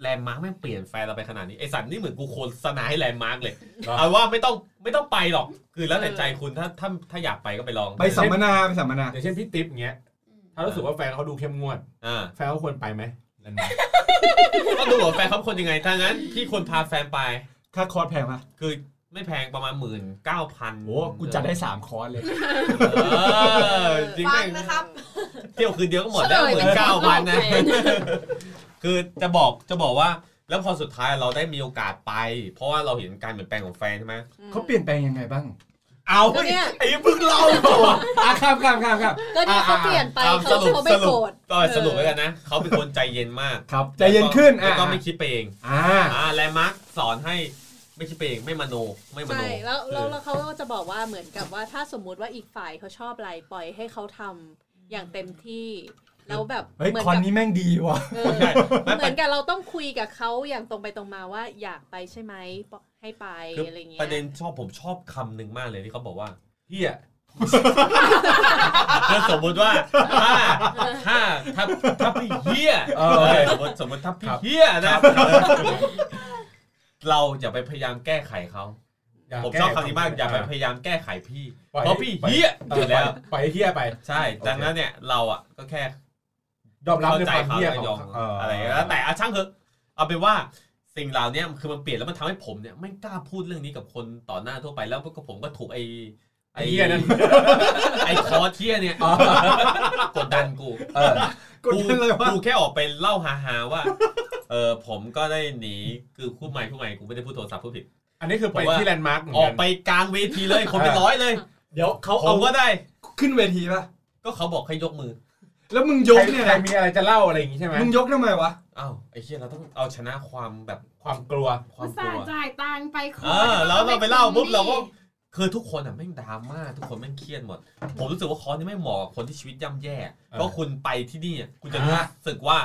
Speaker 2: แลนด์มาร์กแม่งเปลี่ยนแฟนเราไปขนาดนี้ไอสัตว์นี่เหมือนกูโคนสนายแลนด์มาร์กเลยเอาว่าไม่ต้องไม่ต้องไปหรอก คือแล้วแต่ใจคุณถ้าถ้าถ้าอยากไปก็ไปลอง
Speaker 3: ไปสัมมนาไปสัมมนา
Speaker 8: อย่างเช่นพี่ติ๊บเงี้ย ถ้ารู้สึกว่าแฟนเขาดูเข้มงวด
Speaker 2: อ่า
Speaker 8: แฟนเขาควรไปไหมนั่นไง
Speaker 2: ก็ดูว่าแฟนเขาเป็นคนยังไงถ้างั้นพี่ควรพาแฟนไป
Speaker 3: ค่าคอร์สแพงปะ
Speaker 2: คือ ไม่แพงประมาณหมื่นเก้าพัน
Speaker 3: โอ้กูจัดได้สามคอร์สเลย
Speaker 2: เออจริง
Speaker 5: ฟั
Speaker 2: ไหม
Speaker 5: งนะครับ
Speaker 2: เที่ยวคืนเดียวก็หมดแล้วห
Speaker 7: เฉลย
Speaker 2: มื่
Speaker 7: เป็น น
Speaker 2: เก้า
Speaker 7: หล
Speaker 2: พั
Speaker 7: อน ก
Speaker 2: นะ
Speaker 7: แฟน
Speaker 2: <laughs> คือจะบอกจะบอกว่า แล้วพอสุดท้ายเราได้มีโอกาสไป เพราะว่าเราเห็นการเปลี่ยนแปลงของแฟนใช่ไหม
Speaker 3: เขาเปลี่ยนแปลงยังไงบ้าง
Speaker 2: เอาไอ้พึ่งเล่า
Speaker 3: อ่ะครับครับครับครับ
Speaker 9: ก็เนี่ยเขาเปลี่ยนไป
Speaker 2: เอาส
Speaker 9: เขา
Speaker 2: รุป
Speaker 9: เขาไม่
Speaker 2: ส
Speaker 9: โก
Speaker 2: รุ
Speaker 9: ร
Speaker 2: ป
Speaker 9: ธ
Speaker 2: ก็สรุปไว้กันนะเขาเป็นคนใจเย็นมาก
Speaker 3: ครับใจเย็นขึ้น
Speaker 2: แล้ว
Speaker 3: อ่ะ
Speaker 2: ก็แล้วก็ไม่คิดไปเอง
Speaker 3: อ่า
Speaker 2: อ่าแลนด์มาร์คสอนให้ไม่คิดไปเองไม่มโนไม่มโน
Speaker 9: ใช่แล้ว
Speaker 2: คือ
Speaker 9: แล้วแล้วเขาก็จะบอกว่าเหมือนกับว่าถ้าสมมุติว่าอีกฝ่ายเขาชอบอะไรปล่อยให้เขาทำอย่างเต็มที่ แล้วแบบ
Speaker 3: เฮ้ย
Speaker 9: เหมือน
Speaker 3: คอน
Speaker 9: กับ
Speaker 3: นี้แม่งดีว่ะ
Speaker 9: เออ
Speaker 2: ใช่ไม่
Speaker 9: เห
Speaker 2: ป
Speaker 9: มื
Speaker 2: ระ
Speaker 9: อนกับเราต้องคุยกับเขาอย่างตรงไปตรงมาว่าอยากไปใช่ไหมให้ไป
Speaker 2: คือ
Speaker 9: อะไรเงี้ย
Speaker 2: ประเด็นชอบผมชอบคำหนึ่งมากเลยที่เขาบอกว่าเฮียคือสมมติว่าถ้าถ้าถ้าถ้าพี่เฮีย
Speaker 3: เออ
Speaker 2: เออสมมติสมมติถ้าพี่เฮียนะเราอย่าไปพยายามแก้ไขเขาผมชอบคำนี้มากอย่าไปพยายามแก้ไขพี่
Speaker 8: ปล่อย
Speaker 2: เพราะพี่เฮีย
Speaker 8: เอ
Speaker 2: อ
Speaker 8: อยู่
Speaker 2: แล้ว
Speaker 8: ปล่อยให้เฮียไป
Speaker 2: ใช่
Speaker 8: โอเค
Speaker 2: ดังนั้นเนี่ยเราอ่ะก็แค่
Speaker 8: ยอมรับ
Speaker 2: เข้า
Speaker 8: ใน
Speaker 2: ใจ
Speaker 8: ความ
Speaker 2: เขา
Speaker 8: เฮีย
Speaker 2: ไม่
Speaker 8: ข
Speaker 2: ย
Speaker 8: อ
Speaker 2: อง ม
Speaker 8: เ
Speaker 2: อะไรก็แล้วแต่อะช่างเถอะเอาเป็นว่าสิ่งเหล่าเนี้ยคือมันเปลี่ยนแล้วมันทำให้ผมเนี่ยไม่กล้าพูดเรื่องนี้กับคนต่อหน้าทั่วไปแล้วก็ผมก็ถูกไอ้
Speaker 8: ไอ้เหี้ยนั่น
Speaker 2: ไอ้คอเทียเนี่ยกดดันกู
Speaker 8: เออ
Speaker 3: กดดันเลยว่า
Speaker 2: กูแค่ออกไปเล่าฮาๆว่าเออผมก็ได้หนีคือคู่ใหม่คู่ใหม่กูไม่ได้พูดโทรศัพท์พูดผิด
Speaker 8: อันนี้คือไป
Speaker 2: ผมว่า
Speaker 8: ที่แลนด์มาร์ก
Speaker 2: ออกไปกลางเวทีเลยคนเป็น
Speaker 8: เออ
Speaker 2: ร้อยเลย
Speaker 3: เดี๋ยวเขา
Speaker 2: ผ
Speaker 3: เอา
Speaker 2: มก็ได้
Speaker 3: ขึ้นเวทีป่ะ
Speaker 2: ก็เขาบอกให้ยกมือ
Speaker 3: แล้วมึงยกเนี่ย
Speaker 8: ใคร
Speaker 3: นะ
Speaker 8: มีอะไรจะเล่าอะไรอย่างงี้ใช่ไหม
Speaker 3: มึงยกทำไมวะ
Speaker 2: อ้าวไอ้เหี้ยเราต้องเอาชนะความแบบ
Speaker 8: ความกลัว
Speaker 2: ค
Speaker 7: อุ
Speaker 2: วามก
Speaker 7: ตส่า
Speaker 2: ลัว
Speaker 7: ห์จ่ายตังค์ไปค
Speaker 2: เอ
Speaker 7: อ
Speaker 2: อแล้วเราไปเล่าปุ๊บเราก็
Speaker 7: นี่
Speaker 2: คือทุกคนอ่ะแม่งดราม่าทุกคนแม่งเครียดหมด ผมรู้สึกว่าคอร์สนี่ไม่เหมาะกับคนที่ชีวิตย่ำแย่เพราะคุณไปที่นี่อ่ะคุณจะรู้
Speaker 8: อ่ะ
Speaker 2: สึกว่า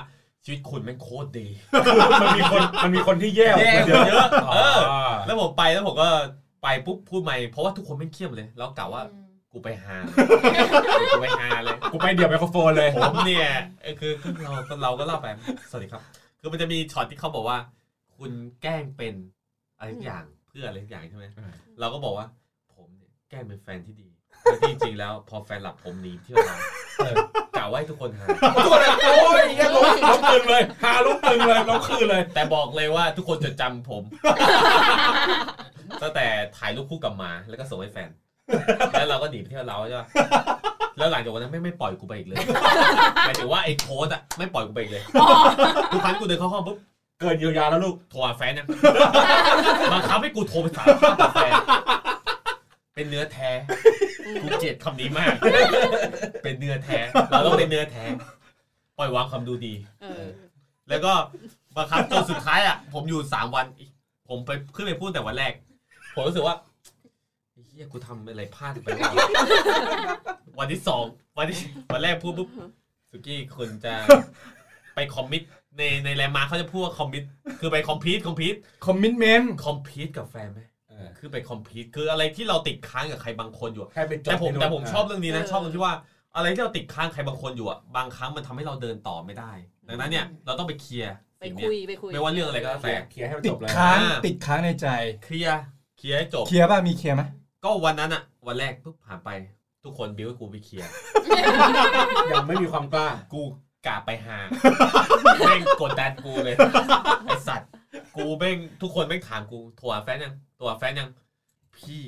Speaker 2: ชีวิตคุณแม่งโคตรดี
Speaker 8: มันมีคนมันมีคนที่แย่
Speaker 2: แย่
Speaker 8: กว่า
Speaker 2: เย
Speaker 8: เยอะ
Speaker 2: อะเออ
Speaker 8: อ
Speaker 2: แล้วผมไปแล้วผมก็ไปปุ๊บพูดใหม่เพราะว่าทุกคนแม่งเครียดหมดเลย แล้วกล่าวว่ากูไปหากูไปหาเลย
Speaker 8: กูไปเดี่ยวไมโครโฟนเลย
Speaker 2: ผมเนี่ยเออคือคือเราเราก็เล่าไปสวัสดีครับ คือมันจะมีช็อตที่เขาบอกว่า คุณแกล้งเป็นอะไรสักอย่างเพื่ออะไรสักอย่างใช่ไหม
Speaker 8: อ่า
Speaker 2: เราก็บอกว่า ผมเนี่ยแกล้งเป็นแฟนที่ดีแต่ที่จริงแล้ว พอแฟนหลับผมหนีเที่ยวร้านเออกล่าวไวาให้ทุกคนหา
Speaker 8: ทุกคนเลยโอ้ยเหี้ยล้มล้มตึงเลยหาล้มตึงเลยล้มคืนเลย
Speaker 2: แต่บอกเลยว่าทุกคนจดจำผมตั้งแต่ถ่ายรูปคู่กับหมาแล้วก็ส่งให้แฟน แล้วเราก็หนีไปเที่ยวเราใช่ปะแล้วหลังจากวันนั้นไม่ไม่ปล่อยกูไป
Speaker 9: <laughs>
Speaker 2: อีกเลยหมายถึงว่าไอ้โค้ดอะไม่ปล่อยกูไปอีกเลยทุกครั้งกูเดินเข้าห้องปุ๊บ
Speaker 8: เกินเยียวยาแล้วลูก
Speaker 2: โทรหาแฟ
Speaker 9: <laughs>
Speaker 2: นยัง บังคับให้กูโทรไปสารภาพกับแฟน เป็นเนื้อแท้ กูเกลียดคำนี้มาก
Speaker 9: <laughs>
Speaker 2: เป็นเนื้อแท้ เราต้องเป็นเนื้อแท้ ปล่อยวางความดูดี
Speaker 9: เออ
Speaker 2: แล้วก็บังคับจนสุดท้ายอ่ะ ผมอยู่สามวัน ผมไปขึ้นไปพูดแต่วันแรก ผมรู้สึกว่าไอ้เฮียกูทำอะไรพลาดไปวะวันที่สองวันที่วันแรกพูดปุ๊บสุกี้คุณ <laughs> จะไปคอมมิตในในแรมมาร์คเขาจะพูดว่าคอมมิตคือไปคอมพีตคอมพีต
Speaker 3: คอมมิ t เมนต์
Speaker 2: คอมพีตกับแฟนไหม
Speaker 8: เออ
Speaker 2: คือไปคอมพีตคืออะไรที่เราติดค้างกับใครบางคนอยู่อะ
Speaker 8: ใครเป็นจบ
Speaker 2: แต่ผม
Speaker 8: ไรู้
Speaker 2: แต่ผมชอบเรื่องนี้นะชอบตรงที่ว่า อะไรที่เราติดค้างใครบางคนอยู่อ่ะ บางครั้งมันทำให้เราเดินต่อไม่ได้ ดังนั้นเนี่ยเราต้องไปเคลียร์
Speaker 9: ไป
Speaker 2: สิ่งเนี้
Speaker 9: คุ
Speaker 2: ย
Speaker 9: ยไปคุย
Speaker 2: ไม่ว่าเรื่องอะไรก็แล้ว
Speaker 8: เคลี
Speaker 2: แต่
Speaker 8: ยร์เคลียร์ให้มัน
Speaker 3: ติ
Speaker 8: จ
Speaker 3: ด
Speaker 8: บเลย
Speaker 3: ค้าง
Speaker 2: อ่า
Speaker 3: ติดค้างในใจ
Speaker 2: เคลียร์เคลียร์ให้จบ
Speaker 3: เคลียร์ป่ะ มีเคลียร์ไหม
Speaker 2: ก็วันนั้นอ่ะ วันแรกปุ๊บผ่านไป ทุกคนบิ้วให้กูไปเคลียร์
Speaker 8: ยังไม่มีความกล้า
Speaker 2: กูกาไปหา แม่งกดดันกูเลยไอสัตว์ กูแม่งทุกคนแม่งถามกูโทรหาแฟนยังโทรหาแฟนยัง พี่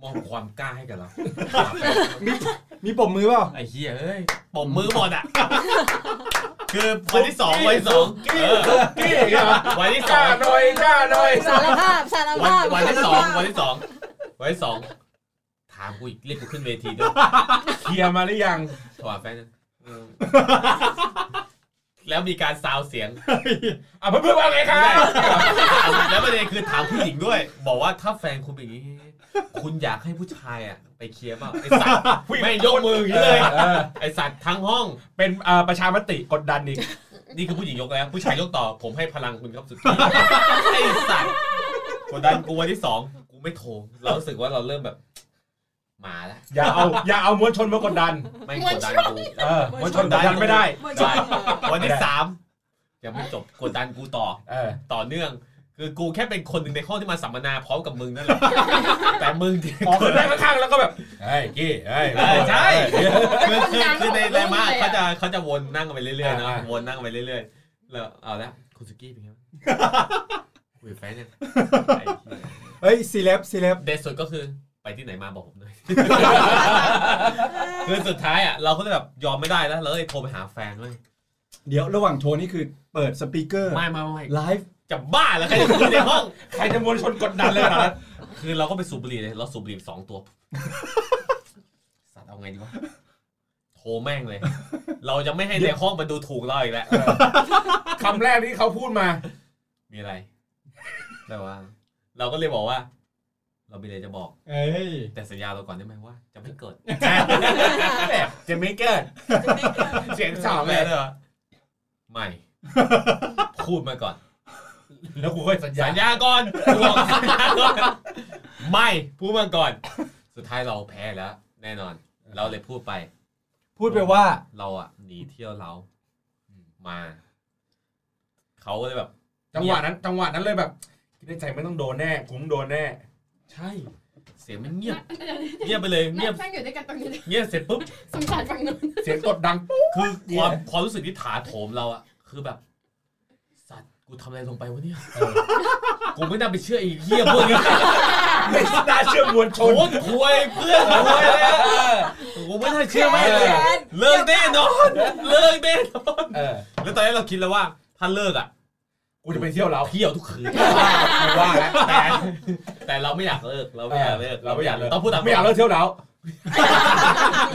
Speaker 2: มอบความกล้าให้กับเราโทรหาแฟน
Speaker 3: มีปมมือเปล่า
Speaker 2: ไอ้เหี้ยเอ้ยปมมือหมดอ่ะ คือวันที่สองวันที่สองเออวันที่สอง
Speaker 9: สารภาพสาร
Speaker 2: วัน
Speaker 9: ภาพ
Speaker 2: วันที่สองวันที่สองวันที่สองถามกูอีกเรียกกูขึ้นเวทีด้วย
Speaker 8: เคลียร์มาหรือยัง
Speaker 2: ถอดแฟนนะเออแล้วมีการซาวเสียง
Speaker 8: อ่ะเพื่อนๆว่าไงครับ
Speaker 2: แล้วประเด็นคือถามผู้หญิงด้วย บอกว่าถ้าแฟนคุณเป็นอย่างนี้ คุณอยากให้ผู้ชายอ่ะ ไปเคลียร์เปล่าไอ้สัตว์ไม่ยกมืออย่างนี้เลย
Speaker 8: เออ
Speaker 2: ไอ้สัตว์ทั้งห้อง
Speaker 8: เป็นเอ่อประชามติกดดันอีก
Speaker 2: นี่คือผู้หญิงยกแล้ว ผู้ชายยกต่อผมให้พลังคุณครับสุดที่ ไอ้สัตว์กดดันกูวันที่สองกูไม่โทรเรารู้สึกว่าเราเริ่มแบบ มาแล้ว
Speaker 8: อย่าเอาอย่าเอามวลชนมากดดัน
Speaker 2: ไม่งกดดันกู
Speaker 8: เออมวลชนกดดันไม่ได้
Speaker 5: ไม่
Speaker 2: ได้
Speaker 5: ใช่
Speaker 2: วันที่สามยังไม่จบกดดันกูต่อ
Speaker 8: เออ
Speaker 2: ต่อเนื่อง คือกูแค่เป็นคนหนึ่งในห้องที่มาสัมมนาพร้อมกับมึงนั่นแหละแต่มึงที่
Speaker 8: ออกคนแรกข้างๆแล้วก็แบบเฮ้ยกี้เฮ้ย
Speaker 2: เออใช่คือคือคือในแรมา
Speaker 7: เลยอะ
Speaker 2: เขาจะเขาจะวนนั่งกันไปเรื่อยๆเนาะ
Speaker 8: อ่า
Speaker 2: วนนั่งกันไปเรื่อยๆแล้วเอาละคุณสุกี้เป็นไงบ้างคุยกับแฟนยังไอ้เหี้ย
Speaker 11: เฮ้ยซีเลบซีเลบ
Speaker 2: เด็ดสุดก็คือไปที่ไหนมาบอกผมหน่อย คือสุดท้ายอ่ะเราก็เลยแบบยอมไม่ได้แล้วเราเลยโทรไปหาแฟนเลย
Speaker 11: เดี๋ยวระหว่างโทรนี่คือเปิดสปีกเกอร์
Speaker 2: ไม่ไม่ไม่
Speaker 11: ไลฟ์
Speaker 2: จะบ้าแล้วใครจะคุยในห้อง
Speaker 8: ใครจะมวลชนกดดันเลยขนาดนะ
Speaker 2: คือเราก็ไปสูบบุหรี่เลยเราสูบบุหรี่สองตัว สัตว์เอาไงดีวะโทรแม่งเลย เราจะไม่ให้ในห้องมาดูถูกเราอีกแล้ว
Speaker 8: คำแรกที่เขาพูดมา
Speaker 2: มีอะไร แต่ว่า เราก็เลยบอกว่า เรามีอะไรจะบอก
Speaker 3: เอ้ย
Speaker 2: แต่สัญญาเราก่อนได้ไหมว่า จะไม่เกิด
Speaker 8: แบบจะไม่เกิดเสียงสาวเลย
Speaker 2: หรอไม่
Speaker 8: <laughs>
Speaker 2: พูดมาก่อน
Speaker 8: แล้วกูค่อยสัญญา
Speaker 2: สัญญาก่อนบอกสัญญาก่อนไม่พูดมาก่อน สุดท้ายเราแพ้แล้ว แน่นอน เราเลยพูดไป
Speaker 11: พูดไปว่า
Speaker 2: เราอ่ะหนีเที่ยวเรามาเขาก็เลยแบบ
Speaker 8: จังหวะนั้น จังหวะนั้นเลยแบบคิดในใจไม่ต้องโดนแน่กูต้องโดนแน่
Speaker 2: ใช่ เสียงมันเงียบ เงียบไปเลย เงียบ
Speaker 7: นั่งอยู่ด้วยกันตรงนี้เลย
Speaker 2: เงียบเสร็จปุ๊บ
Speaker 7: สงสารฝั่งนู้น
Speaker 8: เสียงกดดัง
Speaker 2: คือความความรู้สึกที่ถาโถมเราอะคือแบบ สัตว์กูทำอะไรลงไปวะเนี่ยกูไม่น่าไปเชื่อไอ้เหี้ยพวก <laughs> นี้
Speaker 8: ไม่น่าเชื่อมวลช
Speaker 2: โอ้
Speaker 8: น
Speaker 2: โหถวยเพื่อน <laughs> ถวยเลยอะกูไม่น่าเชื่อไม่งเลยอะเลิกแน่นอนเลิกแน่นอน
Speaker 8: เออ
Speaker 2: แล้วตอนแรกเราคิดแล้วว่า ถ้าเลิกอะ
Speaker 8: กูจะไปเที่ยวเรา
Speaker 2: เที่ยวทุกคืน
Speaker 8: ไม่ว่าแล้ว
Speaker 2: แต่แต่เราไม่อยากเลิกเราไม่อยากเลิก
Speaker 8: เราไม่อยากเลิก
Speaker 2: ต้องพูดตาม
Speaker 8: ไม่อยากเลิกเที่ยวเรา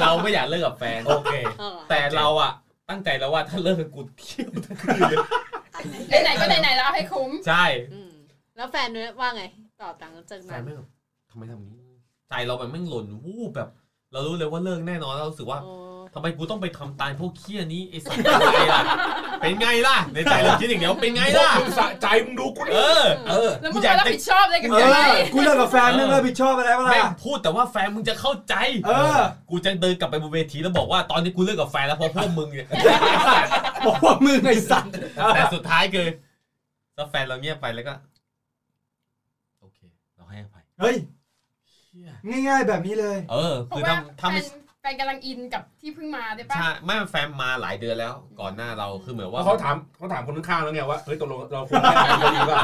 Speaker 2: เราไม่อยากเลิกกับแฟน
Speaker 8: โอเค
Speaker 9: เออ
Speaker 2: แต่เราอะตั้งใจแล้วว่าถ้าเลิกกับกู <laughs> เที่ยวทุกคืน
Speaker 7: ไหนๆก็ไหนๆแล้วเอาให้คุ้ม
Speaker 2: ใช่
Speaker 9: อืมแล้วแฟนเนี่ยว่าไงต่อตังค์จาก
Speaker 2: แฟ
Speaker 9: นั้นน
Speaker 2: ไม่งแบบทำไมทำอย่างนี้ ใจเราแบบไม่งหล่นวูบแบบ เรารู้เลยว่าเลิกแน่นอนเรารู้สึกว่า
Speaker 9: โอ้
Speaker 2: ทำไมกูต้องไปทำตายพวกเคี้ยนี้ไอ้สัตว์เป็นไงล่ะเป็นไงล่ะ ในใจเราคิดอย่างเดียวเป็นไงล่ะ
Speaker 8: มึงสะใจมึงดูกูดิ
Speaker 2: เออ
Speaker 8: เออ
Speaker 7: แล้วมึงก็รับผิดชอบเลยกับ
Speaker 11: เอ
Speaker 7: ยังไง
Speaker 11: อ กูเลิกกับแฟนไม่งเลิกผิดชอบอะไรบ้าง
Speaker 2: แม่ง
Speaker 11: ล่ะ
Speaker 2: พูดแต่ว่าแฟนมึงจะเข้าใจ
Speaker 11: เออ
Speaker 2: กูจะเดินกลับไปบนเวทีแล้วบอกว่าตอนนี้กูเลิกกับแฟนแล้วเพราะพวกมึงเนี่ย
Speaker 11: บอกว่ามึงไอ้สัตว์
Speaker 2: แต่สุดท้ายคือถ้าแฟนเราเงียบไปแล้วก็โอเค เราให้อภัย
Speaker 11: เฮ้ย
Speaker 2: เหี้ย
Speaker 11: ง่าย ๆ แบบนี้เลย
Speaker 2: เออ
Speaker 7: เพราะ
Speaker 2: คือ
Speaker 7: ว่า
Speaker 2: ถ้าถ้า
Speaker 7: แฟ
Speaker 2: ไม่
Speaker 7: นแฟนกำลังอินกับที่เพิ่งมาได้ปะ
Speaker 2: ใช่ไม่แฟนมาหลายเดือนแล้ว ก่อนหน้าเราคือเหมือนว่า
Speaker 8: ว่าเขาถามเขาถามคนข้างๆแล้วไงว่าเฮ้ยตกลงเราควรให้อะไรดีป่ะ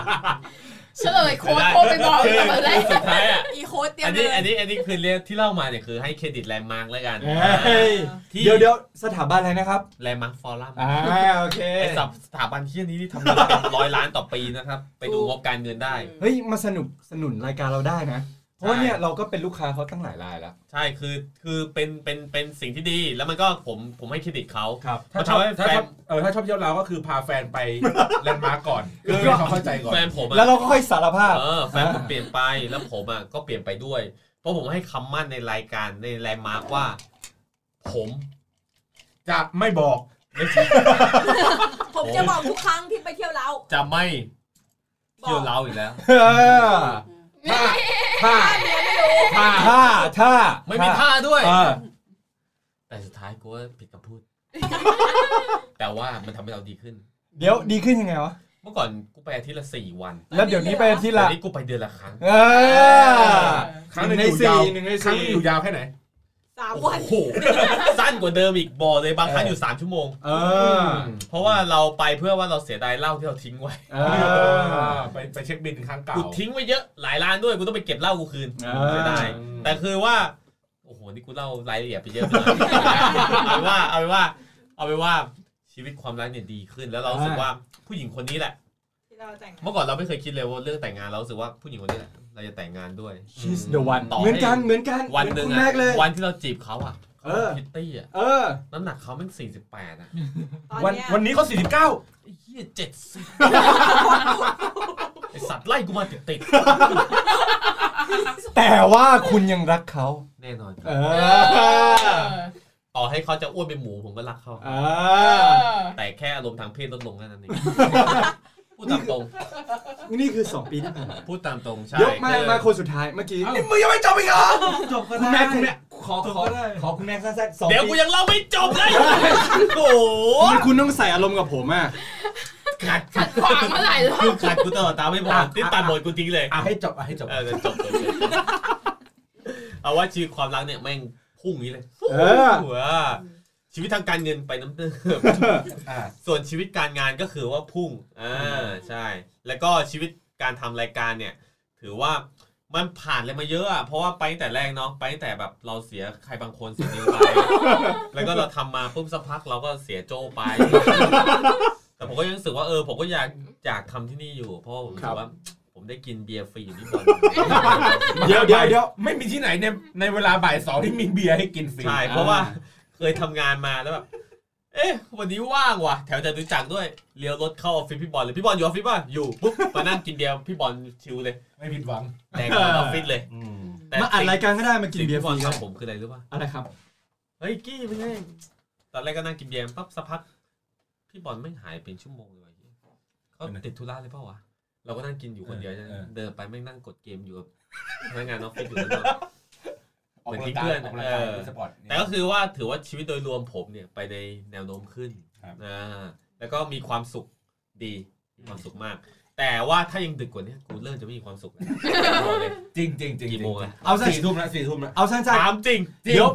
Speaker 7: เฉลยโค้ดโทรไปบอก
Speaker 2: คือ
Speaker 7: เลย
Speaker 2: สุดท้ายอ่ะ
Speaker 5: อีโค้ดเตรีย
Speaker 2: อั
Speaker 5: ม
Speaker 2: น
Speaker 5: เล
Speaker 2: นี้
Speaker 5: ย
Speaker 2: อันนี้อันนี้คือเรียกที่เล่ามาเนี่ยคือให้เครดิตแลนด์มาร์กแล้วกัน
Speaker 11: เฮ้ย
Speaker 2: ที่
Speaker 11: เดี๋ยวเดี๋ยวสถาบันอะไรนะครับ
Speaker 2: แลนด์มาร์กฟอรัม
Speaker 11: อ่าโอเค
Speaker 2: ไอสับสถาบันที่นี้ที่ทำเงินเป็นร้อยล้านต่อปีนะครับ ไปดูงบการเงินได้
Speaker 11: เฮ้ย มาสนุกสนุนรายการเราได้นะ เพราะว่าเนี่ยเราก็เป็นลูกค้าเขาตั้งหลายรายแล้ว
Speaker 2: ใช่คือคือเป็นเป็นเป็นสิ่งที่ดีแล้วมันก็ผมผมให้เครดิตเขา
Speaker 8: ครับ
Speaker 2: มั
Speaker 8: ถ้าน ชอบ
Speaker 2: ทำให้แฟ
Speaker 8: ถ้าชอบ
Speaker 2: น
Speaker 8: เออถ้าชอบเที่ยวเราก็คือพาแฟน <laughs> ไปแลนด์มาร์กก่อนคือให้เขาเข้าใจก่อน
Speaker 2: แฟนผม
Speaker 11: แล้ว
Speaker 2: อะ
Speaker 11: เราก็ค่อยสารภาพ
Speaker 2: เออแฟนผมเปลี่ยนไปแล้วผมอะก็เปลี่ยนไปด้วย เพราะผมให้คำมั่นในรายการในแลนด์มาร์กว่า ผม
Speaker 8: จะไม่บอก
Speaker 2: ไม่ใช่
Speaker 5: ผมจะบอกทุกครั้งที่ไปเที่ยวเรา
Speaker 2: จะไม่เที่ยวเล้าอีกแล้ว
Speaker 11: เออ
Speaker 8: ถ้าถ้าถ้า
Speaker 11: ถ้าถ้า
Speaker 2: ไม่มีท่าด้วย
Speaker 11: เออ
Speaker 2: แต่สุดท้ายกูว่าผิดคำพูด <laughs> แต่ว่ามันทำให้เราดีขึ้น
Speaker 11: เดี๋ยวดีขึ้นยังไงวะ
Speaker 2: เมื่อก่อนกูไปอาทิตย์ละสี่วัน
Speaker 11: แล้วเดี๋ยวนี้ไปที่
Speaker 2: แต่
Speaker 11: ละ
Speaker 2: นี้กูไปเดือนละครั้ง
Speaker 11: เออ
Speaker 8: ครั้งหนึ่ง
Speaker 11: หนึ่
Speaker 8: อง ยู่
Speaker 11: ใน
Speaker 8: ยาว
Speaker 11: สี่หนึ่งในสี่
Speaker 8: ครั้งหนึงอยู่ยาวแค่ไหน
Speaker 5: สาม
Speaker 2: โอ้
Speaker 5: วัน
Speaker 2: โหสั้นกว่าเดิมอีกบอเลยบางครั้งอยู่สามชั่วโมง
Speaker 11: เออ
Speaker 2: เพราะว่าเราไปเพื่อว่าเราเสียดายเหล้าที่เราทิ้งไว้
Speaker 11: เออ
Speaker 8: ไปไปเช็คบินครั้งเก่า
Speaker 2: กูทิ้งไว้เยอะหลายร้านด้วยกูต้องไปเก็บเหล้ากูคืน
Speaker 11: อ่า
Speaker 2: เสียดายแต่คือว่า โอ้โหนี่กูเล่ารายละเอียดไปเยอะไป
Speaker 11: <laughs>
Speaker 2: หน่อยเอาเป็นว่าเอาเป็นว่า เอาเป็นว่าชีวิตความรักเนี่ยดีขึ้นแล้วเรารู้สึกว่าผู้หญิงคนนี้แหละ
Speaker 5: ที่เราแต่งงาน
Speaker 2: เมื่อก่อนเราไม่เคยคิดเลยว่าเรื่องแต่งงานเรารู้สึกว่าผู้หญิงคนนี้แหละเราจะแต่งงานด้วย
Speaker 11: she's the one
Speaker 2: ต่อให้
Speaker 11: เหมือนกันเหมือนกัน
Speaker 2: วันหนึ่ง
Speaker 11: เหมือคุณ
Speaker 2: อะ
Speaker 11: แม่เลย
Speaker 2: วันที่เราจีบเขาอะ
Speaker 11: เออ
Speaker 2: พิตตี้อะ
Speaker 11: เออ
Speaker 2: น้ำหนักเขาแม่งสี่สิบแปดอะ
Speaker 5: ตอน
Speaker 11: วัน
Speaker 5: เนี้ย
Speaker 8: วันนี้เขา49
Speaker 2: ไอ้เหี้ยเจ็ด
Speaker 11: <laughs>
Speaker 2: สิบไอสัตว์ไล่กูมาติดติด
Speaker 11: แต่ว่าคุณยังรักเขา
Speaker 2: ๆแน่นอน
Speaker 11: เอ
Speaker 7: เอ
Speaker 11: อ
Speaker 7: อ
Speaker 2: ต่อให้เขาจะอ้วนเป็นหมูผมก็รักเขา
Speaker 11: เอ
Speaker 7: เอ
Speaker 11: อ
Speaker 7: อ
Speaker 2: แต่แค่อารมณ์ทางเพศลดลงแค่นั้นเอง
Speaker 11: <laughs>
Speaker 2: พูดตามตรง
Speaker 11: นี่คือ 2 ปีที่ผ่านมา
Speaker 2: พูดตามตรงใช่
Speaker 11: เดี๋ยวมา
Speaker 2: คือ
Speaker 11: มาคนสุดท้ายเมื่อกี้
Speaker 8: มึงยังไม่จบอีกเหรอ
Speaker 4: จบก็
Speaker 11: คุณ
Speaker 4: ได้
Speaker 11: แม่คุณแม่ขอ
Speaker 4: จบ
Speaker 11: ขอ
Speaker 4: ก็ได้
Speaker 11: ขอคุณแม่สั้นๆสอง
Speaker 2: เดี๋ยว
Speaker 11: ปี
Speaker 2: กูยังเล่าไม่จบเลยโอ้โห
Speaker 11: คุณคุณต้องใส่อารมณ์กับผมอ่ะ
Speaker 2: ขาด
Speaker 7: ขัดขวางมาหลายรอบ
Speaker 2: คือขาดกูตลอดตามไม่พอติดตามบทกูทิ้งเลย
Speaker 8: อ่ะให้จบอ่ะให้จบ
Speaker 2: เออเดี๋ยวจบจบจบเอาว่าชีวิตความรักเนี่ยแม่งพุ่งอย่างนี้เลย
Speaker 11: เออ
Speaker 2: หัวชีวิตทางการเงินไปน้ำเติม
Speaker 8: อ่ะ
Speaker 2: ส่วนชีวิตการงานก็คือว่าพุ่งอ่าใช่ แล้วก็ชีวิตการทำรายการเนี่ย ถือว่า มันผ่านอะไรมาเยอะอะเพราะว่าไปตั้งแต่แรกเนาะไปตั้งแต่แบบเราเสียใครบางคนเสียนิวไป แล้วก็เราทำมาปุ๊บสักพักเราก็เสียโจไป แต่ผมก็ยังรู้สึกว่าเออผมก็อยากอยากทำที่นี่อยู่ เพราะว่าผมรู้สึกว่า ผมได้กินเบียร์ฟรีอยู่ที่บอล
Speaker 8: เดี๋ยวเดี๋ยวเดี๋ยวไม่มีที่ไหนในในเวลาบ่ายสองที่มีเบียร์ให้กินฟรี
Speaker 2: ใช่เพราะว่าเคยทำงานมาแล้วแบบ เอ๊ะ วันนี้ว่างว่ะ แถวจตุจักรด้วย เลี้ยวรถเข้าออฟฟิศพี่บอลเลย พี่บอลอยู่ออฟฟิศป่ะ อยู่ปุ๊บ มานั่งกินเบียร์พี่บอลชิลเลย
Speaker 8: ไม่ผิดหวัง
Speaker 2: แดกหมดออฟฟิศเลยแต่
Speaker 3: <laughs> มาอัดรายการก็ได้มากิน
Speaker 2: สิ่ง
Speaker 3: เบีย
Speaker 2: ที่
Speaker 3: ร์ฟ
Speaker 2: บอล
Speaker 3: รี
Speaker 2: ค
Speaker 3: ครั
Speaker 2: รั
Speaker 3: บบ
Speaker 2: ผมคืออะไรรู้ป่ะ
Speaker 3: อะไรครับ
Speaker 2: เฮ้ยกี้ไม่ใช่ตอนแรกก็นั่งกินเบียร์ปั๊บสักพัก พี่บอลไม่งหายเป็นชั่วโมงเลยว่ะเหี้ยเขาติดธุระเลยเปล่าวะเราก็นั่งกินอยู่คนเดียวใช่ไหม
Speaker 8: เออ
Speaker 2: เดินไปไม่งนั่งกดเกมอยู่กับ <laughs> พนักงานออฟฟิศอยู่คนเดียว
Speaker 8: ออกกำลังกายออกกำลังกาย
Speaker 2: เออ
Speaker 8: สปอร์ต
Speaker 2: แต่ก็คือว่าถือว่าชีวิตโดยรวมผมเนี่ยไปในแนวโน้มขึ้นอ่าแล้วก็มีความสุขดีมีความสุขมาก แต่ว่าถ้ายังดึกกว่านี้กูเริ่มจะไม่มีความสุขแล้วบอกเลย
Speaker 8: จริงจริงจริง
Speaker 2: กี่โมงอะ
Speaker 3: เอาสั้น
Speaker 8: สี่ทุ่มละสี่ทุ่มละ
Speaker 3: เอาสั้น
Speaker 2: ถามจริง
Speaker 3: ๆเดี๋ยว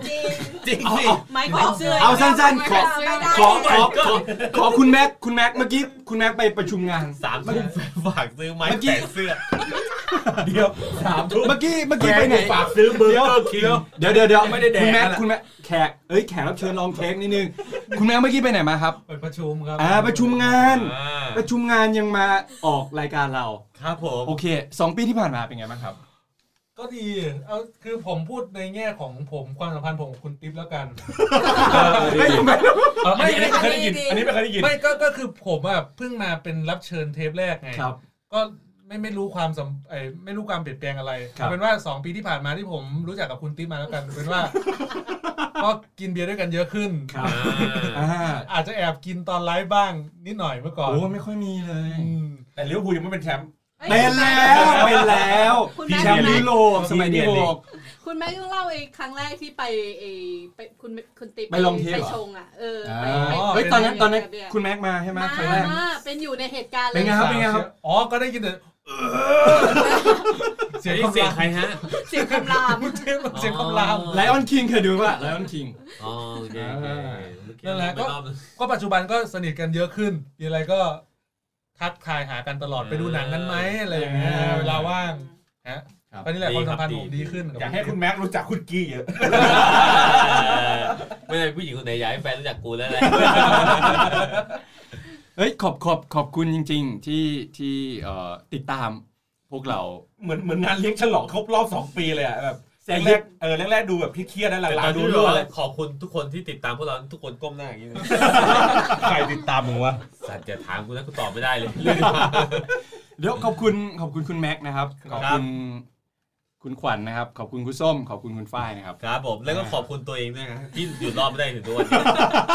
Speaker 2: จริง
Speaker 3: เอา
Speaker 2: สิ
Speaker 3: เอา
Speaker 9: ไม้ขอเสื้อ
Speaker 3: เอาสั้นๆขอ
Speaker 7: ไม่ได้
Speaker 3: ขอข
Speaker 2: Oh my
Speaker 3: อขอ
Speaker 2: God
Speaker 3: ขอคุณแม็กคุณแม็กเมื่อกี้คุณแม็กไปประชุมงาน
Speaker 2: สามทุ่มฝากซื้อไม้
Speaker 3: เมื่อกี้
Speaker 2: แตะเสื้อ
Speaker 8: เดี๋ยวสามทุ่ม
Speaker 3: เมื่อกี้เมื่อกี้ไปไหน
Speaker 8: ฝากซื้อเบอร์เกอร์คิว
Speaker 3: เดี๋ยวเดี๋ยวเดี๋ยว
Speaker 8: ไม่ได้แดก
Speaker 3: คุณแม็ก
Speaker 8: นะ
Speaker 3: คุณแม็กแขกเอ้ยแขกรับเชิญลองเทคนิดนึง <laughs> คุณแม็กเมื่อกี้ไปไหนมาครับ
Speaker 4: ไปประชุมครับ
Speaker 3: อ่าประชุมงาน
Speaker 2: อ่า
Speaker 3: ประชุมงานยังมาออกรายการเรา
Speaker 2: ครับผม
Speaker 3: โอเคสองปีที่ผ่านมาเป็นไงบ้างครับ
Speaker 4: ก็ดีเอาคือผมพูดในแง่ของผมความสัมพันธ์ผมกับคุณติ๊บแล้วกัน
Speaker 8: ไม่ไม่เคยได้ยินอันนี้ไม่เคยได้ยิน
Speaker 4: ไม่ก็ก็คือผมอ่ะเพิ่งมาเป็นรับเชิญเทปแรกไง
Speaker 3: ครับ
Speaker 4: ก็ไม่ไม่รู้ความสำไอ้ไม่รู้ความเปลี่ยนแปลงอะไร
Speaker 3: ครับ
Speaker 4: เอาเป็นว่าสองปีที่ผ่านมาที่ผมรู้จักกับคุณติ๊บมาแล้วกันเอาเป็นว่า ก็กินเบียร์ด้วยกันเยอะขึ้น
Speaker 3: ครับ
Speaker 2: อ่า
Speaker 3: อ่า
Speaker 4: อาจจะแอบกินตอนไลฟ์บ้างนิดหน่อยเมื่อก่อน
Speaker 3: โอ้ไม่ค่อยมีเลย
Speaker 4: อืม
Speaker 8: แต่ลิเวอร์พูลยังไม่เป็นแชมป์
Speaker 9: อ้ย
Speaker 3: เป็นแล้วเป็นแล้ว
Speaker 9: คุณ
Speaker 3: พี่
Speaker 9: แม่
Speaker 3: แชมป์ยุโรปสมัยยุโรป
Speaker 9: คุณแม่ต้องเล่าไอ้ครั้งแรกที่ไปไอ้ไปคุณคุณติ๊บ
Speaker 3: ไปลองเทป
Speaker 9: ไป
Speaker 3: เหรอ
Speaker 9: ชงอ่ะเออ
Speaker 3: อ่า
Speaker 9: ไปไป
Speaker 3: เฮ้ยตอนนั้นตอนนั้น
Speaker 9: เบียร์
Speaker 3: คุณแม็กมาใช่ไหม
Speaker 9: มา
Speaker 3: ครั้งแรก
Speaker 9: มาเป็นอยู่ในเหตุการณ์เล
Speaker 3: เป็
Speaker 9: ย
Speaker 3: นไงครับเป็นไงครับ
Speaker 4: อ๋อก็ได้ยินแต่ <laughs> เออเสี
Speaker 2: เสีย
Speaker 4: ย
Speaker 2: ง
Speaker 4: งคำ
Speaker 2: เสีย
Speaker 4: ราง ม
Speaker 2: ใครฮะ
Speaker 9: เสียงคำราม
Speaker 4: คุณติ๊บเสียงคำราม
Speaker 3: ไลออนคิงเคยดูป่ะไลออนคิง
Speaker 2: อ๋อโอเคโอเค
Speaker 4: นั่นแหละก็
Speaker 2: ไม่รอบนึง
Speaker 4: ก็ปัจจุบันก็สนิทกันเยอะขึ้น มีอะไรก็ทักทายหากันตลอด
Speaker 2: เออ
Speaker 4: ไปดูหนังกันไหมอะไรอย่างเงี้ย
Speaker 3: เออ
Speaker 4: เวลาว่างฮะ
Speaker 8: ครับ
Speaker 4: ตอนนี้แหละความสัมพันธ์ผมดีขึ้น
Speaker 8: อยากให้คุณแม็กรู้จักคุณกี้เยอะ
Speaker 2: ไม่ได้ผู้หญิงคนไหนอยากให้แฟนรู้จักกูแล้วแหละ
Speaker 3: เอ้ยขอบขอบขอบคุณจริง ๆ ที่ที่เอ่อติดตามพวกเรา
Speaker 8: เหมือนเหมือนงานเลี้ยงฉลองครบรอบสองปีเลยอ่ะแบบ
Speaker 3: แซงยิ
Speaker 8: แร
Speaker 3: บ
Speaker 8: กๆเออแรกๆดูแบบเครียดๆนะห
Speaker 2: แต่
Speaker 8: ลั
Speaker 2: ตอง น
Speaker 8: ๆดู
Speaker 2: ที่
Speaker 8: รั่วเลย
Speaker 2: ขอบคุณทุกคนที่ติดตามพวกเราทุกคนก้มหน้าอย่างนี้เลย
Speaker 8: ใครติดตามมึงวะ
Speaker 2: สัตว์จะถามกูนะกูตอบไม่ได้เลย <laughs> เรื่องที่ผ่าน
Speaker 3: เดี๋ยวขอบคุณขอบคุณคุณแม็กซ์นะครับ
Speaker 2: ค
Speaker 3: ข
Speaker 2: รับ
Speaker 3: อบคุณคุณขวัญนะครับ ขอบคุณคุณส้ม ขอบคุณคุณฝ้ายนะครับ
Speaker 2: ครับผมแล้วก็ขอบคุณตัวเองด้วยนะที่อยู่รอดไม่ได้ถึงทุกวันนี้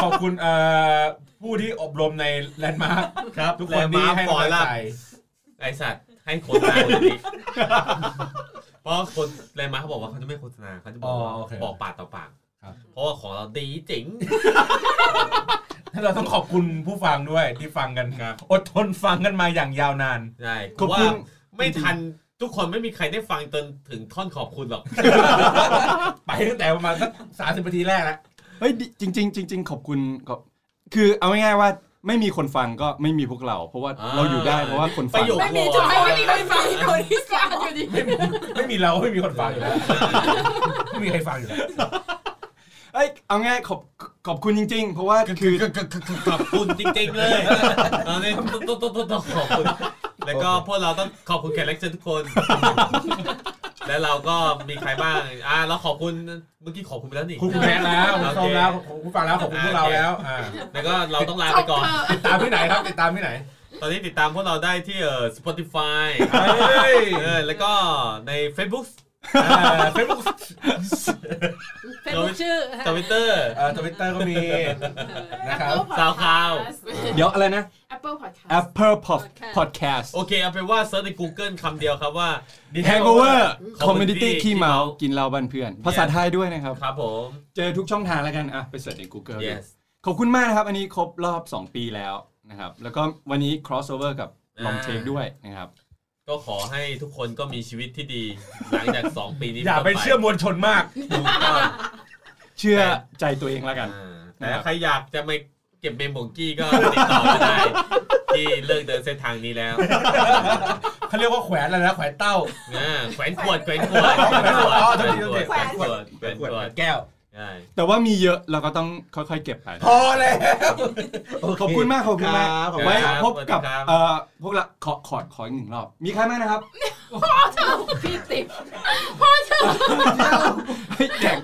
Speaker 8: ขอบคุณเอ่อผู้ที่อบรมในแลนด์มาร์ค
Speaker 2: ครับ
Speaker 8: ทุก
Speaker 2: แล
Speaker 8: คน
Speaker 2: นด์
Speaker 8: ที่
Speaker 2: มาร์ค
Speaker 8: ให้
Speaker 2: ปล่อย
Speaker 8: กำลั
Speaker 2: ละ
Speaker 8: งใจ
Speaker 2: ไอสัตว์ให้โฆษณาคน
Speaker 3: <laughs>
Speaker 2: นี้เพราะคนแลนด์มาร์คเขาบอกว่าเขาจะไม่โฆษณาเขาจะบอกว่าบอกปากต่อปากเพราะว่าของเราดีจริง
Speaker 8: ให้เราต้องขอบคุณผู้ฟังด้วยที่ฟังกัน
Speaker 2: ครับ
Speaker 8: อดทนฟังกันมาอย่างยาวนาน
Speaker 2: ใช่
Speaker 3: ขอบ
Speaker 2: ว่า
Speaker 3: คุณ
Speaker 2: ไม่ทันทุกคนไม่มีใครได้ฟังจนถึงท่อนขอบคุณหรอก
Speaker 8: ไปตั้งแต่ประมาณสักสามสิบนาทีแรกแล้ว
Speaker 3: เฮ้ยดิจริงๆจริงๆขอบคุณขอบคือเอาง่ายๆว่าไม่มีคนฟังก็ไม่มีพวกเรา เพราะว่า
Speaker 2: อ่า
Speaker 3: เราอยู่ได้เพราะว่าคน
Speaker 2: ป
Speaker 3: <laughs> ฟั
Speaker 2: ระ
Speaker 3: ง
Speaker 2: โยค
Speaker 7: ไม่มีจอยไม่มีใครฟังคนที่สามอยู่ดี
Speaker 8: ไม่มีเราไม่มีคนฟังอยู่แล้วไม่มีใครฟังอยู่แล้ว
Speaker 3: เอ้ยเอาง่ายขอบขอบคุณจริง ๆ เพราะว่าคือ
Speaker 2: ขอบคุณจริงๆเลย ตอนนี้ต้องต้องต้องต้องขอบคุณ แล้วก็พวกเราต้องขอบคุณแขกรับเชิญทุกคน และเราก็มีใครบ้าง อ่าเราขอบคุณเมื่อกี้ขอบคุณไปแล้วนี่
Speaker 8: คุณแม่แล้วคุณส้มแล้วขอบคุณผู้ฟังแล้วขอบคุณพวกเราแล้วอ่า
Speaker 2: แล้วก็เราต้องลา
Speaker 12: จ
Speaker 2: ไป
Speaker 12: บ
Speaker 2: ก่อน
Speaker 12: เถอะ
Speaker 8: ติดตามที่ไหนครับติดตามที่ไหน
Speaker 2: ตอนนี้ติดตามพวกเราได้ที่เอ่อ Spotify เออแล้วก็ใน Facebook
Speaker 8: เฟซบุ๊ก
Speaker 9: เฟซบุ๊กชื่อ
Speaker 2: Twitter
Speaker 8: ทวิตเตอร์ก็มี นะครับ
Speaker 2: สาวข่าว
Speaker 3: เดี๋ยวอะไรนะ
Speaker 12: Apple Podcast
Speaker 3: Apple Pod- Podcast
Speaker 2: โอเคเอาไปนว่าเซิร์ชใน Google คำเดียวครับว่า
Speaker 3: Hangover
Speaker 2: Community
Speaker 3: Community ขี้เมา
Speaker 2: ขี้เมากิ
Speaker 3: กินเราบันเพื่อน ภาษาไทยด้วยนะครับ
Speaker 2: ครับผม
Speaker 3: เจอทุกช่องทางแล้วกันอ่ะไปเสิร์ชใน Google ดู
Speaker 2: yes
Speaker 3: ขอบคุณมากนะครับ อันนี้ครบรอบ 2 ปีแล้วนะครับ แล้วก็วันนี้ crossover กับลองเทคด้วยนะครับ
Speaker 2: ก็ขอให้ทุกคนก็มีชีวิตที่ดี หลังจาก 2 ปีนี้
Speaker 8: อย่าไปเชื่อมวลชนมาก
Speaker 2: ถูกต้อง
Speaker 3: เชื่อใจตัวเองแล้วกัน
Speaker 2: อ่าแต่ถ้าใครอยากจะไม่ เก็บเมมของกี้ก็ติดต่อมาได้ ที่เลิกเดินเส้นทางนี้แล้ว
Speaker 10: เขาเรียกว่าแขวนแล้วนะแขวนเต้า
Speaker 2: อ่าแขวนขวดแขวนขวดแขวนขวด
Speaker 10: อ๋อ
Speaker 2: แข
Speaker 10: โทษ
Speaker 2: วน
Speaker 10: ที
Speaker 2: ข
Speaker 10: โท
Speaker 2: ว
Speaker 10: ษที
Speaker 2: ดแขวนขวดแขวนขวด
Speaker 10: แก้ว
Speaker 2: ใช่
Speaker 11: แต่ว่ามีเยอะเราก็ต้องค่อยๆเก็บไป
Speaker 10: พอแล้ว
Speaker 11: ขอบคุณมากขอบคุณมาก
Speaker 2: ครับ
Speaker 11: ไว้
Speaker 2: ครับ
Speaker 11: พบกับ
Speaker 2: สวัสดีครับ
Speaker 11: เอ่อพวกเราขอขอขออีกหนึ่งรอบ มีใครบ้างนะครับ
Speaker 7: พอเถอะพี่ติ๊บพอเถอะ
Speaker 11: เฮ้ยแจก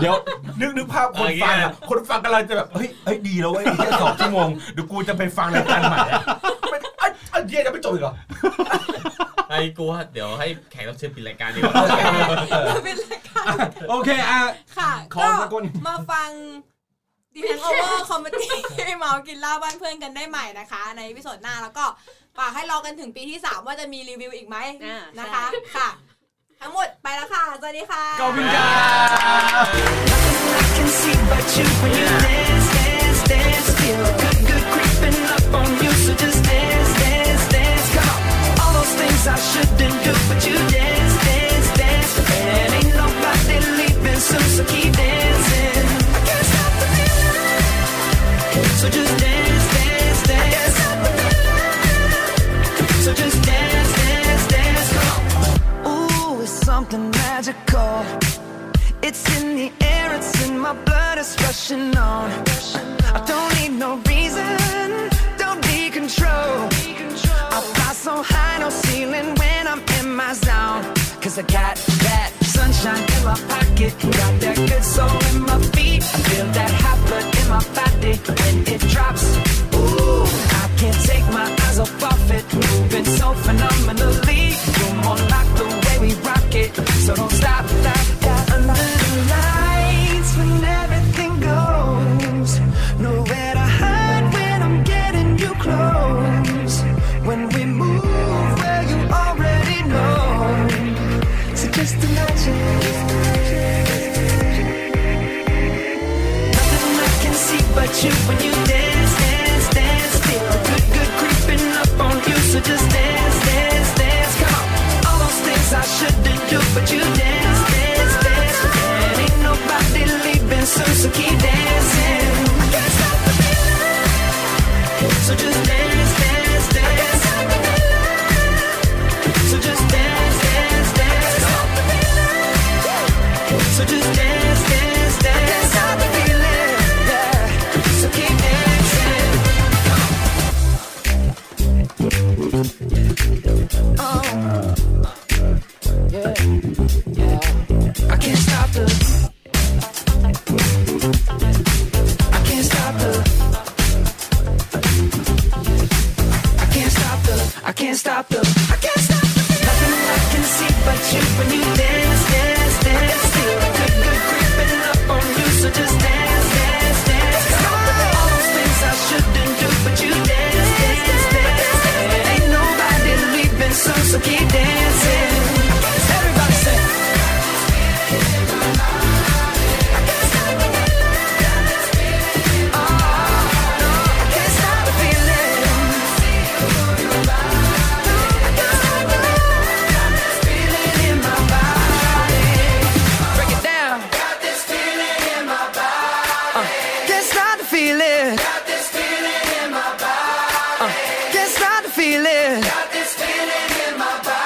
Speaker 11: เดี๋ยว
Speaker 8: นึกนึกภาพคน
Speaker 2: เอาอย่างเงี้
Speaker 8: ฟัง
Speaker 2: ย
Speaker 8: อะคนฟังกำลังจะแบบเฮ้ยเฮ้ยดีแล้วเว้ยไอ้เหี้ยสองชั่วโมงเดี๋ยวกูจะไปฟังรายการใหม่อะไม่ไอ้ไอ้เหี้ยจะไม่จบอีกเหรอ
Speaker 2: ไอ้กูว่าเดี๋ยวให้แขกรับเชิญปิดรายการดีกว่า
Speaker 5: เป็นรายการ
Speaker 11: โอเคอ่ะ
Speaker 5: ค่ะ
Speaker 11: ขอ
Speaker 5: ก็
Speaker 11: สักคน
Speaker 5: มาฟังดีแทงโอเวอร์คอมเมดี้ <laughs> เมากินเหล้าบ้านเพื่อนกันได้ใหม่นะคะ ในพิโซดหน้าแล้วก็ฝากให้รอกันถึงปีที่ 3 ว่าจะมีรีวิวอีกไหม
Speaker 9: อ่าใช่
Speaker 5: นะคะค่ะ ทั้งหมดไปแล้วค่ะ สวัสดีค่ะ
Speaker 11: ขอบคุณครับ
Speaker 1: I can see but you when you dance, dance, dance. Feel good, good creeping up on you. So just dance, dance, dance. Come on. All those things I shouldn't do, but you dance, dance, dance. And ain't nobody leaving soon, so keep dancing. I can't stop the feeling. So just dance, dance, dance. I can't stop the feeling. So just dance, dance, dance. Come on. Ooh, it's something magical. It's in the air, it's in my blood, it's rushing on. I don't need no reason, don't need control. I fly so high, no ceiling when I'm in my zone. Cause I got that sunshine in my pocket, got that good soul in my feet. I feel that hot blood in my body when it drops. Ooh, I can't take my eyes off of it, moving so phenomenally. You're more like the way we rock it, so don't stop. stop, stop. Under the lights when everything goes, nowhere to hide when I'm getting you close. When we move where you already know, so just imagine. Nothing I can see but you when you dance, dance, dance. Feel good, good creeping up on you. So just dance, dance, dance. Come on. All those things I shouldn't do, but you dance, dance, dance. And ain't nobody leaving soon, so keep dancing. I can't stop the feeling. So just dance, dance, dance. I can't stop the feeling. So just dance, dance, dance. I can't stop the feeling. So just dance, dance, dance. I can't stop the feeling. Yeah. So keep dancing. Oh. Yeah. Yeah. I can't stop the. I can't stop the. I can't stop the. I can't stop the. I can't stop the. Nothing I can see but you when you dance, dance, dance. Feel the good, good creeping up on you, so just dance, dance, dance. All those things I shouldn't do, but you dance, dance, dance. And ain't nobody leaving soon, so keep dancing. Everybody say. "Oh, Uh, Feel it. Got this feeling in my body. Uh, can't stop to feel it. Got this feeling in my body.